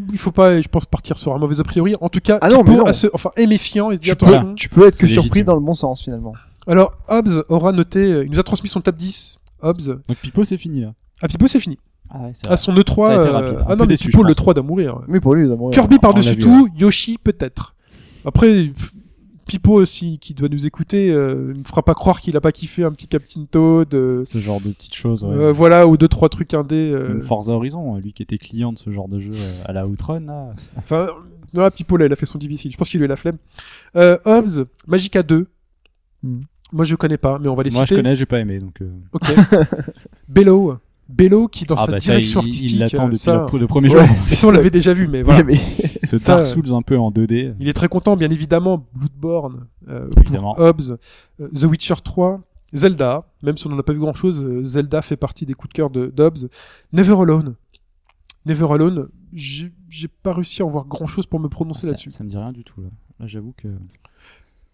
[SPEAKER 2] il faut pas, je pense, partir sur un mauvais a priori. En tout cas,
[SPEAKER 4] Ah non,
[SPEAKER 2] Pipo
[SPEAKER 4] mais non.
[SPEAKER 2] a ce- enfin, est méfiant et se dit
[SPEAKER 4] Tu peux,
[SPEAKER 2] attention.
[SPEAKER 4] tu peux être que
[SPEAKER 3] C'est
[SPEAKER 4] surpris
[SPEAKER 3] légitime.
[SPEAKER 4] dans le bon sens, finalement.
[SPEAKER 2] Alors, Hobbs aura noté, euh, il nous a transmis son top 10. Hobbs,
[SPEAKER 3] Donc Pipo, c'est fini là.
[SPEAKER 2] à Pipo, c'est fini.
[SPEAKER 3] Ah ouais, c'est
[SPEAKER 2] Ah,
[SPEAKER 3] vrai.
[SPEAKER 2] son E3,
[SPEAKER 3] Ça a été
[SPEAKER 2] euh,
[SPEAKER 3] rapide.
[SPEAKER 2] ah
[SPEAKER 3] Un
[SPEAKER 2] non,
[SPEAKER 3] peu
[SPEAKER 2] mais
[SPEAKER 3] déçu,
[SPEAKER 2] Pipo,
[SPEAKER 3] je
[SPEAKER 2] le
[SPEAKER 3] pense.
[SPEAKER 2] 3 doit mourir.
[SPEAKER 4] Mais pour lui, il a [laughs] moyen.
[SPEAKER 2] Kirby
[SPEAKER 3] on l'a
[SPEAKER 2] par-dessus
[SPEAKER 3] vu,
[SPEAKER 2] tout, Yoshi peut-être. Après, f- Pipo aussi, qui doit nous écouter, euh, il me fera pas croire qu'il a pas kiffé un petit Captain Toad, euh,
[SPEAKER 3] Ce genre de petites choses. ouais.
[SPEAKER 2] euh, voilà, ou deux, trois trucs indés. euh,
[SPEAKER 3] Même Forza Horizon, lui qui était client de ce genre de jeu euh, à la Outrun, là.
[SPEAKER 2] Enfin, non, ah, Pipo, là, il a fait son difficile. Je pense qu'il lui a la flemme. Euh, Hobbs, Magica 2.
[SPEAKER 4] Hmm.
[SPEAKER 2] Moi, je connais pas, mais on va les
[SPEAKER 3] Moi je
[SPEAKER 2] citer.
[SPEAKER 3] connais, j'ai pas aimé. Donc, euh,
[SPEAKER 2] Ok.
[SPEAKER 3] [laughs]
[SPEAKER 2] Bello. Bello, qui, dans
[SPEAKER 3] ah
[SPEAKER 2] sa
[SPEAKER 3] bah ça,
[SPEAKER 2] direction
[SPEAKER 3] il-
[SPEAKER 2] artistique,
[SPEAKER 3] Il l'attend
[SPEAKER 2] euh,
[SPEAKER 3] depuis
[SPEAKER 2] ça,
[SPEAKER 3] le, le premier
[SPEAKER 4] Ouais.
[SPEAKER 3] jour.
[SPEAKER 2] [laughs] ça, on l'avait déjà vu, mais voilà.
[SPEAKER 3] [laughs]
[SPEAKER 4] Ouais, mais-
[SPEAKER 3] Ce
[SPEAKER 2] Ça,
[SPEAKER 3] Dark Souls un peu en 2D.
[SPEAKER 2] Il est très content, bien évidemment. Bloodborne, euh,
[SPEAKER 3] Évidemment.
[SPEAKER 2] pour Hobbs, euh, The Witcher 3, Zelda, même si on n'en a pas vu grand-chose, euh, Zelda fait partie des coups de cœur de d'Hobbs. Never Alone. Never Alone, j'ai j'ai pas réussi à en voir grand-chose pour me
[SPEAKER 3] Ah,
[SPEAKER 2] prononcer
[SPEAKER 3] ça,
[SPEAKER 2] là-dessus.
[SPEAKER 3] ça me dit rien du tout. Là, Là, j'avoue que.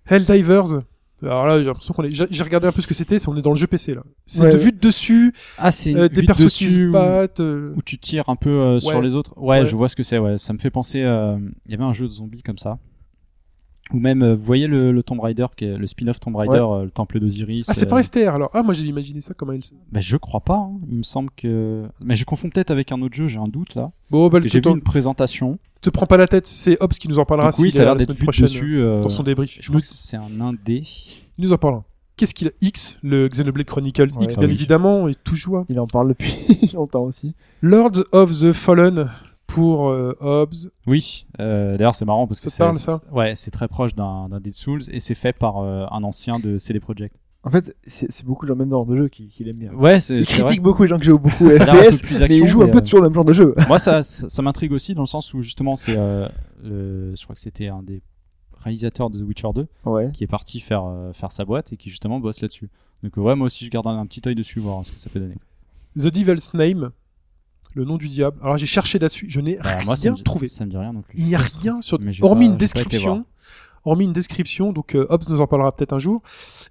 [SPEAKER 2] Helldivers. Alors là, j'ai l'impression qu'on est. J'ai j'ai regardé un peu ce que c'était, c'est on est dans le jeu PC là. C'est
[SPEAKER 4] Ouais.
[SPEAKER 2] de vue de dessus,
[SPEAKER 3] Ah, c'est
[SPEAKER 2] euh, des persos qui se
[SPEAKER 3] où,
[SPEAKER 2] battent. euh,
[SPEAKER 3] où tu tires un peu euh, sur
[SPEAKER 2] Ouais.
[SPEAKER 3] les autres. Ouais,
[SPEAKER 2] Ouais.
[SPEAKER 3] je vois ce que c'est. Ouais, ça me fait penser. euh, Il y avait un jeu de zombies comme ça. Ou même, euh, vous voyez le, le Tomb Raider, qui est le spin-off Tomb Raider,
[SPEAKER 4] Ouais.
[SPEAKER 3] euh, le Temple d'Osiris.
[SPEAKER 2] Ah, c'est
[SPEAKER 3] euh,
[SPEAKER 2] pas STR alors. Ah, moi j'ai imaginé ça comme un.
[SPEAKER 3] bah, je crois pas. hein. Il me semble que. Mais je confonds peut-être avec un autre jeu. J'ai un doute là.
[SPEAKER 2] Bon, bah, le
[SPEAKER 3] J'ai vu
[SPEAKER 2] tonton,
[SPEAKER 3] une présentation.
[SPEAKER 2] te prends pas la tête, c'est Hobbs qui nous en parlera
[SPEAKER 3] Donc, oui,
[SPEAKER 2] s'il
[SPEAKER 3] ça
[SPEAKER 2] est là
[SPEAKER 3] a l'air
[SPEAKER 2] la
[SPEAKER 3] d'être
[SPEAKER 2] semaine
[SPEAKER 3] vu
[SPEAKER 2] prochaine
[SPEAKER 3] dessus. euh,
[SPEAKER 2] dans son débrief.
[SPEAKER 3] Je crois que c'est un indé.
[SPEAKER 2] Il nous en parlera. Qu'est-ce qu'il a X, le Xenoblade Chronicles
[SPEAKER 4] Ouais,
[SPEAKER 2] X,
[SPEAKER 3] bah
[SPEAKER 2] bien
[SPEAKER 3] oui.
[SPEAKER 2] évidemment, et tout jouable.
[SPEAKER 4] Il en parle depuis [laughs] longtemps aussi.
[SPEAKER 2] Lords of the Fallen pour euh, Hobbs.
[SPEAKER 3] Oui, euh, d'ailleurs c'est marrant parce
[SPEAKER 2] Ça
[SPEAKER 3] que
[SPEAKER 2] te
[SPEAKER 3] c'est-
[SPEAKER 2] parle, ça
[SPEAKER 3] c'est- ouais, c'est très proche d'un d'un Dead Souls et c'est fait par euh, un ancien de CD Projekt.
[SPEAKER 4] En fait, c'est c'est beaucoup le même genre de jeu qu'il qu'il aime bien.
[SPEAKER 3] Ouais, c'est
[SPEAKER 4] Il
[SPEAKER 3] c'est vrai.
[SPEAKER 4] critique beaucoup les gens qui jouent beaucoup
[SPEAKER 3] Ça a l'air un peu
[SPEAKER 4] FPS,
[SPEAKER 3] plus
[SPEAKER 4] mais
[SPEAKER 3] action,
[SPEAKER 4] il joue un
[SPEAKER 3] mais,
[SPEAKER 4] peu
[SPEAKER 3] euh,
[SPEAKER 4] toujours le même genre de jeu.
[SPEAKER 3] Moi ça ça, ça m'intrigue aussi dans le sens où justement c'est euh, le- je crois que c'était un des réalisateurs de The Witcher 2
[SPEAKER 4] Ouais.
[SPEAKER 3] qui est parti faire euh, faire sa boîte et qui justement bosse là-dessus. Donc euh, ouais, moi aussi je garde un, un petit œil dessus voir ce que ça peut donner.
[SPEAKER 2] The Devil's Name, le nom du diable. Alors j'ai cherché là-dessus, je n'ai
[SPEAKER 3] Bah, moi
[SPEAKER 2] Ah,
[SPEAKER 3] ça
[SPEAKER 2] rien
[SPEAKER 3] me dit-
[SPEAKER 2] trouvé.
[SPEAKER 3] Ça me dit rien non plus.
[SPEAKER 2] Il n'y a rien sur
[SPEAKER 3] Mais j'ai
[SPEAKER 2] hormis
[SPEAKER 3] pas- euh,
[SPEAKER 2] une
[SPEAKER 3] j'ai pas été voir.
[SPEAKER 2] description. Hormis une description, donc euh, Hobbs nous en parlera peut-être un jour.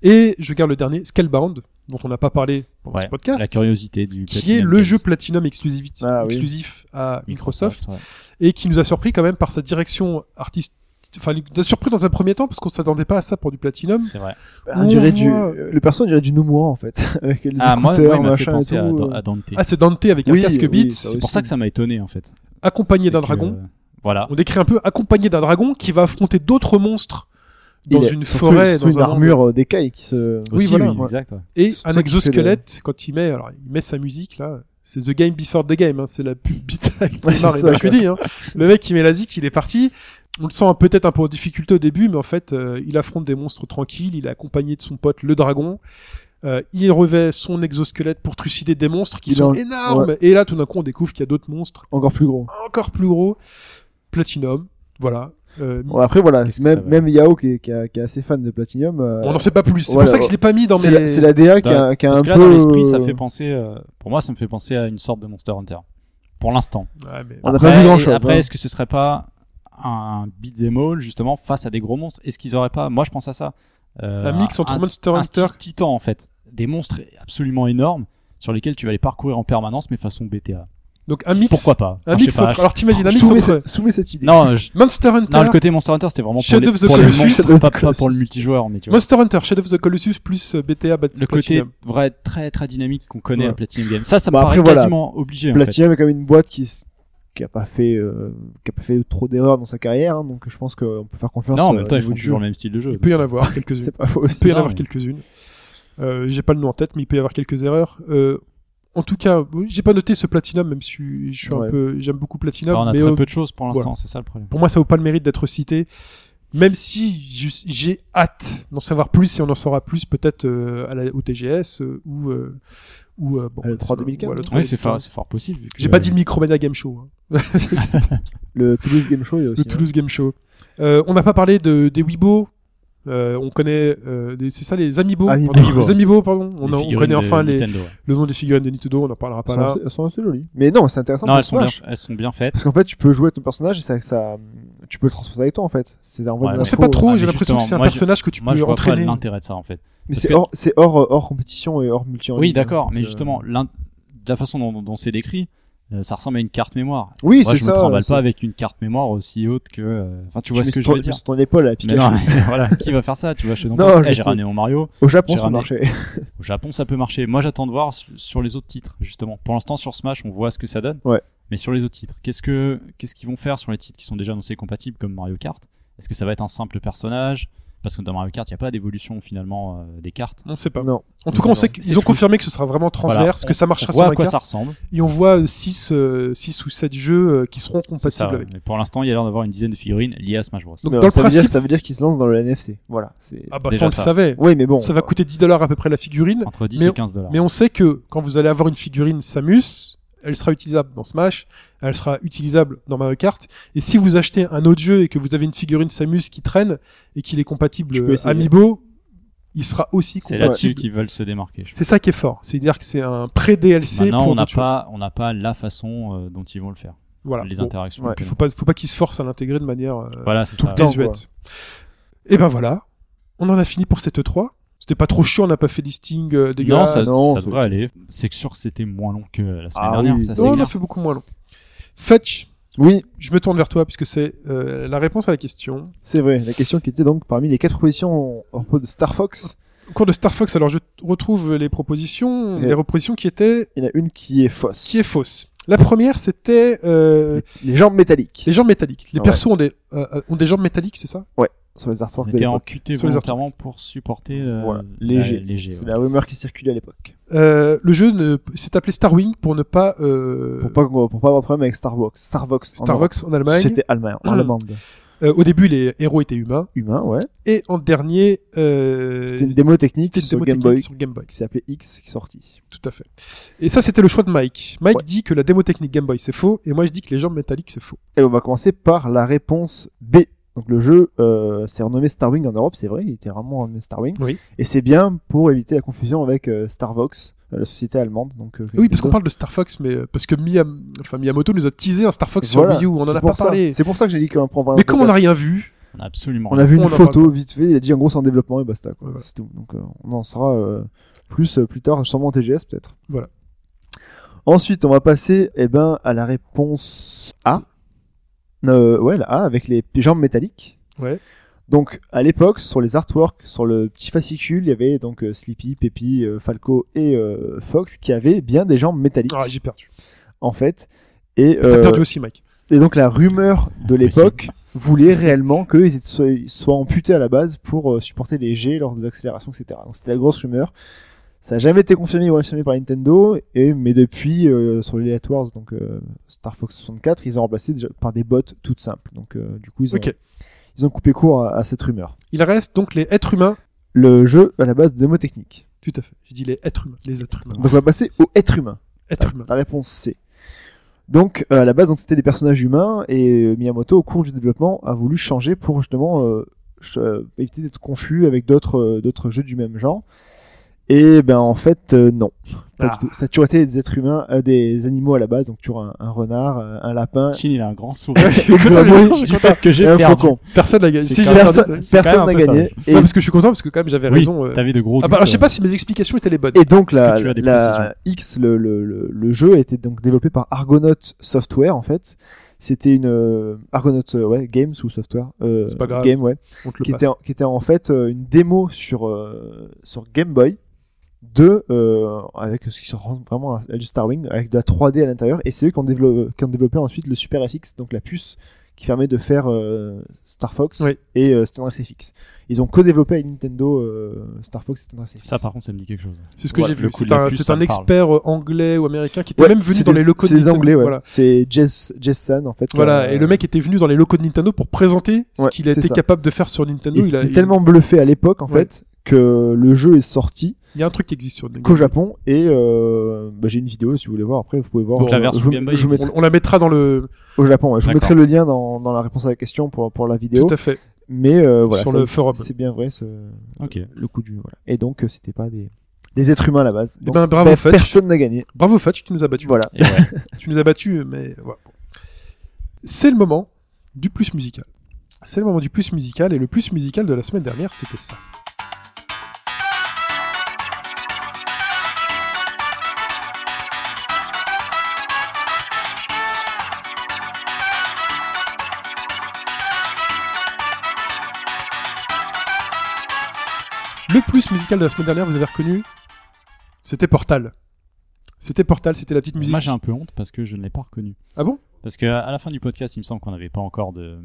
[SPEAKER 2] Et je garde le dernier, Scalebound, dont on n'a pas parlé dans
[SPEAKER 3] Ouais,
[SPEAKER 2] ce podcast,
[SPEAKER 3] La curiosité du
[SPEAKER 2] qui est
[SPEAKER 3] Platinum
[SPEAKER 2] le
[SPEAKER 3] Games.
[SPEAKER 2] jeu Platinum exclusif,
[SPEAKER 4] Ah oui.
[SPEAKER 2] exclusif à Microsoft.
[SPEAKER 3] ouais.
[SPEAKER 2] et qui nous a surpris quand même par sa direction artistique. Enfin, il nous a surpris dans un premier temps parce qu'on s'attendait pas à ça pour du platinum.
[SPEAKER 3] C'est vrai.
[SPEAKER 4] Ah, On dirait du...
[SPEAKER 2] voit-
[SPEAKER 4] Le perso, on dirait du Nomura en fait. [laughs] Avec les
[SPEAKER 3] Ah moi, ouais,
[SPEAKER 4] écouteurs,
[SPEAKER 3] il m'a fait
[SPEAKER 4] machin et
[SPEAKER 3] penser à,
[SPEAKER 4] tout.
[SPEAKER 3] Dan- à Dante.
[SPEAKER 2] Ah, c'est Dante avec un
[SPEAKER 4] Oui,
[SPEAKER 2] casque
[SPEAKER 4] oui,
[SPEAKER 2] Beats,
[SPEAKER 4] ça aussi.
[SPEAKER 3] C'est pour ça que ça m'a étonné en fait.
[SPEAKER 2] accompagné d'un
[SPEAKER 3] C'est que,
[SPEAKER 2] dragon.
[SPEAKER 3] euh, Voilà.
[SPEAKER 2] On décrit un peu accompagné d'un dragon qui va affronter d'autres monstres dans
[SPEAKER 4] Il est-
[SPEAKER 2] une
[SPEAKER 4] surtout-
[SPEAKER 2] forêt,
[SPEAKER 4] surtout
[SPEAKER 2] dans
[SPEAKER 4] une
[SPEAKER 2] un monde.
[SPEAKER 4] armure euh, d'écailles qui se.
[SPEAKER 2] Oui,
[SPEAKER 3] Aussi,
[SPEAKER 2] voilà,
[SPEAKER 4] ouais.
[SPEAKER 3] exact. ouais.
[SPEAKER 2] et
[SPEAKER 4] surtout
[SPEAKER 2] un
[SPEAKER 4] qu'il fait
[SPEAKER 2] exosquelette quand il met, alors il met sa musique là. C'est The Game Before the Game, hein, c'est la pub Beats avec
[SPEAKER 4] Ouais,
[SPEAKER 2] Neymar
[SPEAKER 4] c'est
[SPEAKER 2] et
[SPEAKER 4] ça,
[SPEAKER 2] Matuidi, hein. Le mec qui met la zik, il est parti. On le sent un- peut-être un peu en difficulté au début, mais en fait, euh, il affronte des monstres tranquilles. Il est accompagné de son pote le dragon. Euh, il revêt son exosquelette pour trucider des monstres qui
[SPEAKER 4] Il
[SPEAKER 2] sont
[SPEAKER 4] en-
[SPEAKER 2] énormes. Et là, tout d'un coup, on découvre qu'il y a d'autres monstres
[SPEAKER 4] Encore plus gros.
[SPEAKER 2] encore plus gros. Platinum, voilà. Euh,
[SPEAKER 4] Bon, après, voilà.
[SPEAKER 3] Qu'est-ce que ça
[SPEAKER 4] Même,
[SPEAKER 3] va
[SPEAKER 4] même Yao qui est, qui a- qui est assez fan de Platinum. euh,
[SPEAKER 2] on n'en sait pas plus. C'est
[SPEAKER 4] voilà,
[SPEAKER 2] pour ça que je l'ai pas mis dans
[SPEAKER 4] c'est
[SPEAKER 2] mes.
[SPEAKER 4] la, c'est la DA qui a, qui a
[SPEAKER 3] Parce
[SPEAKER 4] un
[SPEAKER 3] que
[SPEAKER 4] peu.
[SPEAKER 3] là, dans l'esprit, ça
[SPEAKER 4] euh,
[SPEAKER 3] fait penser. euh, pour moi, ça me fait penser à une sorte de Monster Hunter. Pour l'instant.
[SPEAKER 2] Ouais, mais-
[SPEAKER 4] On n'a pas vu hein. grand chose.
[SPEAKER 3] Après, est-ce que ce serait pas un beat'em all justement face à des gros monstres Est-ce qu'ils auraient pas Moi, je pense à ça. Euh,
[SPEAKER 2] Un mix entre Monster
[SPEAKER 3] un
[SPEAKER 2] Hunter-
[SPEAKER 3] style titan en fait, des monstres absolument énormes sur lesquels tu vas les parcourir en permanence, mais façon BTA.
[SPEAKER 2] Donc un mix.
[SPEAKER 3] Pourquoi pas
[SPEAKER 2] Un
[SPEAKER 3] Enfin, je
[SPEAKER 2] mix
[SPEAKER 3] sais pas.
[SPEAKER 2] entre. Alors t'imagines un mix
[SPEAKER 4] Soumets,
[SPEAKER 2] entre
[SPEAKER 4] soumets cette idée.
[SPEAKER 3] Non, je-
[SPEAKER 2] Monster Hunter.
[SPEAKER 3] non, le côté Monster Hunter, c'était vraiment pour
[SPEAKER 2] Shadow
[SPEAKER 3] les,
[SPEAKER 2] of the
[SPEAKER 3] pour les
[SPEAKER 2] Colossus.
[SPEAKER 3] monstres,
[SPEAKER 4] Shadow of the
[SPEAKER 3] pas, pas pour le
[SPEAKER 4] Colossus.
[SPEAKER 3] multijoueur, mais tu vois.
[SPEAKER 2] Monster Hunter, Shadow of the Colossus plus euh, BTA Bat-
[SPEAKER 3] le côté
[SPEAKER 2] Platinum.
[SPEAKER 3] vrai très très dynamique qu'on connaît
[SPEAKER 2] Ouais.
[SPEAKER 3] à Platinum Games. Ça, ça me
[SPEAKER 4] Bah,
[SPEAKER 3] paraît
[SPEAKER 4] après, voilà.
[SPEAKER 3] quasiment obligé. en fait.
[SPEAKER 4] Platinum est quand même une boîte qui s- qui a pas fait euh, qui a pas fait trop d'erreurs dans sa carrière hein, donc je pense qu'on peut faire confiance
[SPEAKER 3] Non, en
[SPEAKER 4] euh,
[SPEAKER 3] même temps,
[SPEAKER 4] au
[SPEAKER 3] ils
[SPEAKER 4] niveau
[SPEAKER 3] font
[SPEAKER 4] du
[SPEAKER 3] toujours
[SPEAKER 4] jeu.
[SPEAKER 3] le même style de jeu.
[SPEAKER 2] Il peut y en avoir quelques-unes.
[SPEAKER 4] c'est pas faux
[SPEAKER 2] Il peut
[SPEAKER 4] aussi hein.
[SPEAKER 2] y en
[SPEAKER 3] Non,
[SPEAKER 2] avoir
[SPEAKER 3] mais-
[SPEAKER 2] quelques-unes. Euh, j'ai pas le nom en tête, mais il peut y avoir quelques erreurs. Euh, en tout cas, oui, j'ai pas noté ce platinum, même si je suis un
[SPEAKER 4] Ouais.
[SPEAKER 2] peu, j'aime beaucoup platinum,
[SPEAKER 3] Enfin, Bah, on a
[SPEAKER 2] mais
[SPEAKER 3] très
[SPEAKER 2] euh,
[SPEAKER 3] peu de choses pour l'instant, c'est ça le problème.
[SPEAKER 2] pour moi, ça vaut pas le mérite d'être cité. Même si ju- j'ai hâte d'en savoir plus et on en saura plus peut-être euh, à la, au TGS euh, ou euh, ou euh, bon,
[SPEAKER 4] À le 3
[SPEAKER 2] c'est-
[SPEAKER 4] 2015,
[SPEAKER 2] ouais, le
[SPEAKER 4] hein.
[SPEAKER 2] 3
[SPEAKER 3] Ouais, c'est
[SPEAKER 2] 2015.
[SPEAKER 3] fort, c'est fort possible. vu que- euh,
[SPEAKER 2] J'ai pas dit le Micromania Game Show. hein.
[SPEAKER 4] le Toulouse Game Show il y a aussi hein.
[SPEAKER 2] le Toulouse Game Show. Euh, on n'a pas parlé de, des Weibo. Euh, on connaît, euh, des- c'est ça les Amiibo.
[SPEAKER 4] Amiibo.
[SPEAKER 2] pardon, Les Amiibo, pardon. On,
[SPEAKER 3] les
[SPEAKER 2] en- on
[SPEAKER 3] figurines
[SPEAKER 2] connaît
[SPEAKER 3] de
[SPEAKER 2] enfin les,
[SPEAKER 3] Nintendo, ouais.
[SPEAKER 2] le nom des figurines de Nintendo. On n'en parlera pas
[SPEAKER 4] Elles sont
[SPEAKER 2] là.
[SPEAKER 4] assez- elles sont assez jolies mais non c'est intéressant
[SPEAKER 3] Non,
[SPEAKER 4] pour
[SPEAKER 3] elles sont, bien,
[SPEAKER 4] Smash,
[SPEAKER 3] elles sont bien faites.
[SPEAKER 4] parce qu'en fait tu peux jouer avec ton personnage et ça, ça tu peux le transporter avec toi en fait c'est un vrai hein.
[SPEAKER 3] Ouais,
[SPEAKER 4] de
[SPEAKER 2] On
[SPEAKER 3] mais-
[SPEAKER 2] sait
[SPEAKER 4] l'info,
[SPEAKER 2] pas trop.
[SPEAKER 3] Ah, mais
[SPEAKER 2] j'ai l'impression
[SPEAKER 3] justement,
[SPEAKER 2] que c'est un
[SPEAKER 3] moi, je-
[SPEAKER 2] personnage que tu
[SPEAKER 3] Moi,
[SPEAKER 2] peux
[SPEAKER 3] je vois pas
[SPEAKER 2] entraîner.
[SPEAKER 3] l'intérêt de ça en fait.
[SPEAKER 4] mais
[SPEAKER 3] parce
[SPEAKER 4] c'est
[SPEAKER 3] que-
[SPEAKER 4] hors c'est hors, hors compétition et hors multi en
[SPEAKER 3] Oui,
[SPEAKER 4] ligne,
[SPEAKER 3] d'accord,
[SPEAKER 4] donc,
[SPEAKER 3] mais
[SPEAKER 4] euh,
[SPEAKER 3] justement, l'un- de la façon dont, dont c'est décrit, euh, ça ressemble à une carte mémoire.
[SPEAKER 4] Oui,
[SPEAKER 3] Moi,
[SPEAKER 4] c'est
[SPEAKER 3] je
[SPEAKER 4] ça.
[SPEAKER 3] me trimballe
[SPEAKER 4] c'est-
[SPEAKER 3] pas avec une carte mémoire aussi haute que. euh, Enfin, tu vois ce
[SPEAKER 4] mets
[SPEAKER 3] que
[SPEAKER 4] sur
[SPEAKER 3] je veux
[SPEAKER 4] ton-
[SPEAKER 3] dire.
[SPEAKER 4] sur ton épaule, là,
[SPEAKER 3] Mais
[SPEAKER 4] Pikachu.
[SPEAKER 3] non, [laughs] voilà, qui va faire ça Tu vois, chez
[SPEAKER 4] Non,
[SPEAKER 3] Nintendo,
[SPEAKER 4] je
[SPEAKER 3] Eh, j'ai
[SPEAKER 4] sais.
[SPEAKER 3] ramené mon Mario.
[SPEAKER 4] Au Japon,
[SPEAKER 3] J'ai
[SPEAKER 4] ça
[SPEAKER 3] ramené-
[SPEAKER 4] marchait.
[SPEAKER 3] Au Japon, ça peut marcher. Moi, j'attends de voir su- sur les autres titres, justement. Pour l'instant, sur Smash, on voit ce que ça donne.
[SPEAKER 4] Ouais.
[SPEAKER 3] Mais sur les autres titres, qu'est-ce que qu'est-ce qu'ils vont faire sur les titres qui sont déjà annoncés compatibles comme Mario Kart Est-ce que ça va être un simple personnage Parce que dans Mario Kart, il n'y a pas d'évolution finalement euh, des cartes.
[SPEAKER 2] On sait pas.
[SPEAKER 4] Non.
[SPEAKER 2] En tout cas, on sait
[SPEAKER 3] C'est
[SPEAKER 2] qu'ils ont
[SPEAKER 3] fou.
[SPEAKER 2] confirmé que ce sera vraiment transverse,
[SPEAKER 3] Voilà,
[SPEAKER 2] que ça marchera
[SPEAKER 3] on voit
[SPEAKER 2] sur
[SPEAKER 3] à quoi
[SPEAKER 2] Minecraft.
[SPEAKER 3] ça ressemble.
[SPEAKER 2] Et on voit euh, 6 ou 7 jeux euh, qui seront
[SPEAKER 3] C'est ça,
[SPEAKER 2] compatibles avec.
[SPEAKER 3] mais pour l'instant, il y a l'air d'avoir une dizaine de figurines liées à Smash Bros.
[SPEAKER 2] Donc,
[SPEAKER 4] Non,
[SPEAKER 2] dans le
[SPEAKER 4] ça veut dire-
[SPEAKER 2] principe-
[SPEAKER 4] ça veut dire qu'ils se lancent dans le NFC. Voilà. c'est-
[SPEAKER 2] Ah bah
[SPEAKER 3] Déjà
[SPEAKER 2] ça, on le
[SPEAKER 3] ça.
[SPEAKER 2] savait.
[SPEAKER 4] Oui, mais bon.
[SPEAKER 2] Ça va coûter 10 dollars à peu près la figurine.
[SPEAKER 3] Entre 10
[SPEAKER 2] Mais on-
[SPEAKER 3] et 15 dollars.
[SPEAKER 2] Mais on sait que quand vous allez avoir une figurine Samus, elle sera utilisable dans Smash, elle sera utilisable dans Mario Kart. Et si vous achetez un autre jeu et que vous avez une figurine Samus qui traîne et qu'il est compatible
[SPEAKER 4] Tu peux
[SPEAKER 2] euh,
[SPEAKER 4] essayer.
[SPEAKER 2] Amiibo, il sera aussi
[SPEAKER 3] C'est là-dessus
[SPEAKER 2] compatible.
[SPEAKER 3] qu'ils veulent se démarquer. je
[SPEAKER 2] C'est ça qui est fort. C'est-à-dire que c'est un pré-DLC
[SPEAKER 3] Maintenant,
[SPEAKER 2] pour
[SPEAKER 3] on n'a
[SPEAKER 2] d'autres choses.
[SPEAKER 3] pas, on n'a pas la façon euh, dont ils vont le faire,
[SPEAKER 2] voilà.
[SPEAKER 3] les
[SPEAKER 2] Bon.
[SPEAKER 3] interactions.
[SPEAKER 4] ouais.
[SPEAKER 2] Puis
[SPEAKER 3] Puis
[SPEAKER 2] faut pas, faut pas qu'ils se forcent à l'intégrer de manière euh,
[SPEAKER 3] Voilà, c'est ça.
[SPEAKER 4] temps.
[SPEAKER 2] désuète. Et ben voilà, on en a fini pour cette E3. C'était pas trop chiant, on n'a pas fait listing euh, des
[SPEAKER 3] Non, ça,
[SPEAKER 4] non,
[SPEAKER 3] ça
[SPEAKER 4] c'est-
[SPEAKER 3] devrait aller. C'est que sûr, que c'était moins long que la semaine
[SPEAKER 4] Ah
[SPEAKER 3] dernière.
[SPEAKER 4] oui.
[SPEAKER 3] Ça, c'est
[SPEAKER 2] Non, on a
[SPEAKER 3] clair.
[SPEAKER 2] fait beaucoup moins long. Fetch,
[SPEAKER 4] Oui,
[SPEAKER 2] je me tourne vers toi puisque c'est euh, la réponse à la question.
[SPEAKER 4] c'est vrai. La question qui était donc parmi les quatre propositions en repos de Star Fox,
[SPEAKER 2] Au cours de Star Fox, alors je t- retrouve les propositions,
[SPEAKER 4] Ouais.
[SPEAKER 2] les propositions qui étaient,
[SPEAKER 4] il y en a une qui est fausse.
[SPEAKER 2] qui est fausse. La première, c'était euh,
[SPEAKER 4] Les jambes métalliques.
[SPEAKER 2] les jambes métalliques. Les
[SPEAKER 4] Ouais.
[SPEAKER 2] persos ont des, euh, ont des jambes métalliques, c'est ça
[SPEAKER 4] Sur les
[SPEAKER 3] On
[SPEAKER 4] artworks de
[SPEAKER 3] était en
[SPEAKER 4] l'époque.
[SPEAKER 3] QT
[SPEAKER 2] Sur les
[SPEAKER 3] volontairement pour supporter euh,
[SPEAKER 4] Voilà,
[SPEAKER 3] la-
[SPEAKER 4] léger.
[SPEAKER 3] léger,
[SPEAKER 4] C'est
[SPEAKER 3] ouais.
[SPEAKER 4] la rumeur qui circulait à l'époque.
[SPEAKER 2] Euh, Le jeu ne- s'est appelé Starwing pour ne pas, euh,
[SPEAKER 4] Pour pas, pour pas avoir de problème avec Starvox. Starvox. en Europe.
[SPEAKER 2] Starvox en Allemagne. Hmm.
[SPEAKER 4] C'était allemand, en allemande.
[SPEAKER 2] Euh, au début, les héros étaient humains.
[SPEAKER 4] Humain, ouais.
[SPEAKER 2] Et en dernier, euh,
[SPEAKER 4] C'était une démo technique
[SPEAKER 2] c'était une
[SPEAKER 4] sur
[SPEAKER 2] démo
[SPEAKER 4] Game
[SPEAKER 2] technique
[SPEAKER 4] Boy
[SPEAKER 2] sur Game Boy.
[SPEAKER 4] qui s'appelait X qui est sortie.
[SPEAKER 2] Tout à fait. Et ça, c'était le choix de Mike. Mike
[SPEAKER 4] Ouais.
[SPEAKER 2] dit que la démo technique Game Boy, c'est faux. Et moi, je dis que les jambes métalliques, c'est faux.
[SPEAKER 4] Et on va commencer par la réponse B. Donc le jeu euh, s'est renommé Starwing en Europe, c'est vrai, il était vraiment renommé Starwing.
[SPEAKER 2] Oui.
[SPEAKER 4] Et c'est bien pour éviter la confusion avec euh, Starvox, euh, la société allemande. Donc, euh,
[SPEAKER 2] Oui, parce qu'on
[SPEAKER 4] Nintendo.
[SPEAKER 2] parle de Star Fox, mais euh, parce que Miyam- enfin, Miyamoto nous a teasé un Star Fox
[SPEAKER 4] Voilà,
[SPEAKER 2] sur Wii U. On en
[SPEAKER 4] c'est
[SPEAKER 2] a
[SPEAKER 4] pour
[SPEAKER 2] pas
[SPEAKER 4] ça.
[SPEAKER 2] parlé.
[SPEAKER 4] C'est pour ça que j'ai dit qu'on en prend pas
[SPEAKER 2] Mais
[SPEAKER 4] un
[SPEAKER 2] comme on n'a
[SPEAKER 4] podcast.
[SPEAKER 2] rien vu,
[SPEAKER 3] On a absolument
[SPEAKER 4] on
[SPEAKER 3] rien.
[SPEAKER 4] a vu
[SPEAKER 2] on
[SPEAKER 4] une
[SPEAKER 2] en parle
[SPEAKER 4] photo vite fait, il a dit en gros c'est en développement et basta. quoi.
[SPEAKER 2] Voilà.
[SPEAKER 4] C'est tout. Donc euh, on en saura euh, plus euh, plus tard, sûrement en TGS peut-être.
[SPEAKER 2] Voilà.
[SPEAKER 4] Ensuite, on va passer eh ben, à la réponse A. Euh, ouais, la A avec les jambes métalliques.
[SPEAKER 2] Ouais.
[SPEAKER 4] Donc à l'époque, sur les artworks, sur le petit fascicule, il y avait donc euh, Sleepy, Peppy, euh, Falco et euh, Fox qui avaient bien des jambes métalliques
[SPEAKER 2] ah, j'ai perdu.
[SPEAKER 4] en fait. Et,
[SPEAKER 2] T'as
[SPEAKER 4] euh,
[SPEAKER 2] perdu aussi, Mike.
[SPEAKER 4] et donc la rumeur de l'époque voulait réellement qu'ils soient, ils soient amputés à la base pour euh, supporter les G lors des accélérations, etc. Donc c'était la grosse rumeur. Ça n'a jamais été confirmé ou infirmé par Nintendo, et, mais depuis, euh, sur les Late Wars, donc euh, Star Fox 64, ils ont remplacé déjà par des bots toutes simples. Donc euh, du coup, ils ont,
[SPEAKER 2] Ok.
[SPEAKER 4] ils ont coupé court à, à cette rumeur.
[SPEAKER 2] Il reste donc les êtres humains.
[SPEAKER 4] Le jeu à la base de démo technique.
[SPEAKER 2] Tout à fait. J'ai dit les êtres humains. Les êtres humains.
[SPEAKER 4] Donc on va passer au être humain.
[SPEAKER 2] Êtres humains.
[SPEAKER 4] La réponse C. Donc euh, à la base, donc c'était des personnages humains et euh, Miyamoto, au cours du développement, a voulu changer pour justement euh, ch- euh, éviter d'être confus avec d'autres euh, d'autres jeux du même genre. Et ben en fait euh, non, pas
[SPEAKER 2] Ah.
[SPEAKER 4] du tout. Ça a toujours été des êtres humains, euh, des animaux à la base, donc toujours un, un renard, euh, un lapin,
[SPEAKER 3] Chine, il a un grand sourire.
[SPEAKER 2] Putain,
[SPEAKER 4] Oui,
[SPEAKER 2] je
[SPEAKER 3] Je
[SPEAKER 2] suis
[SPEAKER 3] dis
[SPEAKER 2] content.
[SPEAKER 3] peut-être que j'ai
[SPEAKER 4] et un
[SPEAKER 3] perdu.
[SPEAKER 4] faucon.
[SPEAKER 2] Personne n'a gagné.
[SPEAKER 3] C'est
[SPEAKER 2] Si, j'ai
[SPEAKER 3] quand même
[SPEAKER 2] perdu.
[SPEAKER 4] Personne
[SPEAKER 2] c'est-
[SPEAKER 4] personne
[SPEAKER 3] quand
[SPEAKER 4] n'a
[SPEAKER 3] même un peu ça,
[SPEAKER 4] gagné.
[SPEAKER 3] [laughs]
[SPEAKER 4] Et,
[SPEAKER 2] Non, parce que je suis content parce que quand même j'avais
[SPEAKER 3] Oui,
[SPEAKER 2] raison. euh.
[SPEAKER 3] T'avais de gros.
[SPEAKER 2] Ah bah alors,
[SPEAKER 3] doutes,
[SPEAKER 2] je sais pas si mes explications étaient les bonnes.
[SPEAKER 4] et donc
[SPEAKER 3] Est-ce
[SPEAKER 4] la,
[SPEAKER 3] que tu as des
[SPEAKER 4] la X, le, le, le, le jeu a été donc développé par Argonaut Software en fait. C'était une euh, Argonaut euh, ouais, Games ou Software euh,
[SPEAKER 2] C'est pas grave.
[SPEAKER 4] Game ouais.
[SPEAKER 2] On te le
[SPEAKER 4] qui
[SPEAKER 2] passe.
[SPEAKER 4] était, en, qui était en fait euh, une démo sur, euh, sur Game Boy de euh, avec ce qui se rend vraiment à, à du Starwing avec de la 3D à l'intérieur et c'est eux qui ont, développé, qui ont développé ensuite le Super FX donc la puce qui permet de faire euh, Star Fox
[SPEAKER 2] Oui.
[SPEAKER 4] et euh, Standard FX. Ils ont co-développé avec Nintendo euh, Star Fox et Standard FX.
[SPEAKER 3] Ça, par contre, ça me dit quelque chose.
[SPEAKER 2] C'est ce que
[SPEAKER 3] Voilà,
[SPEAKER 2] j'ai
[SPEAKER 3] le
[SPEAKER 2] vu.
[SPEAKER 3] coup de
[SPEAKER 2] C'est
[SPEAKER 3] la
[SPEAKER 2] un,
[SPEAKER 3] puce,
[SPEAKER 2] c'est
[SPEAKER 3] ça
[SPEAKER 2] un
[SPEAKER 3] me parle.
[SPEAKER 2] expert euh, anglais ou américain qui était
[SPEAKER 4] Ouais,
[SPEAKER 2] même venu
[SPEAKER 4] c'est
[SPEAKER 2] dans
[SPEAKER 4] des-
[SPEAKER 2] les locaux de
[SPEAKER 4] C'est des
[SPEAKER 2] Nintendo.
[SPEAKER 4] anglais, ouais.
[SPEAKER 2] Voilà.
[SPEAKER 4] C'est Jess, Jess San en fait.
[SPEAKER 2] Voilà,
[SPEAKER 4] euh,
[SPEAKER 2] et le mec était venu dans les locaux de Nintendo pour présenter ce
[SPEAKER 4] Ouais,
[SPEAKER 2] qu'il a
[SPEAKER 4] c'est
[SPEAKER 2] été
[SPEAKER 4] ça.
[SPEAKER 2] capable de faire sur Nintendo.
[SPEAKER 4] il
[SPEAKER 2] Il a-
[SPEAKER 4] s'était
[SPEAKER 2] il-
[SPEAKER 4] tellement bluffé à l'époque en
[SPEAKER 2] Ouais.
[SPEAKER 4] fait que le jeu est sorti
[SPEAKER 2] Il y a un truc qui existe sur Nintendo.
[SPEAKER 4] qu'au Japon et euh, bah, j'ai une vidéo si vous voulez voir après vous pouvez voir
[SPEAKER 2] Bon,
[SPEAKER 4] Je-
[SPEAKER 3] la version
[SPEAKER 4] je, vous-
[SPEAKER 3] Game Boy
[SPEAKER 4] je vous
[SPEAKER 2] On,
[SPEAKER 4] mettrai,
[SPEAKER 2] on la mettra dans le.
[SPEAKER 4] au Japon ouais. je vous
[SPEAKER 3] D'accord.
[SPEAKER 4] mettrai le lien dans, dans la réponse à la question pour, pour la vidéo
[SPEAKER 2] Tout à fait.
[SPEAKER 4] mais euh, voilà
[SPEAKER 2] Sur
[SPEAKER 4] ça,
[SPEAKER 2] le
[SPEAKER 4] c'est-
[SPEAKER 2] forum.
[SPEAKER 4] c'est bien vrai ce,
[SPEAKER 3] Ok.
[SPEAKER 4] le coup du voilà et donc euh, c'était pas des des êtres humains à la base
[SPEAKER 2] Eh
[SPEAKER 4] Donc,
[SPEAKER 2] ben, bravo,
[SPEAKER 4] pe-
[SPEAKER 2] Fetch.
[SPEAKER 4] personne n'a gagné
[SPEAKER 2] Bravo Fatch, tu nous as battus.
[SPEAKER 4] voilà
[SPEAKER 3] Et ouais.
[SPEAKER 2] Tu nous as battus, mais voilà. Bon. C'est le moment du plus musical. C'est le moment du plus musical, et le plus musical de la semaine dernière, c'était ça. Le plus musical de la semaine dernière, vous avez reconnu C'était Portal. C'était Portal, c'était la petite musique.
[SPEAKER 3] Moi, j'ai un peu honte parce que je ne l'ai pas reconnu.
[SPEAKER 2] Ah bon
[SPEAKER 3] Parce que à la fin du podcast, il me semble qu'on n'avait pas encore de,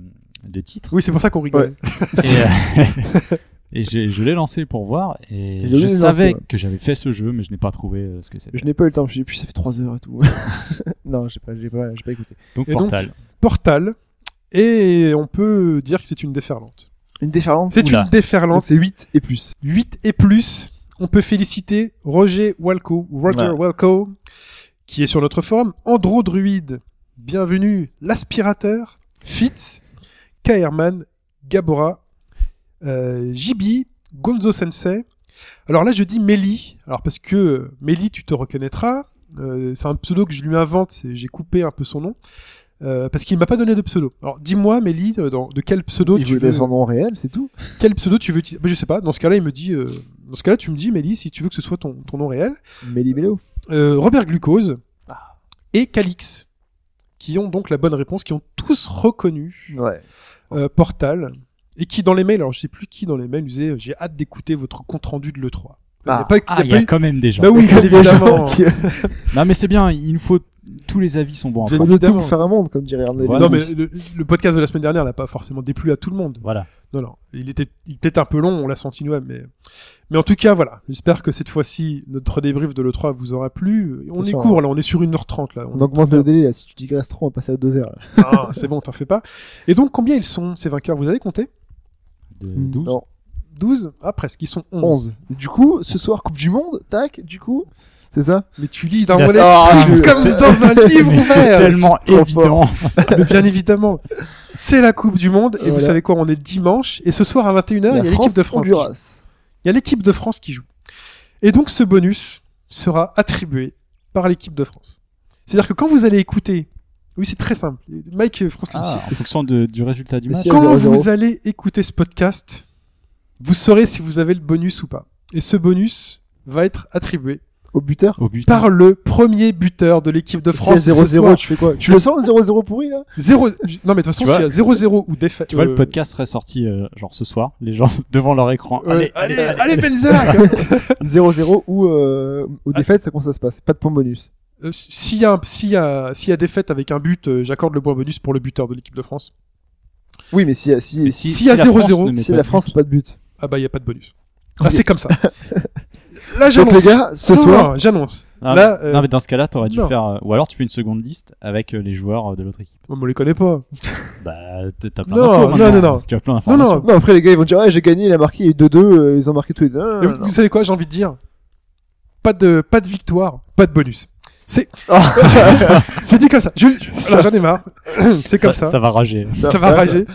[SPEAKER 3] de titre.
[SPEAKER 2] Oui, c'est pour ça qu'on rigole.
[SPEAKER 3] Et, euh, [laughs] et j'ai- je l'ai lancé pour voir et
[SPEAKER 4] Il a
[SPEAKER 3] je
[SPEAKER 4] lancé,
[SPEAKER 3] savais
[SPEAKER 4] ouais.
[SPEAKER 3] que j'avais fait ce jeu, mais je n'ai pas trouvé euh, ce que c'était.
[SPEAKER 4] Je n'ai pas eu le temps, je me suis dit, puis ça fait 3 heures et tout. [laughs] non, j'ai pas, j'ai pas, j'ai pas écouté.
[SPEAKER 3] Donc
[SPEAKER 2] Et donc-
[SPEAKER 3] Portal.
[SPEAKER 2] Portal. Et on peut dire que c'est une déferlante.
[SPEAKER 4] Une déferlante
[SPEAKER 2] C'est
[SPEAKER 3] Oula.
[SPEAKER 2] une déferlante.
[SPEAKER 4] Donc c'est 8 et plus.
[SPEAKER 2] 8 et plus. On peut féliciter Roger Walco, Roger
[SPEAKER 4] Ouais.
[SPEAKER 2] Walco, qui est sur notre forum. Androdruide, bienvenue. L'aspirateur, Fitz, Kaerman, Gabora, euh, Jibi, Gonzo Sensei. Alors là, je dis Meli. Alors parce que euh, Meli, tu te reconnaîtras. Euh, c'est un pseudo que je lui invente. c'est- J'ai coupé un peu son nom. Euh, parce qu'il m'a pas donné de pseudo. Alors dis-moi, Mélie, euh, dans- de quel pseudo
[SPEAKER 4] Il
[SPEAKER 2] tu
[SPEAKER 4] voulait
[SPEAKER 2] veux...
[SPEAKER 4] son nom réel, c'est tout.
[SPEAKER 2] Quel pseudo tu veux utiliser Bah, Je sais pas. Dans ce cas-là, il me dit. euh, Dans ce cas-là, tu me dis, Mélie, si tu veux que ce soit ton, ton nom réel,
[SPEAKER 4] Méli Mélo.
[SPEAKER 2] euh, Robert Glucose et Calix, qui ont donc la bonne réponse, qui ont tous reconnu
[SPEAKER 4] Ouais.
[SPEAKER 2] euh, Portal et qui dans les mails, alors je sais plus qui dans les mails disait, euh, j'ai hâte d'écouter votre compte rendu de le 3.
[SPEAKER 4] Ah. [laughs]
[SPEAKER 2] pas,
[SPEAKER 3] Ah, il y
[SPEAKER 2] pas
[SPEAKER 3] a
[SPEAKER 2] eu-
[SPEAKER 3] quand même des gens.
[SPEAKER 2] Bah oui, bien
[SPEAKER 4] Des gens
[SPEAKER 2] évidemment.
[SPEAKER 4] qui-
[SPEAKER 3] Non, mais c'est bien. Il nous faut tous les avis sont bons.
[SPEAKER 2] Vous
[SPEAKER 3] encore.
[SPEAKER 4] On veut tout
[SPEAKER 2] Évidemment.
[SPEAKER 4] pour faire un monde, comme dirait Arnaud.
[SPEAKER 3] Voilà.
[SPEAKER 2] non mais le, le podcast de la semaine dernière n'a pas forcément déplu à tout le monde.
[SPEAKER 3] Voilà.
[SPEAKER 2] Non, non. Il était, il était peut-être un peu long, on l'a senti nous mais, mais en tout cas, voilà. J'espère que cette fois-ci, notre débrief de l'E3 vous aura plu. On est
[SPEAKER 4] sûr, hein.
[SPEAKER 2] court, là. On est sur 1h30, là.
[SPEAKER 4] On augmente le délai, là. Si tu digresses trop, on va passer à 2 heures, là.
[SPEAKER 2] Ah, c'est bon, t'en fais pas. Et donc, combien ils sont, ces vainqueurs? Vous avez compté?
[SPEAKER 3] De 12.
[SPEAKER 4] Mm. Non,
[SPEAKER 2] 12? Ah, presque. Ils sont 11.
[SPEAKER 4] 11. Et Du coup, ce soir, Coupe du Monde, tac, du coup, c'est ça
[SPEAKER 2] Mais tu lis dans
[SPEAKER 3] Il a-
[SPEAKER 2] mon
[SPEAKER 3] Ah,
[SPEAKER 2] esprit,
[SPEAKER 4] je-
[SPEAKER 2] comme dans un livre
[SPEAKER 3] [laughs] Mais c'est
[SPEAKER 2] ouvert.
[SPEAKER 3] tellement
[SPEAKER 4] trop
[SPEAKER 3] évident.
[SPEAKER 2] Mais bien évidemment. C'est la Coupe du Monde. Et vous
[SPEAKER 4] Voilà.
[SPEAKER 2] savez quoi? On est dimanche. Et ce soir, à 21h, il y a l'équipe de France. qui joue.
[SPEAKER 4] Honduras.
[SPEAKER 2] Il y a l'équipe de France qui joue. Et donc ce bonus sera attribué par l'équipe de France. C'est-à-dire que quand vous allez écouter, oui c'est très simple, Mike et Franck
[SPEAKER 3] Ah,
[SPEAKER 2] Lucie.
[SPEAKER 3] en fonction de- du résultat du
[SPEAKER 4] Mais
[SPEAKER 3] match.
[SPEAKER 4] si-
[SPEAKER 2] quand
[SPEAKER 4] 0-0.
[SPEAKER 2] vous allez écouter ce podcast, vous saurez si vous avez le bonus ou pas. Et ce bonus va être attribué
[SPEAKER 4] Au buteur.
[SPEAKER 3] Au but.
[SPEAKER 2] par le premier buteur de l'équipe de France.
[SPEAKER 4] Si il y a 0-0,
[SPEAKER 2] 0-0.
[SPEAKER 4] tu fais quoi Tu le sens, le 0-0
[SPEAKER 2] [laughs]
[SPEAKER 4] pourri, là
[SPEAKER 2] Non mais de toute façon,
[SPEAKER 3] Tu vois-
[SPEAKER 2] s'il y a 0-0 ou défaite.
[SPEAKER 3] Tu vois, le podcast serait sorti euh, genre ce soir, les gens [laughs] devant leur écran.
[SPEAKER 2] Allez, euh, allez, allez, Benzema,
[SPEAKER 4] 0-0 ou euh, aux
[SPEAKER 2] Ah.
[SPEAKER 4] défaites, c'est comment ça se passe Pas de points bonus.
[SPEAKER 2] Euh, s'il y a un- s'il y a s'il y a défaite avec un but, euh, j'accorde le point bonus pour le buteur de l'équipe de France.
[SPEAKER 4] Oui, mais si, si,
[SPEAKER 3] Mais
[SPEAKER 4] si,
[SPEAKER 3] si,
[SPEAKER 2] s'il y a
[SPEAKER 3] si la France
[SPEAKER 2] 0-0,
[SPEAKER 3] ne met pas
[SPEAKER 4] la
[SPEAKER 3] de
[SPEAKER 4] France,
[SPEAKER 3] but,
[SPEAKER 4] pas de but.
[SPEAKER 2] Ah bah il y a pas de bonus. Ah
[SPEAKER 4] Ok.
[SPEAKER 2] c'est
[SPEAKER 4] [laughs]
[SPEAKER 2] comme ça. Là
[SPEAKER 4] Donc les
[SPEAKER 2] j'annonce.
[SPEAKER 4] gars, ce
[SPEAKER 2] Non,
[SPEAKER 4] soir,
[SPEAKER 2] non, j'annonce.
[SPEAKER 3] Non,
[SPEAKER 2] Là,
[SPEAKER 3] Ah, mais,
[SPEAKER 2] euh,
[SPEAKER 3] non, mais dans ce cas-là, t'aurais dû
[SPEAKER 2] non.
[SPEAKER 3] faire. euh, ou alors tu fais une seconde liste avec euh, les joueurs euh, de l'autre équipe.
[SPEAKER 2] Oh, On les connaît pas.
[SPEAKER 3] Bah, t- t'as plein
[SPEAKER 2] Non,
[SPEAKER 3] d'infos.
[SPEAKER 2] non,
[SPEAKER 3] maintenant.
[SPEAKER 2] non, non.
[SPEAKER 3] Tu as plein
[SPEAKER 2] Non
[SPEAKER 3] d'informations.
[SPEAKER 2] non.
[SPEAKER 4] Non, après les gars ils vont dire ouais, j'ai gagné, il a marqué, il y a eu 2-2, euh, ils ont marqué tous les deux. Non,
[SPEAKER 2] Et
[SPEAKER 4] non,
[SPEAKER 2] vous,
[SPEAKER 4] non.
[SPEAKER 2] vous savez quoi J'ai envie de dire. Pas de pas de victoire, pas de bonus. C'est
[SPEAKER 4] Ah.
[SPEAKER 2] c'est dit comme ça. Je- je- alors, j'en ai marre. [coughs] C'est comme ça.
[SPEAKER 3] Ça va rager.
[SPEAKER 2] [laughs] Ça, va rager.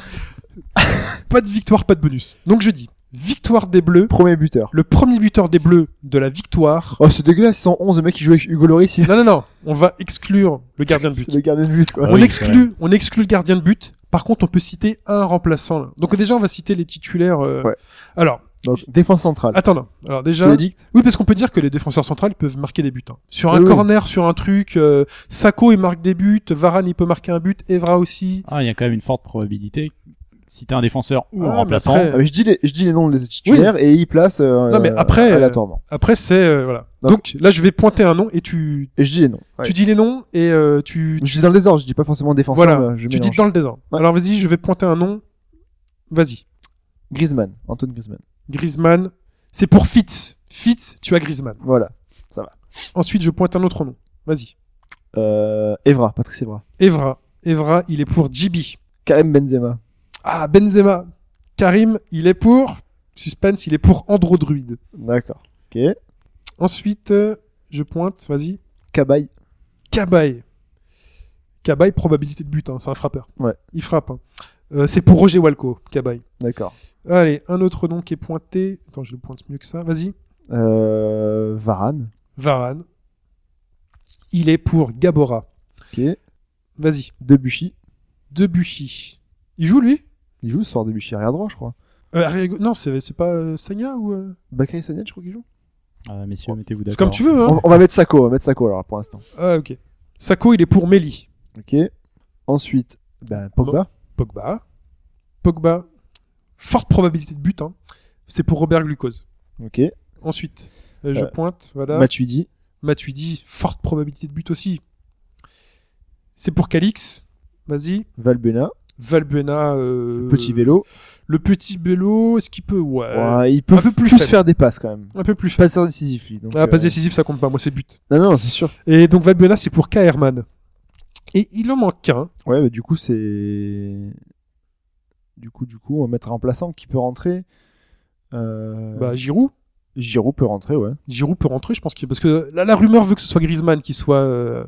[SPEAKER 2] pas de victoire, pas de bonus. Donc je dis victoire des Bleus.
[SPEAKER 4] Premier buteur.
[SPEAKER 2] Le premier buteur des Bleus de la victoire.
[SPEAKER 4] Oh, c'est dégueulasse, 111, le mec qui jouait avec Hugo Loris, il
[SPEAKER 2] Non non non. On va exclure le gardien de but.
[SPEAKER 4] le gardien de but, quoi.
[SPEAKER 3] Ah
[SPEAKER 2] on
[SPEAKER 3] oui, quand
[SPEAKER 2] exclut, on exclut le gardien de but. Par contre, on peut citer un remplaçant. là. Donc déjà, on va citer les titulaires. euh,
[SPEAKER 4] Ouais.
[SPEAKER 2] Alors,
[SPEAKER 4] Donc, défense centrale.
[SPEAKER 2] attends. non. Alors
[SPEAKER 4] Tu
[SPEAKER 2] Ah, déjà,
[SPEAKER 4] le dictes
[SPEAKER 2] oui, parce qu'on peut dire que les défenseurs centrales peuvent marquer des buts. hein. Sur un
[SPEAKER 4] Oui, oui.
[SPEAKER 2] corner, sur un truc, euh, Sako il marque des buts, Varane il peut marquer un but, Evra aussi.
[SPEAKER 3] Ah, il y a quand même une forte probabilité. Si t'es un défenseur ou
[SPEAKER 2] Ah,
[SPEAKER 3] un
[SPEAKER 2] mais
[SPEAKER 3] remplaçant,
[SPEAKER 2] après-
[SPEAKER 4] Ah, mais je, dis les, je dis les noms des titulaires et il place euh,
[SPEAKER 2] Non, mais
[SPEAKER 4] euh,
[SPEAKER 2] après, euh,
[SPEAKER 4] aléatoirement.
[SPEAKER 2] Après, c'est euh, voilà. Donc là, je vais pointer un nom et tu
[SPEAKER 4] Et je dis les noms. Ouais.
[SPEAKER 2] tu dis les noms et euh, tu
[SPEAKER 4] Je dis dans le désordre, je dis pas forcément défenseur.
[SPEAKER 2] Voilà,
[SPEAKER 4] mais je
[SPEAKER 2] tu dis
[SPEAKER 4] mélange.
[SPEAKER 2] dans le désordre.
[SPEAKER 4] Ouais.
[SPEAKER 2] Alors vas-y, je vais pointer un nom. Vas-y,
[SPEAKER 4] Griezmann, Antoine Griezmann.
[SPEAKER 2] Griezmann. C'est pour Fitz. Fitz, tu as Griezmann.
[SPEAKER 4] Voilà.
[SPEAKER 2] Ensuite, je pointe un autre nom. Vas-y.
[SPEAKER 4] Euh, Evra, Patrice Evra.
[SPEAKER 2] Evra. Evra, il est pour Jibi.
[SPEAKER 4] Karim Benzema.
[SPEAKER 2] Ah, Benzema. Karim, il est pour... Suspense, il est pour Androdruide.
[SPEAKER 4] D'accord. Ok.
[SPEAKER 2] Ensuite, euh, je pointe, vas-y.
[SPEAKER 4] Cabaye.
[SPEAKER 2] Cabaye. Cabaye, probabilité de but, hein, c'est un frappeur.
[SPEAKER 4] Ouais.
[SPEAKER 2] Il frappe. hein. Euh, c'est pour Roger Walco, Cabaye.
[SPEAKER 4] D'accord.
[SPEAKER 2] Allez, un autre nom qui est pointé. Attends, je le pointe mieux que ça. Vas-y.
[SPEAKER 4] Euh, Varane.
[SPEAKER 2] Varane. Il est pour Gabora.
[SPEAKER 4] Ok.
[SPEAKER 2] Vas-y.
[SPEAKER 4] Debuchy.
[SPEAKER 2] Debuchy. Il joue, lui
[SPEAKER 4] Il joue ce soir Debuchy arrière droit, je crois.
[SPEAKER 2] Euh, arrière- Non, c'est c'est pas euh, Sagna ou... euh
[SPEAKER 4] Bakary Sagna, je crois qu'il joue.
[SPEAKER 3] euh, messieurs, mettez-vous
[SPEAKER 2] C'est
[SPEAKER 3] d'accord.
[SPEAKER 2] comme tu veux, hein
[SPEAKER 4] On, on va mettre Sako, on va mettre Sako alors pour l'instant.
[SPEAKER 2] Ah, ok. Sako, il est pour Meli.
[SPEAKER 4] Ok. Ensuite, ben, Pogba.
[SPEAKER 2] Pogba. Pogba. Forte probabilité de but, hein. C'est pour Robert Glucose.
[SPEAKER 4] Ok.
[SPEAKER 2] Ensuite, euh, je
[SPEAKER 4] Euh,
[SPEAKER 2] pointe, voilà.
[SPEAKER 4] Matuidi.
[SPEAKER 2] Matuidi, forte probabilité de but aussi. C'est pour Calix. Vas-y.
[SPEAKER 4] Valbuena.
[SPEAKER 2] Valbuena. euh,
[SPEAKER 4] Petit vélo.
[SPEAKER 2] Le petit vélo, est-ce qu'il peut Ouais.
[SPEAKER 4] Ouais, il peut
[SPEAKER 2] euh, un peu plus
[SPEAKER 4] plus
[SPEAKER 2] faible.
[SPEAKER 4] faire des passes quand même.
[SPEAKER 2] Un peu plus faible.
[SPEAKER 4] Passeur décisif, lui. Donc,
[SPEAKER 2] Ah, passe
[SPEAKER 4] euh,
[SPEAKER 2] décisif, ça compte pas. Moi, c'est but.
[SPEAKER 4] Non, non, c'est sûr.
[SPEAKER 2] Et donc Valbuena, c'est pour K. Herman. Et il en manque un.
[SPEAKER 4] Ouais, bah, du coup, c'est. Du coup, du coup, on va mettre un remplaçant qui peut rentrer. Euh...
[SPEAKER 2] Bah, Giroud.
[SPEAKER 4] Giroud peut rentrer, ouais.
[SPEAKER 2] Giroud peut rentrer, je pense qu'il parce que là la rumeur veut que ce soit Griezmann qui soit euh,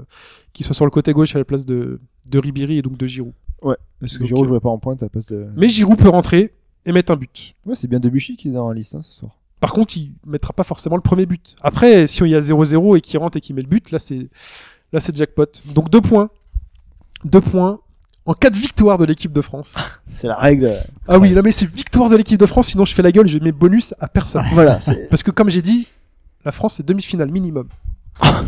[SPEAKER 2] qui soit sur le côté gauche à la place de de Ribéry et donc de Giroud.
[SPEAKER 4] Ouais. Parce que
[SPEAKER 2] Donc,
[SPEAKER 4] Giroud
[SPEAKER 2] euh,
[SPEAKER 4] jouait pas en pointe à la place
[SPEAKER 3] Mm.
[SPEAKER 4] de.
[SPEAKER 2] Mais Giroud peut rentrer et mettre un but.
[SPEAKER 4] Ouais, c'est bien Debuchy qui est dans la liste hein, ce soir.
[SPEAKER 2] Par contre, il mettra pas forcément le premier but. Après, si on y a 0-0 et qu'il rentre et qu'il met le but, là c'est là c'est jackpot. Donc deux points, deux points en cas de victoire de l'équipe de
[SPEAKER 3] [laughs]
[SPEAKER 2] France.
[SPEAKER 4] C'est la règle. euh,
[SPEAKER 2] Ah oui, non mais c'est victoire de l'équipe de France, sinon je fais la gueule, je mets bonus à personne.
[SPEAKER 4] [laughs] voilà. c'est-
[SPEAKER 2] Parce que comme j'ai dit, la France c'est demi-finale minimum.
[SPEAKER 3] Ah,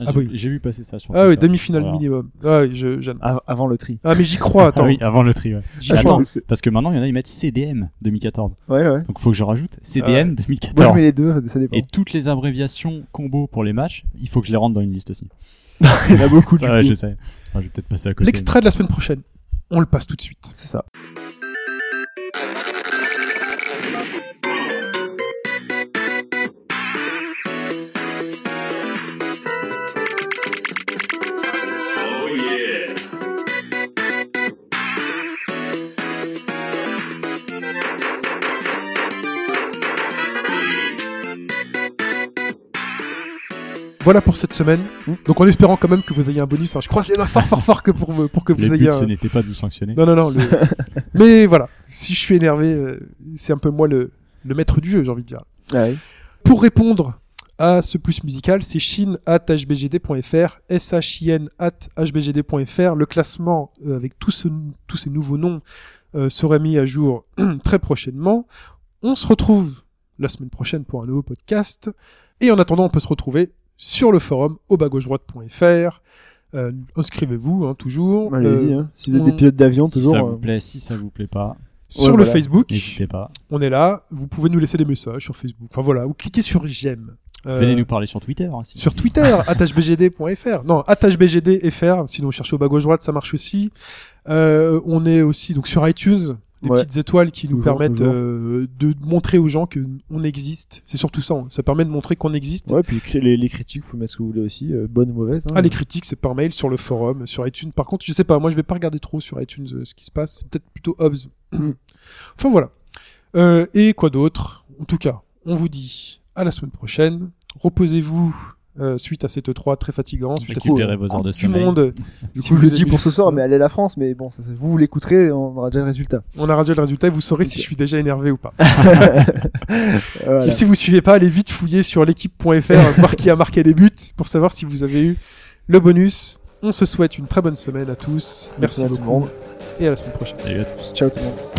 [SPEAKER 2] Ah
[SPEAKER 3] j'ai-
[SPEAKER 2] oui.
[SPEAKER 3] J'ai vu passer ça sur
[SPEAKER 2] Ah oui,
[SPEAKER 3] Twitter.
[SPEAKER 2] demi-finale
[SPEAKER 3] [laughs] Voilà.
[SPEAKER 2] minimum. Ah oui, je- j'annonce.
[SPEAKER 4] Av- avant le tri.
[SPEAKER 2] Ah mais j'y crois,
[SPEAKER 3] Ah
[SPEAKER 2] attends.
[SPEAKER 3] oui, avant le tri, ouais.
[SPEAKER 2] J'y
[SPEAKER 3] Attends.
[SPEAKER 2] crois.
[SPEAKER 3] Parce que maintenant, il y en a, ils mettent CDM 2014.
[SPEAKER 4] Ouais, ouais.
[SPEAKER 3] Donc, faut que je rajoute CDM 2014.
[SPEAKER 4] Moi, je mets les deux, ça dépend.
[SPEAKER 3] Et toutes les abréviations combo pour les matchs, il faut que je les rentre dans une liste aussi.
[SPEAKER 4] Il y en a [laughs] beaucoup
[SPEAKER 3] Ça,
[SPEAKER 4] du
[SPEAKER 3] ouais,
[SPEAKER 4] coup.
[SPEAKER 3] je sais. Enfin, je vais peut-être passer à côté.
[SPEAKER 2] L'extrait de la semaine prochaine, on le passe tout de suite.
[SPEAKER 4] C'est ça.
[SPEAKER 2] Voilà pour cette semaine. Donc en espérant quand même que vous ayez un bonus. hein. Je croise les doigts fort fort fort que pour, me- pour que
[SPEAKER 3] Le
[SPEAKER 2] vous
[SPEAKER 3] but,
[SPEAKER 2] ayez
[SPEAKER 3] ce
[SPEAKER 2] un...
[SPEAKER 3] n'était pas de vous sanctionner.
[SPEAKER 2] Non, non, non. le- Mais voilà, si je suis énervé, euh, c'est un peu moi le, le maître du jeu, j'ai envie de dire.
[SPEAKER 4] Ah ouais.
[SPEAKER 2] Pour répondre à ce plus musical, c'est chine at hbgd.fr, shin at hbgd.fr. Le classement euh, avec tous ce- tous ces nouveaux noms euh, sera mis à jour [clears throat] très prochainement. On se retrouve la semaine prochaine pour un nouveau podcast. Et en attendant, on peut se retrouver sur le forum au bas-gauche-droite.fr. Euh, inscrivez-vous hein, toujours
[SPEAKER 4] Allez-y,
[SPEAKER 2] Euh,
[SPEAKER 4] hein. Si vous êtes
[SPEAKER 2] on-
[SPEAKER 4] des pilotes d'avion,
[SPEAKER 3] Si
[SPEAKER 4] toujours.
[SPEAKER 3] ça vous
[SPEAKER 4] euh,
[SPEAKER 3] plaît, si ça vous plaît pas,
[SPEAKER 2] sur
[SPEAKER 4] Ouais,
[SPEAKER 2] le
[SPEAKER 4] voilà.
[SPEAKER 2] Facebook.
[SPEAKER 3] n'hésitez pas.
[SPEAKER 2] On est là. Vous pouvez nous laisser des messages sur Facebook. Enfin voilà, ou cliquez sur j'aime. Euh,
[SPEAKER 3] Venez nous parler sur Twitter. hein, si-
[SPEAKER 2] sur Twitter, attachebgd.fr. Non, attachebgd.fr. Sinon, cherchez au bas gauche droite, ça marche aussi. Euh, on est aussi donc sur iTunes. Les
[SPEAKER 4] Ouais.
[SPEAKER 2] petites étoiles qui nous
[SPEAKER 4] Toujours,
[SPEAKER 2] permettent
[SPEAKER 4] toujours.
[SPEAKER 2] euh, de montrer aux gens que on existe. C'est surtout ça. hein. Ça permet de montrer qu'on existe.
[SPEAKER 4] Ouais, puis cri- les, les critiques, vous pouvez mettre ce que vous voulez aussi, euh, bonnes ou mauvaises. hein.
[SPEAKER 2] Ah, les critiques, c'est par mail, sur le forum, sur iTunes. Par contre, je sais pas, moi je vais pas regarder trop sur iTunes euh, ce qui se passe. C'est peut-être plutôt Hobbs.
[SPEAKER 4] Mm.
[SPEAKER 2] enfin voilà. Euh, et quoi d'autre En tout cas, on vous dit à la semaine prochaine. Reposez-vous euh, suite à cette E3 très fatigant. Suite à cette
[SPEAKER 3] Récupérez vos heures
[SPEAKER 2] Coupe
[SPEAKER 3] de
[SPEAKER 2] du
[SPEAKER 3] sommeil.
[SPEAKER 4] [laughs]
[SPEAKER 2] monde.
[SPEAKER 4] Du
[SPEAKER 2] Si
[SPEAKER 4] coup,
[SPEAKER 2] vous
[SPEAKER 4] je le
[SPEAKER 2] avez-
[SPEAKER 4] dis pour ce soir, mais allez à la France, mais bon, ça, ça- vous, vous l'écouterez, on aura déjà le résultat.
[SPEAKER 2] On aura déjà le résultat et vous saurez si
[SPEAKER 4] Ok.
[SPEAKER 2] je suis déjà énervé ou pas.
[SPEAKER 4] Voilà.
[SPEAKER 2] Et si vous suivez pas, allez vite fouiller sur
[SPEAKER 4] [laughs]
[SPEAKER 2] l'équipe.fr, voir qui a marqué les buts pour savoir si vous avez eu le bonus. On se souhaite une très bonne semaine à tous. Merci,
[SPEAKER 4] à tout le
[SPEAKER 2] beaucoup
[SPEAKER 4] monde.
[SPEAKER 2] et à la semaine prochaine.
[SPEAKER 3] Salut à tous.
[SPEAKER 4] Ciao tout le monde.